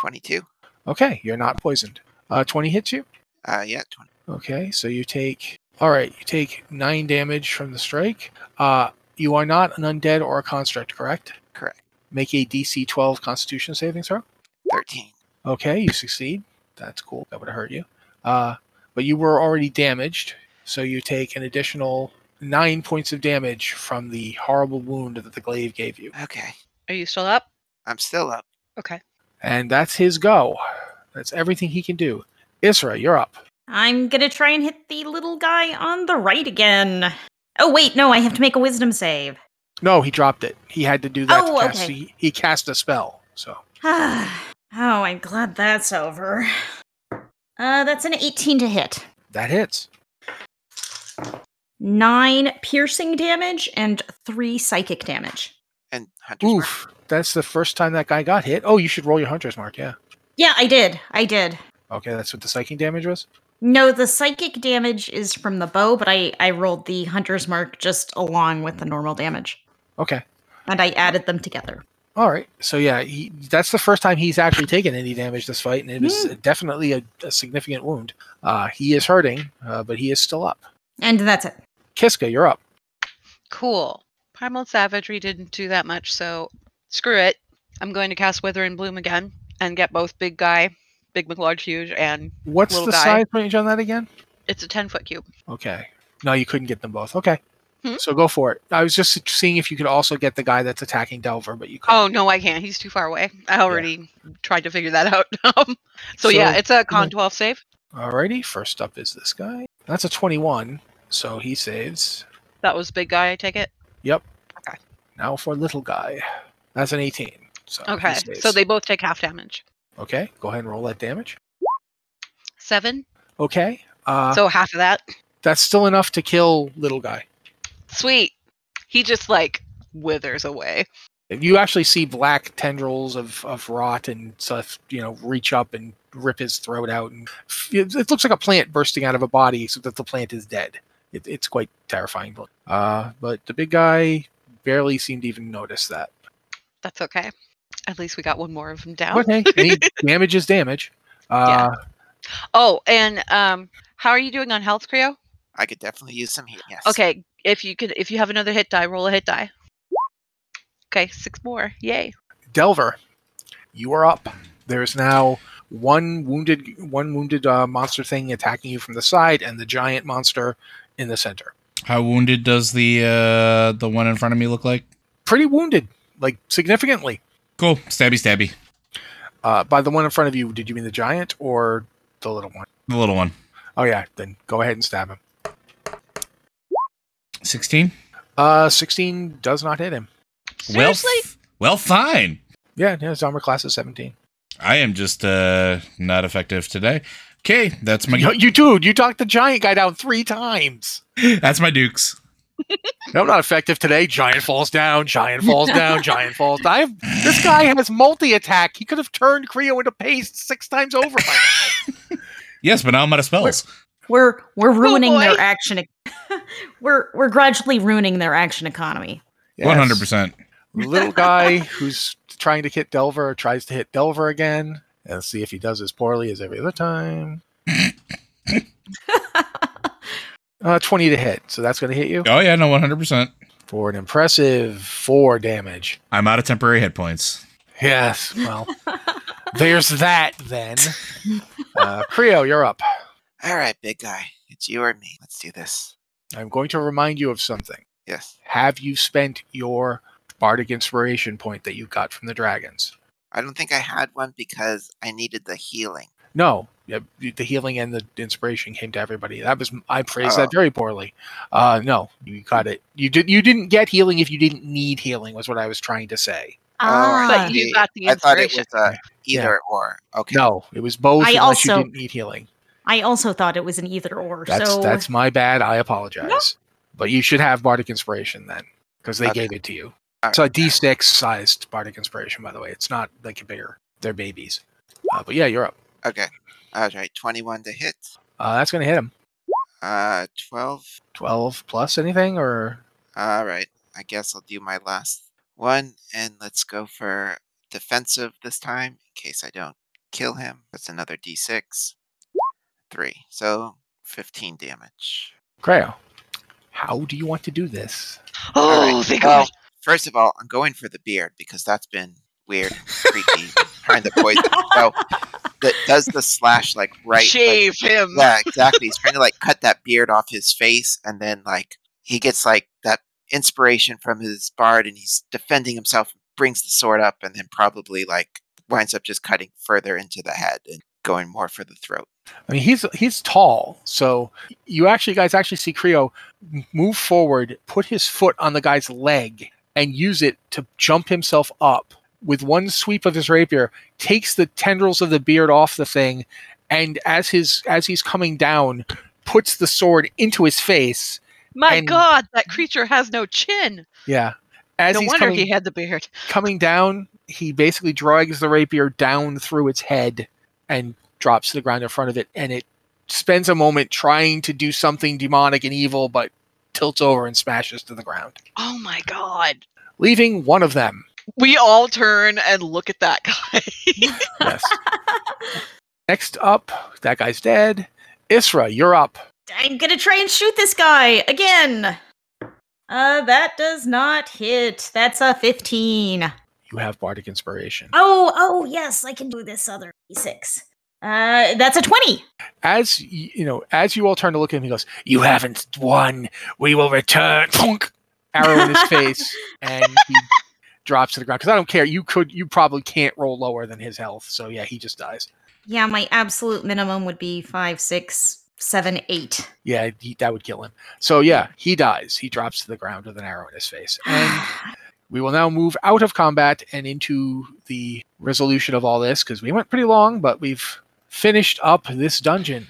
[SPEAKER 3] 22.
[SPEAKER 1] Okay. You're not poisoned. Uh, 20 hits you.
[SPEAKER 3] Uh, yeah, 20.
[SPEAKER 1] Okay, so you take all right. You take nine damage from the strike. Uh, you are not an undead or a construct, correct?
[SPEAKER 3] Correct.
[SPEAKER 1] Make a DC 12 Constitution saving throw.
[SPEAKER 3] 13.
[SPEAKER 1] Okay, you succeed. That's cool. That would have hurt you. Uh, but you were already damaged, so you take an additional nine points of damage from the horrible wound that the glaive gave you.
[SPEAKER 3] Okay.
[SPEAKER 5] Are you still up?
[SPEAKER 3] I'm still up.
[SPEAKER 5] Okay.
[SPEAKER 1] And that's his go. That's everything he can do. Isra, you're up.
[SPEAKER 4] I'm gonna try and hit the little guy on the right again. Oh wait, no, I have to make a wisdom save.
[SPEAKER 1] No, he dropped it. He had to do that.
[SPEAKER 4] Oh,
[SPEAKER 1] to cast,
[SPEAKER 4] okay.
[SPEAKER 1] he, he cast a spell. So
[SPEAKER 4] oh, I'm glad that's over. Uh, that's an 18 to hit.
[SPEAKER 1] that hits.
[SPEAKER 4] Nine piercing damage and three psychic damage.
[SPEAKER 3] And Hunter's Mark.
[SPEAKER 1] Oof. That's the first time that guy got hit. Oh, you should roll your hunter's mark. Yeah.
[SPEAKER 4] Yeah, I did. I did.
[SPEAKER 1] Okay, that's what the psychic damage was.
[SPEAKER 4] No, the psychic damage is from the bow, but I, I rolled the hunter's mark just along with the normal damage.
[SPEAKER 1] Okay.
[SPEAKER 4] And I added them together.
[SPEAKER 1] All right. So yeah, he, that's the first time he's actually taken any damage this fight, and it was
[SPEAKER 5] Hmm.
[SPEAKER 1] definitely a, a significant wound. Uh, he is hurting, uh, but he is still up.
[SPEAKER 4] And that's it.
[SPEAKER 1] Kiska, you're up.
[SPEAKER 5] Cool. Primal Savagery didn't do that much, so screw it. I'm going to cast Wither and Bloom again and get both big guy, big McLarge huge, and
[SPEAKER 1] What's
[SPEAKER 5] Little
[SPEAKER 1] the
[SPEAKER 5] guy.
[SPEAKER 1] size range on that again?
[SPEAKER 5] it's a 10 foot cube.
[SPEAKER 1] Okay. No, you couldn't get them both. Okay.
[SPEAKER 5] Hmm?
[SPEAKER 1] So go for it. I was just seeing if you could also get the guy that's attacking Delver, but you couldn't.
[SPEAKER 5] Oh no, I can't. He's too far away. I already tried to figure that out. Um,
[SPEAKER 1] So,
[SPEAKER 5] so, yeah, it's a con
[SPEAKER 1] like-
[SPEAKER 5] 12 save.
[SPEAKER 1] Alrighty. First up is this guy. That's a 21, so he saves.
[SPEAKER 5] That was big guy. I take it.
[SPEAKER 1] Now for little guy. That's an 18. So he
[SPEAKER 5] Okay.
[SPEAKER 1] saves.
[SPEAKER 5] So they both take half damage.
[SPEAKER 1] Okay. Go ahead and roll that damage.
[SPEAKER 5] Seven.
[SPEAKER 1] Okay. Uh,
[SPEAKER 5] so half of that.
[SPEAKER 1] that's still enough to kill little guy.
[SPEAKER 5] Sweet. He just like withers away.
[SPEAKER 1] You actually see black tendrils of, of rot and stuff, you know, reach up and rip his throat out, and it, it looks like a plant bursting out of a body, so that the plant is dead. It, it's quite terrifying. Uh, but the big guy barely seemed to even notice that.
[SPEAKER 5] That's okay. At least we got one more of them down.
[SPEAKER 1] Okay, any damage is damage. Uh,
[SPEAKER 5] Oh, and um, how are you doing on health, Creo?
[SPEAKER 3] I could definitely use some heat. Yes.
[SPEAKER 5] Okay, if you could, if you have another hit die, roll a hit die. Okay, six more. Yay!
[SPEAKER 1] Delver, you are up. There is now one wounded one wounded uh, monster thing attacking you from the side, and the giant monster in the center.
[SPEAKER 2] How wounded does the uh, the one in front of me look like?
[SPEAKER 1] pretty wounded, like significantly,
[SPEAKER 2] Cool. Stabby, stabby.
[SPEAKER 1] uh, by the one in front of you. Did you mean the giant or the little one?
[SPEAKER 2] The little one.
[SPEAKER 1] Oh yeah, then go ahead and stab him.
[SPEAKER 2] Sixteen.
[SPEAKER 1] Uh, sixteen does not hit him.
[SPEAKER 5] Seriously,
[SPEAKER 2] Well, f- well, fine.
[SPEAKER 1] Yeah, yeah, his armor class is seventeen.
[SPEAKER 2] I am just uh, not effective today. Okay, that's my
[SPEAKER 1] You, you dude, you talked the giant guy down three times.
[SPEAKER 2] that's my dukes.
[SPEAKER 1] No, I'm not effective today. Giant falls down. Giant falls down. giant falls. down. I have, this guy has multi attack. He could have turned Creo into paste six times over. By now.
[SPEAKER 2] Yes, but now I'm out of spells.
[SPEAKER 4] We're we're ruining their
[SPEAKER 5] Oh, boy.
[SPEAKER 4] action. e- we're we're gradually ruining their action economy.
[SPEAKER 2] One hundred percent.
[SPEAKER 1] little guy who's trying to hit Delver tries to hit Delver again and see if he does as poorly as every other time. uh, 20 to hit, so that's going to hit you
[SPEAKER 2] Oh yeah, no, one hundred percent.
[SPEAKER 1] for an impressive four damage.
[SPEAKER 2] I'm out of temporary hit points.
[SPEAKER 1] Yes, well, there's that then. Uh, Creo, you're up.
[SPEAKER 3] All right, big guy. It's you or me. Let's do this.
[SPEAKER 1] I'm going to remind you of something.
[SPEAKER 3] Yes.
[SPEAKER 1] Have you spent your bardic inspiration point that you got from the dragons?
[SPEAKER 3] I don't think I had one because I needed the healing.
[SPEAKER 1] No, yeah, the healing and the inspiration came to everybody. That was I praised
[SPEAKER 3] Oh.
[SPEAKER 1] that very poorly. Uh, no, you got it. You did. You didn't get healing if you didn't need healing. Was what I was trying to say.
[SPEAKER 3] Oh,
[SPEAKER 5] but you
[SPEAKER 3] Yeah,
[SPEAKER 5] got the
[SPEAKER 3] I thought it
[SPEAKER 5] inspiration.
[SPEAKER 3] was uh,
[SPEAKER 1] Yeah.
[SPEAKER 3] either or. Okay.
[SPEAKER 1] No, it was both.
[SPEAKER 4] I
[SPEAKER 1] unless you
[SPEAKER 4] also-
[SPEAKER 1] didn't need healing.
[SPEAKER 4] I also thought it was an either or.
[SPEAKER 1] That's
[SPEAKER 4] so
[SPEAKER 1] that's my bad. I apologize. But you should have bardic inspiration then, because they
[SPEAKER 3] Okay.
[SPEAKER 1] gave it to you.
[SPEAKER 3] All
[SPEAKER 1] It's a D6 sized bardic inspiration, by the way. It's not like bigger. They're babies. Uh, but yeah, you're up.
[SPEAKER 3] Okay. All right. 21 to hit.
[SPEAKER 1] Uh, that's gonna hit him.
[SPEAKER 3] Uh, 12.
[SPEAKER 1] Twelve plus anything or
[SPEAKER 3] All right. I guess I'll do my last one and let's go for defensive this time in case I don't kill him. That's another d6. Three. So 15 damage.
[SPEAKER 1] Cryo, how do you want to do this?
[SPEAKER 5] Oh,
[SPEAKER 3] Alright,
[SPEAKER 5] thank
[SPEAKER 3] well,
[SPEAKER 5] God.
[SPEAKER 3] First of all, I'm going for the beard because that's been weird, and creepy, trying to poison. So that does the slash like right? like-
[SPEAKER 5] Shave him.
[SPEAKER 3] yeah, exactly. He's trying to like cut that beard off his face, and then like he gets like that inspiration from his bard, and he's defending himself, brings the sword up, and then probably like winds up just cutting further into the head and going more for the throat.
[SPEAKER 1] I mean, he's he's tall, so you actually guys actually see Creo m- move forward, put his foot on the guy's leg, and use it to jump himself up. With one sweep of his rapier, takes the tendrils of the beard off the thing, and as his as he's coming down, puts the sword into his face.
[SPEAKER 5] My
[SPEAKER 1] and-
[SPEAKER 5] God, that creature has no chin.
[SPEAKER 1] Yeah, as
[SPEAKER 5] no
[SPEAKER 1] he's
[SPEAKER 5] wonder
[SPEAKER 1] coming,
[SPEAKER 5] he had the beard.
[SPEAKER 1] coming down, he basically drags the rapier down through its head and drops to the ground in front of it. And it spends a moment trying to do something demonic and evil, but tilts over and smashes to the ground,
[SPEAKER 5] Oh my God.
[SPEAKER 1] leaving one of them.
[SPEAKER 5] We all turn and look at that guy.
[SPEAKER 1] Yes. Next up, that guy's dead. Isra, you're up.
[SPEAKER 4] I'm gonna try and shoot this guy again. Uh, that does not hit. That's a 15.
[SPEAKER 1] You have bardic inspiration.
[SPEAKER 4] Oh, oh, yes, I can do this other d6. Uh, that's a 20.
[SPEAKER 1] As y- you know, as you all turn to look at him, he goes, "You haven't won. We will return." Thunk! Arrow in his face, and he drops to the ground. Because I don't care. You could, you probably can't roll lower than his health. So yeah, he just dies.
[SPEAKER 4] Yeah, my absolute minimum would be five, six, seven, eight.
[SPEAKER 1] Yeah, he, that would kill him. So yeah, he dies. He drops to the ground with an arrow in his face, and we will now move out of combat and into the resolution of all this because we went pretty long, but we've finished up this dungeon.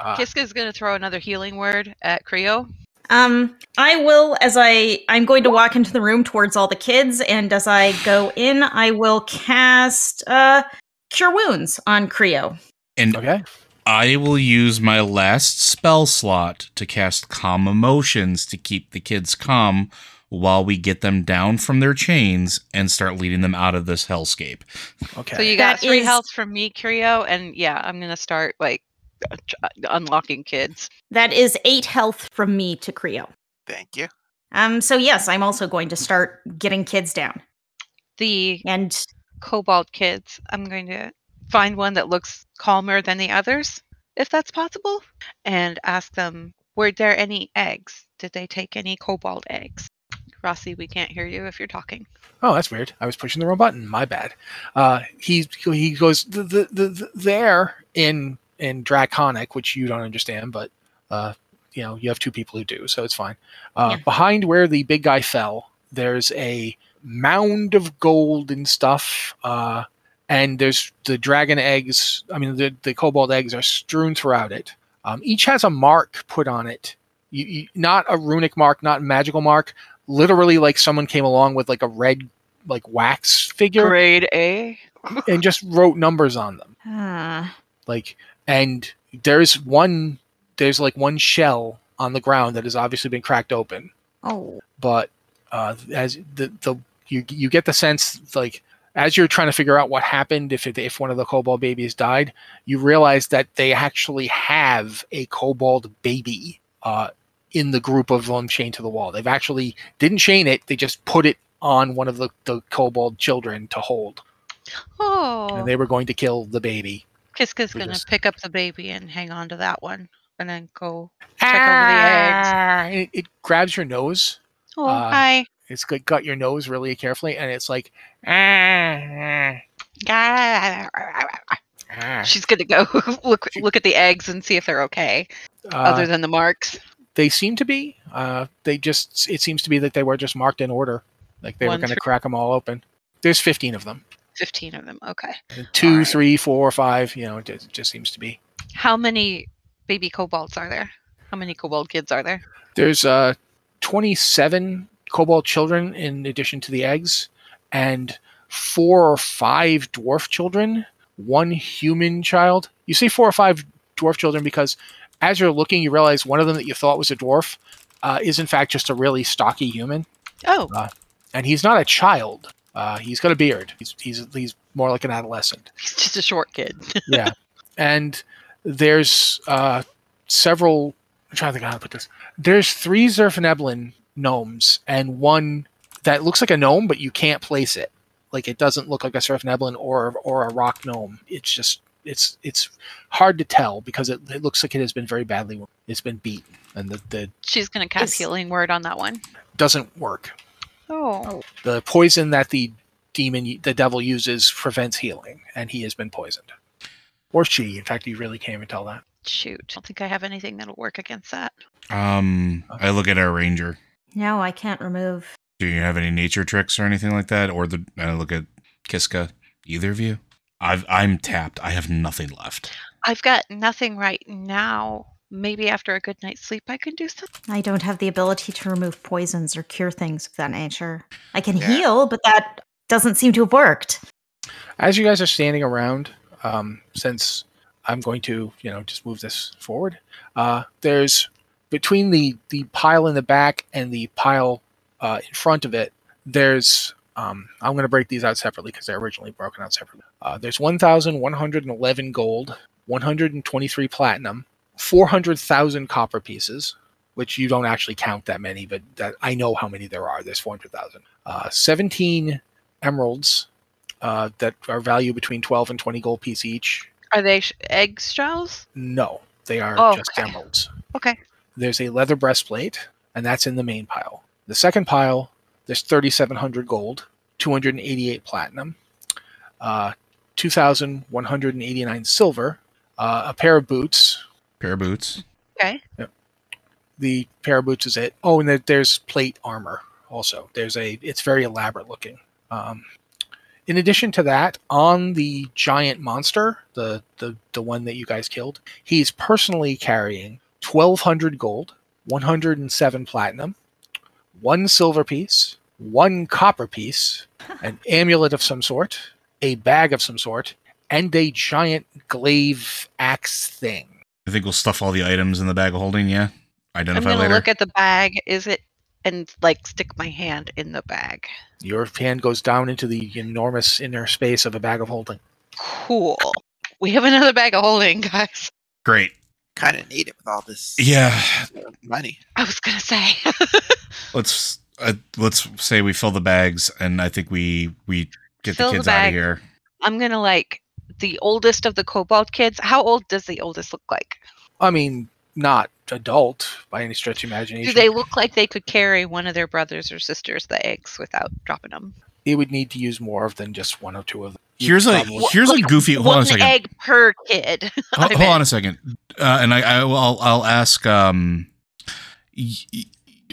[SPEAKER 1] Uh,
[SPEAKER 5] Kiska's going to throw another healing word at Creo.
[SPEAKER 4] Um, I will as I I'm going to walk into the room towards all the kids, and as I go in, I will cast uh cure wounds on Creo.
[SPEAKER 2] And
[SPEAKER 1] okay.
[SPEAKER 2] I will use my last spell slot to cast calm emotions to keep the kids calm while we get them down from their chains and start leading them out of this hellscape.
[SPEAKER 1] Okay.
[SPEAKER 5] So you got
[SPEAKER 4] That
[SPEAKER 5] three
[SPEAKER 4] is-
[SPEAKER 5] health from me, Creo. And yeah, I'm going to start like uh, tr- unlocking kids.
[SPEAKER 4] That is eight health from me to Creo.
[SPEAKER 3] Thank you.
[SPEAKER 4] Um, so yes, I'm also going to start getting kids down.
[SPEAKER 5] The
[SPEAKER 4] And
[SPEAKER 5] kobold kids. I'm going to find one that looks calmer than the others, if that's possible, and ask them, were there any eggs? Did they take any kobold eggs? Rossi, we can't hear you if you're talking.
[SPEAKER 1] Oh, that's weird. I was pushing the wrong button. My bad. Uh, he he goes the the, the, the there in in Draconic, which you don't understand, but uh, you know you have two people who do, so it's fine. Uh,
[SPEAKER 4] Yeah.
[SPEAKER 1] Behind where the big guy fell, there's a mound of gold and stuff, uh, and there's the dragon eggs. I mean, the the cobalt eggs are strewn throughout it. Um, each has a mark put on it. You, you, not a runic mark, not magical mark. Literally, like someone came along with like a red, like wax figure,
[SPEAKER 5] Grade A.
[SPEAKER 1] and just wrote numbers on them
[SPEAKER 4] uh,
[SPEAKER 1] like and there's one there's like one shell on the ground that has obviously been cracked open
[SPEAKER 4] oh,
[SPEAKER 1] but uh as the the you you get the sense like as you're trying to figure out what happened if it, if one of the kobold babies died you realize that they actually have a kobold baby uh in the group of them chained to the wall they've actually didn't chain it they just put it on one of the, the kobold children to hold
[SPEAKER 5] Oh.
[SPEAKER 1] and they were going to kill the baby
[SPEAKER 5] Kiska's
[SPEAKER 1] we
[SPEAKER 5] going to
[SPEAKER 1] just-
[SPEAKER 5] pick up the baby and hang on to that one and then go,
[SPEAKER 1] check
[SPEAKER 5] over
[SPEAKER 1] the eggs. It, it grabs your nose.
[SPEAKER 5] oh,
[SPEAKER 1] Uh,
[SPEAKER 5] hi.
[SPEAKER 1] It's got got your nose really carefully, and it's like, ah, ah.
[SPEAKER 5] She's going to go look look at the eggs and see if they're okay, other
[SPEAKER 1] Uh,
[SPEAKER 5] than the marks.
[SPEAKER 1] they seem to be. Uh, they just it seems to be that they were just marked in order, like they were
[SPEAKER 5] One
[SPEAKER 1] going to
[SPEAKER 5] through-
[SPEAKER 1] crack them all open. There's 15 of them.
[SPEAKER 5] 15 of them. Okay.
[SPEAKER 1] Two,
[SPEAKER 5] right.
[SPEAKER 1] three, four, five. You know, it just, just seems to be.
[SPEAKER 5] How many baby kobolds are there? How many kobold kids are there?
[SPEAKER 1] There's uh, 27 kobold children in addition to the eggs, and four or five dwarf children, one human child. You see four or five dwarf children because as you're looking, you realize one of them that you thought was a dwarf uh, is in fact just a really stocky human,
[SPEAKER 5] Oh,
[SPEAKER 1] and he's not a child. Uh, he's got a beard. He's he's he's more like an adolescent.
[SPEAKER 5] he's just a short kid.
[SPEAKER 1] yeah and there's uh several i'm trying to think of how to put this there's three zerfneblin gnomes and one that looks like a gnome but you can't place it like it doesn't look like a zerfneblin or or a rock gnome it's just it's it's hard to tell because it, it looks like it has been very badly wo- it's been beaten and the, the
[SPEAKER 5] She's gonna cast
[SPEAKER 4] Yes.
[SPEAKER 5] healing word on that one.
[SPEAKER 1] doesn't work
[SPEAKER 5] Oh,
[SPEAKER 1] the poison that the demon the devil uses prevents healing and he has been poisoned or she in fact you really can't even tell that
[SPEAKER 5] shoot! I don't think I have anything that'll work against that.
[SPEAKER 2] Um, I look at our ranger.
[SPEAKER 4] No, I can't remove.
[SPEAKER 2] Do you have any nature tricks or anything like that? Or the I look at Kiska. Either of you? I've I'm tapped. I have nothing left.
[SPEAKER 5] I've got nothing right now. Maybe after a good night's sleep, I can do something.
[SPEAKER 4] I don't have the ability to remove poisons or cure things of that nature. I can
[SPEAKER 3] Yeah.
[SPEAKER 4] heal, but that doesn't seem to have worked.
[SPEAKER 1] as you guys are standing around, um, since I'm going to, you know, just move this forward, uh, there's between the the pile in the back and the pile uh, in front of it. There's um, I'm going to break these out separately because they're originally broken out separately. Uh, there's 1,111 gold, 123 platinum, 400,000 copper pieces, which you don't actually count that many, but that, I know how many there are. There's 400,000, uh, 17 emeralds, uh, that are value between 12 and 20 gold piece each.
[SPEAKER 5] Are they sh- egg straws?
[SPEAKER 1] No, they are
[SPEAKER 5] Oh,
[SPEAKER 1] just
[SPEAKER 5] okay.
[SPEAKER 1] emeralds.
[SPEAKER 5] Okay.
[SPEAKER 1] There's a leather breastplate, and that's in the main pile. The second pile, there's 3,700 gold, 288 platinum, uh, 2,189 silver, uh, a pair of boots.
[SPEAKER 2] Pair of boots.
[SPEAKER 5] Okay.
[SPEAKER 1] The pair of boots is it. Oh, and there- there's plate armor also. There's a. It's very elaborate looking. Um, in addition to that, on the giant monster, the, the the one that you guys killed, he's personally carrying 1200 gold, 107 platinum, one silver piece, one copper piece, an amulet of some sort, a bag of some sort, and a giant glaive axe thing.
[SPEAKER 2] I think we'll stuff all the items in the bag of holding. Yeah.
[SPEAKER 5] I'm
[SPEAKER 2] Identify
[SPEAKER 5] gonna
[SPEAKER 2] later.
[SPEAKER 5] look at the bag. Is it? And like stick my hand in the bag.
[SPEAKER 1] Your hand goes down into the enormous inner space of a bag of holding.
[SPEAKER 5] Cool. We have another bag of holding, guys.
[SPEAKER 2] Great.
[SPEAKER 3] Kind of need it with all this
[SPEAKER 2] Yeah.
[SPEAKER 3] money.
[SPEAKER 5] I was gonna say.
[SPEAKER 2] Let's uh, let's say we fill the bags, and I think we we get
[SPEAKER 5] Fill
[SPEAKER 2] the
[SPEAKER 5] the
[SPEAKER 2] kids out of
[SPEAKER 5] bag.
[SPEAKER 2] here.
[SPEAKER 5] I'm gonna like the oldest of the Cobalt kids. How old does the oldest look like?
[SPEAKER 1] I mean, not adult by any stretch of imagination.
[SPEAKER 5] Do they look like they could carry one of their brothers or sisters the eggs without dropping them?
[SPEAKER 1] They would need to use more of than just one or two of them. You'd
[SPEAKER 2] Here's a
[SPEAKER 1] probably-
[SPEAKER 2] here's a goofy. Hold on a
[SPEAKER 5] one
[SPEAKER 2] second.
[SPEAKER 5] egg per kid.
[SPEAKER 2] Ho-
[SPEAKER 5] I
[SPEAKER 2] hold on
[SPEAKER 5] bet.
[SPEAKER 2] a second, uh, and I, I will I'll, I'll ask. Um, y- y-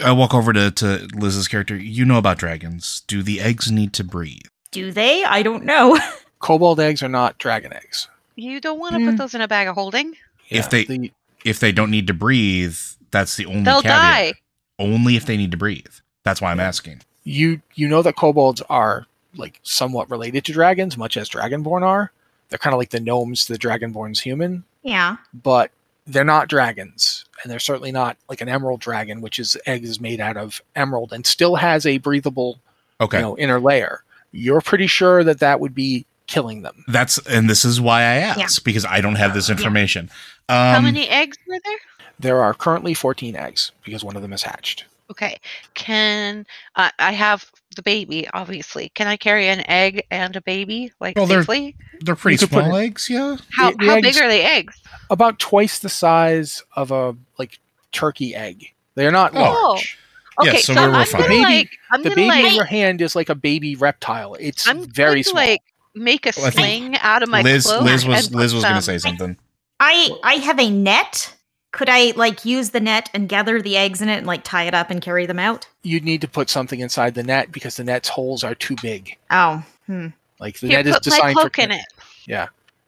[SPEAKER 2] I walk over to, to Liz's character. You know about dragons. Do the eggs need to breathe?
[SPEAKER 4] Do they? I don't know.
[SPEAKER 1] Cobalt eggs are not dragon eggs.
[SPEAKER 5] You don't want to
[SPEAKER 4] Hmm.
[SPEAKER 5] put those in a bag of holding.
[SPEAKER 2] If they-
[SPEAKER 1] the-
[SPEAKER 2] If they don't need to breathe, that's the only
[SPEAKER 5] They'll
[SPEAKER 2] caveat.
[SPEAKER 5] die.
[SPEAKER 2] Only if they need to breathe. That's why I'm asking.
[SPEAKER 1] you you know that kobolds are like somewhat related to dragons, much as dragonborn are. They're kind of like the gnomes, to the dragonborn's human,
[SPEAKER 4] yeah.
[SPEAKER 1] but they're not dragons, and they're certainly not like an emerald dragon, which is eggs is made out of emerald and still has a breathable
[SPEAKER 2] Okay,
[SPEAKER 1] you know inner layer. You're pretty sure that that would be killing them.
[SPEAKER 2] that's and this is why I asked
[SPEAKER 4] Yeah.
[SPEAKER 2] because I don't have this
[SPEAKER 4] Yeah.
[SPEAKER 2] information.
[SPEAKER 5] How
[SPEAKER 2] Um,
[SPEAKER 5] many eggs were there?
[SPEAKER 1] There are currently 14 eggs because one of them is hatched.
[SPEAKER 5] Okay. Can uh, I have the baby? Obviously, can I carry an egg and a baby like
[SPEAKER 2] Well, they're-
[SPEAKER 5] safely?
[SPEAKER 2] They're pretty
[SPEAKER 1] You could put
[SPEAKER 2] small
[SPEAKER 1] it-
[SPEAKER 2] eggs. Yeah.
[SPEAKER 5] How,
[SPEAKER 1] the
[SPEAKER 5] how
[SPEAKER 1] eggs-
[SPEAKER 5] big are the eggs?
[SPEAKER 1] About twice the size of a like turkey egg. They're not
[SPEAKER 2] Oh.
[SPEAKER 1] large.
[SPEAKER 2] Yeah,
[SPEAKER 5] Okay,
[SPEAKER 2] so
[SPEAKER 5] so,
[SPEAKER 2] we're- we're
[SPEAKER 5] I'm
[SPEAKER 2] fine.
[SPEAKER 5] gonna
[SPEAKER 1] Baby-
[SPEAKER 5] like I'm
[SPEAKER 1] the
[SPEAKER 5] gonna
[SPEAKER 1] baby in
[SPEAKER 5] like
[SPEAKER 1] your hand is like a baby reptile. It's
[SPEAKER 5] I'm
[SPEAKER 1] very
[SPEAKER 5] going to,
[SPEAKER 1] small.
[SPEAKER 5] like make a
[SPEAKER 2] Well, I think
[SPEAKER 5] sling out of my
[SPEAKER 2] Liz
[SPEAKER 5] cloak.
[SPEAKER 2] Liz was
[SPEAKER 5] and
[SPEAKER 2] Liz
[SPEAKER 5] put
[SPEAKER 2] was going to
[SPEAKER 5] some-
[SPEAKER 2] say something.
[SPEAKER 4] I I have a net. Could I like use the net and gather the eggs in it and like tie it up and carry them out?
[SPEAKER 1] You'd need to put something inside the net because the net's holes are too big.
[SPEAKER 4] Oh, hmm.
[SPEAKER 1] Like the
[SPEAKER 5] Here,
[SPEAKER 1] net is
[SPEAKER 5] put my
[SPEAKER 1] designed for.
[SPEAKER 5] cloak in it.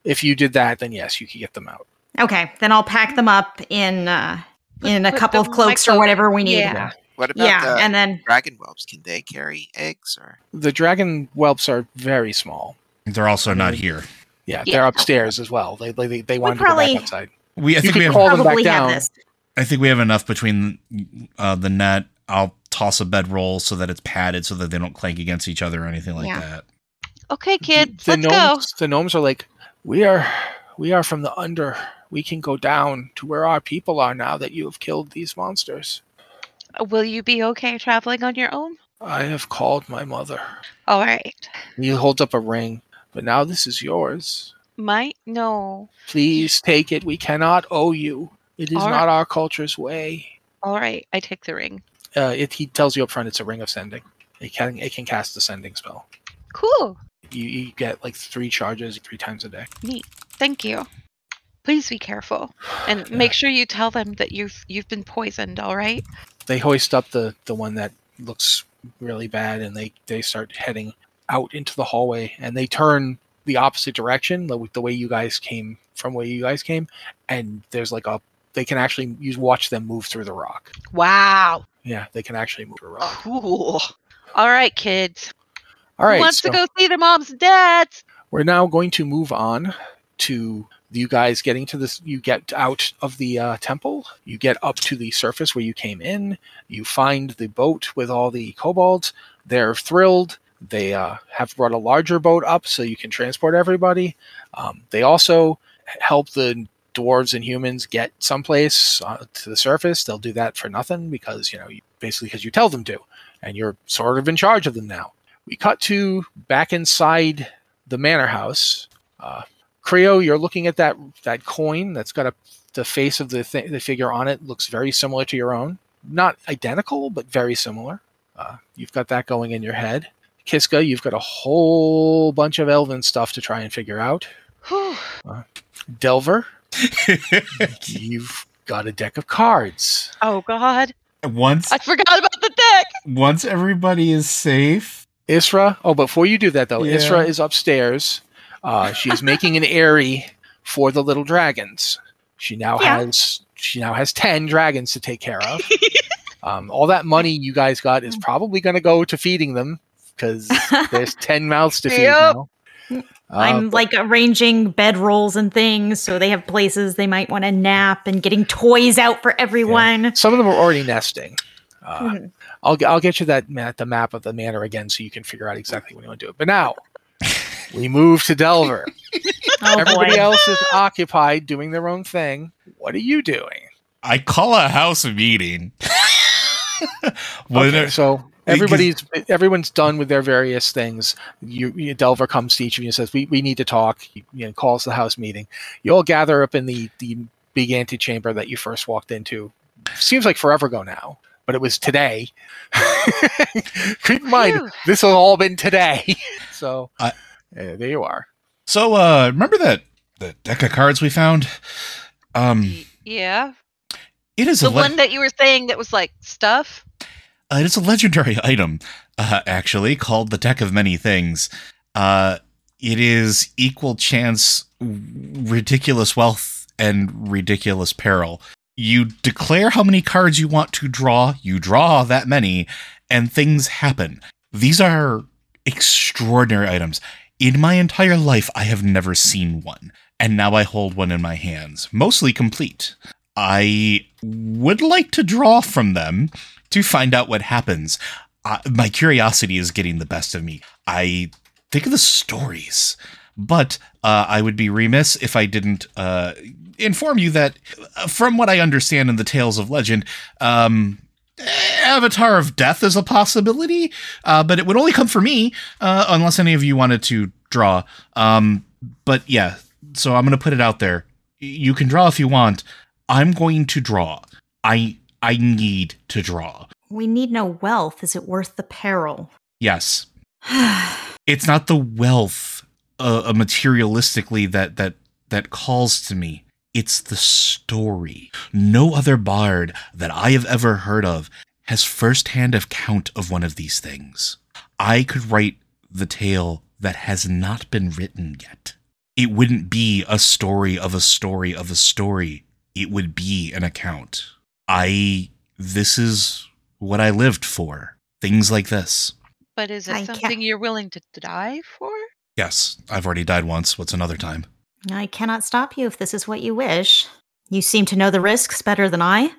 [SPEAKER 1] If you did that, then yes, you could get them out.
[SPEAKER 4] Okay, then I'll pack them up in uh, in a
[SPEAKER 5] put
[SPEAKER 4] couple of
[SPEAKER 5] them in my
[SPEAKER 4] cloaks or
[SPEAKER 5] cloak.
[SPEAKER 4] whatever we need.
[SPEAKER 5] Yeah.
[SPEAKER 3] What about
[SPEAKER 4] Yeah,
[SPEAKER 3] the
[SPEAKER 4] and then
[SPEAKER 3] dragon whelps? Can they carry eggs or?
[SPEAKER 1] The dragon whelps are very small.
[SPEAKER 2] They're also not here.
[SPEAKER 1] Yeah,
[SPEAKER 5] Yeah.
[SPEAKER 1] they're upstairs as well. They they, they, they wanted to go
[SPEAKER 4] probably-
[SPEAKER 1] back outside.
[SPEAKER 2] We
[SPEAKER 1] You
[SPEAKER 2] I think we
[SPEAKER 1] could
[SPEAKER 2] have
[SPEAKER 1] call them back
[SPEAKER 4] probably have
[SPEAKER 1] down.
[SPEAKER 4] this.
[SPEAKER 2] I think we have enough between uh, the net. I'll toss a bedroll so that it's padded so that they don't clank against each other or anything like
[SPEAKER 4] Yeah.
[SPEAKER 2] that.
[SPEAKER 5] Okay, kid,
[SPEAKER 1] the
[SPEAKER 5] let's go.
[SPEAKER 1] gnomes, The gnomes are like, we are, we are from the under. We can go down to where our people are now that you have killed these monsters.
[SPEAKER 5] Will you be okay traveling on your own?
[SPEAKER 1] I have called my mother.
[SPEAKER 5] All right.
[SPEAKER 1] He holds up a ring, but now this is yours.
[SPEAKER 5] Might no.
[SPEAKER 1] Please take it. We cannot owe you. It is
[SPEAKER 5] All right.
[SPEAKER 1] not our culture's way.
[SPEAKER 5] All right, I take the ring.
[SPEAKER 1] Uh, it, he tells you up front it's a ring of sending. It can it can cast the sending spell.
[SPEAKER 5] Cool.
[SPEAKER 1] You, you get like three charges three times a day.
[SPEAKER 5] Thank you. Please be careful and
[SPEAKER 1] Yeah.
[SPEAKER 5] make sure you tell them that you've you've been poisoned. All right.
[SPEAKER 1] they hoist up the the one that looks really bad and they they start heading out into the hallway and they turn the opposite direction the, the way you guys came from where you guys came and there's like a they can actually you watch them move through the rock
[SPEAKER 5] Wow.
[SPEAKER 1] yeah they can actually move through a
[SPEAKER 2] Oh.
[SPEAKER 1] rock
[SPEAKER 5] Cool. All right, kids.
[SPEAKER 1] all right
[SPEAKER 5] Who wants
[SPEAKER 1] so
[SPEAKER 5] to go see their moms and dads?
[SPEAKER 1] we're now going to move on to you guys getting to this you get out of the uh, temple you get up to the surface where you came in you find the boat with all the kobolds they're thrilled they uh, have brought a larger boat up so you can transport everybody um, they also help the dwarves and humans get someplace uh, to the surface they'll do that for nothing because you know you, basically because you tell them to and you're sort of in charge of them now we cut to back inside the manor house. Uh, Creo, you're looking at that that coin that's got a the face of the th- the figure on it looks very similar to your own, not identical, but very similar. Uh, you've got that going in your head. Kiska, you've got a whole bunch of elven stuff to try and figure out.
[SPEAKER 5] Whew.
[SPEAKER 1] Delver, you've got a deck of cards.
[SPEAKER 5] Oh God,
[SPEAKER 2] once
[SPEAKER 5] I forgot about the deck.
[SPEAKER 2] once everybody is safe,
[SPEAKER 1] Isra. Oh, before you do that though,
[SPEAKER 2] Yeah.
[SPEAKER 1] Isra is upstairs. Uh, she's making an airy for the little dragons. She now
[SPEAKER 4] Yeah.
[SPEAKER 1] has she now has ten dragons to take care of. um, all that money you guys got is probably going to go to feeding them because there's ten mouths to feed
[SPEAKER 5] Yep.
[SPEAKER 1] now. Uh,
[SPEAKER 4] I'm
[SPEAKER 1] but-
[SPEAKER 4] like arranging bed rolls and things so they have places they might want to nap and getting toys out for everyone.
[SPEAKER 1] some of them are already nesting. Uh,
[SPEAKER 4] Mhm.
[SPEAKER 1] I'll get I'll get you that ma- the map of the manor again so you can figure out exactly what you want to do. But now we move to Delver.
[SPEAKER 4] Oh
[SPEAKER 1] Everybody
[SPEAKER 4] boy.
[SPEAKER 1] else is occupied doing their own thing. What are you doing?
[SPEAKER 2] I call a house meeting. When
[SPEAKER 1] Okay,
[SPEAKER 2] it-
[SPEAKER 1] so
[SPEAKER 2] because-
[SPEAKER 1] everybody's everyone's done with their various things. You, you Delver comes to each of you and says, "We, we need to talk." He, you know, calls the house meeting. You all gather up in the the big antechamber that you first walked into. Seems like forever ago now, but it was today. Keep in mind,
[SPEAKER 5] Phew.
[SPEAKER 1] this has all been today. so
[SPEAKER 2] I-
[SPEAKER 1] uh, there you are.
[SPEAKER 2] so uh remember that the deck of cards we found? Um
[SPEAKER 5] Y- Yeah,
[SPEAKER 2] it is a
[SPEAKER 5] the
[SPEAKER 2] le-
[SPEAKER 5] one that you were saying that was like stuff.
[SPEAKER 2] Uh, it's a legendary item, uh, actually, called the Deck of Many Things. Uh, it is equal chance, w- ridiculous wealth, and ridiculous peril. You declare how many cards you want to draw, you draw that many, and things happen. These are extraordinary items. In my entire life, I have never seen one, and now I hold one in my hands, mostly complete. I would like to draw from them to find out what happens. Uh, my curiosity is getting the best of me. I think of the stories, but uh, I would be remiss if I didn't uh, inform you that, uh, from what I understand in the tales of legend, um, Avatar of Death is a possibility, uh, but it would only come for me uh, unless any of you wanted to draw. Um, but yeah, so I'm going to put it out there. You can draw if you want. I'm going to draw. I I need to draw.
[SPEAKER 4] We need no wealth. Is it worth the peril?
[SPEAKER 2] Yes, it's not the wealth uh, uh, materialistically that that that calls to me. It's the story. No other bard that I have ever heard of has firsthand account of one of these things. I could write the tale that has not been written yet. It wouldn't be a story of a story of a story. It would be an account. I this is what I lived for. Things like this.
[SPEAKER 5] But is it
[SPEAKER 4] I can't-
[SPEAKER 5] something you're willing to die for?
[SPEAKER 2] Yes, I've already died once. What's another time?
[SPEAKER 4] I cannot stop you if this is what you wish. You seem to know the risks better than I.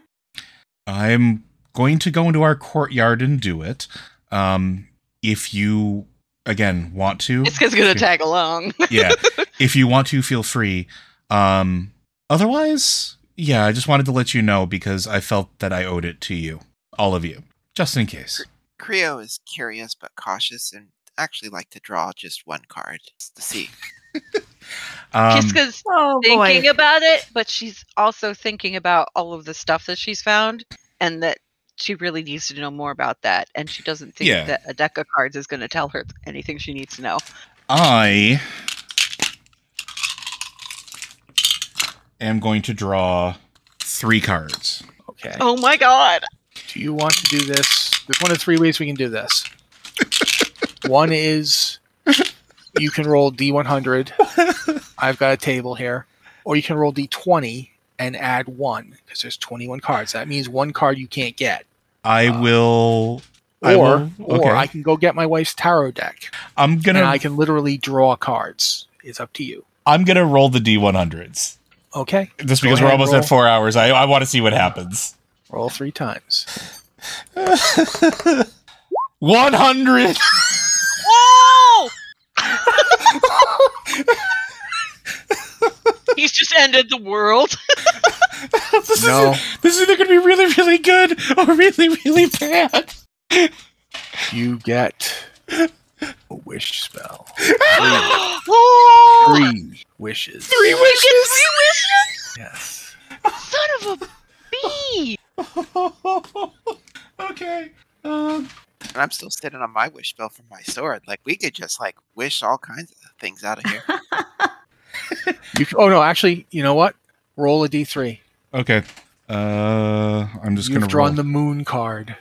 [SPEAKER 2] I'm going to go into our courtyard and do it. Um, if you again want to,
[SPEAKER 5] It's going to tag along.
[SPEAKER 2] yeah. If you want to, feel free. Um, otherwise, yeah, I just wanted to let you know because I felt that I owed it to you, all of you, just in case.
[SPEAKER 3] Creo is curious but cautious and actually like to draw just one card just to see.
[SPEAKER 2] Um,
[SPEAKER 5] Kiska's
[SPEAKER 4] Oh
[SPEAKER 5] thinking about it, but she's also thinking about all of the stuff that she's found and that she really needs to know more about that. And she doesn't think
[SPEAKER 2] Yeah.
[SPEAKER 5] that a deck of cards is going to tell her anything she needs to know.
[SPEAKER 2] I am going to draw three cards.
[SPEAKER 1] Okay.
[SPEAKER 5] Oh my god.
[SPEAKER 1] Do you want to do this? There's one of three ways we can do this. one is you can roll D100. I've got a table here. Or you can roll D20 and add one because there's 21 cards. That means one card you can't get.
[SPEAKER 2] I
[SPEAKER 1] Uh,
[SPEAKER 2] will. I
[SPEAKER 1] Or,
[SPEAKER 2] will- okay.
[SPEAKER 1] or I can go get my wife's tarot deck
[SPEAKER 2] I'm gonna.
[SPEAKER 1] and I can literally draw cards. It's up to you.
[SPEAKER 2] I'm gonna roll the d100s.
[SPEAKER 1] Okay.
[SPEAKER 2] Just
[SPEAKER 1] Go
[SPEAKER 2] because we're
[SPEAKER 1] ahead,
[SPEAKER 2] almost
[SPEAKER 1] roll.
[SPEAKER 2] at four hours, I, I want to see what happens.
[SPEAKER 1] Roll three times.
[SPEAKER 2] 100.
[SPEAKER 5] Whoa! He's just ended the world.
[SPEAKER 2] this,
[SPEAKER 1] No.
[SPEAKER 2] is, this is either gonna be really, really good or really, really bad.
[SPEAKER 1] You get a wish spell.
[SPEAKER 5] Whoa!
[SPEAKER 1] Three wishes.
[SPEAKER 2] Three
[SPEAKER 5] You get
[SPEAKER 2] wishes.
[SPEAKER 5] three wishes?
[SPEAKER 1] Yes.
[SPEAKER 5] Son of a bee!
[SPEAKER 2] okay. Um,
[SPEAKER 3] And I'm still sitting on my wish spell from my sword. Like we could just like wish all kinds of things out of here.
[SPEAKER 1] You can, oh no, actually, you know what? Roll a d3.
[SPEAKER 2] okay. Uh, I'm just
[SPEAKER 1] You've
[SPEAKER 2] gonna
[SPEAKER 1] drawn
[SPEAKER 2] roll.
[SPEAKER 1] the moon card.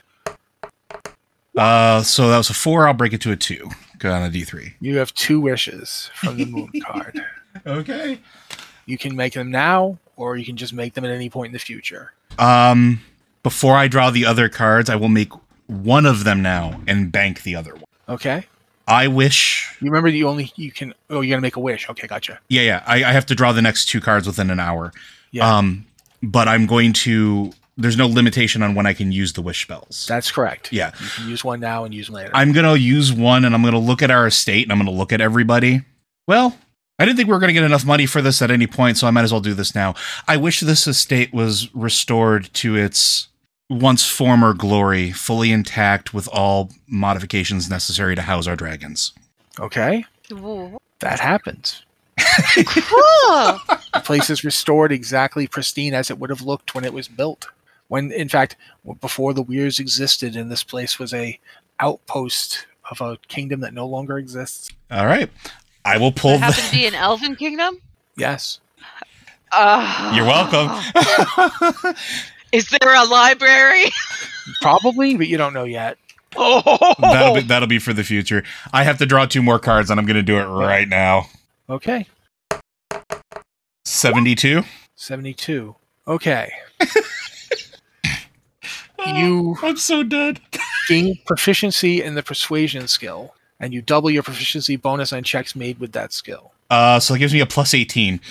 [SPEAKER 2] Uh, so that was a four. I'll break it to a two. Go on a d3.
[SPEAKER 1] You have two wishes from the moon card.
[SPEAKER 2] Okay.
[SPEAKER 1] You can make them now, or you can just make them at any point in the future.
[SPEAKER 2] Um, before I draw the other cards, I will make one of them now and bank the other one.
[SPEAKER 1] Okay.
[SPEAKER 2] I wish.
[SPEAKER 1] You remember you only you can. Oh, you gotta make a wish. Okay, gotcha.
[SPEAKER 2] Yeah, yeah. I, I have to draw the next two cards within an hour.
[SPEAKER 1] Yeah,
[SPEAKER 2] Um, but I'm going to. There's no limitation on when I can use the wish spells.
[SPEAKER 1] that's correct.
[SPEAKER 2] yeah.
[SPEAKER 1] You can use one now and use one later.
[SPEAKER 2] I'm gonna use one, and I'm gonna look at our estate, and I'm gonna look at everybody. Well, I didn't think we were gonna get enough money for this at any point, so I might as well do this now. I wish this estate was restored to its once former glory, fully intact, with all modifications necessary to house our dragons.
[SPEAKER 1] okay,
[SPEAKER 5] Whoa.
[SPEAKER 1] that happens.
[SPEAKER 5] Cool!
[SPEAKER 1] The place is restored exactly pristine as it would have looked when it was built. When, in fact, w- before the Weirs existed, and this place was a outpost of a kingdom that no longer exists.
[SPEAKER 2] All right, I will pull.
[SPEAKER 5] That happened
[SPEAKER 2] The-
[SPEAKER 5] to be an elven kingdom?
[SPEAKER 1] Yes.
[SPEAKER 5] Uh,
[SPEAKER 2] You're welcome.
[SPEAKER 5] Is there a library?
[SPEAKER 1] Probably, but you don't know yet.
[SPEAKER 5] Oh,
[SPEAKER 2] that'll be that'll be for the future. I have to draw two more cards, and I'm gonna do it right now.
[SPEAKER 1] Okay.
[SPEAKER 2] Seventy-two.
[SPEAKER 1] 72. Okay. You-
[SPEAKER 2] Oh. I'm so dead.
[SPEAKER 1] Gain proficiency in the persuasion skill, and you double your proficiency bonus on checks made with that skill.
[SPEAKER 2] Uh, so it gives me a plus eighteen.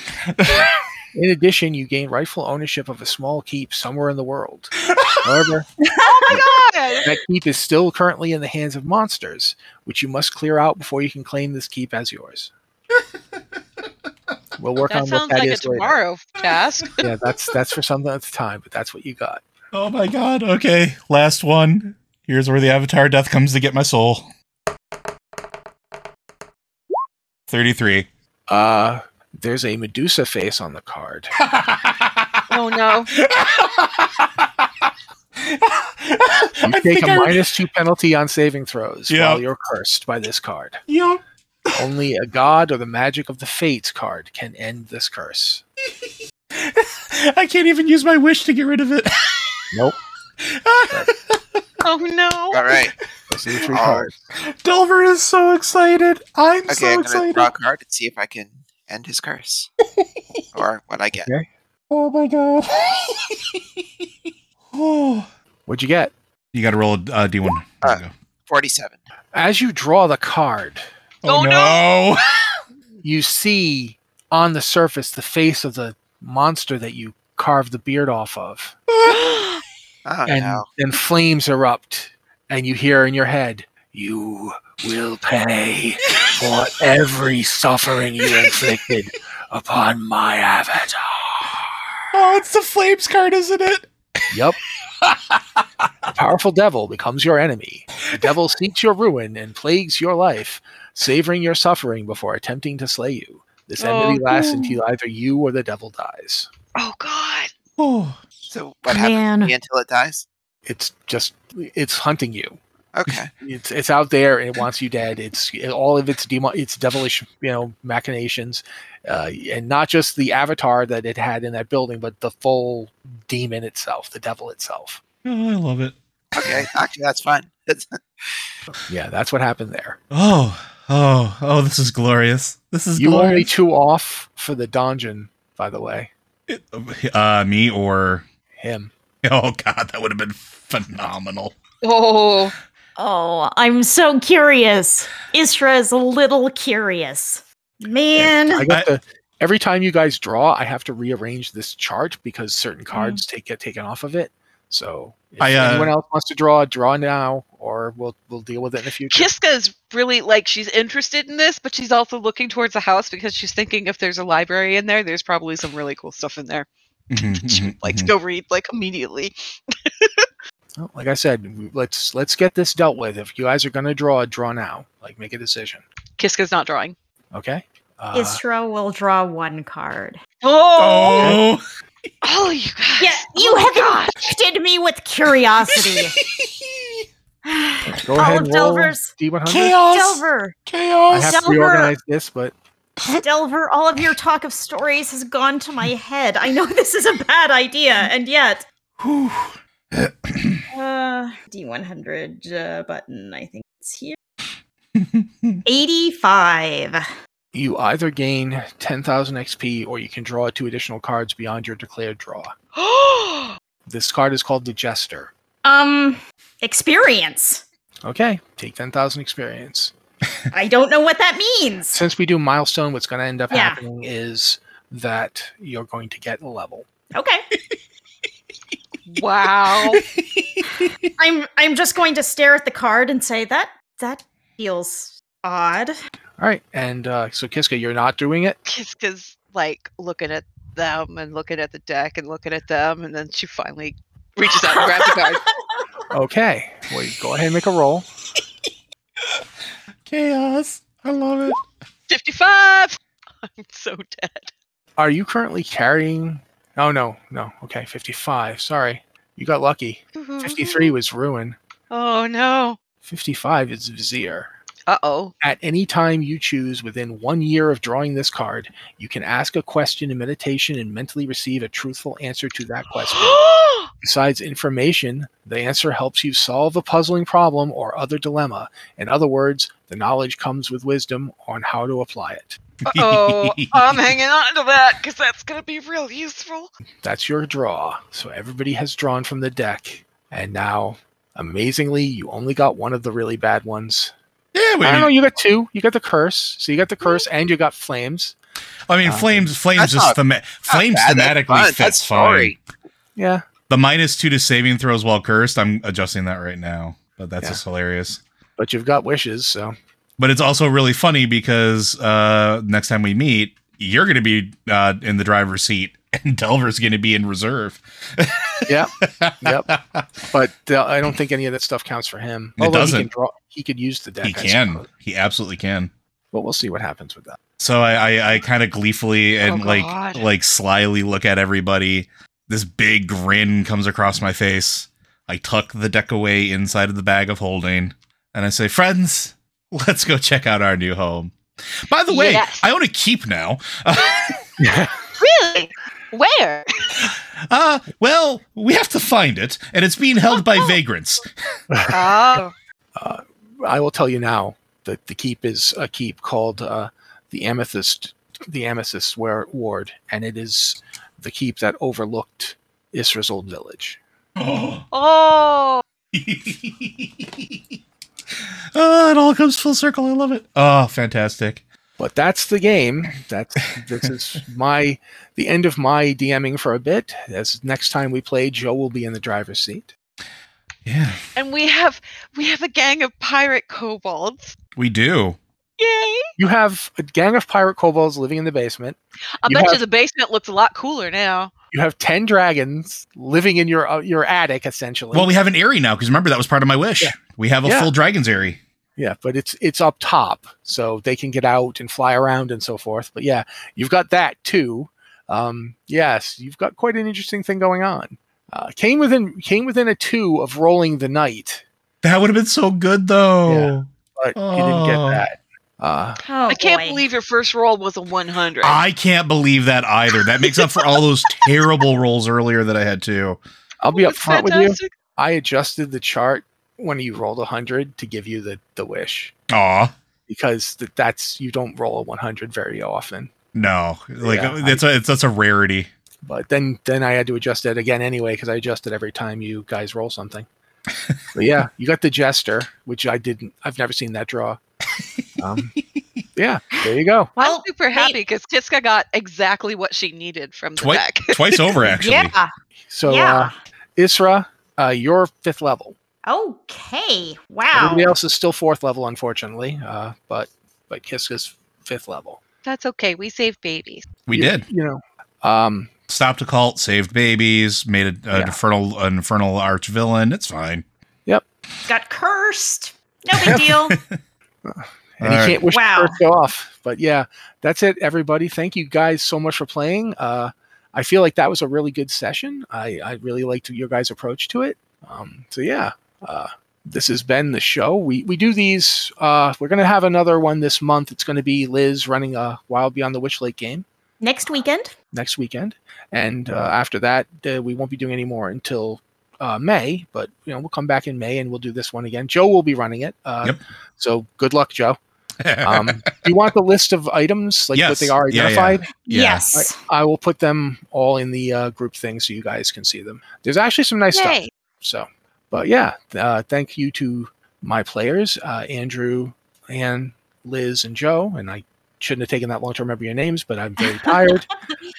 [SPEAKER 1] In addition, you gain rightful ownership of a small keep somewhere in the world. However,
[SPEAKER 5] God.
[SPEAKER 1] that keep is still currently in the hands of monsters, which you must clear out before you can claim this keep as yours. We'll work
[SPEAKER 5] That
[SPEAKER 1] on
[SPEAKER 5] sounds
[SPEAKER 1] what that
[SPEAKER 5] like a
[SPEAKER 1] is later.
[SPEAKER 5] tomorrow task.
[SPEAKER 1] Yeah, that's that's for something at the time, but that's what you got.
[SPEAKER 2] Oh my god. Okay. Last one. Here's where the Avatar death comes to get my soul. 33.
[SPEAKER 1] Uh, there's a Medusa face on the card.
[SPEAKER 5] Oh no.
[SPEAKER 1] You
[SPEAKER 2] I
[SPEAKER 1] take
[SPEAKER 2] think
[SPEAKER 1] a
[SPEAKER 2] I-
[SPEAKER 1] minus two penalty on saving throws
[SPEAKER 2] Yeah.
[SPEAKER 1] while you're cursed by this card.
[SPEAKER 2] Yeah.
[SPEAKER 1] Only a god or the magic of the fates card can end this curse.
[SPEAKER 2] I can't even use my wish to get rid of it.
[SPEAKER 1] Nope.
[SPEAKER 5] Oh no.
[SPEAKER 3] all right.
[SPEAKER 1] Those are the three
[SPEAKER 3] Oh,
[SPEAKER 1] cards.
[SPEAKER 2] Delver is so excited. I'm
[SPEAKER 3] Okay,
[SPEAKER 2] so
[SPEAKER 3] I'm gonna
[SPEAKER 2] excited.
[SPEAKER 3] draw a card and see if I can end his curse. or what I get.
[SPEAKER 1] Okay.
[SPEAKER 2] Oh my god. oh.
[SPEAKER 1] What'd you get?
[SPEAKER 2] You got to roll a uh, D1.
[SPEAKER 3] There you Forty seven.
[SPEAKER 1] As you draw the card,
[SPEAKER 5] Oh, Oh, no.
[SPEAKER 2] no.
[SPEAKER 1] you see on the surface the face of the monster that you carved the beard off of.
[SPEAKER 3] Oh
[SPEAKER 1] and
[SPEAKER 3] no.
[SPEAKER 1] then flames erupt, and you hear in your head, "You will pay for every suffering you inflicted upon my avatar."
[SPEAKER 2] Oh, it's the flames card, isn't it?
[SPEAKER 1] Yep. A powerful devil becomes your enemy. The devil seeks your ruin and plagues your life, savoring your suffering before attempting to slay you. This enmity
[SPEAKER 5] Oh.
[SPEAKER 1] lasts until either you or the devil dies.
[SPEAKER 5] Oh God.
[SPEAKER 2] Oh,
[SPEAKER 3] So what happens to
[SPEAKER 4] Man.
[SPEAKER 3] me until it dies?
[SPEAKER 1] It's just it's hunting you.
[SPEAKER 3] Okay.
[SPEAKER 1] It's it's out there and it wants you dead. It's all of its demo, its devilish you know machinations, uh, and not just the avatar that it had in that building, but the full demon itself, the devil itself.
[SPEAKER 2] Oh, I love it.
[SPEAKER 3] Okay. Actually, that's fine. It's,
[SPEAKER 1] Yeah, that's what happened there.
[SPEAKER 2] Oh, oh, oh, this is glorious. This is
[SPEAKER 1] you
[SPEAKER 2] glorious.
[SPEAKER 1] only two off for the donjon, by the way.
[SPEAKER 2] uh, me or
[SPEAKER 1] Him.
[SPEAKER 2] oh god, that would have been phenomenal.
[SPEAKER 5] Oh.
[SPEAKER 4] Oh, I'm so curious. Isra is a little curious. Man.
[SPEAKER 1] I got the every time you guys draw, I have to rearrange this chart because certain cards take get taken off of it. So if
[SPEAKER 2] Mm-hmm. I, uh,
[SPEAKER 1] anyone else wants to draw, draw now, or we'll we'll deal with it in the future.
[SPEAKER 5] Kiska is really like she's interested in this, but she's also looking towards the house because she's thinking if there's a library in there, there's probably some really cool stuff in there. She
[SPEAKER 2] Mm-hmm,
[SPEAKER 5] would like to go read like immediately.
[SPEAKER 1] Well, like I said, let's let's get this dealt with. If you guys are gonna draw, draw now. Like make a decision.
[SPEAKER 5] Kiska's not drawing.
[SPEAKER 1] Okay. Uh,
[SPEAKER 4] Isra will draw one card.
[SPEAKER 5] Oh,
[SPEAKER 2] Oh,
[SPEAKER 5] all of you guys.
[SPEAKER 4] Yeah, you
[SPEAKER 5] Oh,
[SPEAKER 4] have
[SPEAKER 5] God.
[SPEAKER 4] infected me with curiosity.
[SPEAKER 1] go
[SPEAKER 4] All
[SPEAKER 1] ahead
[SPEAKER 4] of
[SPEAKER 1] and roll
[SPEAKER 4] Delver's
[SPEAKER 1] D100.
[SPEAKER 2] chaos,
[SPEAKER 4] Delver,
[SPEAKER 1] I
[SPEAKER 2] chaos.
[SPEAKER 1] have to
[SPEAKER 4] Delver.
[SPEAKER 1] reorganize this, but
[SPEAKER 4] Delver, all of your talk of stories has gone to my head. I know this is a bad idea, and yet.
[SPEAKER 2] Whew.
[SPEAKER 4] Uh, D100 uh, button, I think it's here. 85.
[SPEAKER 1] you either gain 10,000 XP or you can draw two additional cards beyond your declared draw. This card is called the Jester.
[SPEAKER 4] Um, experience.
[SPEAKER 1] Okay, take 10,000 experience.
[SPEAKER 4] I don't know what that means.
[SPEAKER 1] Since we do milestone, what's going to end up
[SPEAKER 4] Yeah.
[SPEAKER 1] happening is that you're going to get a level.
[SPEAKER 4] Okay.
[SPEAKER 5] wow.
[SPEAKER 4] I'm I'm just going to stare at the card and say that that feels odd.
[SPEAKER 1] All right, and uh, so Kiska, you're not doing it.
[SPEAKER 5] Kiska's like looking at them and looking at the deck and looking at them, and then she finally reaches out and grabs the card.
[SPEAKER 1] Okay, well, you go ahead and make a roll.
[SPEAKER 2] chaos. I love it.
[SPEAKER 5] 55. I'm so dead.
[SPEAKER 1] Are you currently carrying? Oh no, no. Okay, 55. Sorry, you got lucky.
[SPEAKER 5] Mm-hmm.
[SPEAKER 1] 53 was Ruin.
[SPEAKER 5] Oh no.
[SPEAKER 1] 55 is Vizier.
[SPEAKER 5] Uh oh.
[SPEAKER 1] At any time you choose within one year of drawing this card, you can ask a question in meditation and mentally receive a truthful answer to that question. Besides information, the answer helps you solve a puzzling problem or other dilemma. In other words, the knowledge comes with wisdom on how to apply it.
[SPEAKER 5] oh, I'm hanging on to that because that's gonna be real useful.
[SPEAKER 1] That's your draw. So everybody has drawn from the deck. And now, amazingly, you only got one of the really bad ones.
[SPEAKER 2] Yeah, we,
[SPEAKER 1] I
[SPEAKER 2] I,
[SPEAKER 1] don't know, you got two. You got the curse. So you got the curse and you got flames.
[SPEAKER 2] mean, flames, flames
[SPEAKER 3] Uh, That's
[SPEAKER 2] just
[SPEAKER 3] not-
[SPEAKER 2] thema- flames
[SPEAKER 3] bad, that's
[SPEAKER 2] thematically
[SPEAKER 3] fine,
[SPEAKER 2] fits
[SPEAKER 3] that's
[SPEAKER 2] fine.
[SPEAKER 3] sorry.
[SPEAKER 1] Yeah.
[SPEAKER 2] The minus two to saving throws while cursed. I'm adjusting that right now, but that's
[SPEAKER 1] Yeah.
[SPEAKER 2] just hilarious.
[SPEAKER 1] But you've got wishes, so
[SPEAKER 2] But it's also really funny because uh, next time we meet, you're going to be uh, in the driver's seat and Delver's going to be in reserve.
[SPEAKER 1] yeah, yep. But uh, I don't think any of that stuff counts for him.
[SPEAKER 2] It
[SPEAKER 1] he can
[SPEAKER 2] doesn't.
[SPEAKER 1] draw. He could use the deck.
[SPEAKER 2] he
[SPEAKER 1] I
[SPEAKER 2] can.
[SPEAKER 1] suppose.
[SPEAKER 2] He absolutely can.
[SPEAKER 1] But we'll see what happens with that.
[SPEAKER 2] So I, I, I kind of gleefully and
[SPEAKER 5] Oh,
[SPEAKER 2] like
[SPEAKER 5] God.
[SPEAKER 2] like slyly look at everybody. This big grin comes across my face. I tuck the deck away inside of the bag of holding, and I say, "Friends, let's go check out our new home." By the way,
[SPEAKER 5] Yes.
[SPEAKER 2] I own a keep now.
[SPEAKER 5] Really? Where?
[SPEAKER 2] Uh, well, we have to find it, and it's being held by vagrants.
[SPEAKER 5] Oh.
[SPEAKER 1] I will tell you now that the keep is a keep called uh, the Amethyst, the Amethyst War- Ward, and it is the keep that overlooked Isra's old village.
[SPEAKER 2] oh,
[SPEAKER 5] Oh.
[SPEAKER 2] it all comes full circle. I love it. Oh, fantastic.
[SPEAKER 1] But that's the game. That's this is my the end of my DMing for a bit. As next time we play, Joe will be in the driver's seat.
[SPEAKER 2] Yeah,
[SPEAKER 5] And we have we have a gang of pirate kobolds.
[SPEAKER 2] we do.
[SPEAKER 5] Yay!
[SPEAKER 1] You have a gang of pirate kobolds living in the basement.
[SPEAKER 5] I
[SPEAKER 1] You
[SPEAKER 5] bet you
[SPEAKER 1] have-
[SPEAKER 5] the basement looks a lot cooler now.
[SPEAKER 1] You have ten dragons living in your uh, your attic essentially.
[SPEAKER 2] Well, we have an airy now because remember that was part of my wish.
[SPEAKER 1] Yeah.
[SPEAKER 2] We have a
[SPEAKER 1] Yeah.
[SPEAKER 2] full dragon's airy.
[SPEAKER 1] Yeah, but it's it's up top, so they can get out and fly around and so forth. But yeah, you've got that too. Um, yes, you've got quite an interesting thing going on. Uh, came within came within a two of rolling the night,
[SPEAKER 2] That would have been so good though.
[SPEAKER 1] but you didn't get
[SPEAKER 2] Oh.
[SPEAKER 1] that. Uh,
[SPEAKER 4] Oh,
[SPEAKER 5] I can't
[SPEAKER 4] boy.
[SPEAKER 5] believe your first roll was a 100.
[SPEAKER 2] I can't believe that either. That makes up for all those terrible rolls earlier that I had too.
[SPEAKER 1] I'll be up
[SPEAKER 5] That's
[SPEAKER 1] front with you.
[SPEAKER 5] fantastic.
[SPEAKER 1] I adjusted the chart when you rolled a hundred to give you the the wish
[SPEAKER 2] Aw.
[SPEAKER 1] because th- that's you don't roll a one hundred very often.
[SPEAKER 2] No. Like
[SPEAKER 1] Yeah,
[SPEAKER 2] that's a it's that's a rarity.
[SPEAKER 1] but then then I had to adjust it again anyway because I adjust it every time you guys roll something. but yeah, you got the jester, which I didn't. I've never seen that draw. Um, yeah, there you go.
[SPEAKER 5] I'm
[SPEAKER 4] Well,
[SPEAKER 5] super happy because Kiska got exactly what she needed from the
[SPEAKER 2] Twi-
[SPEAKER 5] deck.
[SPEAKER 2] Twice over actually.
[SPEAKER 4] yeah.
[SPEAKER 1] So uh,
[SPEAKER 4] yeah.
[SPEAKER 1] Isra, uh, you're fifth level.
[SPEAKER 4] okay. Wow.
[SPEAKER 1] Everybody else is still fourth level, unfortunately. Uh, but but Kiska's fifth level.
[SPEAKER 5] That's okay. We saved babies.
[SPEAKER 2] We
[SPEAKER 1] You-
[SPEAKER 2] did.
[SPEAKER 1] You know. Um,
[SPEAKER 2] Stopped a cult, saved babies, made a, an
[SPEAKER 1] Yeah.
[SPEAKER 2] infernal an infernal arch villain. It's fine.
[SPEAKER 4] Got cursed. No big deal.
[SPEAKER 1] and
[SPEAKER 2] All
[SPEAKER 1] you
[SPEAKER 2] right.
[SPEAKER 1] can't wish
[SPEAKER 4] Wow.
[SPEAKER 1] wow. go off. But yeah, that's it, everybody. Thank you guys so much for playing. Uh, I feel like that was a really good session. I, I really liked your guys' approach to it. Um, so yeah, uh, this has been the show. We we do these. Uh, we're gonna have another one this month. It's gonna be Liz running a Wild Beyond the Witch Lake game
[SPEAKER 4] Next weekend.
[SPEAKER 1] next weekend, and uh, after that, uh, we won't be doing any more until uh, May. But you know, we'll come back in May and we'll do this one again. Joe will be running it. Uh,
[SPEAKER 2] Yep.
[SPEAKER 1] So good luck, Joe. Um, do you want the list of items, like
[SPEAKER 2] Yes.
[SPEAKER 1] what they are
[SPEAKER 2] Yeah, yeah.
[SPEAKER 1] identified?
[SPEAKER 2] Yeah.
[SPEAKER 4] Yes.
[SPEAKER 1] I will put them all in the uh, group thing so you guys can see them. There's actually some nice stuff.
[SPEAKER 5] Yay.
[SPEAKER 1] So, but yeah, uh, thank you to my players, uh, Andrew, and Liz, and Joe. And I shouldn't have taken that long to remember your names, but I'm very tired.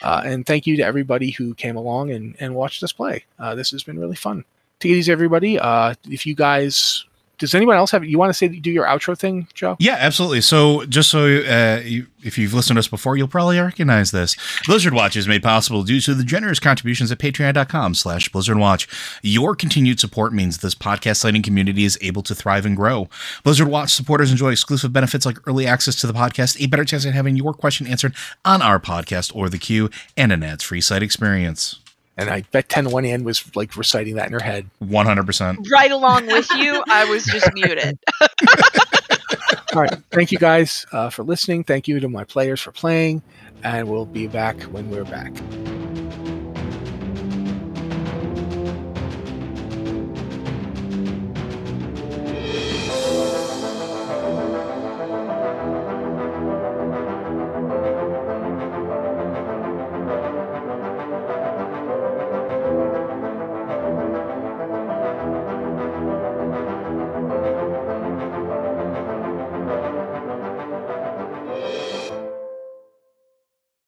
[SPEAKER 1] uh, and thank you to everybody who came along and, and watched us play. Uh, this has been really fun. Take it easy, everybody. Uh, if you guys, does anyone else have? You want to say do your outro thing, Joe?
[SPEAKER 2] Yeah, absolutely. So, just so uh, you, if you've listened to us before, you'll probably recognize this. Blizzard Watch is made possible due to the generous contributions at patreon.com slash Blizzard Watch. Your continued support means this podcast slating community is able to thrive and grow. Blizzard Watch supporters enjoy exclusive benefits like early access to the podcast, a better chance at having your question answered on our podcast or the queue, and an ads-free site experience.
[SPEAKER 1] And I bet 10 one end was like reciting that in her head.
[SPEAKER 2] 100%.
[SPEAKER 5] Right along with you, I was just muted.
[SPEAKER 1] All right. Thank you guys uh, for listening. Thank you to my players for playing. And we'll be back when we're back.